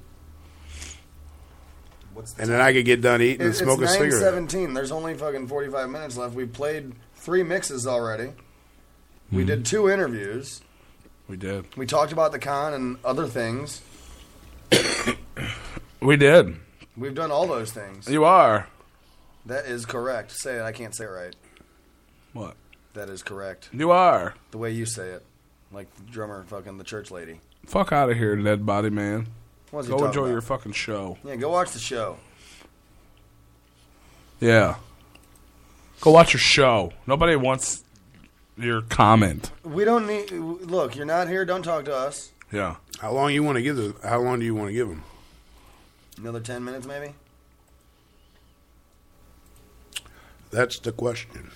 S5: and then I could get done eating
S2: It-
S5: and smoke a
S2: it's nine
S5: cigarette.
S2: seventeen. There's only fucking forty five minutes left. We played three mixes already. We did two interviews.
S8: We did.
S2: We talked about the con and other things.
S8: We did.
S2: We've done all those things.
S8: You are.
S2: That is correct. Say it. I can't say it right.
S8: What?
S2: That is correct.
S8: You are.
S2: The way you say it, like the drummer, fucking the church lady.
S8: Fuck out of here, dead body man.
S2: What was he
S8: Go
S2: talking
S8: enjoy
S2: about?
S8: your fucking show.
S2: Yeah, go watch the show.
S8: Yeah. Go watch your show. Nobody wants your comment.
S2: We don't need. Look, you're not here. Don't talk to us.
S8: Yeah.
S5: How long you want to give them? How long do you want to give them?
S2: Another ten minutes, maybe.
S5: That's the question.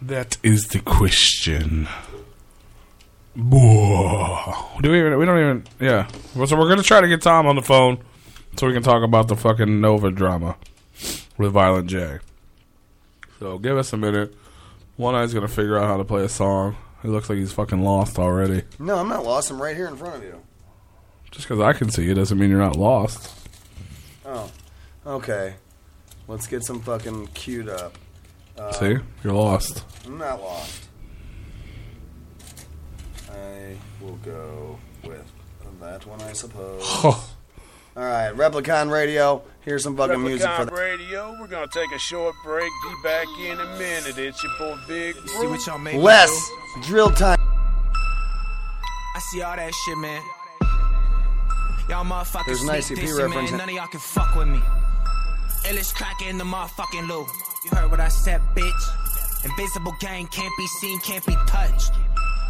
S8: That is the question. Whoa. Do we even? We don't even. Yeah. Well, so we're gonna try to get Tom on the phone so we can talk about the fucking Nova drama with Violent J. So give us a minute. One eye's gonna figure out how to play a song. It looks like he's fucking lost already.
S2: No, I'm not lost. I'm right here in front of you.
S8: Just because I can see you doesn't mean you're not lost.
S2: Oh, okay. Let's get some fucking queued up. Uh,
S8: see, you're lost.
S2: I'm not lost. I will go with that one, I suppose. All right, Replicon Radio. Here's some fucking music for
S32: Replicon
S2: that.
S32: Radio. We're gonna take a short break. Be back in a minute. It's your boy Big Bro.
S2: Less drill time.
S36: I see all that shit, man. Y'all motherfuckers
S2: There's an
S36: sneak
S2: ICP
S36: dissing,
S2: reference in-
S36: man. None of y'all can fuck with me. Illest cracker in the motherfucking loop. You heard what I said, bitch. Invisible gang can't be seen, can't be touched.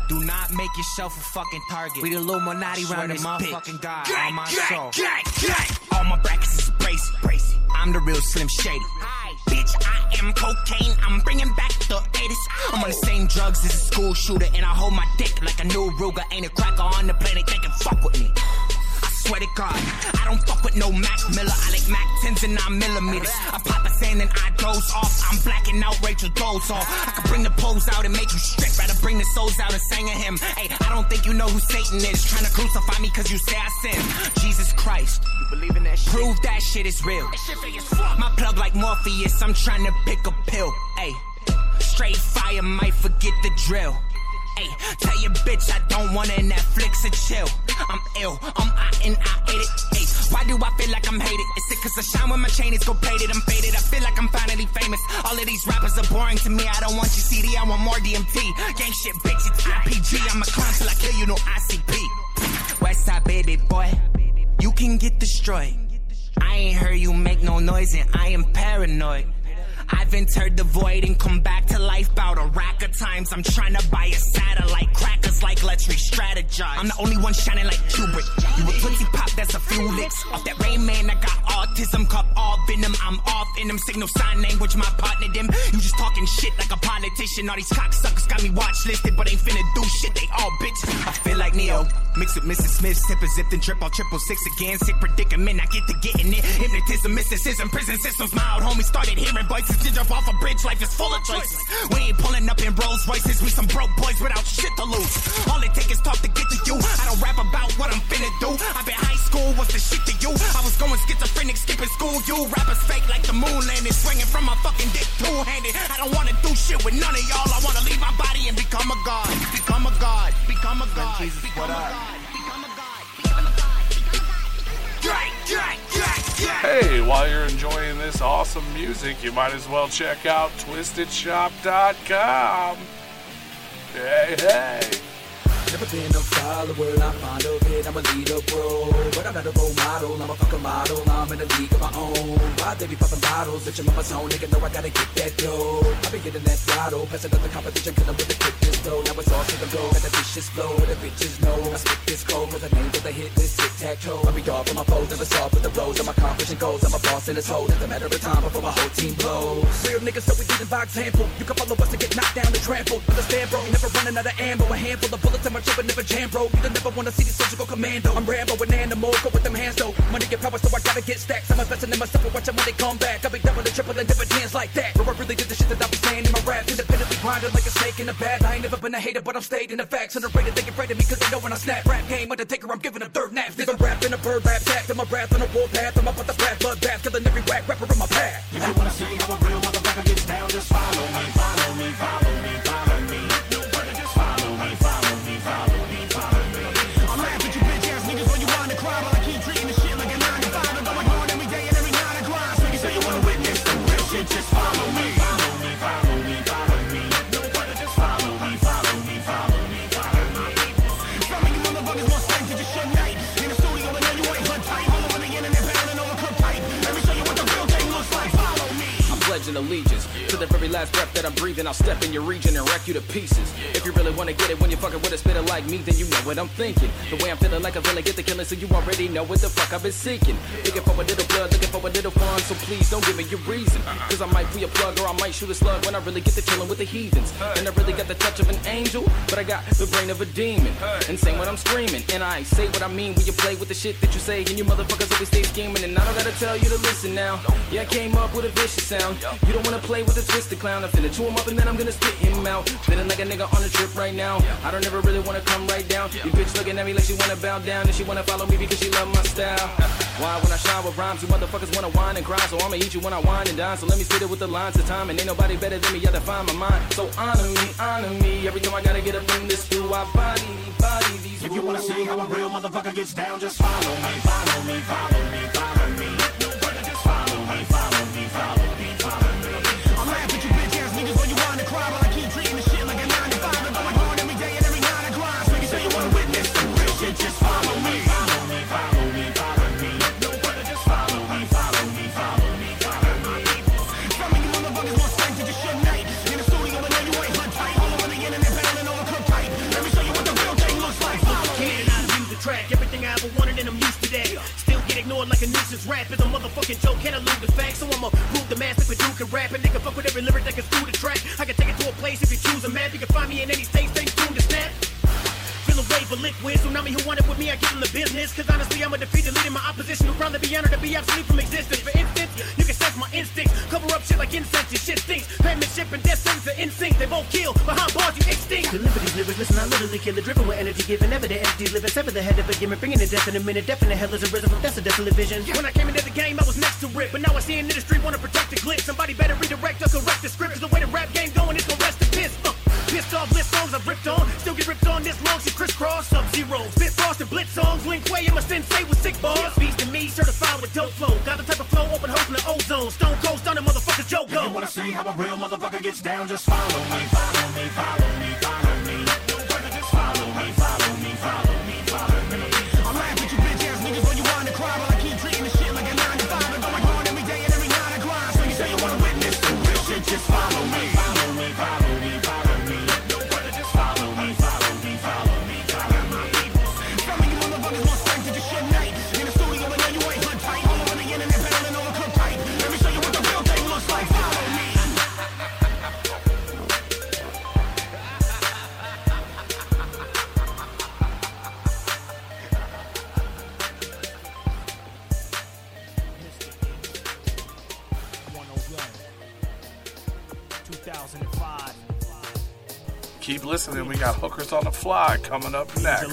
S36: Do not make yourself a fucking target. We the Illuminati
S32: Swear
S36: round
S32: to
S36: this
S32: motherfucking
S36: bitch.
S32: God,
S36: Gang,
S32: on my
S36: gang,
S32: soul.
S36: gang, gang. All my brackets is bracing. bracing. I'm the real Slim Shady. Bitch, I am cocaine. I'm bringing back the 80s. I'm on the same drugs as a school shooter, and I hold my dick like a new Ruger. Ain't a cracker on the planet that can fuck with me. I swear to God, I don't fuck with no Mac Miller. I like Mac 10s and 9 millimeters. I pop a sand and I doze off. I'm blacking out Rachel Doze off. I could bring the poles out and make you strip. Rather bring the souls out and sing of him. Hey, I don't think you know who Satan is. Trying to crucify me cause you say I sin. Jesus Christ. You believe in that shit? Prove that shit is real. My plug like Morpheus. I'm trying to pick a pill. Hey, straight fire might forget the drill. Hey, tell your bitch I don't wanna Netflix or chill. I'm ill, I'm I and I hate it. Hey, why do I feel like I'm hated? Is it cause I shine when my chain is gold plated? I'm faded, I feel like I'm finally famous. All of these rappers are boring to me. I don't want your CD, I want more DMT. Gang shit, bitch, it's IPG. I'm a clown till I kill you, no ICP. Westside baby boy, you can get destroyed. I ain't heard you make no noise and I am paranoid. I've entered the void and come back to life bout a rack of times. I'm trying to buy a satellite. Crackers like let's re-strategize. I'm the only one shining like Kubrick. You a Tootsie Pop, that's a few licks. Off that Rain Man, I got autism. Cup all venom, I'm off in them. Signal sign language, my partner them. You just talking shit like a politician. All these cocksuckers got me watch listed, but ain't finna do shit. They all bitches. I feel like Neo. Mix with Mrs. Smith, sip a zip, then drip on triple six again. Sick predicament, I get to getting it. Hypnotism, mysticism, prison systems. My old homie started hearing voices. Did jump off a bridge, life is full of choices. We ain't pulling up in Rolls Royces. We some broke boys without shit to lose. All it takes is talk to get to you. I don't rap about what I'm finna do. I've been high school, what's the shit to you? I was going schizophrenic, skipping school. You rappers fake like the moon landing, swinging from my fucking dick two handed. I don't wanna do shit with none of y'all. I wanna leave my body and become a god. Become a god. Become a god. become a god. Become a god. Become a god. Become a god. Become a god. Hey,
S8: while you're enjoying
S6: enjoying this awesome music, you might as well check out twistedshop.com. Hey, hey.
S21: Never been a follower, I'm fond of it, I'm a leader, bro. But I'm not a role model, I'm a fucking model, I'm in a league of my own. Why they be popping bottles, bitch, I'm on my zone, nigga, know I gotta get that dough. I be getting that throttle, passing up the competition, cause I'm with the quickest flow. Now it's all to the go, got the vicious flow, where the bitches know. I spit this cold, cause the name that they hit this tic-tac-toe. I be off on my foes, never soft with the roads, I'm accomplishing goals, I'm a boss in this hole. It's a matter of time before my whole team blows. Real niggas, so we leading by example. You can follow us to get knocked down and trampled. Understand, bro, you never running out of ammo, a handful of bullets in my chip, but never jam, bro. You don't never wanna see the surgical commando. I'm Rambo, an animal, go with them hands though. Money get power, so I gotta get stacks. I'm investing in myself and watching when they come back. I'll be double and triple and dividends like that. Bro, I really did the shit that I be saying in my raps. Independently grinding like a snake in the bag. I ain't never been a hater, but I'm stayed in the facts. Underrated, they get afraid of me 'cause they know when I snap. Rap game, Undertaker, I'm giving them third naps. Nigga, rap in a bird rap tax. I'm a wrath on a war path. I'm up with the fat blood bath, killing every whack rapper in my path. If you wanna see how a real motherfucker gets down, just follow me, follow me, follow me, follow me. Nobody just follow me, follow me, follow me, follow me.
S37: I'm laughing at you bitch ass niggas when you wanna cry, but I keep treating this shit like a nine to five. Although I go on every day and every night I grind. So you say you wanna witness the real shit, just follow me. Follow me, follow me, follow me. Nobody just follow me, follow me, follow me, follow me. Some of you motherfuckers want spank to just your night. In the studio, and now you ain't hood tight. All over the internet, battling over cook pipe. Let me show you what the real thing looks like. Follow me.
S21: I'm pledging allegiance to the very last breath that I'm breathing. I'll step in your region and wreck you to pieces. If you really wanna get it when you're fucking with a spitter like me, then you know what I'm thinking. The way I'm feeling like a villain, get the killing, so you already know what the fuck I've been seeking. Looking for a little blood, looking for a little fun, so please don't give me your reason. Cause I might be a plug or I might shoot a slug when I really get to chilling with the heathens. And I really got the touch of an angel, but I got the brain of a demon. Insane when I'm screaming, and I say what I mean when you play with the shit that you say, and you motherfuckers always stay scheming. And I don't gotta tell you to listen now. Yeah, I came up with a vicious sound. You don't wanna play with a twisted clown. I'm finna chew him up and then I'm gonna spit him out. Feeling like a nigga on a trip right now. I don't ever really wanna come right down. You bitch looking at me like she wanna bow down and she wanna follow me because she love my style. Why when I shine with rhymes, you motherfuckers wanna whine and grind, so I'ma eat you when I whine and dine. So let me spit it with the lines of time, and ain't nobody better than me. I define my mind. So honor me, honor me. Every time I gotta get up in this through I body, body these.
S37: If you wanna see how a real motherfucker gets down, just follow me, follow me, follow me, follow me. Nobody just follow me, follow me, follow me, follow me. I'm laughing at you bitch ass niggas when you wanna cry, but I keep treating this shit like a nine to five. Although I go on every day and every night I grind. So you say you wanna witness the real shit, just follow me. Follow me, follow me, follow me. Nobody just follow me, follow me, follow me, follow me. Some of you motherfuckers want spank to just shit night. In the studio, but now you ain't hood tight. All over the internet, battling over cook pipe. Let me show you what the real thing looks like. Follow me. Can I view the track? Everything I ever wanted and I'm used to that. Still get ignored like a nuisance. Rap is a motherfucking joke. Can't elude the facts. So I'ma prove the master for Duke and rap. And nigga fuck with every lyric that can screw the track. I can take it to a place if you choose a map. You can find me in any state, stay tuned to snap. Feel a wave of liquid. Tsunami who wanted with me, I give them the business. Cause honestly, I'm a defeat deleting my opposition. Who probably be honored to be obsolete from existence. For instance, you can sense my instincts. Cover up shit like incense and shit stinks. Penmanship and death sentence are instinct. They won't kill. Behind bars, you extinct. Deliver these lyrics, listen, I literally kill the dripping with energy given. Ever the empty living, sever the head of a demon, bringing the death in a minute. Death in the hell is arisen from that's a desolate vision. When I came into the game, I was next to rip. But now I see an industry wanna protect the glitch. Somebody better redirect or correct the script. 'Cause the way the rap game going, it's gonna rest the piss. Uh, pissed off, list songs I've ripped on. Still get ripped on this long, shit crisscross. Sub zero, spit frost and blitz songs. Link way, I'm a sensei with sick bars. Beast to me, certified with dope flow. Got the type of flow, open holes in the ozone. Stone cold, stunning motherfuckers, Joe If go. you wanna see how a real motherfucker gets down, just follow me, follow me, follow me, follow me. Nobody just follow me, follow me, follow me, follow me. I'm laughing at you bitch ass niggas when you wanna cry, but I keep treating this shit like a nine to five. And though I go on every day and every night I grind, so you say you wanna witness the real shit, just follow me, follow me, follow me, follow me. Nobody just follow me, follow me, follow me, follow me. Some of you motherfuckers want strength to just shit night. In the studio, but now you ain't hood tight. All over the internet, battling over cook pipe. Let me show you what the real thing looks like. Follow me.
S38: oh
S6: Keep listening. We got hookers on the fly coming up next.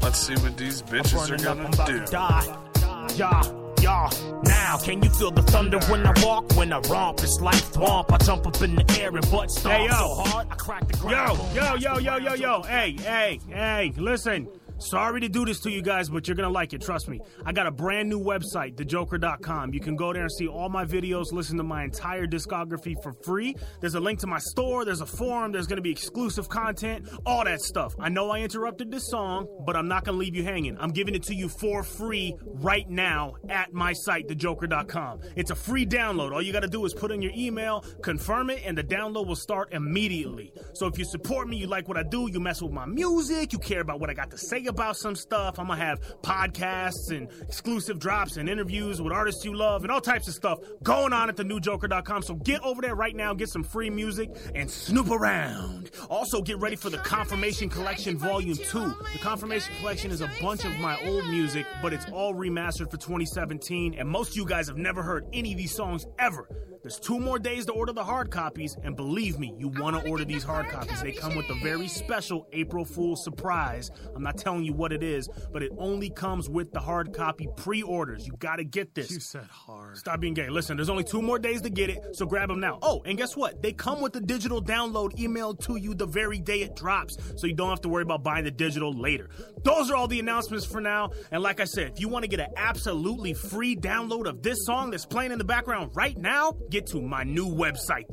S6: Let's see what these bitches are
S37: burning
S6: gonna
S37: up, I'm
S6: do.
S37: about to die. Yeah, yeah. Now, can you feel the thunder when I walk? When I romp, it's like thwomp. I jump up in the air and butt stomp
S39: Hey, yo.
S37: so hard, I crack the ground.
S39: Yo, yo, yo, yo, yo, yo. Hey, hey, hey, listen.
S38: Sorry to do this to you guys, but you're going to like it. Trust me. I got a brand new website, thejoker.com. You can go there and see all my videos, listen to my entire discography for free. There's a link to my store, there's a forum, there's going to be exclusive content, all that stuff. I know I interrupted this song, but I'm not going to leave you hanging. I'm giving it to you for free right now at my site, thejoker.com. It's a free download. All you got to do is put in your email, confirm it, and the download will start immediately. So if you support me, you like what I do, you mess with my music, you care about what I got to say about some stuff. I'm gonna have podcasts and exclusive drops and interviews with artists you love and all types of stuff going on at thenewjoker.com. So get over there right now, get some free music and snoop around. Also, get ready for the Confirmation Collection Volume 2. The Confirmation Collection is a bunch of my old music, but it's all remastered for 2017, and most of you guys have never heard any of these songs ever. There's two more days to order the hard copies, and believe me, you want to order these hard copies. They come with a very special April Fool's surprise. I'm not telling you what it is, but it only comes with the hard copy pre orders. You got to get this. You said hard. Stop being gay. Listen, there's only two more days to get it, so grab them now. Oh, and guess what? They come with the digital download emailed to you the very day it drops, so you don't have to worry about buying the digital later. Those are all the announcements for now, and like I said, if you want to get an absolutely free download of this song that's playing in the background right now, get to my new website,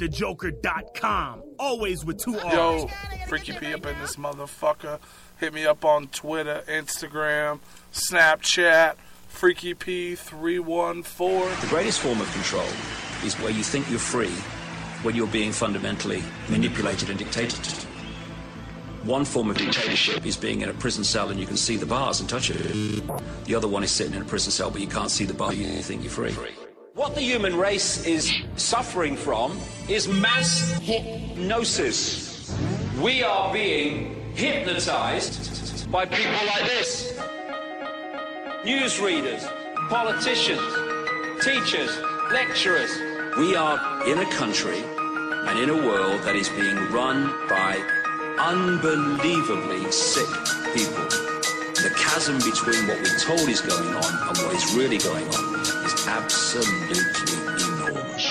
S38: thejoker.com. Always with two R's.
S8: Yo, Freaky P up in this motherfucker. Hit me up on Twitter, Instagram, Snapchat, Freaky P314.
S40: The greatest form of control is where you think you're free when you're being fundamentally manipulated and dictated. One form of dictatorship is being in a prison cell and you can see the bars and touch it. The other one is sitting in a prison cell but you can't see the bar, you think you're free. What the human race is suffering from is mass hypnosis. We are being hypnotized by people like this newsreaders, politicians, teachers, lecturers. We are in a country and in a world that is being run by unbelievably sick people. The chasm between what we're told is going on and what is really going on is absolutely enormous.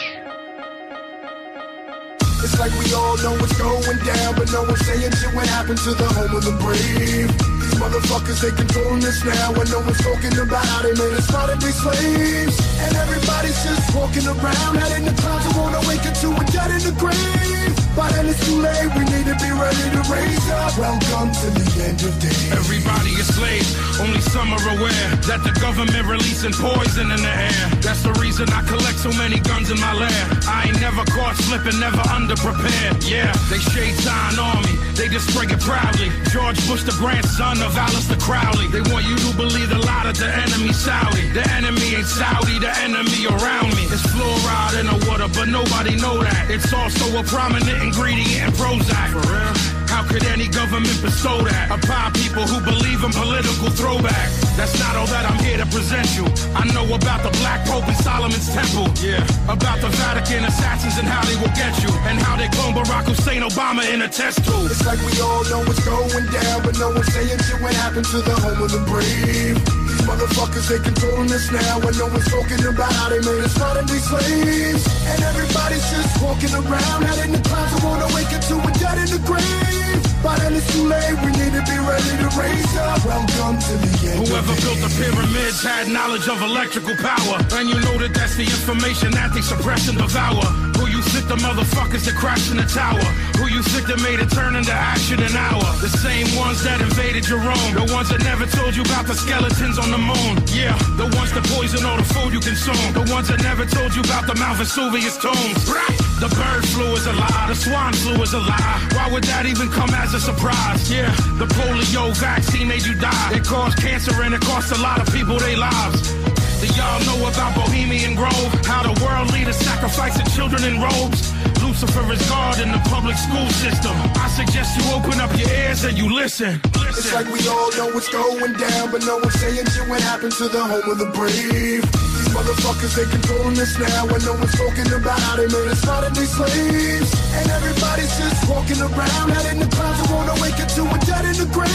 S13: It's like we all know what's going down, but no one's saying shit. What happened to the home of the brave? These motherfuckers, they controlling us now, and no one's talking about how they made us probably slaves. And everybody's just walking around, out in the clouds, and won't awaken to a dead in the grave. By then it's too late, we need to be ready to raise up. Welcome to the end of days.
S39: Everybody is slaves, only some are aware that the government releasing poison in the air. That's the reason I collect so many guns in my lair. I ain't never caught slipping, never underprepared. Yeah, they shade sign on me, they just bring it proudly. George Bush, the grandson of Alistair Crowley. They want you to believe the lie that the enemy Saudi. The enemy ain't Saudi, the enemy around me. It's fluoride in the water, but nobody know that. It's also a prominent ingredient in Prozac. For real? How could any government bestow that upon people who believe in political throwback? That's not all that I'm here to present you. I know about the Black Pope in Solomon's Temple. Yeah. About the Vatican assassins and how they will get you, and how they clone Barack Hussein Obama in a test tube.
S13: It's like we all know what's going down, but no one's saying shit. What happened to the home of the brave? These motherfuckers, they controlling us now, and no one's talking about how they made us finally slaves. And everybody's just walking around, out in the clouds, and won't awaken to a dead in the grave. By then it's too late. We need to be ready to raise up. Welcome to the end. of
S39: Whoever built the pyramids had knowledge of electrical power. And you know that that's the information that they suppress and devour. Who you sick the motherfuckers that crashed in the tower? Who you sick that made it turn into ash in an hour? The same ones that invaded Jerome. The ones that never told you about the skeletons on the moon. Yeah, the ones that poison all the food you consume. The ones that never told you about the Mount Vesuvius tombs. Brah! The bird flu is a lie. The swan flu is a lie. Why would that even come as a surprise? Yeah, the polio vaccine made you die. It caused cancer and it cost a lot of people their lives. Do y'all know about Bohemian Grove? How the world leaders sacrificing children in robes? Lucifer is God in the public school system. I suggest you open up your ears and you listen.
S13: It's like we all know what's going down, but no one's saying shit. What happened to the home of the brave? These motherfuckers, they controlling us now, and no one's talking about how they made us out of these slaves. And everybody's just walking around, out in the clouds, and won't awaken to a dead in the grave.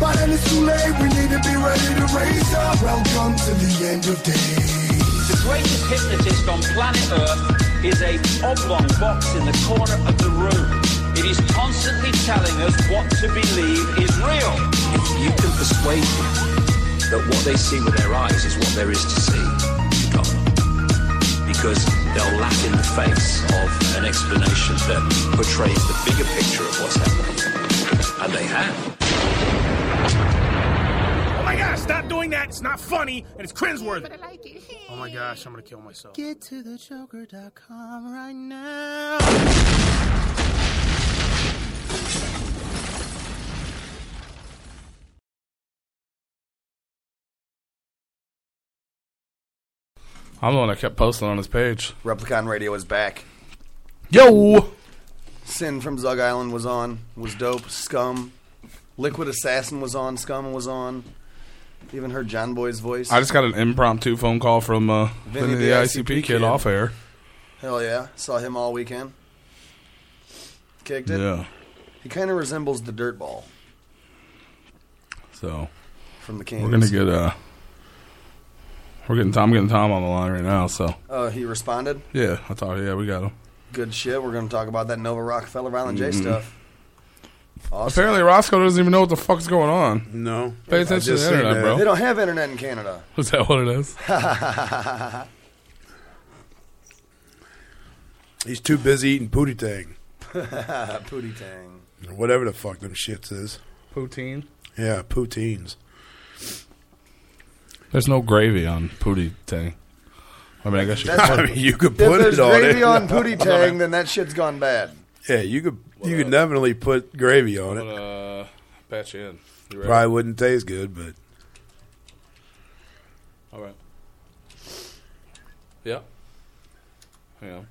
S13: By then it's too late. We need to be ready to raise up. Welcome to the end of days.
S40: The greatest hypnotist on planet Earth is a oblong box in the corner of the room. It is constantly telling us what to believe is real. You can persuade them that what they see with their eyes is what there is to see. You can't. Because they'll laugh in the face of an explanation that portrays the bigger picture of what's happening. And they have.
S38: Oh my god, stop doing that. It's not funny and it's cringeworthy. Oh my gosh, I'm gonna kill myself.
S35: Get to the joker.com right now.
S8: I'm the one that kept posting on his page.
S2: Replicon Radio is back.
S8: Yo!
S2: Sin from Zug Island was on, was dope. Scum. Liquid Assassin was on, Scum was on. Even heard John Boy's voice.
S8: I just got an impromptu phone call from uh,
S2: Vinny
S8: Vinny
S2: the
S8: the ICP,
S2: ICP
S8: kid,
S2: kid.
S8: off air.
S2: Hell yeah. Saw him all weekend. Kicked it.
S8: Yeah.
S2: He kind of resembles the dirt ball
S8: So
S2: from the Kings.
S8: we're gonna get uh, we're getting Tom, getting Tom on the line right now. So
S2: Uh, he responded.
S8: yeah, I thought yeah, we got him.
S2: Good shit. We're going to talk about that Nova Rockefeller Island J
S8: Mhm.
S2: stuff. Awesome.
S8: Apparently Roscoe doesn't even know what the fuck's going on.
S5: No,
S8: pay attention to the internet, bro.
S2: They don't have internet in Canada.
S8: Is that what it is?
S5: He's too busy eating pootie tang
S2: Pootie Tang.
S5: or whatever the fuck them shits is.
S8: Poutine.
S5: Yeah, poutines.
S8: There's no gravy on pootie tang. I mean, I guess you
S2: That's-
S8: could.
S2: if there's gravy on Pootie Tang, then that shit's gone bad.
S5: Yeah, you could. you could definitely put gravy on it.
S8: Uh, batch you in. You ready?
S5: Probably wouldn't taste good, but
S8: All right. Yeah. Yeah.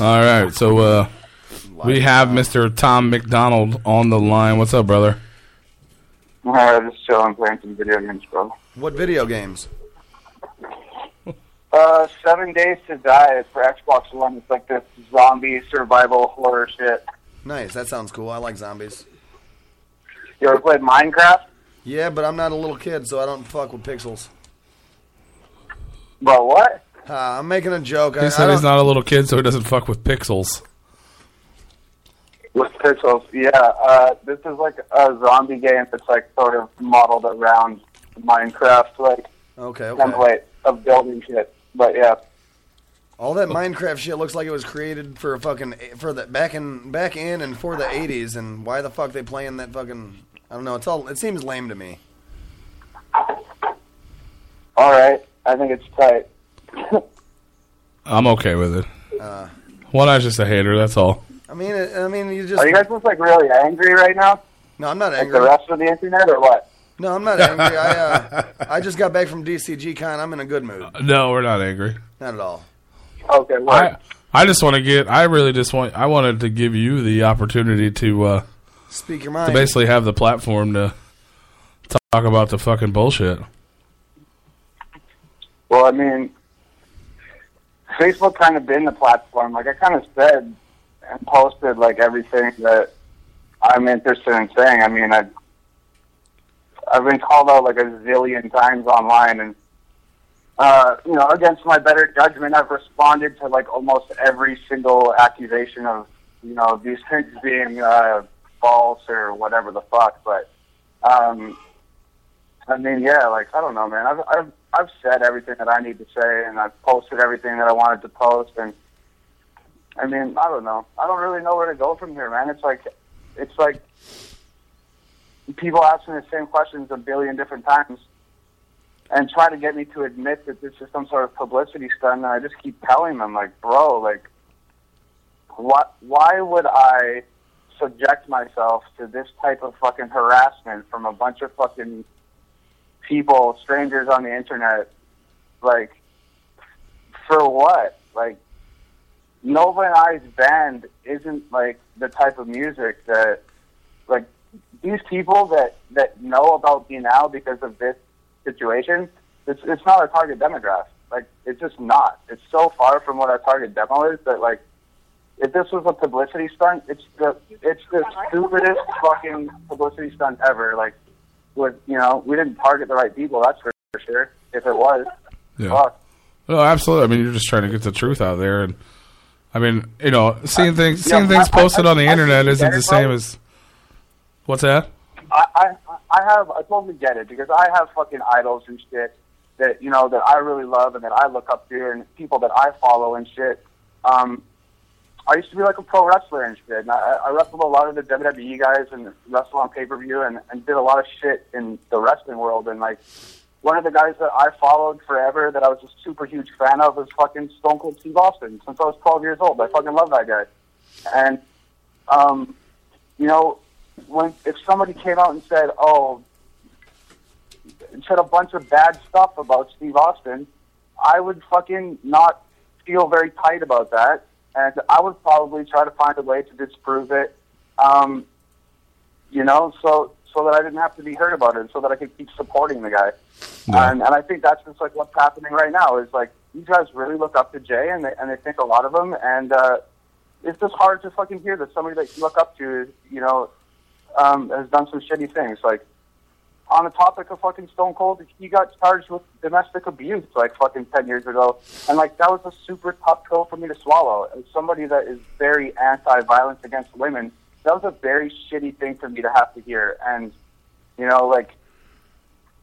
S8: All right, so uh, we have Mr. Tom McDonald on the line. What's up, brother?
S41: Alright, I'm just chilling, playing some video games, bro.
S2: What video games?
S41: Uh, Seven Days to Die is for Xbox One. It's like this zombie survival horror shit.
S2: Nice. That sounds cool. I like zombies.
S41: You ever played Minecraft?
S2: Yeah, but I'm not a little kid, so I don't fuck with pixels.
S41: Bro, what?
S2: Uh, I'm making a joke. I,
S8: He
S2: I
S8: said
S2: don't,
S8: he's not a little kid, so he doesn't fuck with pixels.
S41: With pixels, yeah. Uh, this is like a zombie game that's like sort of modeled around Minecraft, like
S2: okay, okay.
S41: template of building shit. But yeah,
S2: All that Minecraft shit looks like it was created for a fucking for the back in back in and for the '80s. And why the fuck they playing that fucking? I don't know. It's all. It seems lame to me.
S41: all right. I think it's tight.
S8: I'm okay with it.
S2: Uh,
S8: One eye's just a hater. That's all.
S2: I mean, it, I mean, you just.
S41: Are you guys just like really angry right now?
S2: No, I'm not
S41: Like
S2: angry.
S41: the rest of the internet, or what?
S2: No, I'm not angry. I uh, I just got back from DCG Con. I'm in a good mood.
S8: No, we're not angry.
S2: Not at all.
S41: Okay,
S8: I I just want to get. I really just want. I wanted to give you the opportunity to uh,
S2: Speak your
S8: to
S2: mind.
S8: basically have the platform to talk about the fucking bullshit.
S41: Well, I mean, Facebook kind of been the platform. Like I kind of said and posted like everything that I'm interested in saying. I mean, I I've been called out like a zillion times online, and uh, you know, against my better judgment, I've responded to like almost every single accusation of you know these things being uh, false or whatever the fuck. But um, I mean, yeah, like I don't know, man. I've I've I've said everything that I need to say, and I've posted everything that I wanted to post, and I mean, I don't know. I don't really know where to go from here, man. It's like it's like people ask me the same questions a billion different times and try to get me to admit that this is some sort of publicity stunt and I just keep telling them like bro like what why would I subject myself to this type of fucking harassment from a bunch of fucking people strangers on the internet like for what like Nova and I's band isn't like the type of music that like these people that that know about me now because of this situation, it's it's not our target demographic. Like it's just not. It's so far from what our target demo is that like if this was a publicity stunt, it's the it's the stupidest fucking publicity stunt ever. Like with you know, we didn't target the right people, that's for sure. If it was.
S8: Yeah.
S41: Fuck.
S8: No, absolutely. I mean, you're just trying to get the truth out there, and I mean, you know, seeing things
S41: yeah,
S8: seeing things
S41: I- I-
S8: posted on the
S41: I- I
S8: internet
S41: think
S8: isn't
S41: better,
S8: the same
S41: bro.
S8: as what's that?
S41: I, I I have I totally get it because I have fucking idols and shit that you know that I really love and that I look up to and people that I follow and shit. Um, I used to be like a pro wrestler and shit, and I, I wrestled a lot of the WWE guys and wrestled on pay per view and, and did a lot of shit in the wrestling world. And like one of the guys that I followed forever that I was a super huge fan of was fucking Stone Cold Steve Austin since I was 12 years old. I fucking love that guy, and um, you know when if somebody came out and said, "Oh," and said a bunch of bad stuff about Steve Austin, I would fucking not feel very tight about that, and I would probably try to find a way to disprove it. Um, you know, so so that I didn't have to be hurt about it, and so that I could keep supporting the guy. And, and I think that's just like what's happening right now is like these guys really look up to Jay, and they and they think a lot of him, and uh, it's just hard to fucking hear that somebody that you look up to, is, you know, um, has done some shitty things. Like on the topic of fucking Stone Cold, he got charged with domestic abuse like fucking ten years ago, and like that was a super tough pill for me to swallow. As somebody that is very anti-violence against women, that was a very shitty thing for me to have to hear. And you know, like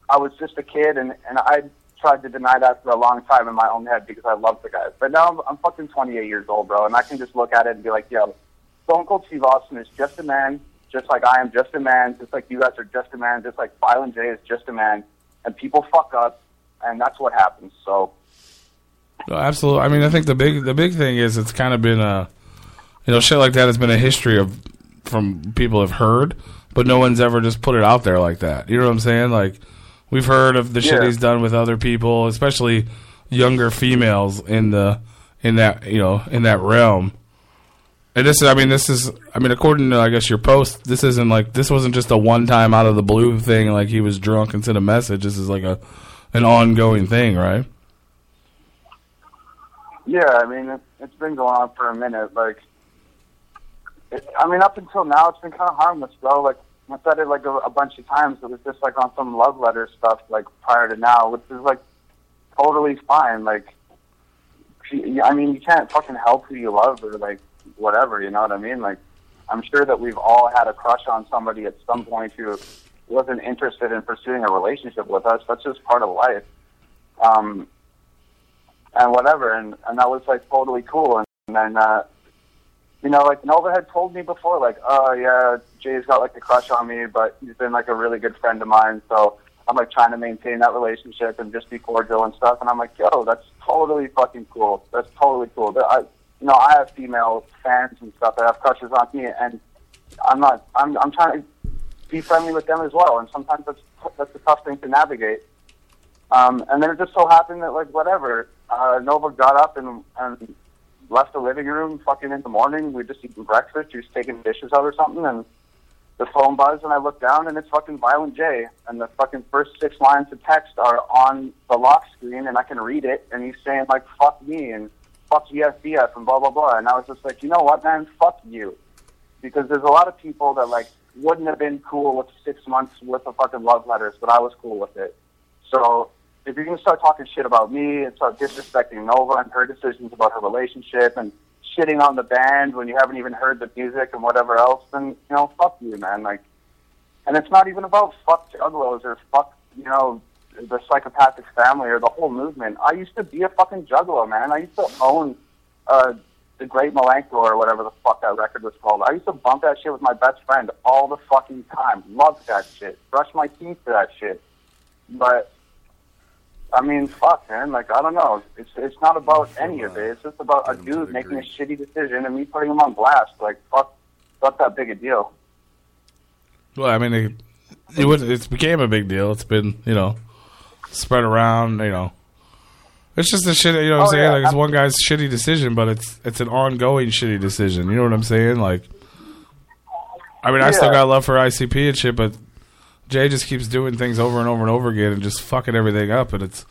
S41: I was just a kid, and and I tried to deny that for a long time in my own head because I loved the guy. But now I'm, I'm fucking 28 years old, bro, and I can just look at it and be like, yo, Stone Cold Steve Austin is just a man, just like I am just a man, just like you guys are just a man, just like Violent J is just a man, and people fuck up, and that's what happens. So
S8: No, Oh, absolutely. I mean, I think the big the big thing is it's kind of been a, you know, shit like that has been a history of from people have heard, but no one's ever just put it out there like that. You know what I'm saying? Like we've heard of the shit
S5: Yeah.
S8: he's done with other people, especially younger females in the in that you know in that realm. And this is, I mean, this is, I mean, according to, I guess, your post, this isn't like, this wasn't just a one time out of the blue thing, like he was drunk and sent a message. This is like a, an ongoing thing, right?
S41: yeah, I mean, it, it's been going on for a minute. Like, it, I mean, up until now, it's been kind of harmless, bro. Like, I said it like a, a bunch of times. It was just like on some love letter stuff, like prior to now, which is like totally fine. Like, she- I mean, you can't fucking help who you love or like whatever. You know what I mean? Like, I'm sure that we've all had a crush on somebody at some point who wasn't interested in pursuing a relationship with us. That's just part of life. Um, and whatever, and and that was like totally cool. And, and then, uh, you know, like Nova had told me before, like, oh yeah, Jay's got like a crush on me, but he's been like a really good friend of mine, so I'm like trying to maintain that relationship and just be cordial and stuff. And I'm like, yo, that's totally fucking cool. That's totally cool. But I, you know, I have female fans and stuff that have crushes on me, and I'm not, I'm, I'm trying to be friendly with them as well. And sometimes that's that's a tough thing to navigate. Um, and then it just so happened that like whatever, uh, Nova got up and, and left the living room fucking in the morning. We were just eating breakfast. She was taking dishes out or something, and the phone buzzed, and I look down, and it's fucking Violent J. And the fucking first six lines of text are on the lock screen, and I can read it. And he's saying like "fuck me" and "fuck yes, yes" and blah blah blah. And I was just like, you know what, man, fuck you, because there's a lot of people that like wouldn't have been cool with six months worth of fucking love letters, but I was cool with it. So if you're going to start talking shit about me and start disrespecting Nova and her decisions about her relationship and shitting on the band when you haven't even heard the music and whatever else, then, you know, fuck you, man. Like, and it's not even about fuck juggalos or fuck, you know, the psychopathic family or the whole movement. I used to be a fucking juggalo, man. I used to own, uh, the Great Malenko or whatever the fuck that record was called. I used to bump that shit with my best friend all the fucking time. Loved that shit. Brushed my teeth to that shit. But I mean, fuck, man. Like, I don't know. It's it's not about any of it. It's just about a dude making a shitty decision and me putting him on blast. Like, fuck, not that big a deal.
S8: Well, I mean, it, it was it became a big deal. It's been you know spread around. You know, it's just a shit. You know what I'm
S5: Oh,
S8: saying?
S5: yeah,
S8: like it's one guy's shitty decision, but it's it's an ongoing shitty decision. You know what I'm saying? Like, I mean, I still
S5: Yeah.
S8: got love for ICP and shit, but Jay just keeps doing things over and over and over again and just fucking everything up. And it's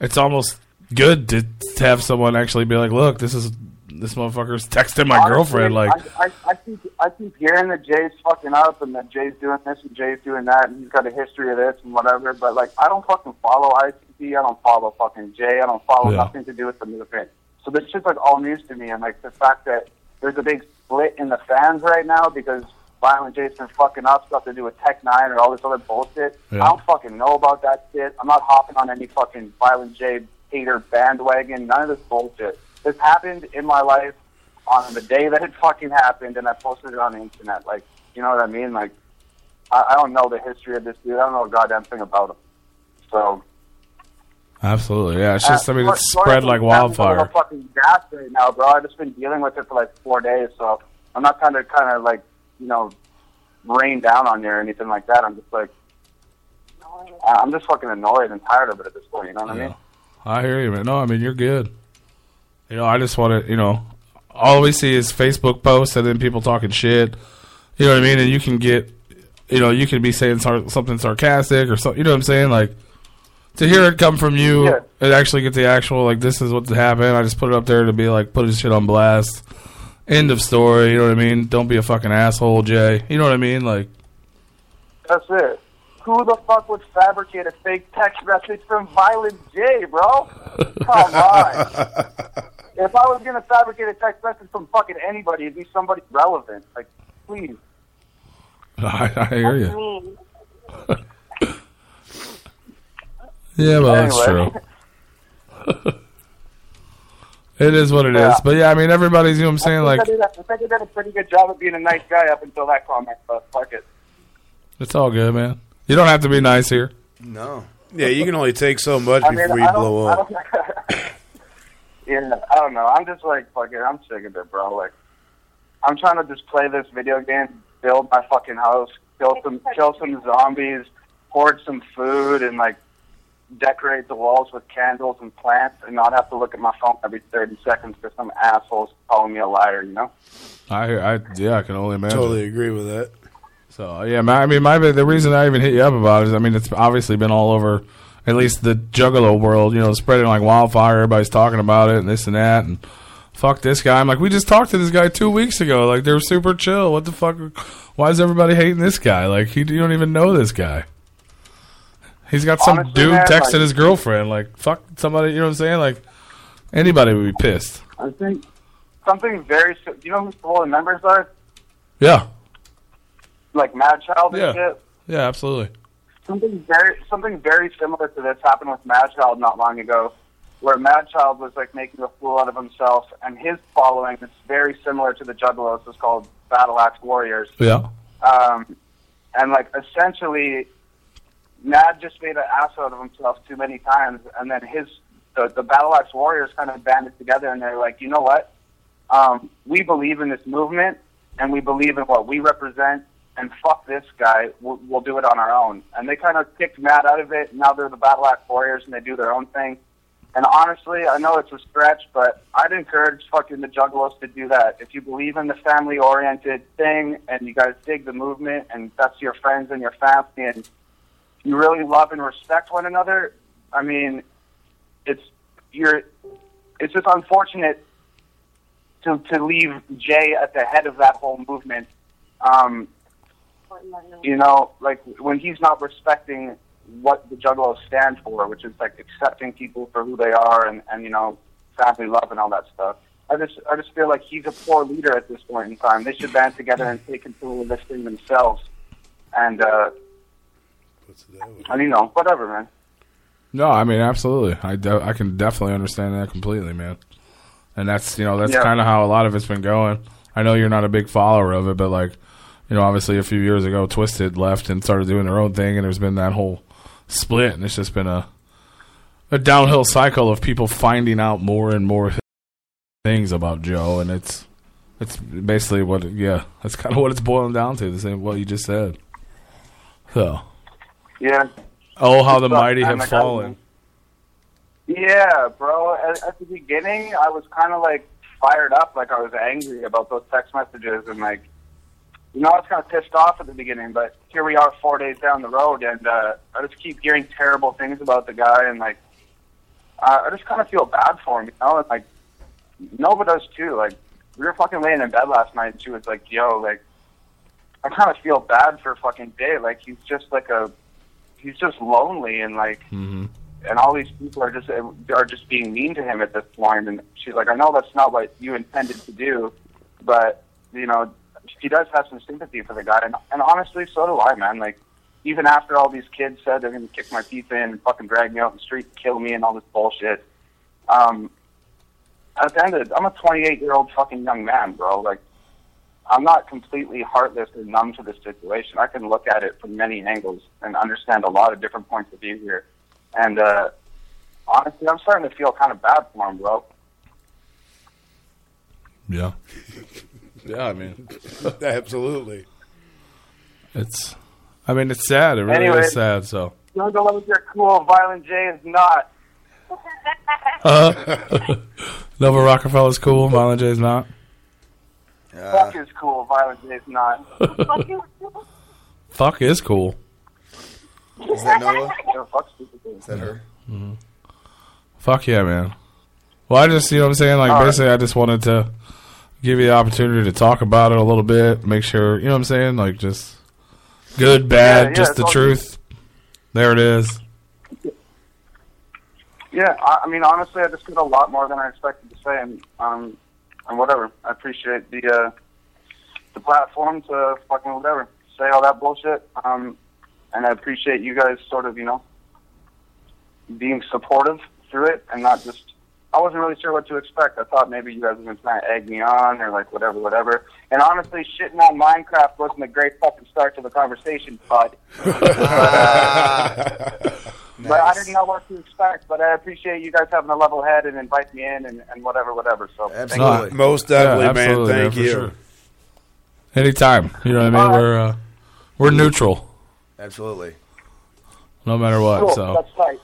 S8: it's almost good to, to have someone actually be like, look, this is this motherfucker's texting my
S41: Honestly,
S8: girlfriend. Like,
S41: I, I, I keep I keep hearing that Jay's fucking up and that Jay's doing this and Jay's doing that and he's got a history of this and whatever. But like, I don't fucking follow ICP. I don't follow fucking Jay. I don't follow
S8: Yeah.
S41: nothing to do with the movement. So So this shit's like all news to me, and like the fact that there's a big split in the fans right now because Violent Jason fucking up stuff to do with Tech Nine or all this other bullshit.
S10: Yeah.
S41: I don't fucking know about that shit. I'm not hopping on any fucking Violent J hater bandwagon. None of this bullshit. This happened in my life on the day that it fucking happened, and I posted it on the internet. Like, you know what I mean? Like, I, I don't know the history of this dude. I don't know a goddamn thing about him. So
S8: Absolutely, yeah. It's just, I mean,
S41: Uh,
S8: it's
S41: Flor-
S8: spread like
S41: Florida's been having
S8: wildfire.
S41: a fucking gas right now, bro. I've just been dealing with it for like four days, so I'm not trying to kind of like you know rain down on you or anything like that. I'm just like I- I'm just fucking annoyed and tired of it at this point. You know what I mean?
S8: I hear you, man. No, I mean, you're good. You know, I just want to, you know, all we see is Facebook posts and then people talking shit. You know what I mean? And you can get, you know, you can be saying sar- something sarcastic or something. You know what I'm saying? Like, to hear it come from you
S42: Yeah.
S8: and actually get the actual, like, this is what happened. I just put it up there to be like, put his shit on blast. End of story. You know what I mean? Don't be a fucking asshole, Jay. You know what I mean? Like,
S41: That's it. Who the fuck would fabricate a fake text message from Violent J, bro? Come on. if I was gonna fabricate a text message from fucking anybody, it'd be somebody relevant. Like, please.
S8: I, I hear you.
S41: Mean.
S8: Yeah, well, that's
S42: Anyway.
S8: true. it is what it is. But yeah, I mean, everybody's, you know what I'm saying?
S41: I
S8: Like,
S41: think I did a- I think I did a pretty good job of being a nice guy up until that comment, but fuck it.
S8: it's all good, man. You don't have to be nice here.
S43: No.
S5: Yeah, you can only take so much
S41: I mean,
S5: before
S41: I
S5: you
S41: don't-
S5: blow
S41: I
S5: up.
S41: don't- yeah, I don't know. I'm just like fucking. I'm sick of it, bro. Like, I'm trying to just play this video game, build my fucking house, kill some kill some zombies, hoard some food, and like decorate the walls with candles and plants, and not have to look at my phone every 30 seconds because some asshole's calling me a liar. You know?
S8: I, I, yeah, I can only imagine.
S5: Totally agree with that.
S8: So Uh, yeah, my, I mean, my the reason I even hit you up about it is, I mean, it's obviously been all over, at least the Juggalo world, you know, spreading like wildfire. Everybody's talking about it and this and that, and fuck this guy. I'm like, we just talked to this guy two weeks ago. Like they're super chill. What the fuck? Why is everybody hating this guy? Like he, you don't even know this guy. He's got some
S42: Honestly,
S8: dude
S42: man,
S8: texting
S42: like-
S8: his girlfriend. Like fuck somebody. You know what I'm saying? Like anybody would be pissed.
S41: I think something very. Do you know who all the members are?
S8: Yeah.
S41: Like Mad Child and
S8: Yeah.
S41: shit.
S8: Yeah. Absolutely.
S41: Something very something very similar to this happened with Mad Child not long ago, where Mad Child was like making a fool out of himself, and his following that's very similar to the Juggalos is called Battle Axe Warriors.
S8: Yeah.
S41: Um, and like essentially, Mad just made an ass out of himself too many times, and then his the, the Battle Axe Warriors kind of banded together, and they're like, you know what? Um, we believe in this movement, and we believe in what we represent. And fuck this guy. We'll, we'll do it on our own. And they kind of kicked Matt out of it. Now they're the Battle Axe Warriors, and they do their own thing. And honestly, I know it's a stretch, but I'd encourage fucking the Juggalos to do that. If you believe in the family oriented thing and you guys dig the movement and that's your friends and your family and you really love and respect one another, I mean, it's you're it's just unfortunate to to leave Jay at the head of that whole movement. Um, you know, like when he's not respecting what the Juggalos stand for, which is like accepting people for who they are and, and you know, family love and all that stuff. I just I just feel like he's a poor leader at this point in time. They should band together and take control of this thing themselves. And uh, and you know, whatever, man.
S8: No, I mean absolutely. I de- I can definitely understand that completely, man. And that's you know that's
S42: Yeah.
S8: kind of how a lot of it's been going. I know you're not a big follower of it, but like you know, obviously a few years ago, Twisted left and started doing their own thing, and there's been that whole split, and it's just been a a downhill cycle of people finding out more and more things about Joe, and it's it's basically what yeah, that's kind of what it's boiling down to. The same what you just said. So
S41: Yeah.
S8: oh, how the
S41: It's, uh,
S8: mighty
S41: I'm
S8: have
S41: like, I don't
S8: fallen.
S41: know. Yeah, bro. At, at the beginning, I was kind of like fired up, like I was angry about those text messages, and like, you know, I was kind of pissed off at the beginning. But here we are, four days down the road, and uh, I just keep hearing terrible things about the guy, and like, I, I just kind of feel bad for him, you know. And like, Nova does too. Like, we were fucking laying in bed last night, and she was like, "Yo, like, I kind of feel bad for fucking Day. Like, he's just like a, he's just lonely, and like."
S8: Mm-hmm.
S41: and all these people are just are just being mean to him at this point. And she's like, I know that's not what you intended to do, but you know, she does have some sympathy for the guy, and and honestly, so do I, man. Like, even after all these kids said they're going to kick my teeth in and fucking drag me out in the street, kill me, and all this bullshit. Um, at the end of it, I'm a 28 year old fucking young man, bro. Like, I'm not completely heartless and numb to the situation. I can look at it from many angles and understand a lot of different points of view here. And uh, honestly, I'm starting to feel kind of bad for him, bro.
S8: Yeah. yeah, I mean,
S5: absolutely.
S8: It's, I mean, it's sad. It really
S41: Anyway.
S8: is sad. So,
S41: Young Delozer, cool. Violent J is not.
S8: uh, Nova Rockefeller's cool. Violent J is not.
S41: Fuck is cool. Violent J is not.
S8: Fuck is cool.
S41: is that Noah? Is that her?
S8: Mhm. Fuck yeah, man. Well, I just, you know what I'm saying? Like,
S41: All right.
S8: basically, I just wanted to give you the opportunity to talk about it a little bit, make sure, you know what I'm saying? Like, just good, bad,
S41: Yeah, yeah,
S8: just
S41: it's
S8: the
S41: all-
S8: truth. There it is.
S41: Yeah, I, I mean, honestly, I just got a lot more than I expected to say, and um, and whatever. I appreciate the uh, the platform to fucking whatever say all that bullshit. Um, and I appreciate you guys sort of, you know, being supportive through it and not just. I wasn't really sure what to expect. I thought maybe you guys were going to try to egg me on or like whatever, whatever. And honestly, shitting on Minecraft wasn't a great fucking start to the conversation, bud. But I didn't know what to expect. But I appreciate you guys having a level head and invite me in and, and whatever, whatever. So thank you.
S5: Absolutely. Most definitely,
S8: Yeah,
S5: man.
S8: absolutely,
S5: Thank
S8: yeah, for
S5: you.
S8: sure. Anytime. You know what I mean? We're, uh, we're neutral,
S2: Absolutely.
S8: no matter what.
S2: Cool.
S8: So,
S2: That's right.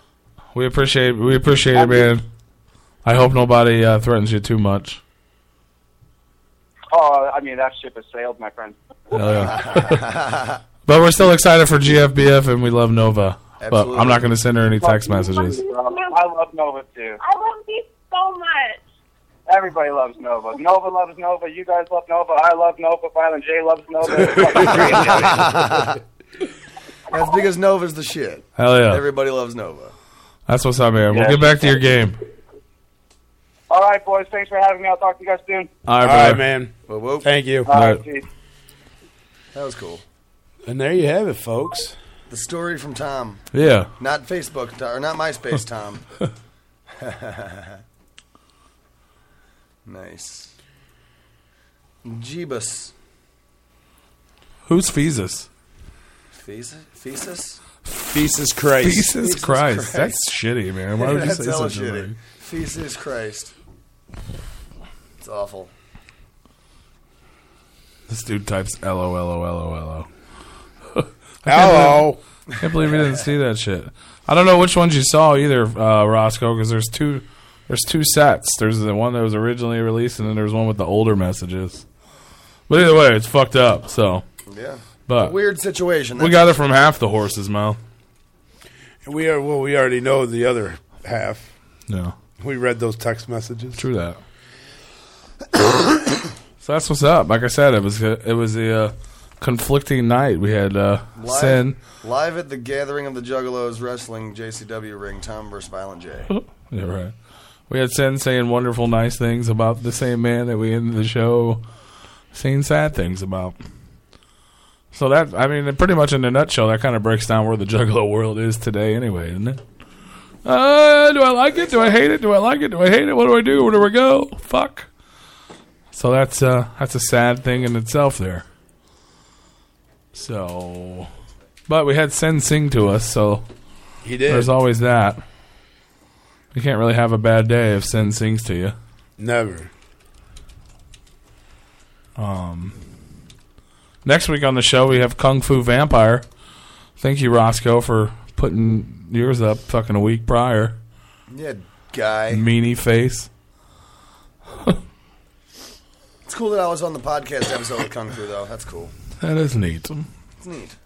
S8: we appreciate, we appreciate it, man. I hope nobody uh, threatens you too much.
S41: Oh, I mean that ship has sailed, my friend.
S8: Hell yeah. but we're still excited for GFBF and we love Nova. But I'm not going to send her any text messages.
S41: I love Nova too. I love you so much. Everybody loves Nova. Nova loves Nova. You guys love Nova. I love Nova. Violent J loves Nova.
S2: That's because Nova's the shit.
S8: Hell yeah.
S2: Everybody loves Nova.
S8: That's what's up, man.
S2: Yeah.
S8: We'll get back to your game.
S41: All right, boys. Thanks for having me. I'll talk to you guys soon.
S8: All right, brother.
S5: man.
S2: Whoa, whoa.
S5: Thank you.
S2: All right.
S41: Peace.
S2: That was cool.
S5: And there you have it, folks.
S2: The story from Tom.
S8: Yeah.
S2: Not Facebook or not MySpace, Tom. nice. Jeebus.
S8: Who's Feesus?
S2: Thesis? Thesis?
S5: Feces Christ.
S8: Feces
S2: Jesus
S8: Christ. That's shitty, man. Why would you
S2: That's
S8: say
S2: hella
S8: such a
S2: shitty.
S8: thing?
S2: Thesis Christ. It's awful.
S8: This dude types LOLOLOLO.
S5: Hello.
S8: I can't believe we didn't see that shit. I don't know which ones you saw either, uh, Roscoe, because there's two. There's two sets. There's the one that was originally released, and then there's one with the older messages. But either way, it's fucked up. So
S2: Yeah.
S8: But
S2: Weird situation.
S8: we got it from half the horse's mouth.
S5: We are well. We already know the other half.
S8: No.
S5: We read those text messages.
S8: True that. So that's what's up. Like I said, it was it was a uh, conflicting night. We had uh,
S2: Live,
S8: Sin.
S2: live at the gathering of the Juggalos wrestling JCW ring, Tom versus Violent J.
S8: Yeah, right. We had Sin saying wonderful, nice things about the same man that we ended the show saying sad things about. So that I mean, pretty much in a nutshell, that kind of breaks down where the Juggalo world is today, anyway, doesn't it? Uh, do I like it? Do I hate it? Do I like it? Do I hate it? What do I do? Where do I go? Fuck. So that's uh that's a sad thing in itself there. So, but we had Sen sing to us, so
S5: He did.
S8: There's always that. You can't really have a bad day if Sen sings to you.
S5: Never.
S8: Um, next week on the show we have Kung Fu Vampire. Thank you, Roscoe, for putting yours up fucking a week prior.
S2: Yeah, guy.
S8: Meanie face.
S2: It's cool that I was on the podcast episode with Kung Fu, though. That's cool.
S8: That is neat.
S2: It's neat.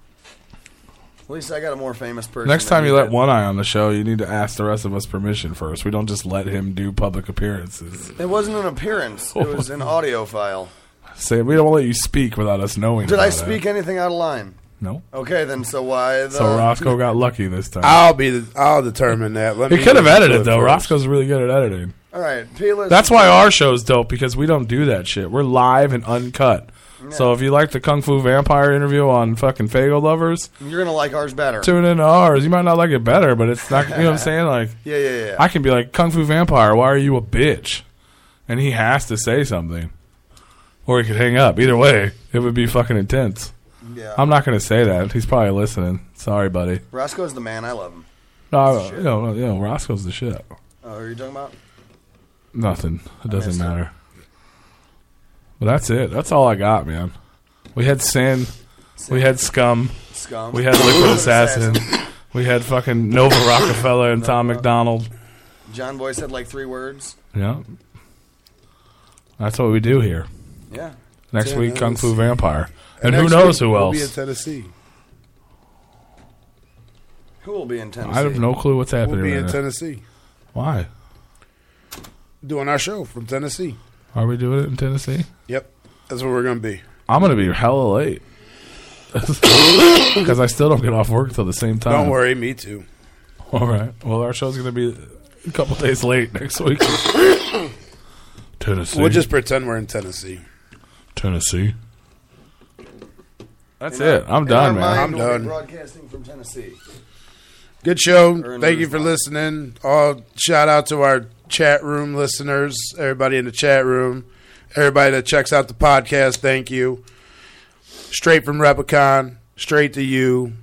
S2: At least I got a more famous person.
S8: Next
S2: than
S8: time you
S2: did.
S8: let One Eye on the show, you need to ask the rest of us permission first. We don't just let him do public appearances.
S2: It wasn't an appearance. It was an audio file.
S8: Say we don't let you speak without us knowing.
S2: Did I
S8: about it.
S2: speak anything out of line?
S8: No.
S2: Okay, then. So why? The,
S8: So Roscoe got lucky this time.
S5: I'll be. The, I'll determine that. Let
S8: He
S5: me
S8: could have
S5: look
S8: edited
S5: for it
S8: though.
S5: first.
S8: Roscoe's really good at editing.
S2: All right, P-list-
S8: That's why our show's dope because we don't do that shit. We're live and uncut. So if you like the Kung Fu Vampire interview on fucking Fago Lovers,
S2: You're gonna like ours better.
S8: tune in to ours. You might not like it better, but it's not. You know what I'm saying? Like,
S2: Yeah, yeah, yeah.
S8: I can be like Kung Fu Vampire. Why are you a bitch? And he has to say something, or he could hang up. Either way, it would be fucking intense.
S2: Yeah.
S8: I'm not gonna say that. He's probably listening. Sorry, buddy.
S2: Roscoe's the man. I love him.
S8: No, you know, you know, Roscoe's the shit.
S2: Oh, are you talking about?
S8: Nothing. It doesn't
S2: missed it.
S8: matter. But that's it. That's all I got, man. We had sin. We had scum.
S2: Scum.
S8: We had liquid assassin. we had fucking Nova Rockefeller and Tom McDonald.
S2: John Boy said like three words.
S8: Yeah. That's what we do here.
S2: Yeah.
S8: Next
S5: Yeah,
S8: week,
S5: that
S8: Kung
S5: was-
S8: Fu Vampire. And, who
S5: next
S8: knows
S5: week
S8: who
S5: we'll
S8: else?
S5: Be in Tennessee.
S2: Who will be in Tennessee?
S8: I have no clue what's happening
S5: We'll be
S8: right
S5: in
S8: now.
S5: Tennessee
S8: Why?
S5: doing our show from Tennessee.
S8: Are we doing it in Tennessee?
S5: Yep, that's where we're gonna be.
S8: I'm going to be hella late. Because I still don't get off work till the same time.
S5: Don't worry, me too.
S8: All right. Well, our show's going to be a couple days late next week. Tennessee.
S5: We'll just pretend we're in Tennessee.
S8: Tennessee. That's
S2: In
S8: it.
S2: our-
S8: I'm
S2: in
S8: done,
S2: our mind,
S8: man.
S2: we'll be Broadcasting from Tennessee.
S5: Good show.
S2: Earners
S5: Thank you for listening. All shout out to our chat room listeners, everybody in the chat room, everybody that checks out the podcast. Thank you. Straight from Repicon, straight to you.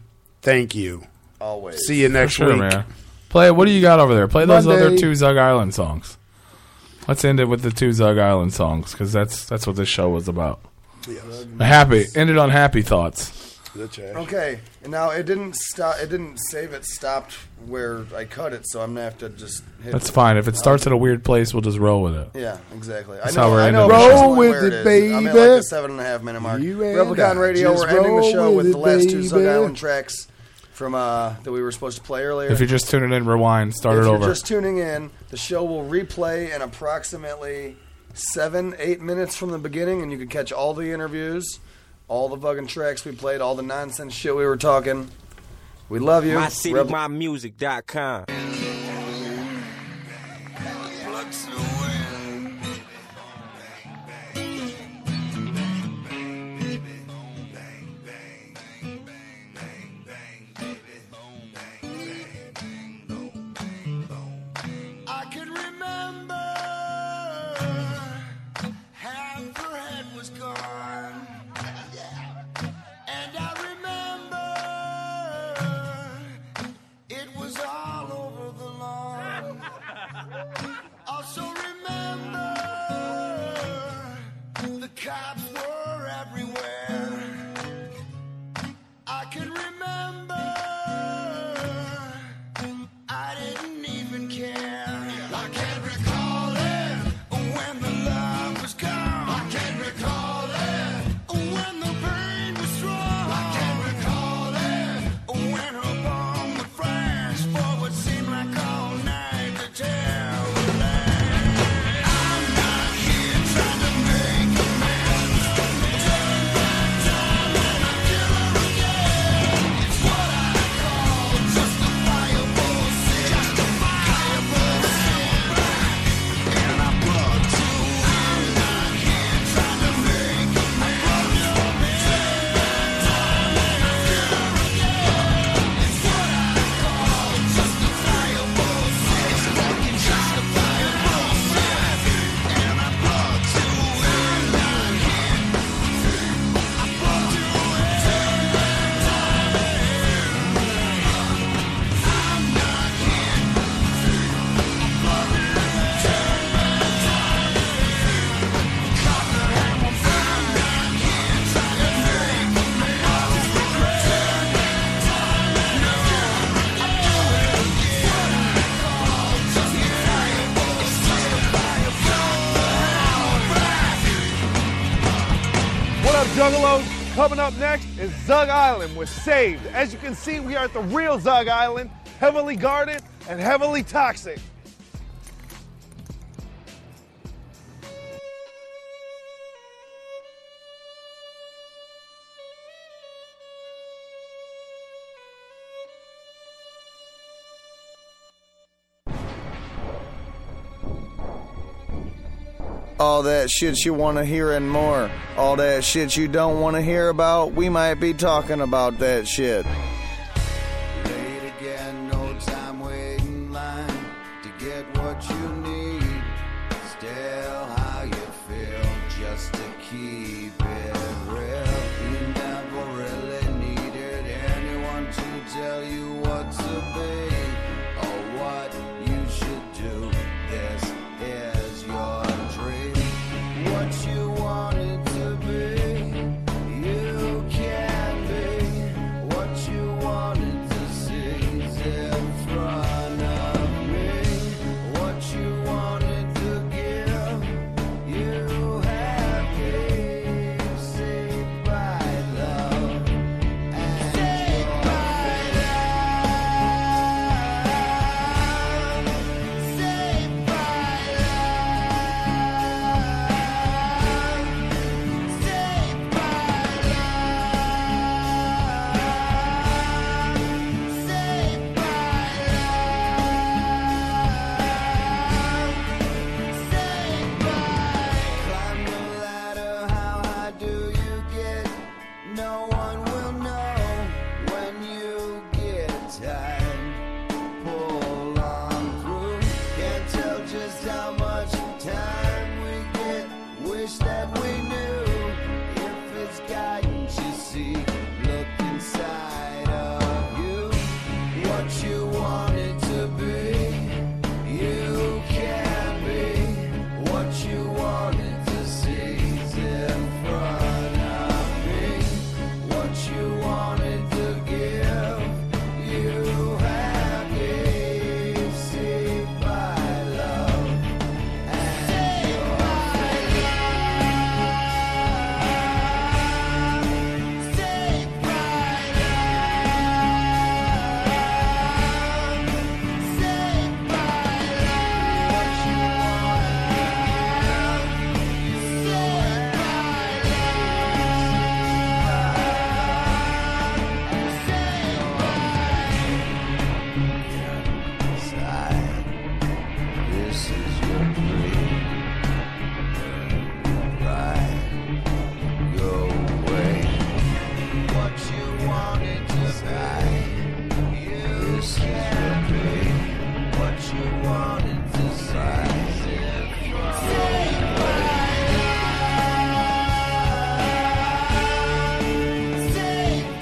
S5: Thank you.
S2: Always.
S5: See you next
S8: For sure,
S5: week.
S8: man. Play. What do you got over there? Play those
S5: Monday.
S8: other two Zug Island songs. Let's end it with the two Zug Island songs because that's that's what this show was about. Happy. End it on happy thoughts.
S2: Okay. And now it didn't stop. It didn't save. It stopped where I cut it, so I'm gonna have to just. Hit
S8: That's fine. If it starts at a weird place, we'll just roll with it.
S2: Yeah, exactly.
S8: That's
S2: I know,
S8: how we're
S2: I know
S8: ending the
S2: at this
S8: show.
S2: point
S5: with
S2: where
S5: it,
S2: is. I'm at like
S5: baby.
S2: the seven and a half minute mark.
S5: You and
S2: Replicon
S5: I
S2: Radio.
S5: just
S2: We're ending the
S5: roll
S2: show
S5: with
S2: with
S5: it,
S2: the last two Zug
S5: baby.
S2: Island tracks from uh, that we were supposed to play earlier.
S8: If you're just tuning in, rewind, start
S2: if
S8: it
S2: you're
S8: over.
S2: just tuning in, the show will replay in approximately seven, eight minutes from the beginning, and you can catch all the interviews, all the fucking tracks we played, all the nonsense shit we were talking. We love you. Rebel-
S28: MyCityMyMusic.com.
S25: I can remember half her head was gone. And I remember it was all over the lawn. Also remember the cops were everywhere. I can remember I didn't even care. I can't recall it when the love was gone. I can't recall it when the pain was strong. I can't recall it when her bomb would flash for what seemed like all night to tell. I'm not here trying to make amends. Turn back time and I kill her again. It's what I call justifiable sin. Justifiable sin. And I brought you in. I'm not here trying to make amends. Turn back time and I kill her again. It's what I call justifiable sin. It's fucking justifiable sin. And I brought you in. I'm not here. I brought you in. Turn back time I'm not here. I'm brought you in. Turn back time Cause I have a friend. I'm not here trying to make amends. Turn back time and I kill her again. It's what I call justifiable
S14: What up, Juggalos? Coming up next is Zug Island with Saved. As you can see, we are at the real Zug Island, heavily guarded and heavily toxic.
S2: All that shit you want to hear and more. All that shit you don't want to hear about, we might be talking about that shit.
S25: Late again, no time waiting in line to get what you need. Still, how you feel just to keep it real. You never really needed anyone to tell you what to be or what you should do. This is your dream. What you wanted to be, you can be. What you wanted to see is in front of me. What you wanted to give, you have gave. Saved by love and saved by love, saved by love, saved by love. Saved by love, saved by. Climb the ladder, how high do you get? No one will know when you get tired. Pull on through, can't tell just how much time we get. Wish that we knew if it's guidance you see. Look inside of you, what you wanted to be, you can be. What you wanted to see is in front of me. What you wanted to give, you have gave. Saved by love. This is your dream. Right, go away. What you wanted to say. This is your dream. What you wanted to say. Saved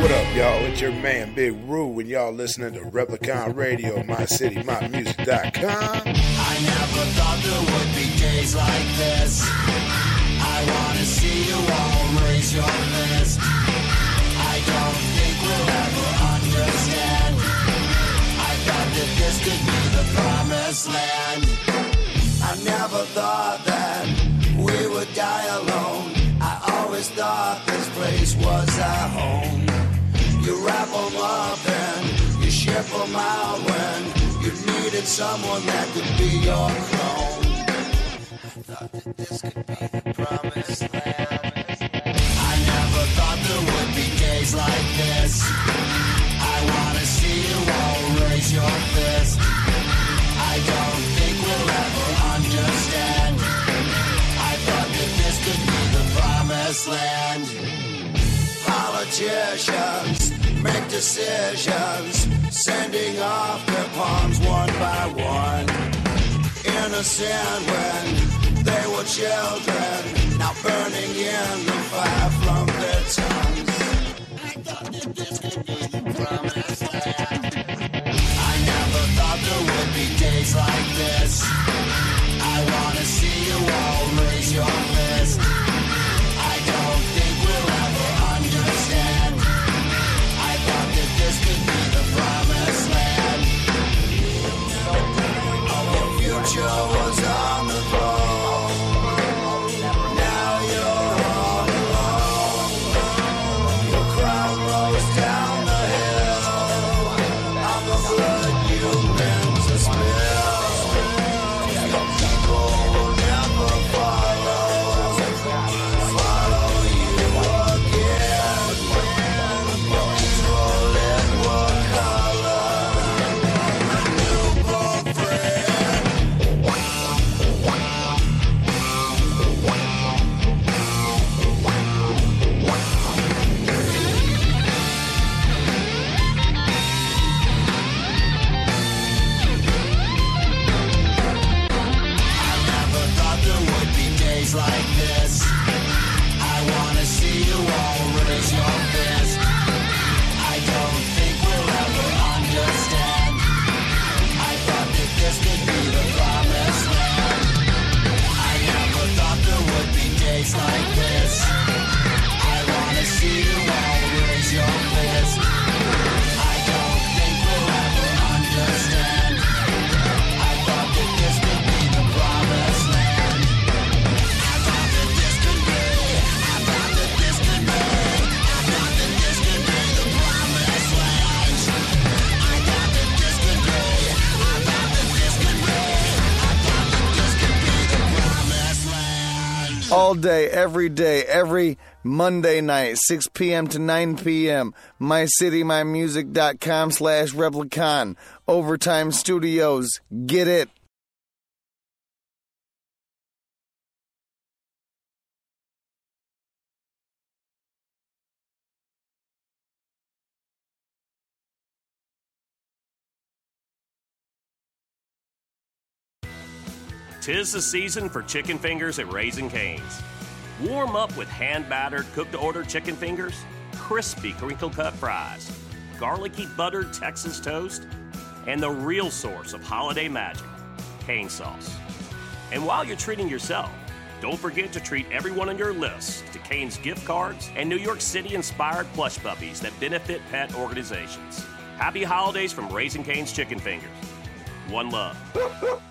S10: What up, y'all? It's your man Big Roo, and y'all listening to Replicon Radio, mycitymymusic.com.
S25: I never thought there would be days like this. I wanna see you all raise your fist. I don't think we'll ever understand. I thought that this could be the promised land. I never thought that we would die alone. I always thought this place was our home. You wrap 'em up and you ship 'em out when you needed someone that could be your clone. Thought that this could be the promised land. I never thought there would be days like this. I wanna see you all raise your fist. I don't think we'll ever understand. I thought that this could be the promised land. Politicians make decisions, sending off their palms one by one. Innocent when they were children, now burning in the fire from their tongues. I thought that this could be the promised land. I never thought there would be days like this. I wanna see you all raise your fist. I don't think we'll ever understand.
S2: all day, every day, every Monday night, 6 p.m. to 9 p.m. MyCityMyMusic.com slash Replicon. Overtime Studios. Get it.
S1: Tis the season for chicken fingers at Raising Cane's. Warm up with hand battered, cooked to order chicken fingers, crispy crinkle cut fries, garlicky buttered Texas toast, and the real source of holiday magic, cane sauce. And while you're treating yourself, don't forget to treat everyone on your list to Cane's gift cards and New York City inspired plush puppies that benefit pet organizations. Happy holidays from Raising Cane's Chicken Fingers. One love.